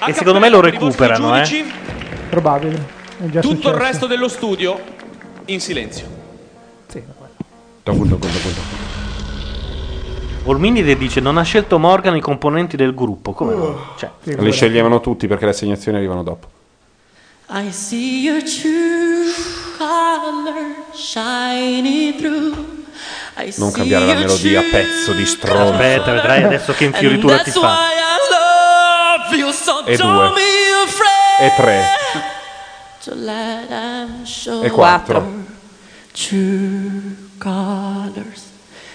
Speaker 2: E secondo me lo recuperano, eh.
Speaker 5: giudici
Speaker 4: Probabile. È già
Speaker 5: tutto il
Speaker 4: successo.
Speaker 5: resto dello studio in silenzio.
Speaker 2: Olminide dice non ha scelto Morgan i componenti del gruppo. Come no? Cioè,
Speaker 1: Li sceglievano tutti perché le assegnazioni arrivano dopo.
Speaker 9: I see your true color shining through. I
Speaker 1: Non
Speaker 9: see
Speaker 1: cambiare la
Speaker 9: your
Speaker 1: melodia,
Speaker 9: true
Speaker 1: pezzo di stronzo.
Speaker 2: Aspetta, vedrai adesso che infioritura
Speaker 9: And
Speaker 2: ti
Speaker 9: that's
Speaker 2: fa.
Speaker 9: why I love you so
Speaker 1: E
Speaker 9: don't
Speaker 1: due.
Speaker 9: be afraid
Speaker 1: E tre.
Speaker 9: to let them show
Speaker 1: E quattro.
Speaker 9: True colors.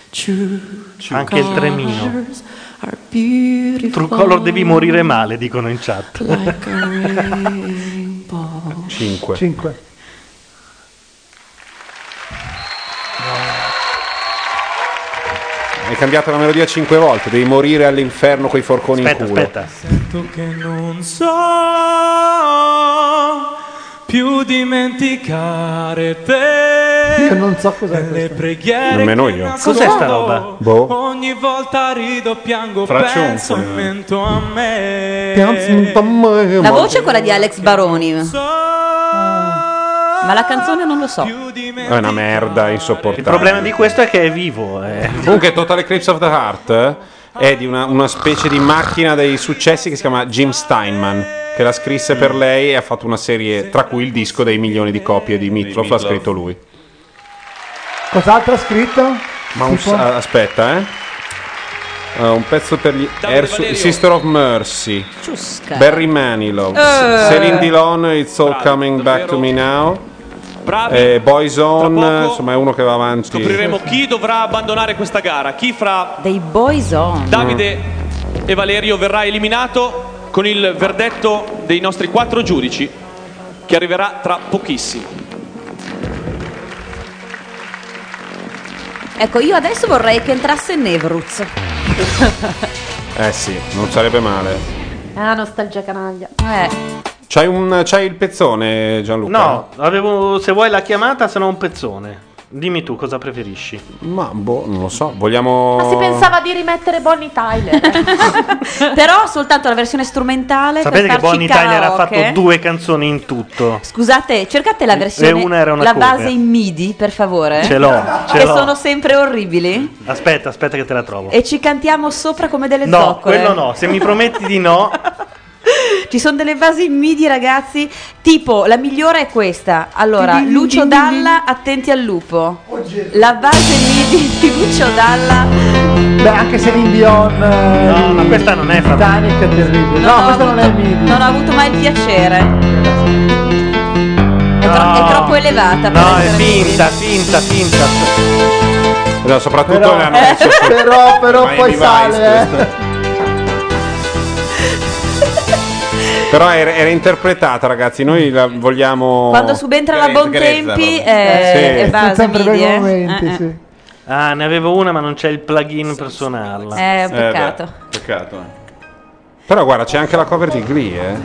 Speaker 9: True, true
Speaker 2: Anche il tremino.
Speaker 9: colors are beautiful
Speaker 2: True Color devi morire male, dicono in chat.
Speaker 9: Like a rainbow.
Speaker 1: 5.
Speaker 4: 5.
Speaker 1: Hai cambiato la melodia 5 volte. Devi morire all'inferno coi forconi in culo.
Speaker 2: Aspetta.
Speaker 23: Sento Certo che non so più dimenticare te.
Speaker 4: Io non so cos'è
Speaker 23: Le
Speaker 4: questo.
Speaker 23: preghiere
Speaker 1: Nemmeno
Speaker 23: che
Speaker 1: io.
Speaker 23: nascondo,
Speaker 1: Cos'è sta roba? Boh.
Speaker 23: Ogni volta rido, piango,
Speaker 1: Fraccioncoli.
Speaker 23: penso in mento a
Speaker 1: Eh.
Speaker 23: me.
Speaker 7: La voce è quella di Alex Baroni.
Speaker 4: Mm.
Speaker 7: Ma la canzone non lo so.
Speaker 1: È una merda insopportabile.
Speaker 2: Il problema di questo è che è vivo. eh.
Speaker 1: Comunque, Total Eclipse of the Heart eh, è di una, una specie di macchina dei successi che si chiama Jim Steinman, che la scrisse per lei e ha fatto una serie, tra cui il disco dei milioni di copie di Meatloaf, l'ha
Speaker 12: Meatloaf.
Speaker 1: scritto lui.
Speaker 4: Cos'altro ha scritto?
Speaker 1: Ma un,
Speaker 4: Tipo?
Speaker 1: sa- aspetta, eh. Eh, un pezzo per gli Ersu- Sister of Mercy.
Speaker 7: Ciusca.
Speaker 1: Barry Manilow.
Speaker 7: Eh.
Speaker 1: Celine Dillon, It's All Coming Back to Me Now. Eh, Boyzone, insomma è uno che va avanti.
Speaker 5: Scopriremo chi dovrà abbandonare questa gara, chi fra
Speaker 7: dei Boyzone.
Speaker 5: Davide e Valerio verrà eliminato con il verdetto dei nostri quattro giudici che arriverà tra pochissimo.
Speaker 7: Ecco, io adesso vorrei che entrasse Nevruz.
Speaker 1: Eh sì, non sarebbe male.
Speaker 3: Ah, nostalgia canaglia.
Speaker 1: C'hai, un, c'hai il pezzone, Gianluca?
Speaker 2: No, avevo, se vuoi la chiamata, se no un pezzone. Dimmi tu cosa preferisci.
Speaker 1: Ma boh, non lo so. Vogliamo.
Speaker 3: Ma si pensava di rimettere Bonnie Tyler.
Speaker 7: Però soltanto la versione strumentale.
Speaker 2: Sapete
Speaker 7: per
Speaker 2: che
Speaker 7: farci
Speaker 2: Bonnie Tyler ha
Speaker 7: karaoke?
Speaker 2: fatto due canzoni in tutto.
Speaker 7: Scusate, cercate la versione.
Speaker 2: una era una
Speaker 7: la
Speaker 2: cover.
Speaker 7: base in MIDI, per favore.
Speaker 2: Ce l'ho, ce
Speaker 7: che
Speaker 2: l'ho.
Speaker 7: sono sempre orribili.
Speaker 2: Aspetta, aspetta che te la trovo.
Speaker 7: E ci cantiamo sopra come delle
Speaker 2: no,
Speaker 7: zoccole.
Speaker 2: quello no. Se mi prometti di no,
Speaker 7: Ci sono delle basi in MIDI, ragazzi. Tipo, la migliore è questa. Allora,
Speaker 39: Din din
Speaker 7: Lucio
Speaker 39: din din
Speaker 7: Dalla, attenti al lupo. La base MIDI di Lucio Dalla.
Speaker 4: Beh, anche se l'Indion. No, ma questa
Speaker 2: non è fra
Speaker 4: Titanic è terribile. No,
Speaker 7: ho
Speaker 4: questa non è
Speaker 7: avuto-
Speaker 4: midi.
Speaker 7: non ho avuto mai il piacere. È, tro- è troppo elevata. per
Speaker 2: no, è
Speaker 7: essere-
Speaker 2: finta, finta, finta.
Speaker 1: No, soprattutto
Speaker 4: Però-
Speaker 1: l'hanno messo su-
Speaker 4: però, però
Speaker 1: My
Speaker 4: poi
Speaker 1: Device,
Speaker 4: sale, eh.
Speaker 1: questo. Però era, era interpretata, ragazzi. Noi la vogliamo.
Speaker 7: Quando subentra la Bontempi è,
Speaker 1: Sì.
Speaker 7: è eh, base
Speaker 4: sempre
Speaker 7: MIDI.
Speaker 4: per
Speaker 7: eh.
Speaker 4: momenti,
Speaker 7: Eh, eh.
Speaker 2: Ah, ne avevo una, ma non c'è il plugin per suonarla.
Speaker 7: Eh, un peccato.
Speaker 1: peccato. Però guarda, c'è anche la cover di Glee, eh.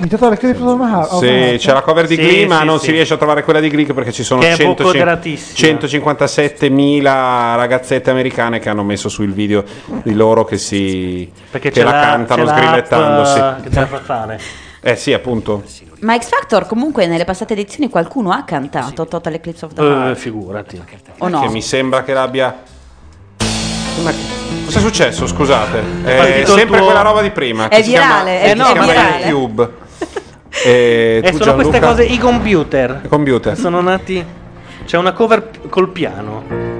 Speaker 4: Imitatore Cliff of my heart.
Speaker 1: Sì, c'è la cover di
Speaker 4: Sì,
Speaker 1: Glee, ma
Speaker 4: sì,
Speaker 1: non
Speaker 4: sì.
Speaker 1: si riesce a trovare quella di Glee perché ci sono
Speaker 2: Che è
Speaker 1: 100
Speaker 2: vocoderatissima.
Speaker 1: 157.000 ragazzette americane che hanno messo sul video di loro che si
Speaker 2: Perché
Speaker 1: che
Speaker 2: ce
Speaker 1: la cantano sgrillettandosi.
Speaker 2: Che te la fa fare.
Speaker 1: Eh sì, appunto.
Speaker 7: Ma X Factor comunque nelle passate edizioni qualcuno ha cantato Total Eclipse of the Heart.
Speaker 1: Eh, figurati.
Speaker 7: O no?
Speaker 1: Che mi sembra che l'abbia Ma che- Cosa è successo? Scusate.
Speaker 2: È
Speaker 1: È
Speaker 2: partito il
Speaker 1: sempre
Speaker 2: tuo-
Speaker 1: quella roba di prima.
Speaker 2: È
Speaker 1: che si chiama-
Speaker 2: virale,
Speaker 1: che
Speaker 2: è-
Speaker 40: eh,
Speaker 1: si
Speaker 2: no,
Speaker 1: chiama
Speaker 2: virale.
Speaker 1: YouTube. Eh, E,
Speaker 2: E
Speaker 1: tu,
Speaker 2: Eh, sono queste
Speaker 1: Gianluca?
Speaker 2: cose i computer.
Speaker 1: I computer.
Speaker 2: Sono nati. C'è una cover col piano.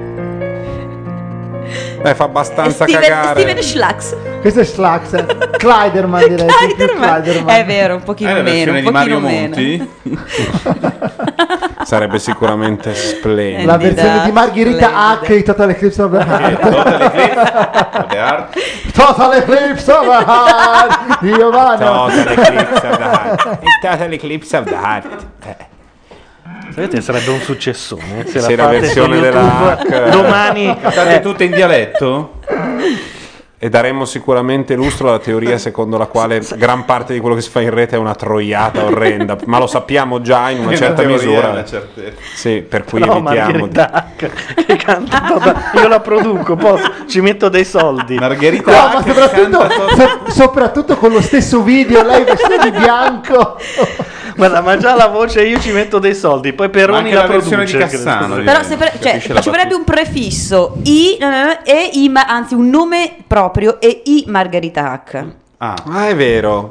Speaker 1: Eh, fa abbastanza
Speaker 7: Steven,
Speaker 1: cagare.
Speaker 7: Steven Schlax.
Speaker 4: Questo è Slax. eh. Clyderman direi. sì, più Clyderman.
Speaker 7: È vero, un pochino
Speaker 4: È la
Speaker 7: meno.
Speaker 4: versione
Speaker 7: Un
Speaker 4: di
Speaker 7: pochino
Speaker 4: Mario
Speaker 7: meno.
Speaker 4: Monti?
Speaker 1: Sarebbe sicuramente splendida.
Speaker 4: La versione di Margherita H di Total Eclipse of the Heart. Total Eclipse of the Heart. Di Giovanna.
Speaker 1: Total Eclipse of the Heart. Il Total Eclipse of Eh. the Heart.
Speaker 2: Sapete, sarebbe un successone. eh, Se,
Speaker 1: Se
Speaker 2: la,
Speaker 1: la
Speaker 2: fate
Speaker 1: versione
Speaker 2: su
Speaker 1: della
Speaker 2: YouTube
Speaker 1: hack-
Speaker 2: Domani.
Speaker 1: Cantate
Speaker 2: eh,
Speaker 1: tutte in dialetto? E daremmo sicuramente lustro alla teoria secondo la quale gran parte di quello che si fa in rete è una troiata orrenda, ma lo sappiamo già in una
Speaker 12: Una
Speaker 1: certa
Speaker 12: teoria,
Speaker 1: misura.
Speaker 12: una certezza.
Speaker 1: Sì, per cui
Speaker 2: No,
Speaker 1: evitiamo. di-
Speaker 2: Margherita Hack, che canta tutta- io la produco, posso- ci metto dei soldi.
Speaker 12: Margherita
Speaker 4: No, ma soprattutto, so- soprattutto con lo stesso video, lei vestita di bianco.
Speaker 2: Guarda, ma già la voce io ci metto dei soldi, poi
Speaker 12: Ma
Speaker 2: Peroni
Speaker 12: anche
Speaker 2: la,
Speaker 12: la
Speaker 2: produce.
Speaker 12: versione di Cassano,
Speaker 2: credo.
Speaker 7: Però se per- cioè, ci vorrebbe un prefisso I eh, e I, ma- anzi un nome proprio e I Margherita Hack.
Speaker 1: Ah. ah, è vero.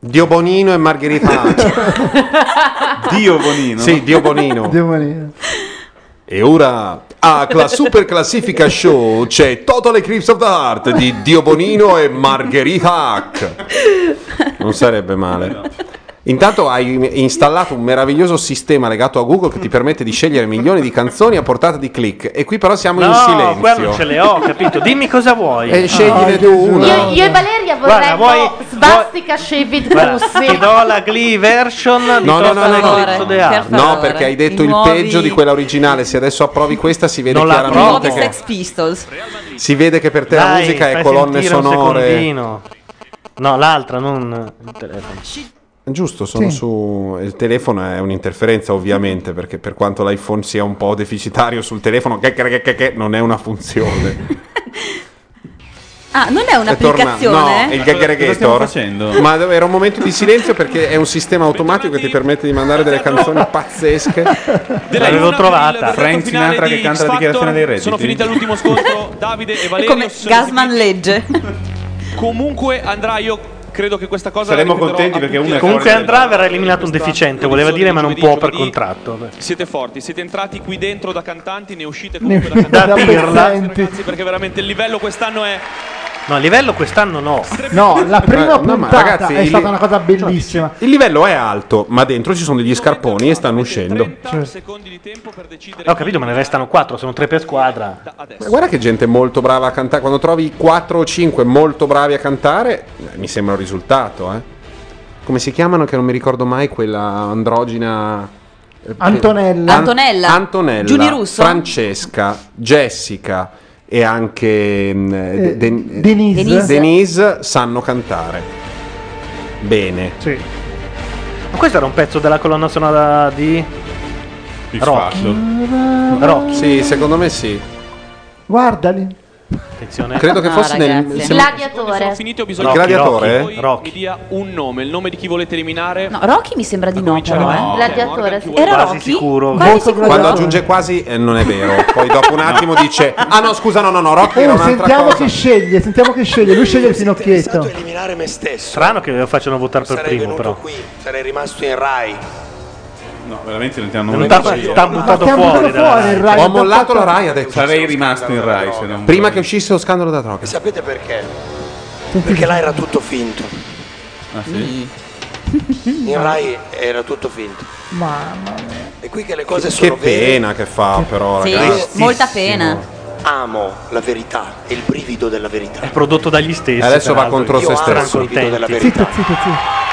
Speaker 1: Dio Bonino e Margherita Hack. Dio Bonino. Sì, Dio Bonino.
Speaker 4: Dio Bonino.
Speaker 1: E ora a cla- super classifica show c'è Total Eclipse of the Heart di Dio Bonino e Margherita Hack. Non sarebbe male. Intanto hai installato un meraviglioso sistema legato a Google che ti permette di scegliere milioni di canzoni a portata di click. E qui però siamo in
Speaker 2: No,
Speaker 1: silenzio.
Speaker 2: qua non ce le ho, capito? Dimmi cosa vuoi.
Speaker 1: E scegliene tu una.
Speaker 3: Io, io e Valeria
Speaker 2: Guarda,
Speaker 3: vorremmo
Speaker 2: vuoi-
Speaker 3: Svastica Shaved
Speaker 2: Guarda, ti
Speaker 3: Crussi.
Speaker 2: do la Glee version di
Speaker 1: No, no,
Speaker 2: Total
Speaker 1: no, no, no,
Speaker 2: Eclipse of the Heart.
Speaker 1: no, perché hai detto il
Speaker 7: nuovi-
Speaker 1: peggio di quella originale. Se adesso approvi questa, si vede
Speaker 2: Non la
Speaker 7: I nuovi
Speaker 1: chiaramente che,
Speaker 7: Sex Pistols.
Speaker 1: si vede che per te la
Speaker 2: Dai,
Speaker 1: musica è
Speaker 2: fai
Speaker 1: colonne
Speaker 2: sentire un
Speaker 1: sonore.
Speaker 2: secondino. No, l'altra, non il telefono.
Speaker 1: Giusto, sono
Speaker 2: Sì.
Speaker 1: su. Il telefono è un'interferenza, ovviamente, perché per quanto l'iPhone sia un po' deficitario sul telefono, che, che, che, che, che, non è una funzione.
Speaker 7: Ah, non è
Speaker 1: È torna-
Speaker 7: un'applicazione?
Speaker 1: No, è il
Speaker 12: Cosa stiamo
Speaker 1: gaggaregator. Ma era un momento di silenzio perché è un sistema automatico che ti permette di mandare delle canzoni pazzesche.
Speaker 5: L'avevo
Speaker 1: trovata.
Speaker 12: Frank Sinatra che canta la dichiarazione dei redditi.
Speaker 5: Sono finita l'ultimo scontro, Davide e
Speaker 7: È
Speaker 5: Valerio.
Speaker 7: come
Speaker 5: sono
Speaker 7: Gasman legge.
Speaker 5: Comunque andrà io credo che questa cosa...
Speaker 12: Saremmo
Speaker 5: la ripeterò
Speaker 12: contenti
Speaker 5: a
Speaker 12: perché
Speaker 5: tutti
Speaker 12: uno è
Speaker 5: e
Speaker 2: Comunque
Speaker 5: tre.
Speaker 2: Andrade avrà eliminato un deficiente, voleva dire, ma non può per
Speaker 5: Giovedì
Speaker 2: contratto.
Speaker 5: Siete forti, siete entrati qui dentro da cantanti, ne uscite
Speaker 2: Ne
Speaker 5: comunque da
Speaker 2: uscite da
Speaker 5: cantanti.
Speaker 2: pirla.
Speaker 5: Ragazzi, ragazzi, perché veramente il livello quest'anno è
Speaker 2: No, a livello quest'anno no.
Speaker 4: No, la prima
Speaker 1: Eh, no, ma
Speaker 4: puntata
Speaker 1: ragazzi,
Speaker 4: è
Speaker 1: il- Cioè,
Speaker 4: stata una cosa bellissima.
Speaker 1: Il livello è alto, ma dentro ci sono degli scarponi e stanno uscendo.
Speaker 2: Eh, Ho capito, ma ne restano 4, sono 3 per squadra.
Speaker 1: Ma guarda che gente molto brava a cantare. Quando trovi 4 o 5 molto bravi a cantare, eh, mi sembra un risultato, eh. Come si chiamano? Che non mi ricordo mai quella androgina. eh,
Speaker 4: Antonella.
Speaker 1: An-
Speaker 4: Antonella.
Speaker 1: Antonella.
Speaker 4: Giulia Russo?
Speaker 1: Francesca, Jessica e anche mm, De- Den-
Speaker 4: Denise.
Speaker 1: Denise.
Speaker 4: Denise.
Speaker 1: sanno cantare. Bene.
Speaker 2: Ma questo era un pezzo della colonna sonora di Rocky. Rocky.
Speaker 1: Sì, secondo me sì.
Speaker 4: Guardali.
Speaker 2: Attenzione.
Speaker 1: Credo
Speaker 4: Ah,
Speaker 1: che fosse nel- se non-
Speaker 3: Gladiatore.
Speaker 5: finito, ho bisogno
Speaker 1: Il
Speaker 5: che
Speaker 1: gladiatore?
Speaker 5: voi mi dia un nome, il nome di chi volete eliminare.
Speaker 7: No, Rocky mi sembra di no, però, eh.
Speaker 3: Gladiatore.
Speaker 7: Era
Speaker 1: Quasi
Speaker 7: Rocky?
Speaker 1: sicuro.
Speaker 7: Quasi
Speaker 1: Molto
Speaker 7: sicuro.
Speaker 1: Quando aggiunge quasi eh, non è vero. Poi dopo un attimo dice "Ah no, scusa, no, no, no, Rocky era
Speaker 4: Oh,
Speaker 1: un'altra
Speaker 4: sentiamo
Speaker 1: cosa".
Speaker 4: chi sceglie, sentiamo chi sceglie. Lui sceglie il finocchietto.
Speaker 13: eliminare me stesso.
Speaker 2: Strano che lo facciano votare per primo, però.
Speaker 13: Sarei rimasto in Rai.
Speaker 12: No, veramente non ti hanno
Speaker 2: Non
Speaker 12: voluto
Speaker 2: t'ha-
Speaker 12: dire.
Speaker 2: t'ha buttato Ma t'ha fuori buttato dalla fuori il Rai. Rai,
Speaker 1: Ho
Speaker 4: t'ha
Speaker 1: mollato
Speaker 4: fatto-
Speaker 1: la Rai adesso.
Speaker 12: Sarei rimasto in Rai se non
Speaker 1: Prima che uscisse lo scandalo da droga.
Speaker 13: Sapete perché? Perché là era tutto finto.
Speaker 12: Ah, sì?
Speaker 13: In Rai era tutto finto.
Speaker 4: Mamma
Speaker 13: È qui che le cose
Speaker 1: che
Speaker 13: sono vere.
Speaker 1: pena che fa però,
Speaker 7: Sì,
Speaker 1: ragazzi.
Speaker 7: molta pena.
Speaker 13: Amo la verità e il brivido della verità. È
Speaker 2: prodotto dagli stessi.
Speaker 1: Adesso va
Speaker 2: peraltro.
Speaker 1: contro se
Speaker 13: Io amo il
Speaker 1: stesso.
Speaker 13: brivido della
Speaker 4: Zitto,
Speaker 13: verità.
Speaker 4: zitto, zitto.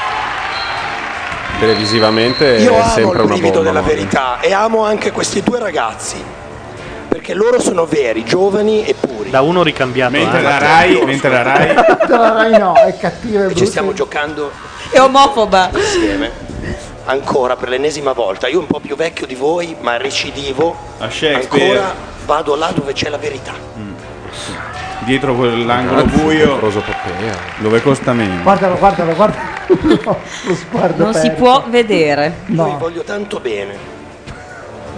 Speaker 1: Televisivamente
Speaker 13: Io
Speaker 1: Eh, è
Speaker 13: amo
Speaker 1: sempre una
Speaker 13: il brivido
Speaker 1: bomba.
Speaker 13: della
Speaker 1: no?
Speaker 13: verità e amo anche questi due ragazzi. Perché loro sono veri, giovani e puri.
Speaker 2: Da uno ricambiato.
Speaker 13: Mentre
Speaker 2: eh.
Speaker 13: la Rai- mentre la Rai-
Speaker 4: La Rai no, è cattiva e
Speaker 13: E ci
Speaker 4: brutta.
Speaker 13: stiamo giocando
Speaker 7: È omofoba.
Speaker 13: insieme ancora per l'ennesima volta. Io un po' più vecchio di voi, ma recidivo.
Speaker 12: A Shakespeare.
Speaker 13: Ancora vado là dove c'è la verità.
Speaker 12: Dietro quell'angolo buio. Dove costa meno.
Speaker 4: Guardalo, guardalo, guardalo. No, lo sguardo
Speaker 7: Non si
Speaker 4: perso.
Speaker 7: può vedere.
Speaker 13: Io vi voglio tanto bene.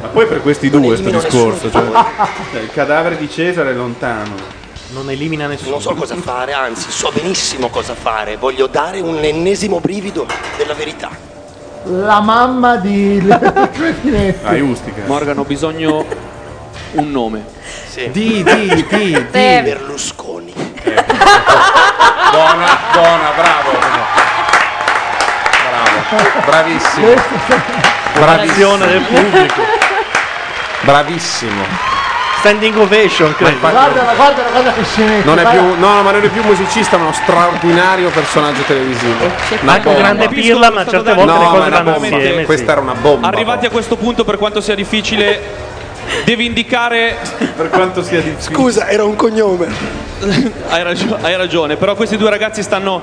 Speaker 12: Ma poi per questi due sto
Speaker 13: elimino
Speaker 12: discorso. Cioè,
Speaker 13: nessuno.
Speaker 12: cioè, il cadavere di Cesare è lontano.
Speaker 2: Non elimina nessuno.
Speaker 13: Non so cosa fare, anzi, so benissimo cosa fare. Voglio dare un ennesimo brivido della verità.
Speaker 4: La mamma di Cretinetti.
Speaker 5: Morgan, ho bisogno un nome.
Speaker 1: Di, di, di, di.
Speaker 13: Berlusconi.
Speaker 1: Buona, buona, bravo. Bravo. Bravissimo. Bravissimo.
Speaker 2: Reazione del pubblico.
Speaker 1: Bravissimo.
Speaker 2: Standing ovation, credo.
Speaker 4: Guardala, guardala, guarda che scenetta.
Speaker 1: Non è
Speaker 4: vai.
Speaker 1: più, no, ma non è più musicista, ma uno straordinario personaggio televisivo.
Speaker 8: Eh,
Speaker 1: Una
Speaker 2: anche un
Speaker 1: bomba.
Speaker 2: grande pirla, ma certe volte
Speaker 1: No,
Speaker 2: le
Speaker 1: ma
Speaker 2: cose
Speaker 1: è una
Speaker 2: vanno
Speaker 1: bomba.
Speaker 2: insieme.
Speaker 1: Questa
Speaker 2: sì.
Speaker 1: era una bomba.
Speaker 5: Arrivati a questo punto, per quanto sia difficile, devi indicare.
Speaker 12: per quanto sia difficile.
Speaker 13: Scusa, era un cognome.
Speaker 5: hai, ragio- hai ragione, però questi due ragazzi stanno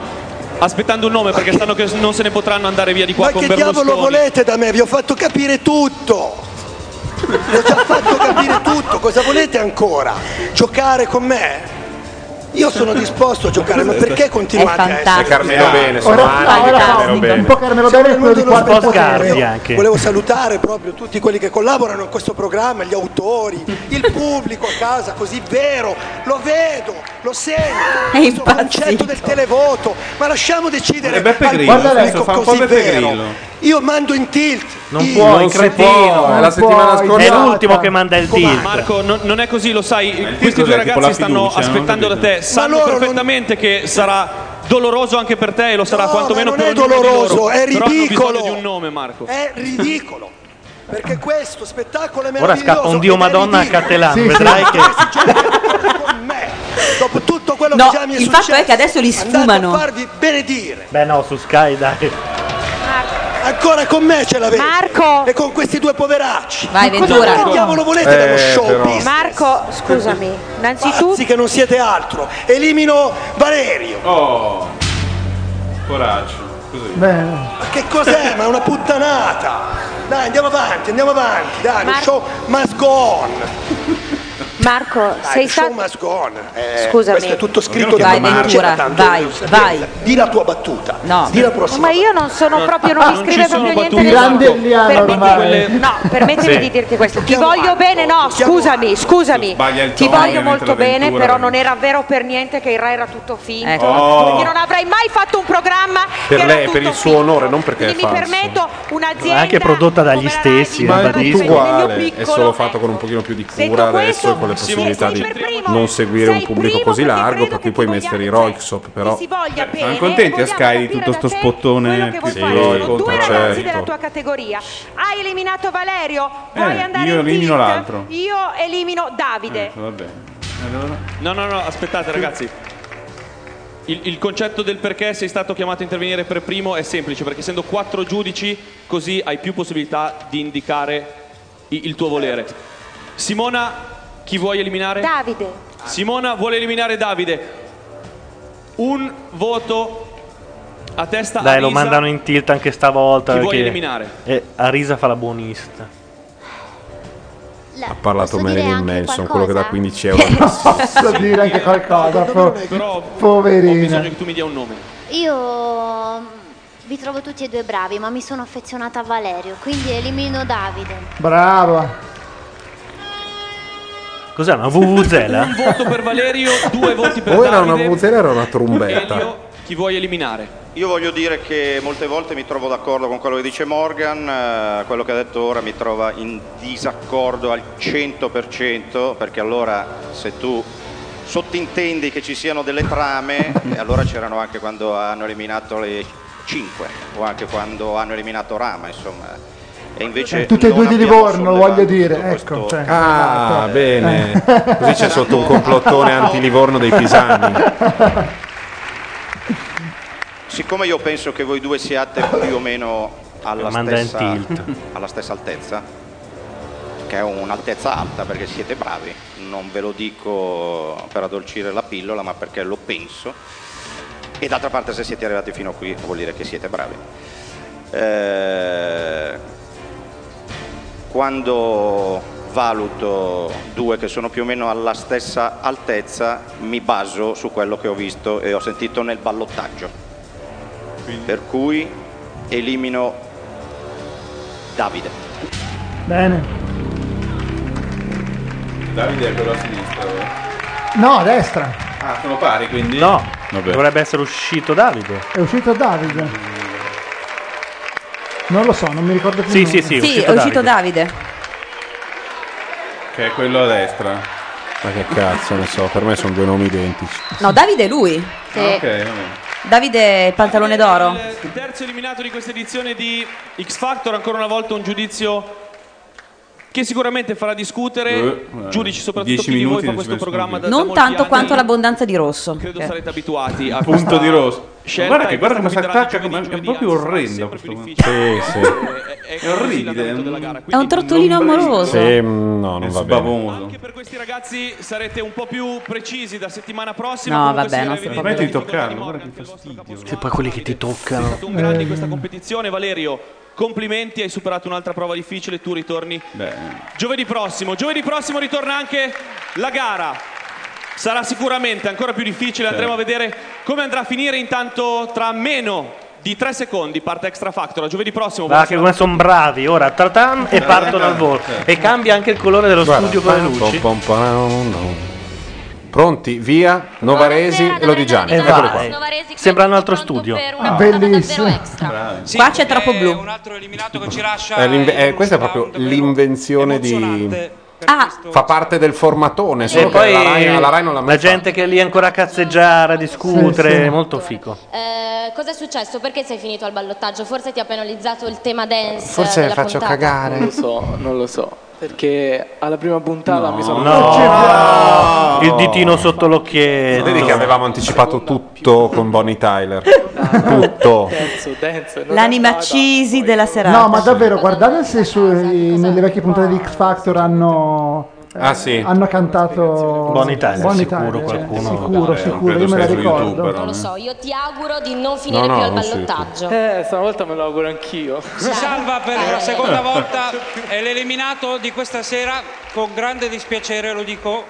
Speaker 5: aspettando un nome perché sanno che non se ne potranno andare via di qua
Speaker 13: Ma
Speaker 5: con
Speaker 13: che diavolo
Speaker 5: Berlusconi.
Speaker 13: volete da me? Vi ho fatto capire tutto. Vi ho già fatto capire tutto. Cosa volete ancora? Giocare con me? Io sono disposto a giocare, ma perché continuate a essere?
Speaker 1: È Carmelo Bene, sono
Speaker 4: Ora,
Speaker 1: anni che
Speaker 4: ora fa
Speaker 1: Carmelo
Speaker 4: un,
Speaker 1: Bene.
Speaker 4: po' Carmelo Bene è quello di
Speaker 13: Siamo nel
Speaker 4: quattro
Speaker 13: mondo dello spettacolo.
Speaker 4: potere.
Speaker 13: Io Volevo salutare proprio tutti quelli che collaborano in questo programma, gli autori, il pubblico a casa, così vero, lo vedo, lo sento,
Speaker 7: È
Speaker 13: questo
Speaker 7: impazzito.
Speaker 13: concetto del televoto, ma lasciamo decidere
Speaker 12: È Beppe
Speaker 13: al
Speaker 12: Grillo,
Speaker 13: pubblico
Speaker 12: adesso fa un po'
Speaker 13: Ecco, così
Speaker 12: Beppe
Speaker 13: vero.
Speaker 12: Grillo.
Speaker 13: Io mando in tilt.
Speaker 2: Non
Speaker 13: Io-
Speaker 2: puoi,
Speaker 12: non si
Speaker 2: cretino.
Speaker 12: può, è la
Speaker 2: Non
Speaker 12: settimana
Speaker 2: puoi,
Speaker 12: scorsa.
Speaker 2: È l'ultimo che manda il
Speaker 5: Com'è?
Speaker 2: tilt.
Speaker 5: Marco, non, non è così, lo sai,
Speaker 12: cos'è?
Speaker 5: questi
Speaker 12: Tipo
Speaker 5: due
Speaker 12: la
Speaker 5: ragazzi stanno
Speaker 12: fiducia,
Speaker 5: aspettando
Speaker 12: non
Speaker 5: da
Speaker 12: ho
Speaker 5: te, sanno perfettamente che sarà doloroso anche per te e lo sarà quantomeno
Speaker 13: ma
Speaker 5: per
Speaker 13: non è
Speaker 5: ognuno di loro.
Speaker 13: doloroso, è
Speaker 5: Però hanno bisogno
Speaker 13: ridicolo.
Speaker 5: di un nome, Marco.
Speaker 13: È ridicolo. Perché questo spettacolo è
Speaker 2: Ora
Speaker 13: meraviglioso.
Speaker 2: scappa un Dio
Speaker 13: ed è
Speaker 2: Madonna a
Speaker 13: ridicolo.
Speaker 2: Cattelan. Vedrai che.
Speaker 13: Quello
Speaker 7: No,
Speaker 13: che già mi è
Speaker 7: il fatto
Speaker 13: successo.
Speaker 7: è che adesso li
Speaker 13: Andate a
Speaker 7: sfumano.
Speaker 13: farvi benedire.
Speaker 2: Beh, no, su Sky, dai.
Speaker 13: Ancora con me ce l'avete. Marco! E con questi due poveracci.
Speaker 7: Vai,
Speaker 13: Ma
Speaker 7: Ventura.
Speaker 13: Cosa che diavolo volete
Speaker 1: Eh,
Speaker 13: dallo show
Speaker 1: però.
Speaker 13: business?
Speaker 15: Marco, scusami, innanzitutto...
Speaker 13: Pazzi che non siete altro. Elimino Valerio.
Speaker 12: Oh, coraggio. Così.
Speaker 13: Ma che cos'è? Ma è una puttanata. Dai, andiamo avanti, andiamo avanti. Dai, lo show must go on.
Speaker 8: Marco,
Speaker 11: Dai,
Speaker 8: sei
Speaker 11: the
Speaker 8: stato...
Speaker 11: show must go on. Eh,
Speaker 8: Scusami.
Speaker 11: Questo è tutto scritto
Speaker 8: Ognuno
Speaker 11: da
Speaker 8: chiama
Speaker 11: me, non
Speaker 8: Marco.
Speaker 11: c'era
Speaker 8: Vai,
Speaker 11: tanto
Speaker 8: vai,
Speaker 11: sapienza. Di la tua battuta.
Speaker 13: Ah,
Speaker 11: Di la prossima.
Speaker 8: Ma io non sono proprio, non mi scrive proprio niente
Speaker 4: Pirandelliano ormai.
Speaker 8: No, permettetemi
Speaker 4: Sì.
Speaker 8: di dirti questo. Ti voglio bene, no, scusami, scusami.
Speaker 4: Sbaglia il
Speaker 8: Ti
Speaker 4: tono,
Speaker 8: voglio
Speaker 4: ovviamente,
Speaker 8: molto bene,
Speaker 4: l'avventura,
Speaker 8: però non era vero per niente che il re era tutto finto.
Speaker 1: Ecco. Oh.
Speaker 8: Quindi non avrei mai fatto un programma che
Speaker 1: Per
Speaker 8: era
Speaker 1: lei,
Speaker 8: tutto
Speaker 1: per il suo onore, non perché è
Speaker 8: Quindi mi
Speaker 1: falso.
Speaker 8: permetto un'azienda
Speaker 2: Anche prodotta dagli stessi,
Speaker 1: Ma è tutto
Speaker 2: ribadisco.
Speaker 1: uguale, è solo fatto con un pochino più di cura adesso e con le possibilità di non seguire un pubblico così largo, per cui puoi mettere i Roixop, però
Speaker 40: Sono contenti a Sky di tutto sto spottone più
Speaker 1: Sì,
Speaker 40: eroico,
Speaker 1: due
Speaker 40: certo.
Speaker 8: ragazzi della tua categoria. Hai eliminato Valerio, vuoi
Speaker 1: Certo.
Speaker 40: Eh,
Speaker 8: andare
Speaker 40: io
Speaker 8: in
Speaker 40: elimino
Speaker 8: tilt?
Speaker 40: l'altro.
Speaker 8: Io elimino Davide.
Speaker 40: Va bene.
Speaker 5: No, no, no, aspettate ragazzi. Il, il concetto del perché sei stato chiamato a intervenire per primo è semplice, perché essendo quattro giudici, così hai più possibilità di indicare i- il tuo volere. Simona, chi vuoi eliminare?
Speaker 8: Davide.
Speaker 5: Simona vuole eliminare Davide. Un voto a testa a
Speaker 2: Dai, lo
Speaker 5: Lisa.
Speaker 2: mandano in tilt anche stavolta.
Speaker 5: Chi vuoi
Speaker 2: perché-
Speaker 5: eliminare?
Speaker 2: Eh, Arisa fa la buonista.
Speaker 1: ha parlato Marilyn Manson, quello che dà 15 euro.
Speaker 4: Posso dire anche qualcosa? po-
Speaker 5: Bisogna
Speaker 4: poverina.
Speaker 5: che tu mi dia un nome.
Speaker 11: Io mm, vi trovo tutti e due bravi, ma mi sono affezionata a Valerio, quindi elimino Davide.
Speaker 4: Brava.
Speaker 2: Cos'è una VVZela?
Speaker 5: Un voto per Valerio, due voti per
Speaker 1: O era una
Speaker 5: Davide.
Speaker 1: vuvuzela o era una trombetta?
Speaker 5: Chi vuoi eliminare?
Speaker 10: Io voglio dire che molte volte mi trovo d'accordo con quello che dice Morgan, eh, quello che ha detto ora mi trova in disaccordo al 100%, perché allora se tu sottintendi che ci siano delle trame, e allora c'erano anche quando hanno eliminato le 5 o anche quando hanno eliminato Rama, insomma. E invece
Speaker 4: Eh, Tutti e
Speaker 10: non
Speaker 4: due di
Speaker 10: abbiamo
Speaker 4: Livorno, voglio dire. Ecco, cioè,
Speaker 1: Ah, bene.
Speaker 4: Eh.
Speaker 1: Così c'è sotto un complottone anti-Livorno dei Pisani.
Speaker 10: Siccome io penso che voi due siate più o meno alla,
Speaker 2: Manda in
Speaker 10: stessa,
Speaker 2: tilt.
Speaker 10: alla stessa altezza, che è un'altezza alta perché siete bravi, non ve lo dico per addolcire la pillola, ma perché lo penso. E d'altra parte se siete arrivati fino a qui vuol dire che siete bravi. Eh, quando valuto due che sono più o meno alla stessa altezza, mi baso su quello che ho visto e ho sentito nel ballottaggio. Per cui elimino Davide.
Speaker 4: Bene.
Speaker 40: Davide è quello a sinistra. eh.
Speaker 4: No, a destra.
Speaker 40: Ah, sono pari quindi?
Speaker 2: No, dovrebbe essere uscito Davide.
Speaker 4: È uscito Davide. Non lo so, non mi ricordo più.
Speaker 2: Sì,
Speaker 4: il nome.
Speaker 2: sì, sì,
Speaker 7: Sì, è uscito Davide.
Speaker 40: Che è quello a destra.
Speaker 1: Ma che cazzo, ne so, per me sono due nomi identici.
Speaker 7: No, Davide è lui.
Speaker 5: Ah,
Speaker 7: Sì.
Speaker 5: ok,
Speaker 7: Davide è il pantalone d'oro.
Speaker 5: Il terzo eliminato di questa edizione di X Factor, ancora una volta un giudizio che sicuramente farà discutere
Speaker 10: Eh, eh,
Speaker 5: giudici soprattutto
Speaker 40: dieci
Speaker 5: chi di voi
Speaker 40: minuti
Speaker 5: fa
Speaker 40: non ci penso
Speaker 5: questo programma da, da
Speaker 7: Non
Speaker 5: molti
Speaker 7: tanto
Speaker 5: anni.
Speaker 7: quanto l'abbondanza di rosso.
Speaker 5: credo
Speaker 7: Eh.
Speaker 5: sarete abituati a
Speaker 40: Punto
Speaker 5: questa
Speaker 40: di rosso.
Speaker 5: scelta
Speaker 40: Guarda che-
Speaker 5: e
Speaker 40: guarda
Speaker 5: questa
Speaker 40: come
Speaker 5: capiterà
Speaker 40: si attacca,
Speaker 5: giovedì,
Speaker 40: come- è
Speaker 5: giovedì,
Speaker 40: proprio
Speaker 5: anzi, sarà
Speaker 40: orrendo
Speaker 5: sempre più
Speaker 1: Sì, sì.
Speaker 5: difficile. È orribile.
Speaker 40: mm.
Speaker 7: È un tortolino amoroso.
Speaker 1: Sì, mm, no, non va bene.
Speaker 5: Anche per questi ragazzi sarete un po' più precisi da settimana prossima.
Speaker 7: No,
Speaker 5: comunque
Speaker 7: vabbè,
Speaker 5: sia,
Speaker 7: non
Speaker 5: evidente
Speaker 40: Smetti di
Speaker 5: che
Speaker 40: toccarlo, guarda che fastidio. Eh.
Speaker 2: E poi quelli che ti toccano.
Speaker 5: un grande in questa competizione, Valerio. Complimenti, hai superato un'altra prova difficile, tu ritorni giovedì prossimo. Giovedì prossimo ritorna anche la gara. Sarà sicuramente ancora più difficile, andremo a vedere come andrà a finire intanto tra meno di tre secondi parte Extra Factor. A giovedì prossimo.
Speaker 2: Va che come sono bravi, ora tartan
Speaker 40: Eh,
Speaker 2: e partono al volo. E cambia anche il colore dello studio con le luci.
Speaker 1: Pom, pom, pom, no. Pronti, via, Novaresi e Lodigiani.
Speaker 2: E
Speaker 1: Eccoli
Speaker 2: va,
Speaker 1: qua.
Speaker 2: eh. sembra un altro studio.
Speaker 4: Bellissimo.
Speaker 7: Qua c'è troppo blu.
Speaker 1: È l'inve- eh, questa è proprio l'invenzione di...
Speaker 7: Ah,
Speaker 1: Fa parte del formatone, solo
Speaker 2: E
Speaker 1: che
Speaker 2: poi
Speaker 1: la Rai, alla Rai non l'ha mai
Speaker 2: la gente che è lì ancora a cazzeggiare, a discutere,
Speaker 1: Sì, sì.
Speaker 2: molto fico.
Speaker 3: Eh, cosa è successo? Perché sei finito al ballottaggio? Forse ti ha penalizzato il tema dance.
Speaker 2: Eh,
Speaker 9: Forse
Speaker 3: della
Speaker 9: faccio
Speaker 3: puntata.
Speaker 9: cagare. Non lo so, non lo so. Perché alla prima puntata mi sono.
Speaker 2: No, il ditino sotto l'occhietto.
Speaker 1: Vedi che avevamo anticipato tutto con Bonnie Tyler. Tutto.
Speaker 9: Dance, dance,
Speaker 4: Eh,
Speaker 9: non
Speaker 7: l'animacisi della serata.
Speaker 4: eh, No, ma davvero, guardate se su- nelle vecchie puntate di X Factor hanno eh,
Speaker 1: Ah, sì.
Speaker 4: Hanno cantato
Speaker 2: Buon Italia, cioè,
Speaker 4: Buon
Speaker 2: sicuro
Speaker 4: Italia,
Speaker 2: qualcuno
Speaker 4: eh,
Speaker 2: lo
Speaker 4: sicuro,
Speaker 2: dà, eh,
Speaker 4: sicuro,
Speaker 2: credo
Speaker 4: io me
Speaker 2: sia
Speaker 4: la
Speaker 2: su YouTube,
Speaker 4: ricordo.
Speaker 2: però,
Speaker 10: Non lo
Speaker 2: eh.
Speaker 10: so, io ti auguro di non finire
Speaker 2: No, no,
Speaker 10: più al
Speaker 2: non si-
Speaker 10: ballottaggio.
Speaker 20: Eh, stavolta me lo auguro anch'io.
Speaker 6: Si salva per la seconda volta è l'eliminato di questa sera con grande dispiacere lo dico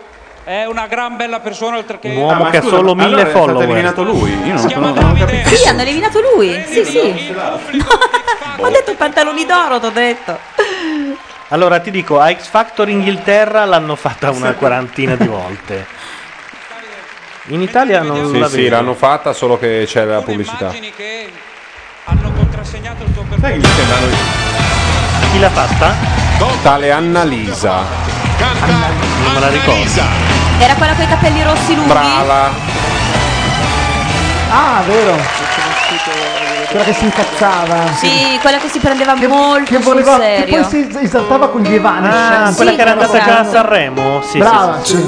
Speaker 6: è una gran bella persona oltre che
Speaker 2: Un uomo Ah, ma che ha scusa, solo allora mille è stato follower. eliminato lui? Io non-
Speaker 6: si chiama
Speaker 2: non- non ho
Speaker 6: Davide
Speaker 7: Sì, hanno eliminato lui.
Speaker 4: Eh,
Speaker 7: Sì, sì. Ho detto pantaloni d'oro, t'ho detto.
Speaker 2: Allora ti dico, a X Factor Inghilterra l'hanno fatta una quarantina di volte. In Italia non
Speaker 1: Sì,
Speaker 2: la
Speaker 1: sì,
Speaker 2: vedo.
Speaker 1: l'hanno fatta, solo che c'è la pubblicità.
Speaker 2: Chi l'ha fatta?
Speaker 1: Tale Annalisa.
Speaker 2: Non me la ricordo.
Speaker 7: Era quella con i capelli rossi lunghi.
Speaker 1: Brava.
Speaker 4: Ah, vero. Quella che si incazzava.
Speaker 7: Sì, quella che si prendeva molto
Speaker 4: Che voleva
Speaker 7: sul
Speaker 4: che
Speaker 7: serio.
Speaker 4: poi si es- esaltava con gli
Speaker 2: Ah,
Speaker 4: Evanescence.
Speaker 2: quella che era andata già a
Speaker 4: Sanremo.
Speaker 2: Sanremo? Sì,
Speaker 4: Brava,
Speaker 2: sì, sì.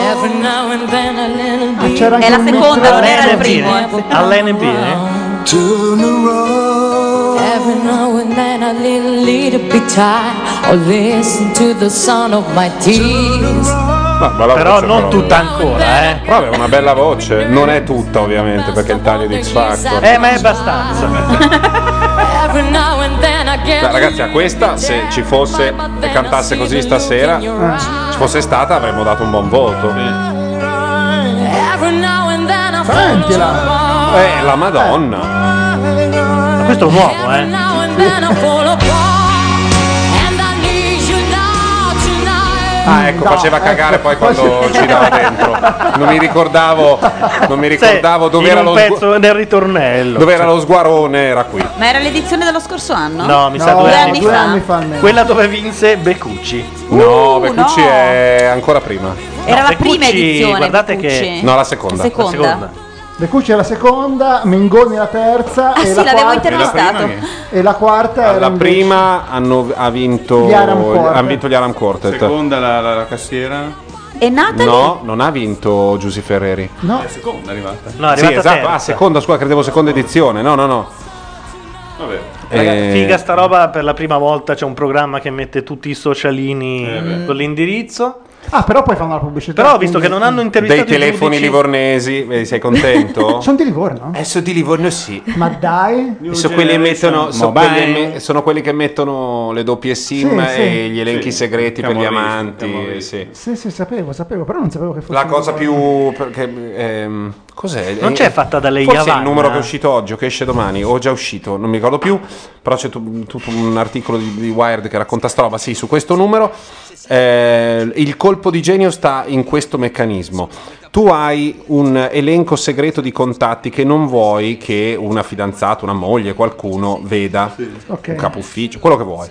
Speaker 9: Every now and then a little
Speaker 2: Ah,
Speaker 9: bit.
Speaker 4: c'era anche È la un seconda, mix- non era il
Speaker 2: primo, eh. All'NB,
Speaker 9: Every now and then a little, little bit tired. Or listen to the sound of my tears.
Speaker 1: Però
Speaker 9: non tutta
Speaker 1: ancora, eh. Però aveva una bella voce. Non è tutta, ovviamente, perché è il taglio di X Factor.
Speaker 9: Eh, ma è
Speaker 2: abbastanza.
Speaker 9: Every now and then I get.
Speaker 1: Beh, ragazzi, a questa, se ci fosse e cantasse così stasera, ci fosse stata, avremmo dato un buon voto.
Speaker 9: Every now and then I fall into love.
Speaker 1: Eh, la Madonna.
Speaker 2: Ma questo è un uomo, eh.
Speaker 9: Now and then I fall apart. And I need you now tonight.
Speaker 1: Ah, ecco, faceva cagare poi quando ci dava dentro. Non mi ricordavo, non mi ricordavo dove
Speaker 2: in
Speaker 1: era
Speaker 2: un
Speaker 1: lo
Speaker 2: pezzo
Speaker 1: sgu-
Speaker 2: nel ritornello.
Speaker 1: dove era lo sguarone, era qui.
Speaker 4: Cioè,
Speaker 7: Ma era l'edizione dello scorso anno?
Speaker 2: No, mi sa due, anni, fa.
Speaker 4: almeno.
Speaker 2: Quella Uh, dove vinse Becucci.
Speaker 1: No, Beccucci
Speaker 7: no.
Speaker 1: è ancora prima.
Speaker 7: Era la
Speaker 2: Becucci,
Speaker 7: prima edizione.
Speaker 2: guardate
Speaker 7: Becucci.
Speaker 2: che-
Speaker 1: No, la seconda.
Speaker 7: La seconda. La seconda.
Speaker 4: Becucci è la seconda, Mengoni è la terza.
Speaker 7: Ah,
Speaker 4: e
Speaker 7: sì,
Speaker 4: la
Speaker 7: l'avevo
Speaker 4: quarta-
Speaker 7: intervistato.
Speaker 4: E la quarta era
Speaker 1: La
Speaker 4: invece-
Speaker 1: prima hanno, ha vinto
Speaker 4: Gli Aram Quartet.
Speaker 1: hanno vinto gli Aram Quartet.
Speaker 12: Seconda la, la, la cassiera.
Speaker 7: E
Speaker 2: Ah,
Speaker 7: Natalie?
Speaker 1: No, Eh, non ha vinto Giussi Ferreri.
Speaker 4: No.
Speaker 12: È seconda arrivata.
Speaker 2: No, è
Speaker 1: sì,
Speaker 2: arrivata
Speaker 1: esatto.
Speaker 2: terza.
Speaker 1: Ah, seconda, scusa, credevo seconda edizione. No, no, no.
Speaker 12: Vabbè.
Speaker 1: Eh,
Speaker 2: Figa sta roba, per la prima volta c'è un programma che mette tutti i socialini
Speaker 1: Eh,
Speaker 4: beh.
Speaker 2: con l'indirizzo.
Speaker 4: Ah, però poi fanno la pubblicità.
Speaker 2: Però ho visto
Speaker 4: quindi-
Speaker 2: che non hanno intervistato
Speaker 1: Dei telefoni
Speaker 2: i giudici.
Speaker 1: livornesi, vedi, sei contento?
Speaker 4: Sono di Livorno?
Speaker 1: Adesso di Livorno sì.
Speaker 4: Ma dai.
Speaker 1: E Sono quelli, che mettono, sono,
Speaker 4: Mobile.
Speaker 1: quelli che me- sono quelli che mettono le doppie sim
Speaker 4: Sì, sì.
Speaker 1: e gli elenchi
Speaker 12: Sì,
Speaker 1: segreti per gli
Speaker 12: camorristi,
Speaker 1: amanti.
Speaker 12: camorristi.
Speaker 1: sì.
Speaker 4: Sì, sì, sapevo, sapevo, però non sapevo che fosse.
Speaker 1: La cosa
Speaker 4: di Livorno.
Speaker 1: più. Perché, ehm, cos'è?
Speaker 2: Non c'è fatta dalle
Speaker 1: Forse
Speaker 2: Yavanna?
Speaker 1: il numero che è uscito oggi, o che esce domani, o già uscito, non mi ricordo più. Però c'è tu- tutto un articolo di, di Wired che racconta sta roba. Sì, su questo numero. eh, il colpo di genio sta in questo meccanismo. Tu hai un elenco segreto di contatti che non vuoi che una fidanzata, una moglie, qualcuno veda,
Speaker 4: Ok.
Speaker 1: un capo ufficio, quello che vuoi.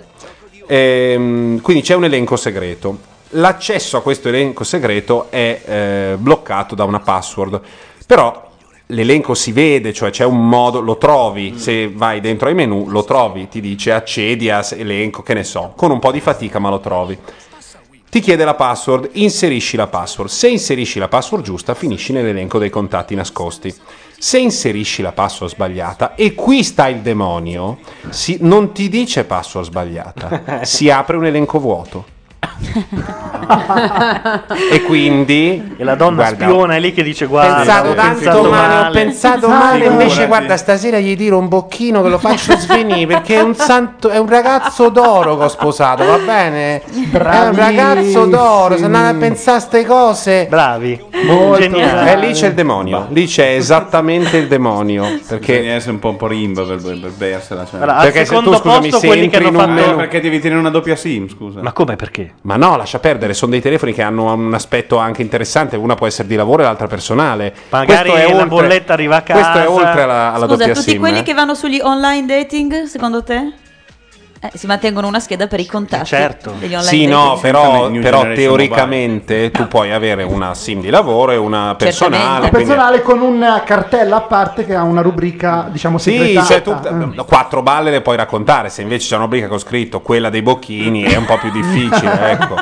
Speaker 1: Ehm, quindi c'è un elenco segreto. L'accesso a questo elenco segreto è eh, bloccato da una password, però l'elenco si vede, cioè c'è un modo, lo trovi, se vai dentro ai menu lo trovi, ti dice accedi a s- elenco, che ne so, con un po' di fatica ma lo trovi. Ti chiede la password, inserisci la password. Se inserisci la password giusta, finisci nell'elenco dei contatti nascosti. Se inserisci la password sbagliata, e qui sta il demonio, si- non ti dice password sbagliata, si apre un elenco vuoto. e quindi...
Speaker 2: E la donna
Speaker 1: Guarda.
Speaker 2: spiona è lì che dice guarda,
Speaker 1: Pensavo
Speaker 2: ho
Speaker 1: tanto male, ho pensato male, invece guarda stasera gli tiro un bocchino che lo faccio svenire perché è un santo, è un ragazzo d'oro che ho sposato, va bene? È un ragazzo d'oro, se andate a pensare a ste cose.
Speaker 2: Bravi.
Speaker 1: Molto
Speaker 2: Geniali.
Speaker 1: E Eh, lì c'è il demonio, lì c'è esattamente il demonio. Perché
Speaker 12: Bisogna essere un po', un po rimba per, per, per bersela. Cioè.
Speaker 1: Allora, al Perché se secondo tu, scusami, posto se quelli che entri hanno in un fatto- menu-
Speaker 12: Perché devi tenere una doppia sim, scusa.
Speaker 2: Ma come perché?
Speaker 1: Ma no, lascia perdere, sono dei telefoni che hanno un aspetto anche interessante, una può essere di lavoro e l'altra personale.
Speaker 2: Magari
Speaker 1: Questo è
Speaker 2: la
Speaker 1: oltre-
Speaker 2: bolletta arriva a casa.
Speaker 1: Questo è oltre alla, alla
Speaker 7: Scusa,
Speaker 1: doppia
Speaker 7: tutti
Speaker 1: sim.
Speaker 7: quelli
Speaker 1: eh.
Speaker 7: che vanno sugli online dating, secondo te? Eh, si mantengono una scheda
Speaker 1: Eh,
Speaker 7: per i contatti.
Speaker 1: certo.
Speaker 7: Degli online
Speaker 1: Sì,
Speaker 7: dating.
Speaker 1: no, però,
Speaker 12: New
Speaker 1: però
Speaker 12: Generation
Speaker 1: teoricamente tu puoi avere una sim di lavoro e una personale.
Speaker 4: Una
Speaker 1: quindi-
Speaker 4: personale con una cartella a parte che ha una rubrica, diciamo,
Speaker 1: Sì,
Speaker 4: segretata.
Speaker 1: cioè tu eh, quattro balle le puoi raccontare, se invece c'è una rubrica che ho scritto quella dei bocchini è un po' più difficile, ecco.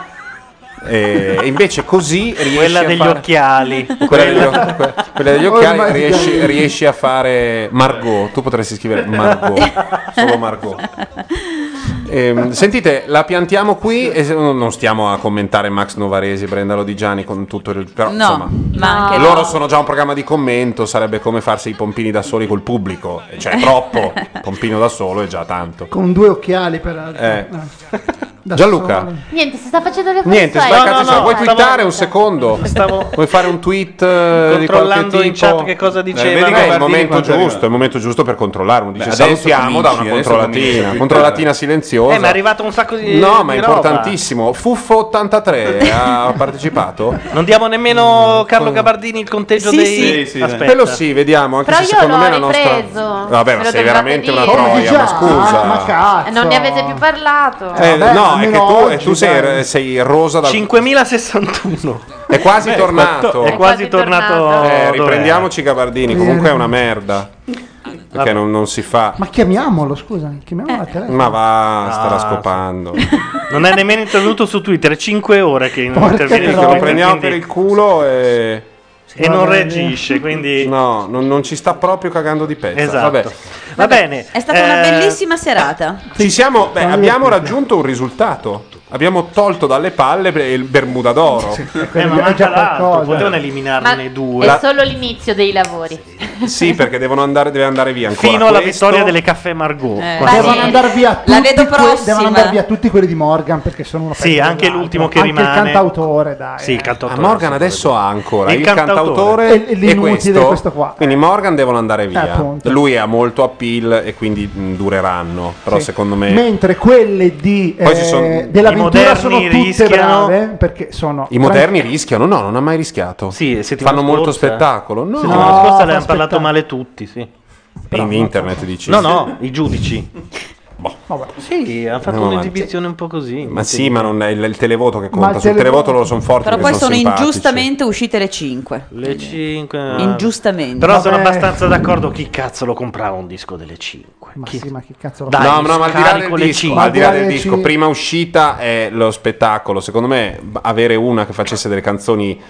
Speaker 1: E invece così riesci
Speaker 2: Quella
Speaker 1: a
Speaker 2: degli
Speaker 1: fare-
Speaker 2: occhiali. Eh,
Speaker 1: Quella degli, oc- que- quella degli
Speaker 2: Ormai
Speaker 1: occhiali
Speaker 2: si
Speaker 1: riesci,
Speaker 2: chiama-
Speaker 1: riesci a fare Margot. Tu potresti scrivere Margot, solo Margot. Ehm, sentite, la piantiamo qui e se- non stiamo a commentare Max Novaresi, Brendalo Di Gianni con tutto il... Però,
Speaker 7: No,
Speaker 1: insomma,
Speaker 7: ma anche
Speaker 1: loro
Speaker 7: no.
Speaker 1: sono già un programma di commento, sarebbe come farsi i pompini da soli col pubblico, cioè è troppo, pompino da solo è già tanto.
Speaker 4: Con due occhiali, peraltro.
Speaker 1: Eh.
Speaker 4: Da
Speaker 1: Gianluca,
Speaker 4: solo.
Speaker 3: Niente, si sta facendo le
Speaker 1: niente,
Speaker 3: festa,
Speaker 1: stai
Speaker 3: eh.
Speaker 1: cazzo, vuoi twittare un secondo? Vuoi fare un tweet eh, di qualche
Speaker 2: Controllando
Speaker 1: tipo?
Speaker 2: in chat che cosa
Speaker 1: Eh,
Speaker 2: diceva.
Speaker 1: vedi che è il momento giusto, è il momento giusto per controllare. Uno dice
Speaker 12: Beh, adesso
Speaker 1: salutiamo da una
Speaker 12: cominci, adesso cominci a
Speaker 1: controllatina,
Speaker 12: twittare.
Speaker 1: controllatina silenziosa.
Speaker 2: Eh, ma è arrivato un sacco di
Speaker 1: No, ma è
Speaker 2: di roba.
Speaker 1: importantissimo. Fuffo 83 ha partecipato?
Speaker 2: Non diamo nemmeno Carlo Gabardini il conteggio
Speaker 1: Sì,
Speaker 2: dei
Speaker 1: sì. Sì, sì,
Speaker 2: Aspetta.
Speaker 1: dai. Quello sì, vediamo, anche Però se io secondo l'ho me la nostra-
Speaker 3: Preso.
Speaker 1: Vabbè, ma
Speaker 3: Me lo dovevate
Speaker 1: sei veramente una
Speaker 3: dire.
Speaker 1: troia, Ah, ma scusa.
Speaker 3: Eh, Non ne avete più parlato.
Speaker 1: Eh, no, è che tu,
Speaker 2: oggi,
Speaker 1: e tu sei, sei rosa da
Speaker 2: 5061.
Speaker 1: È quasi
Speaker 2: Beh,
Speaker 1: tornato.
Speaker 2: Eh, È quasi tornato.
Speaker 1: Eh, riprendiamoci Gabardini, comunque è una merda. Perché non, non si fa.
Speaker 4: Ma chiamiamolo, scusa, chiamiamolo
Speaker 2: Eh,
Speaker 4: a telefono.
Speaker 1: Ma va,
Speaker 2: Ah,
Speaker 1: starà
Speaker 2: sì.
Speaker 1: scopando.
Speaker 2: Non è nemmeno intervenuto su Twitter, è 5 ore che non interviene
Speaker 1: Quindi
Speaker 2: su
Speaker 1: lo
Speaker 2: Twitter,
Speaker 1: prendiamo
Speaker 2: quindi-
Speaker 1: per il culo e.
Speaker 2: E non reagisce, quindi.
Speaker 1: No, non, non ci sta proprio cagando di pezza.
Speaker 2: Esatto.
Speaker 1: Vabbè.
Speaker 2: Va bene. Eh,
Speaker 7: È stata una bellissima serata.
Speaker 1: Ci siamo, beh, abbiamo raggiunto un risultato. Abbiamo tolto dalle palle il Bermuda d'oro.
Speaker 2: Eh, ma manca l'altro, potevano eliminarne
Speaker 3: Ma
Speaker 2: due.
Speaker 3: È solo l'inizio dei lavori.
Speaker 1: Sì, perché devono andare, deve andare via ancora.
Speaker 2: Fino alla
Speaker 1: questo.
Speaker 2: vittoria delle Caffè Margot.
Speaker 3: Eh,
Speaker 2: Quando-
Speaker 4: Devono andare via tutti,
Speaker 3: vedo
Speaker 4: que-
Speaker 3: prossima.
Speaker 4: devono andare via tutti quelli di Morgan perché sono uno
Speaker 2: Sì,
Speaker 4: peggio
Speaker 2: anche
Speaker 4: dell'altro.
Speaker 2: l'ultimo che
Speaker 4: Anche
Speaker 2: rimane.
Speaker 4: il cantautore, dai.
Speaker 2: Sì, il cantautore.
Speaker 1: Ah, Morgan adesso ha ancora
Speaker 2: Il
Speaker 1: il,
Speaker 2: cantautore.
Speaker 1: cantautore,
Speaker 4: E l'inutile
Speaker 1: questo.
Speaker 4: questo qua.
Speaker 1: Quindi Morgan devono andare
Speaker 4: Eh,
Speaker 1: via.
Speaker 4: appunto.
Speaker 1: Lui ha molto appeal e quindi mh, dureranno. Però
Speaker 4: Sì.
Speaker 1: secondo me
Speaker 4: Mentre quelle di
Speaker 1: Poi ci sono-
Speaker 4: eh,
Speaker 1: I
Speaker 4: dell'avventura
Speaker 1: moderni
Speaker 4: sono tutte
Speaker 1: rischiano-
Speaker 4: brave perché sono
Speaker 1: i moderni rischiano. No, non ha mai rischiato. Fanno molto spettacolo. No,
Speaker 2: Settimana scorsa le
Speaker 1: Fa
Speaker 2: hanno parlato
Speaker 1: spettacolo.
Speaker 2: male tutti, sì.
Speaker 1: in internet dici.
Speaker 2: No, no, i giudici. Sì, hanno fatto
Speaker 1: Andiamo avanti.
Speaker 2: un'esibizione un po' così.
Speaker 1: Ma sì, ma non è il, il televoto che conta.
Speaker 2: il
Speaker 1: Sul
Speaker 2: televoto-
Speaker 1: televoto loro sono forti.
Speaker 7: Però
Speaker 1: perché
Speaker 7: poi sono
Speaker 1: simpatici.
Speaker 7: ingiustamente uscite le 5.
Speaker 2: Le 5.
Speaker 7: Ingiustamente.
Speaker 2: Però sono
Speaker 7: Vabbè.
Speaker 2: abbastanza d'accordo. Chi cazzo lo comprava un disco delle 5?
Speaker 4: Ma sì, ma che cazzo lo
Speaker 2: Dai,
Speaker 1: no, no, ma al di là
Speaker 2: scarico
Speaker 1: del
Speaker 2: le
Speaker 1: disco,
Speaker 2: cinque.
Speaker 1: al di là del
Speaker 2: Guarda le
Speaker 1: disco,
Speaker 2: cinque.
Speaker 1: prima uscita è lo spettacolo. Secondo me b- avere una che facesse delle canzoni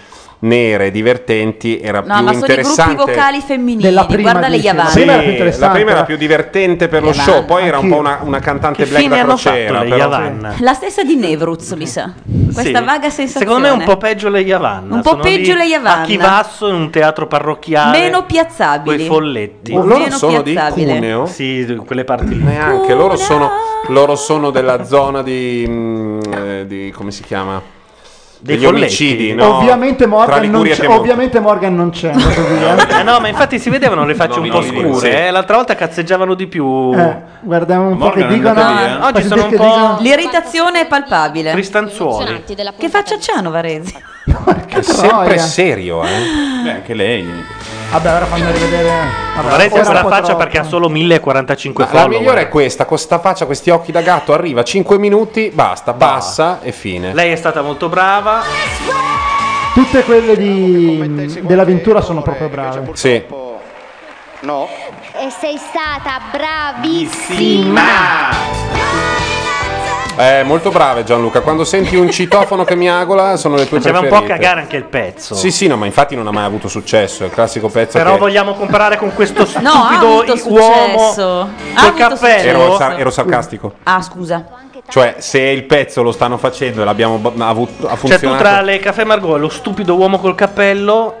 Speaker 1: nere divertenti era
Speaker 7: No,
Speaker 1: più
Speaker 7: ma sono i gruppi
Speaker 1: interessante.
Speaker 7: vocali femminili.
Speaker 4: Della prima,
Speaker 7: Guarda le
Speaker 4: dici?
Speaker 7: Yavan.
Speaker 4: Sì, prima era più
Speaker 1: Sì, la
Speaker 4: interessante, eh.
Speaker 1: prima era
Speaker 4: era-
Speaker 1: più divertente per lo
Speaker 7: Yavan.
Speaker 1: show, poi era un po' una, una cantante
Speaker 2: Che
Speaker 1: black
Speaker 2: fine
Speaker 1: da
Speaker 2: hanno fatto
Speaker 1: crociera.
Speaker 2: le
Speaker 1: però-
Speaker 2: Yavan?
Speaker 7: La stessa di Nevruz, mi sa. Questa
Speaker 2: Sì.
Speaker 7: vaga sensazione.
Speaker 2: Secondo me un po' peggio le Yavanna.
Speaker 7: Un po'
Speaker 2: Sono
Speaker 7: peggio
Speaker 2: lì
Speaker 7: le Yavanna.
Speaker 2: A chi basso in un teatro parrocchiale.
Speaker 7: Meno
Speaker 2: Quei
Speaker 7: piazzabili.
Speaker 2: folletti.
Speaker 7: Oh, loro Meno sono di piazzabile. Cuneo?
Speaker 2: Sì, di quelle parti lì.
Speaker 1: Neanche, loro sono, loro sono della zona di, mm, eh, di- come si chiama?
Speaker 2: Dei
Speaker 1: Degli
Speaker 2: folletti.
Speaker 1: omicidi, no?
Speaker 4: Ovviamente
Speaker 1: Tra
Speaker 4: Morgan, non
Speaker 1: Liguria e
Speaker 4: c'è,
Speaker 1: Piemonte.
Speaker 4: ovviamente Morgan non c'è. andato via.
Speaker 2: Eh no, ma infatti si vedevano le facce un po'
Speaker 1: Nominili,
Speaker 2: scure.
Speaker 1: sì.
Speaker 2: eh. L'altra volta cazzeggiavano di più.
Speaker 4: Eh, guardiamo un po'
Speaker 2: Morgan
Speaker 4: che
Speaker 2: è
Speaker 4: dicono.
Speaker 2: andato via, eh? Oggi
Speaker 4: Poi si
Speaker 2: sono un
Speaker 4: dice che
Speaker 2: po'
Speaker 4: dicono-
Speaker 7: L'irritazione è palpabile.
Speaker 2: Cristanzuoli.
Speaker 7: Che faccia c'hanno Varese?
Speaker 1: È sempre serio, eh? Beh, anche lei.
Speaker 4: Vabbè, ora fanno rivedere. Vabbè,
Speaker 2: Vorrei
Speaker 4: ora
Speaker 2: sempre
Speaker 4: un
Speaker 2: la
Speaker 4: po'
Speaker 2: faccia
Speaker 4: troppo.
Speaker 2: perché ha solo 1045
Speaker 1: la
Speaker 2: follower.
Speaker 1: migliore è questa, con sta faccia, questi occhi da gatto, arriva 5 minuti, basta, passa e fine.
Speaker 2: Lei è stata molto brava.
Speaker 4: Tutte quelle di, dell'avventura sono proprio brave.
Speaker 1: Sì.
Speaker 22: No.
Speaker 11: E sei stata bravissima.
Speaker 1: Eh, molto brave Gianluca, quando senti un citofono che miagola sono le tue
Speaker 2: Faceva un
Speaker 1: preferite.
Speaker 2: po' cagare anche il pezzo.
Speaker 1: Sì, sì, no, ma infatti non ha mai avuto successo, è il classico pezzo
Speaker 2: Però
Speaker 1: che...
Speaker 2: vogliamo comparare con questo
Speaker 7: No, ha
Speaker 2: stupido
Speaker 7: avuto
Speaker 2: uomo
Speaker 7: successo. Ha
Speaker 2: col
Speaker 7: avuto successo.
Speaker 1: Ero, sar- ero sarcastico.
Speaker 7: Ah, scusa.
Speaker 1: Cioè, se il pezzo lo stanno facendo e l'abbiamo b- avuto, ha
Speaker 2: Cioè, tu
Speaker 1: funzionato...
Speaker 2: tra le caffè Margot e lo stupido uomo col cappello.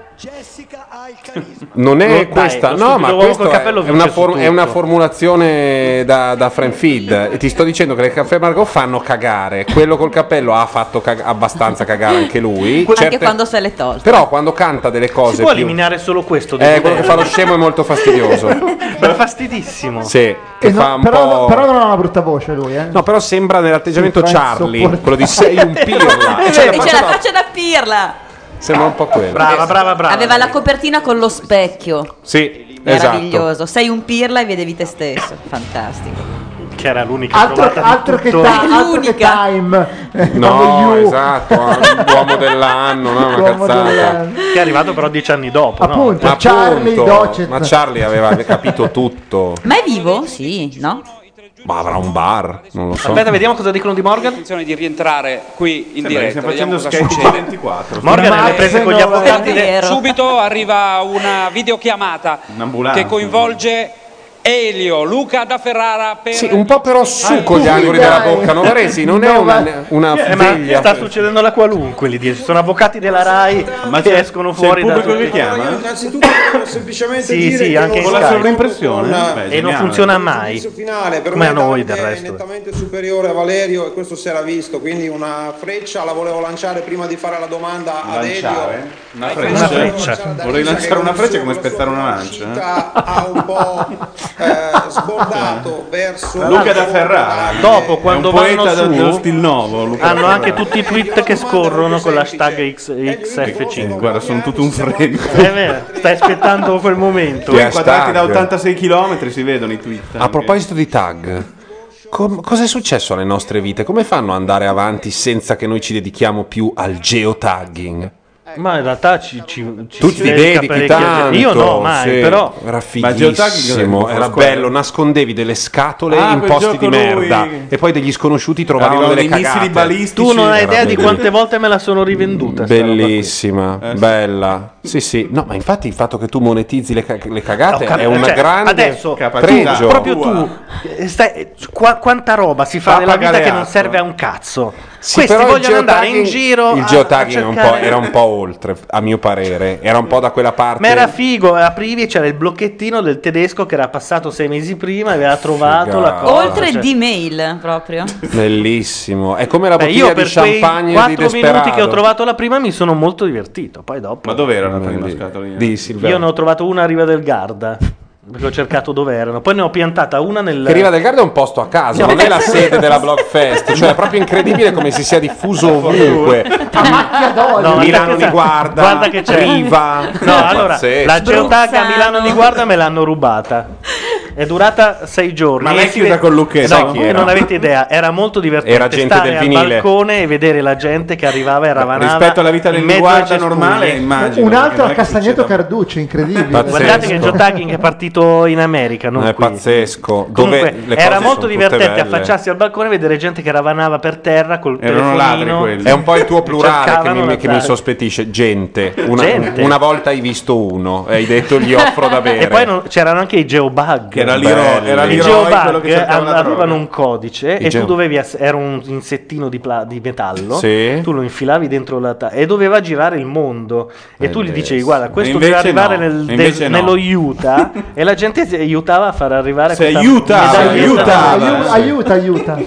Speaker 1: Non è
Speaker 2: No, dai,
Speaker 1: questa,
Speaker 2: lo
Speaker 1: no,
Speaker 2: stupido
Speaker 1: ma
Speaker 2: uomo
Speaker 1: questo
Speaker 2: col
Speaker 1: è,
Speaker 2: cappello
Speaker 1: è una
Speaker 2: vince su
Speaker 1: for- è una
Speaker 2: tutto.
Speaker 1: formulazione da, da friend feed. E ti sto dicendo che le caffè Margot fanno cagare. Quello col cappello ha fatto cag- abbastanza cagare anche lui.
Speaker 7: Anche
Speaker 1: Certe-
Speaker 7: quando se l'è tolto.
Speaker 1: Però quando canta delle cose.
Speaker 2: Si può
Speaker 1: più-
Speaker 2: eliminare solo questo?
Speaker 1: Eh, quello che fa lo scemo è molto fastidioso.
Speaker 2: È fastidissimo.
Speaker 1: Sì, che
Speaker 4: Eh no,
Speaker 1: fa un
Speaker 4: però,
Speaker 1: po'.
Speaker 4: però non ha una brutta voce lui, eh.
Speaker 1: No, però sembra nell'atteggiamento
Speaker 4: Sì, fa
Speaker 1: Charlie,
Speaker 4: insopportabile.
Speaker 1: quello di sei un pirla.
Speaker 2: Eh,
Speaker 7: E
Speaker 1: Cioè,
Speaker 7: c'è
Speaker 1: la
Speaker 7: la
Speaker 1: faccia da-
Speaker 7: faccia da pirla.
Speaker 1: Sembra un po' quello.
Speaker 2: Brava, brava, brava.
Speaker 7: Aveva la copertina con lo specchio.
Speaker 1: Sì,
Speaker 7: Meraviglioso.
Speaker 1: esatto.
Speaker 7: Sei un pirla e vedevi te stesso. Fantastico.
Speaker 2: Che era Cioè, l'unica
Speaker 4: Altro,
Speaker 2: trovata di
Speaker 4: altro che
Speaker 2: tutto.
Speaker 4: ta- altro che time.
Speaker 1: No, esatto, l'uomo dell'anno, no, una
Speaker 2: L'uomo
Speaker 1: cazzata.
Speaker 2: dell'anno. Che è arrivato però dieci anni dopo.
Speaker 4: Appunto,
Speaker 1: Ma
Speaker 2: no?
Speaker 4: Charlie
Speaker 1: appunto,
Speaker 4: Docet.
Speaker 1: Ma Charlie aveva capito tutto.
Speaker 7: Ma è vivo? Sì, no?
Speaker 1: Ma avrà un bar, non lo so.
Speaker 2: Aspetta, vediamo cosa dicono di Morgan.
Speaker 6: intenzione di rientrare qui in
Speaker 12: Sembra che
Speaker 6: diretta.
Speaker 12: stiamo
Speaker 6: vediamo
Speaker 12: facendo
Speaker 6: cosa
Speaker 12: sketch
Speaker 6: succede.
Speaker 12: 24.
Speaker 2: Morgan
Speaker 6: Ma
Speaker 2: le ha prese con gli avvocati.
Speaker 6: Subito arriva una videochiamata
Speaker 12: Un'ambulanza.
Speaker 6: che coinvolge Elio, Luca da Ferrara per
Speaker 1: Sì, un po'
Speaker 2: Ah,
Speaker 1: però su con gli angoli della bocca, non Novaresi non è una, una
Speaker 2: Eh, ma
Speaker 1: figlia.
Speaker 2: sta succedendo la qualunque lì dietro. Ci Sono avvocati della Rai che escono fuori da tutti.
Speaker 8: Io innanzitutto volevo semplicemente
Speaker 2: Sì,
Speaker 8: dire
Speaker 2: sì,
Speaker 8: che
Speaker 2: anche
Speaker 8: ho
Speaker 2: in
Speaker 8: fatto
Speaker 2: Sky.
Speaker 8: una-
Speaker 2: e non funziona mai.
Speaker 8: Il finale per
Speaker 2: Come
Speaker 8: me
Speaker 2: a noi
Speaker 8: Dante
Speaker 2: del
Speaker 8: è
Speaker 2: resto.
Speaker 8: nettamente superiore a Valerio e questo si era visto, quindi una freccia la volevo lanciare prima di fare la domanda ad
Speaker 12: Lanciare?
Speaker 8: Elio.
Speaker 12: Una
Speaker 8: Eh,
Speaker 12: freccia.
Speaker 8: una freccia.
Speaker 12: Volevi lanciare una freccia
Speaker 8: eh,
Speaker 12: come spezzare una lancia.
Speaker 2: eh.
Speaker 8: Ha un po' eh, sbordato
Speaker 12: Eh.
Speaker 8: verso
Speaker 12: Luca da Ferrara.
Speaker 2: Dopo,
Speaker 12: È
Speaker 2: quando
Speaker 12: un poeta
Speaker 2: vanno
Speaker 12: da-
Speaker 2: su,
Speaker 12: dello Stil Novo, Luca
Speaker 2: hanno
Speaker 12: da
Speaker 2: anche
Speaker 12: Ferrara.
Speaker 2: tutti i tweet che scorrono con l'hashtag X- XF5.
Speaker 12: Eh, Guarda, sono tutto un freno.
Speaker 2: È vero, stai aspettando quel momento.
Speaker 12: Tu inquadrati da 86 km si vedono i tweet. Ah,
Speaker 1: A proposito di tag, com- cosa è successo alle nostre vite? Come fanno ad andare avanti senza che noi ci dedichiamo più al geotagging?
Speaker 2: Ma in realtà ci, ci, ci
Speaker 1: Tu
Speaker 2: si
Speaker 1: ti
Speaker 2: dedica
Speaker 1: dedichi
Speaker 2: parecchio-
Speaker 1: tanto.
Speaker 2: Io no, mai,
Speaker 1: sì.
Speaker 2: però.
Speaker 1: Era
Speaker 12: geotagging
Speaker 1: fighissimo,
Speaker 12: cos'è?
Speaker 1: era
Speaker 12: Scuola.
Speaker 1: bello, nascondevi delle scatole
Speaker 12: Ah,
Speaker 1: in
Speaker 12: quel
Speaker 1: posti
Speaker 12: gioco
Speaker 1: di merda
Speaker 12: lui.
Speaker 1: e poi degli sconosciuti trovavano
Speaker 12: Arrivavano
Speaker 1: delle
Speaker 12: i missili
Speaker 1: cagate.
Speaker 12: balistici.
Speaker 2: Tu non hai idea di
Speaker 1: Bellissimo.
Speaker 2: quante volte me la sono rivenduta. sta roba qui.
Speaker 1: Bellissima,
Speaker 12: Eh,
Speaker 1: bella. Sì, sì. No, ma infatti il fatto che tu monetizzi le, ca- le cagate
Speaker 2: Ho cap-
Speaker 1: è una
Speaker 2: cioè,
Speaker 1: grande
Speaker 2: adesso,
Speaker 1: pregio.
Speaker 2: tu, proprio tu, eh, stai- qua- quanta roba si fa
Speaker 1: Fa
Speaker 2: nella vita
Speaker 1: pagare
Speaker 2: che non
Speaker 1: atto.
Speaker 2: serve a un cazzo.
Speaker 1: Sì,
Speaker 2: Questi
Speaker 1: però il
Speaker 2: vogliono andare in
Speaker 1: geotagging-
Speaker 2: giro.
Speaker 1: Il
Speaker 2: a-
Speaker 1: geotagging
Speaker 2: a
Speaker 1: era un po'-
Speaker 2: cercare-
Speaker 1: era un po' oltre, a mio parere. Era un po' da quella parte.
Speaker 2: Ma era figo, aprivi e c'era il blocchettino del tedesco che era passato sei mesi prima e aveva trovato
Speaker 1: Figata.
Speaker 2: la cosa.
Speaker 7: Oltre
Speaker 2: cioè.
Speaker 7: di mail proprio.
Speaker 1: Bellissimo. È come la
Speaker 2: Beh,
Speaker 1: bottiglia
Speaker 2: io
Speaker 1: di
Speaker 2: per quei
Speaker 1: champagne di
Speaker 2: 4 minuti che ho
Speaker 1: Desperado.
Speaker 2: trovato la prima mi sono molto divertito. Poi dopo.
Speaker 12: Ma dov'era la prima scatolina?
Speaker 1: Di Silvio.
Speaker 2: Io ne ho trovato una a Riva del Garda. Perché ho cercato dove erano. Poi ne ho piantata una nel.
Speaker 1: Che Riva del Garda è un posto a caso, non è la sede della Blockfest, cioè è proprio incredibile come si sia diffuso ovunque.
Speaker 2: No,
Speaker 1: Milano
Speaker 2: aspetta, esatto.
Speaker 1: li guarda,
Speaker 2: guarda che c'è.
Speaker 1: Riva.
Speaker 2: No, allora,
Speaker 1: Pazzesco.
Speaker 2: la geotag a Milano li guarda me l'hanno rubata. È durata sei giorni.
Speaker 1: Ma l'hai
Speaker 2: E si
Speaker 1: chiusa
Speaker 2: vede-
Speaker 1: col lucchetto?
Speaker 2: No,
Speaker 1: Chi
Speaker 2: voi
Speaker 1: era?
Speaker 2: non avete idea. Era molto divertente
Speaker 1: Era gente
Speaker 2: stare
Speaker 1: del
Speaker 2: al
Speaker 1: vinile.
Speaker 2: balcone e vedere la gente che arrivava e ravanava.
Speaker 12: Rispetto alla vita
Speaker 2: in
Speaker 12: del
Speaker 2: mezzo
Speaker 12: guarda
Speaker 2: ai cespugli.
Speaker 12: normale, immagino.
Speaker 4: Un altro a Castagneto Carducci, incredibile.
Speaker 2: Guardate che il geotagging è partito in America, non
Speaker 1: È
Speaker 2: qui.
Speaker 1: pazzesco. Dove
Speaker 2: Comunque,
Speaker 1: le cose
Speaker 2: era
Speaker 1: sono
Speaker 2: molto
Speaker 1: tutte
Speaker 2: divertente
Speaker 1: belle.
Speaker 2: affacciarsi al balcone e vedere gente che ravanava per terra col
Speaker 1: Erano ladri
Speaker 2: telefonino.
Speaker 1: quelli. È un po' il tuo plurale che
Speaker 2: Cercavano
Speaker 1: mi, che mi
Speaker 2: la-
Speaker 1: sospettisce. Gente. Una,
Speaker 2: Gente.
Speaker 1: una volta hai visto uno e hai detto gli offro da bere.
Speaker 2: E poi non- c'erano anche i geobug.
Speaker 1: Che era l'Iro- Belli. era
Speaker 2: I
Speaker 1: l'Iroi quello
Speaker 2: geobug
Speaker 1: che cercava
Speaker 2: av-
Speaker 1: la droga.
Speaker 2: avevano un codice
Speaker 1: I
Speaker 2: e
Speaker 1: geo-
Speaker 2: tu dovevi. ass- Era un insettino di, pla- di metallo.
Speaker 1: Sì.
Speaker 2: Tu lo infilavi dentro la. ta- e doveva girare il mondo. E tu gli
Speaker 1: Bellissimo.
Speaker 2: dicevi, guarda, questo
Speaker 1: Invece
Speaker 2: deve arrivare
Speaker 1: no.
Speaker 2: nel-
Speaker 1: Invece
Speaker 2: del-
Speaker 1: no.
Speaker 2: nello Utah. e la gente si aiutava a far arrivare.
Speaker 12: Se
Speaker 2: questa
Speaker 12: aiuta,
Speaker 2: medaglietta.
Speaker 12: aiuta.
Speaker 4: Aiuta, aiuta, aiuta.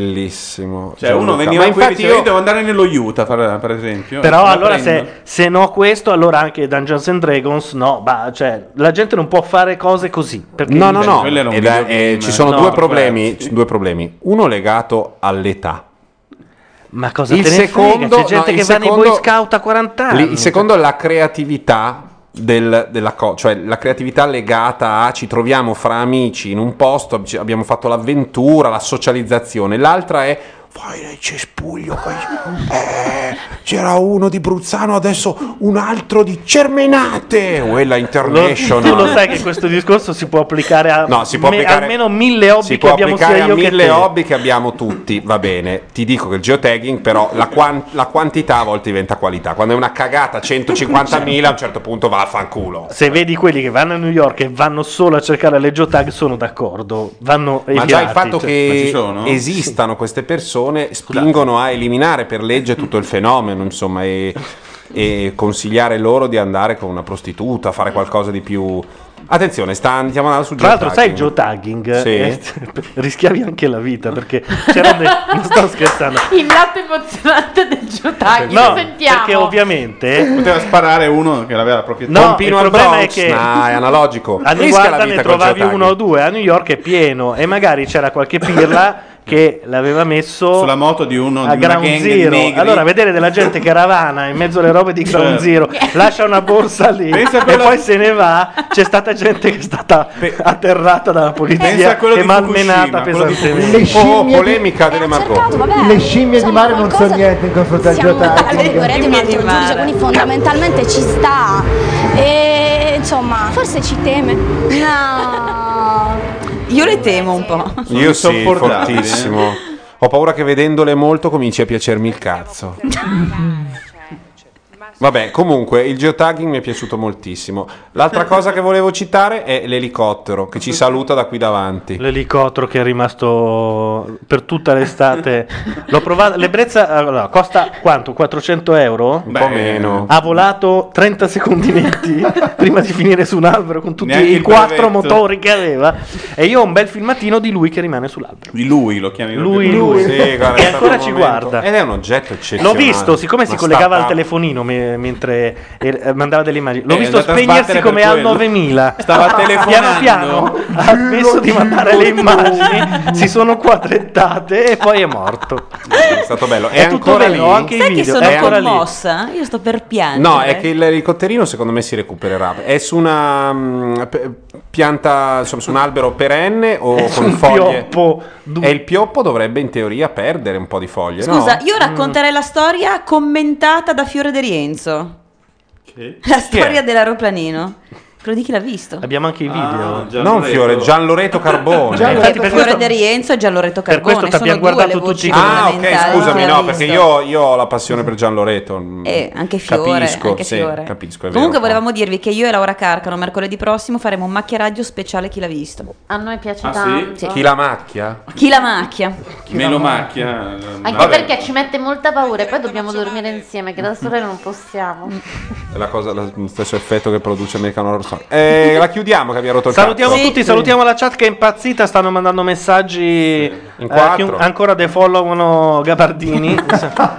Speaker 1: Bellissimo.
Speaker 12: Cioè, uno
Speaker 1: Gianluca.
Speaker 12: veniva
Speaker 1: Ma
Speaker 12: qui e
Speaker 1: infatti
Speaker 12: diceva io
Speaker 1: io
Speaker 12: devo andare nello Utah, per per esempio.
Speaker 2: Però
Speaker 12: La
Speaker 2: allora
Speaker 12: prendo.
Speaker 2: se, se no questo, allora anche Dungeons and Dragons, no, bah, cioè, la gente non può fare cose così. Perché
Speaker 1: No, no, no.
Speaker 2: Quello era un
Speaker 1: Ed è-
Speaker 2: videogame.
Speaker 1: eh, ci sono
Speaker 2: No, cioè,
Speaker 1: due,
Speaker 2: per
Speaker 1: problemi, ci- due problemi. Uno legato all'età.
Speaker 2: Ma cosa
Speaker 1: il
Speaker 2: te ne
Speaker 1: secondo,
Speaker 2: frega? C'è gente
Speaker 1: no,
Speaker 2: che
Speaker 1: il
Speaker 2: va nei Boy
Speaker 1: secondo-
Speaker 2: Scout a 40 anni.
Speaker 1: Lì, il secondo è la creatività del- della cosa, cioè la creatività legata a ci troviamo fra amici in un posto, ab- abbiamo fatto l'avventura, la socializzazione. L'altra è vai nel cespuglio, vai- eh, c'era uno di Bruzzano, adesso un altro di Cermenate, quella
Speaker 2: Lo-
Speaker 1: international.
Speaker 2: tu lo sai che questo discorso si può applicare a
Speaker 1: No, si può
Speaker 2: me-
Speaker 1: applicare-
Speaker 2: almeno mille hobby
Speaker 1: si
Speaker 2: che
Speaker 1: può
Speaker 2: abbiamo sia
Speaker 1: applicare
Speaker 2: io
Speaker 1: a
Speaker 2: che
Speaker 1: mille
Speaker 2: te.
Speaker 1: hobby che abbiamo tutti, va bene. Ti dico che il geotagging, però, la, quan- la quantità a volte diventa qualità. Quando è una cagata 150.000, a un certo punto va a fanculo.
Speaker 2: Se vedi quelli che vanno a New York e vanno solo a cercare le geotag, sono d'accordo. Vanno
Speaker 1: Ma già il
Speaker 2: eliminati,
Speaker 1: fatto
Speaker 2: cioè.
Speaker 1: che esistano queste persone spingono a eliminare per legge tutto il fenomeno, insomma, e, e consigliare loro di andare con una prostituta, fare qualcosa di più. Attenzione, sta, andiamo andando sul
Speaker 2: Tra l'altro, sai il
Speaker 1: geotagging.
Speaker 2: geotagging?
Speaker 1: Sì.
Speaker 2: Eh, rischiavi anche la vita perché c'era. de- non sto scherzando.
Speaker 3: Il lato emozionante del Giotacchi,
Speaker 2: No,
Speaker 3: sentiamo.
Speaker 2: perché ovviamente
Speaker 12: Poteva sparare uno che l'aveva la proprietà.
Speaker 2: No, il problema è che A New
Speaker 1: Rischia la
Speaker 2: Guarda ne
Speaker 1: vita col
Speaker 2: trovavi
Speaker 1: geotagging.
Speaker 2: uno o due, a New York è pieno e magari c'era qualche pirla che l'aveva messo
Speaker 12: Sulla moto di uno
Speaker 2: a
Speaker 12: di una
Speaker 2: Ground
Speaker 12: gang di
Speaker 2: Zero.
Speaker 12: negri.
Speaker 2: Allora vedere della gente che ravana in mezzo alle robe di Ground
Speaker 12: Certo.
Speaker 2: Zero, lascia una borsa lì
Speaker 12: Pensa a
Speaker 2: e
Speaker 12: quello-
Speaker 2: poi se ne va, c'è stata gente che è stata atterrata dalla
Speaker 1: Pensa a
Speaker 2: polizia
Speaker 1: quello
Speaker 2: e
Speaker 1: di Fukushima,
Speaker 2: malmenata
Speaker 1: quello di
Speaker 2: pesantemente.
Speaker 1: Fukushima. Oh, polemica delle Margot.
Speaker 4: Le scimmie di mare non so niente in confronto al
Speaker 25: Vorrei
Speaker 4: geotagging.
Speaker 25: un attimo giudice, quindi fondamentalmente ci sta e insomma forse ci teme. No.
Speaker 7: Io le temo un po'.
Speaker 1: Io sì,
Speaker 12: insopportabili,
Speaker 2: eh.
Speaker 1: fortissimo. Ho paura che vedendole molto cominci a piacermi il cazzo. Vabbè, comunque il geotagging mi è piaciuto moltissimo. L'altra cosa che volevo citare è l'elicottero che ci saluta da qui davanti.
Speaker 2: L'elicottero che è rimasto per tutta l'estate. L'ho provato. L'ebbrezza allora, costa quanto? 400 euro?
Speaker 1: Un po' meno.
Speaker 2: Ha volato 30 secondi netti prima di finire su un albero con tutti
Speaker 12: Neanche
Speaker 2: i
Speaker 12: il
Speaker 2: quattro
Speaker 12: brevetto.
Speaker 2: motori che aveva. E io ho un bel filmatino di lui che rimane sull'albero.
Speaker 12: Di lui lo chiami
Speaker 2: Lui, lui.
Speaker 1: Sì, guarda,
Speaker 2: E
Speaker 1: è stato
Speaker 2: ancora
Speaker 1: un
Speaker 2: ci
Speaker 1: momento-
Speaker 2: guarda.
Speaker 1: Ed è un oggetto eccezionale.
Speaker 2: L'ho visto, siccome si
Speaker 1: Una
Speaker 2: collegava al
Speaker 1: stampa-
Speaker 2: telefonino me- mentre eh, eh, mandava delle immagini, l'ho
Speaker 1: Eh,
Speaker 2: visto
Speaker 1: andata a
Speaker 2: spegnersi
Speaker 1: sbattere
Speaker 2: come
Speaker 1: per
Speaker 2: al
Speaker 1: quello.
Speaker 2: 9000.
Speaker 1: Stava
Speaker 2: Piano
Speaker 1: telefonando.
Speaker 2: piano ha smesso di mandare le immagini, si sono quadrettate e poi è morto.
Speaker 1: È stato bello. È,
Speaker 2: È tutto
Speaker 1: ancora
Speaker 2: vero,
Speaker 1: lì.
Speaker 2: ho anche i
Speaker 7: Sai che
Speaker 2: video,
Speaker 7: sono
Speaker 1: è ancora lì.
Speaker 7: commossa? Io sto per piangere.
Speaker 1: No, è che il ricotterino secondo me si recupererà. È su una mm, p- pianta, insomma, su un albero perenne o
Speaker 2: È su
Speaker 1: con
Speaker 2: un
Speaker 1: foglie?
Speaker 2: E
Speaker 1: il pioppo dovrebbe in teoria perdere un po' di foglie. no?
Speaker 7: Scusa,
Speaker 2: Mm.
Speaker 7: io racconterei la storia commentata da Fiore De Rienzo. La storia dell'aeroplanino. Quello di chi l'ha visto.
Speaker 2: Abbiamo anche i video.
Speaker 1: Non Fiore, Ah, Gian Loreto Carbone.
Speaker 2: Gian Loreto.
Speaker 1: Infatti,
Speaker 7: Fiore
Speaker 1: per
Speaker 7: De Rienzo e Gianloretto
Speaker 2: per
Speaker 7: Carbone.
Speaker 2: questo t'abbiamo
Speaker 7: sono due
Speaker 2: guardato
Speaker 7: le voci
Speaker 2: tutti i
Speaker 1: Ah, ok,
Speaker 7: fondamentali
Speaker 1: scusami,
Speaker 7: che l'ha
Speaker 1: no, perché
Speaker 7: visto.
Speaker 1: io, io ho la passione per Gian Loreto.
Speaker 7: Eh, anche Fiore,
Speaker 1: Capisco,
Speaker 7: anche
Speaker 1: sì,
Speaker 7: Fiore.
Speaker 1: capisco. è
Speaker 7: Comunque
Speaker 1: vero.
Speaker 7: volevamo dirvi che io e Laura Carcano mercoledì prossimo faremo un macchieraggio speciale Chi l'ha visto.
Speaker 3: A noi piace
Speaker 7: Ah, sì?
Speaker 3: tanto.
Speaker 7: Sì.
Speaker 1: Chi la macchia?
Speaker 7: Chi la macchia?
Speaker 12: Me lo macchia.
Speaker 3: Anche
Speaker 1: Vabbè.
Speaker 3: perché ci mette molta paura e poi dobbiamo dormire insieme, che da sole non possiamo.
Speaker 1: È la cosa, la- lo stesso effetto che produce American Horror Story. Eh, la chiudiamo che abbiamo rotto il
Speaker 2: Salutiamo
Speaker 1: cazzo.
Speaker 2: tutti, salutiamo la chat che è impazzita, stanno mandando messaggi. eh,
Speaker 1: quattro.
Speaker 2: che ancora defollowano Gabardini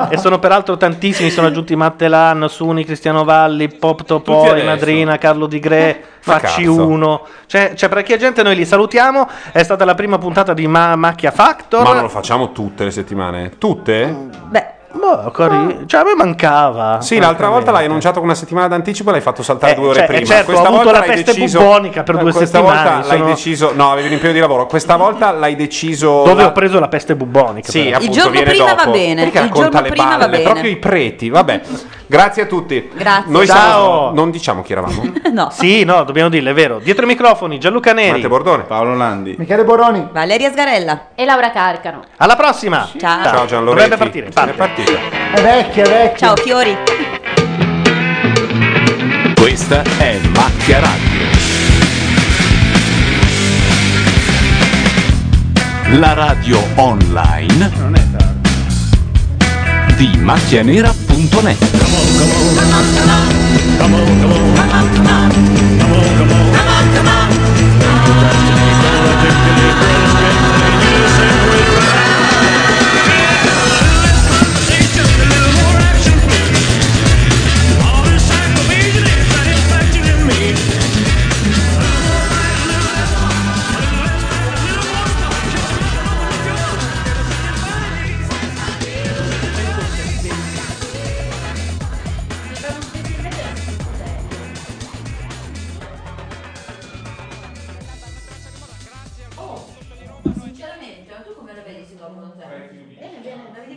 Speaker 2: e sono peraltro tantissimi, sono aggiunti Mattelan, Suni, Cristiano Valli, Pop Topoi,
Speaker 1: adesso.
Speaker 2: Madrina, Carlo Di Gre,
Speaker 1: Ma
Speaker 2: Facci
Speaker 1: cazzo.
Speaker 2: 1. Cioè, cioè per chi è gente noi li salutiamo, è stata la prima puntata di Ma- Macchia Factor.
Speaker 1: Ma non lo facciamo tutte le settimane? Tutte?
Speaker 2: Boh, cari- cioè a me mancava.
Speaker 1: Ah. Sì, l'altra volta l'hai annunciato con una settimana d'anticipo e l'hai fatto saltare
Speaker 2: Eh,
Speaker 1: due ore
Speaker 2: cioè, eh,
Speaker 1: prima.
Speaker 2: certo, ho avuto la peste bubbonica per
Speaker 1: Eh,
Speaker 2: due
Speaker 1: questa
Speaker 2: settimane,
Speaker 1: volta
Speaker 2: sono-
Speaker 1: l'hai deciso. No, avevi un impegno di lavoro. Questa volta l'hai deciso.
Speaker 2: Dove
Speaker 1: la-
Speaker 2: ho preso la peste bubbonica.
Speaker 1: Sì,
Speaker 2: però.
Speaker 1: appunto, viene dopo. Perché racconta le palle? Proprio i preti. Vabbè. Grazie a tutti.
Speaker 7: Grazie.
Speaker 1: Noi
Speaker 2: Ciao.
Speaker 1: siamo- Non diciamo chi eravamo.
Speaker 7: No.
Speaker 2: Sì, no, dobbiamo dirlo, è vero. Dietro i microfoni, Gianluca Neri. Matteo
Speaker 1: Bordone.
Speaker 12: Paolo Landi.
Speaker 4: Michele Boroni.
Speaker 7: Valeria Sgarella.
Speaker 3: E Laura Carcano.
Speaker 2: Alla prossima.
Speaker 7: Ciao.
Speaker 1: Ciao Gianloretti.
Speaker 2: Dovrebbe partire.
Speaker 1: È partita.
Speaker 4: È vecchia, è vecchia.
Speaker 7: Ciao Fiori.
Speaker 21: Questa è Macchia Radio. La radio online di macchianera.net.
Speaker 7: Sinceramente, ma tu come la vedi se dormono te? Bene, bene,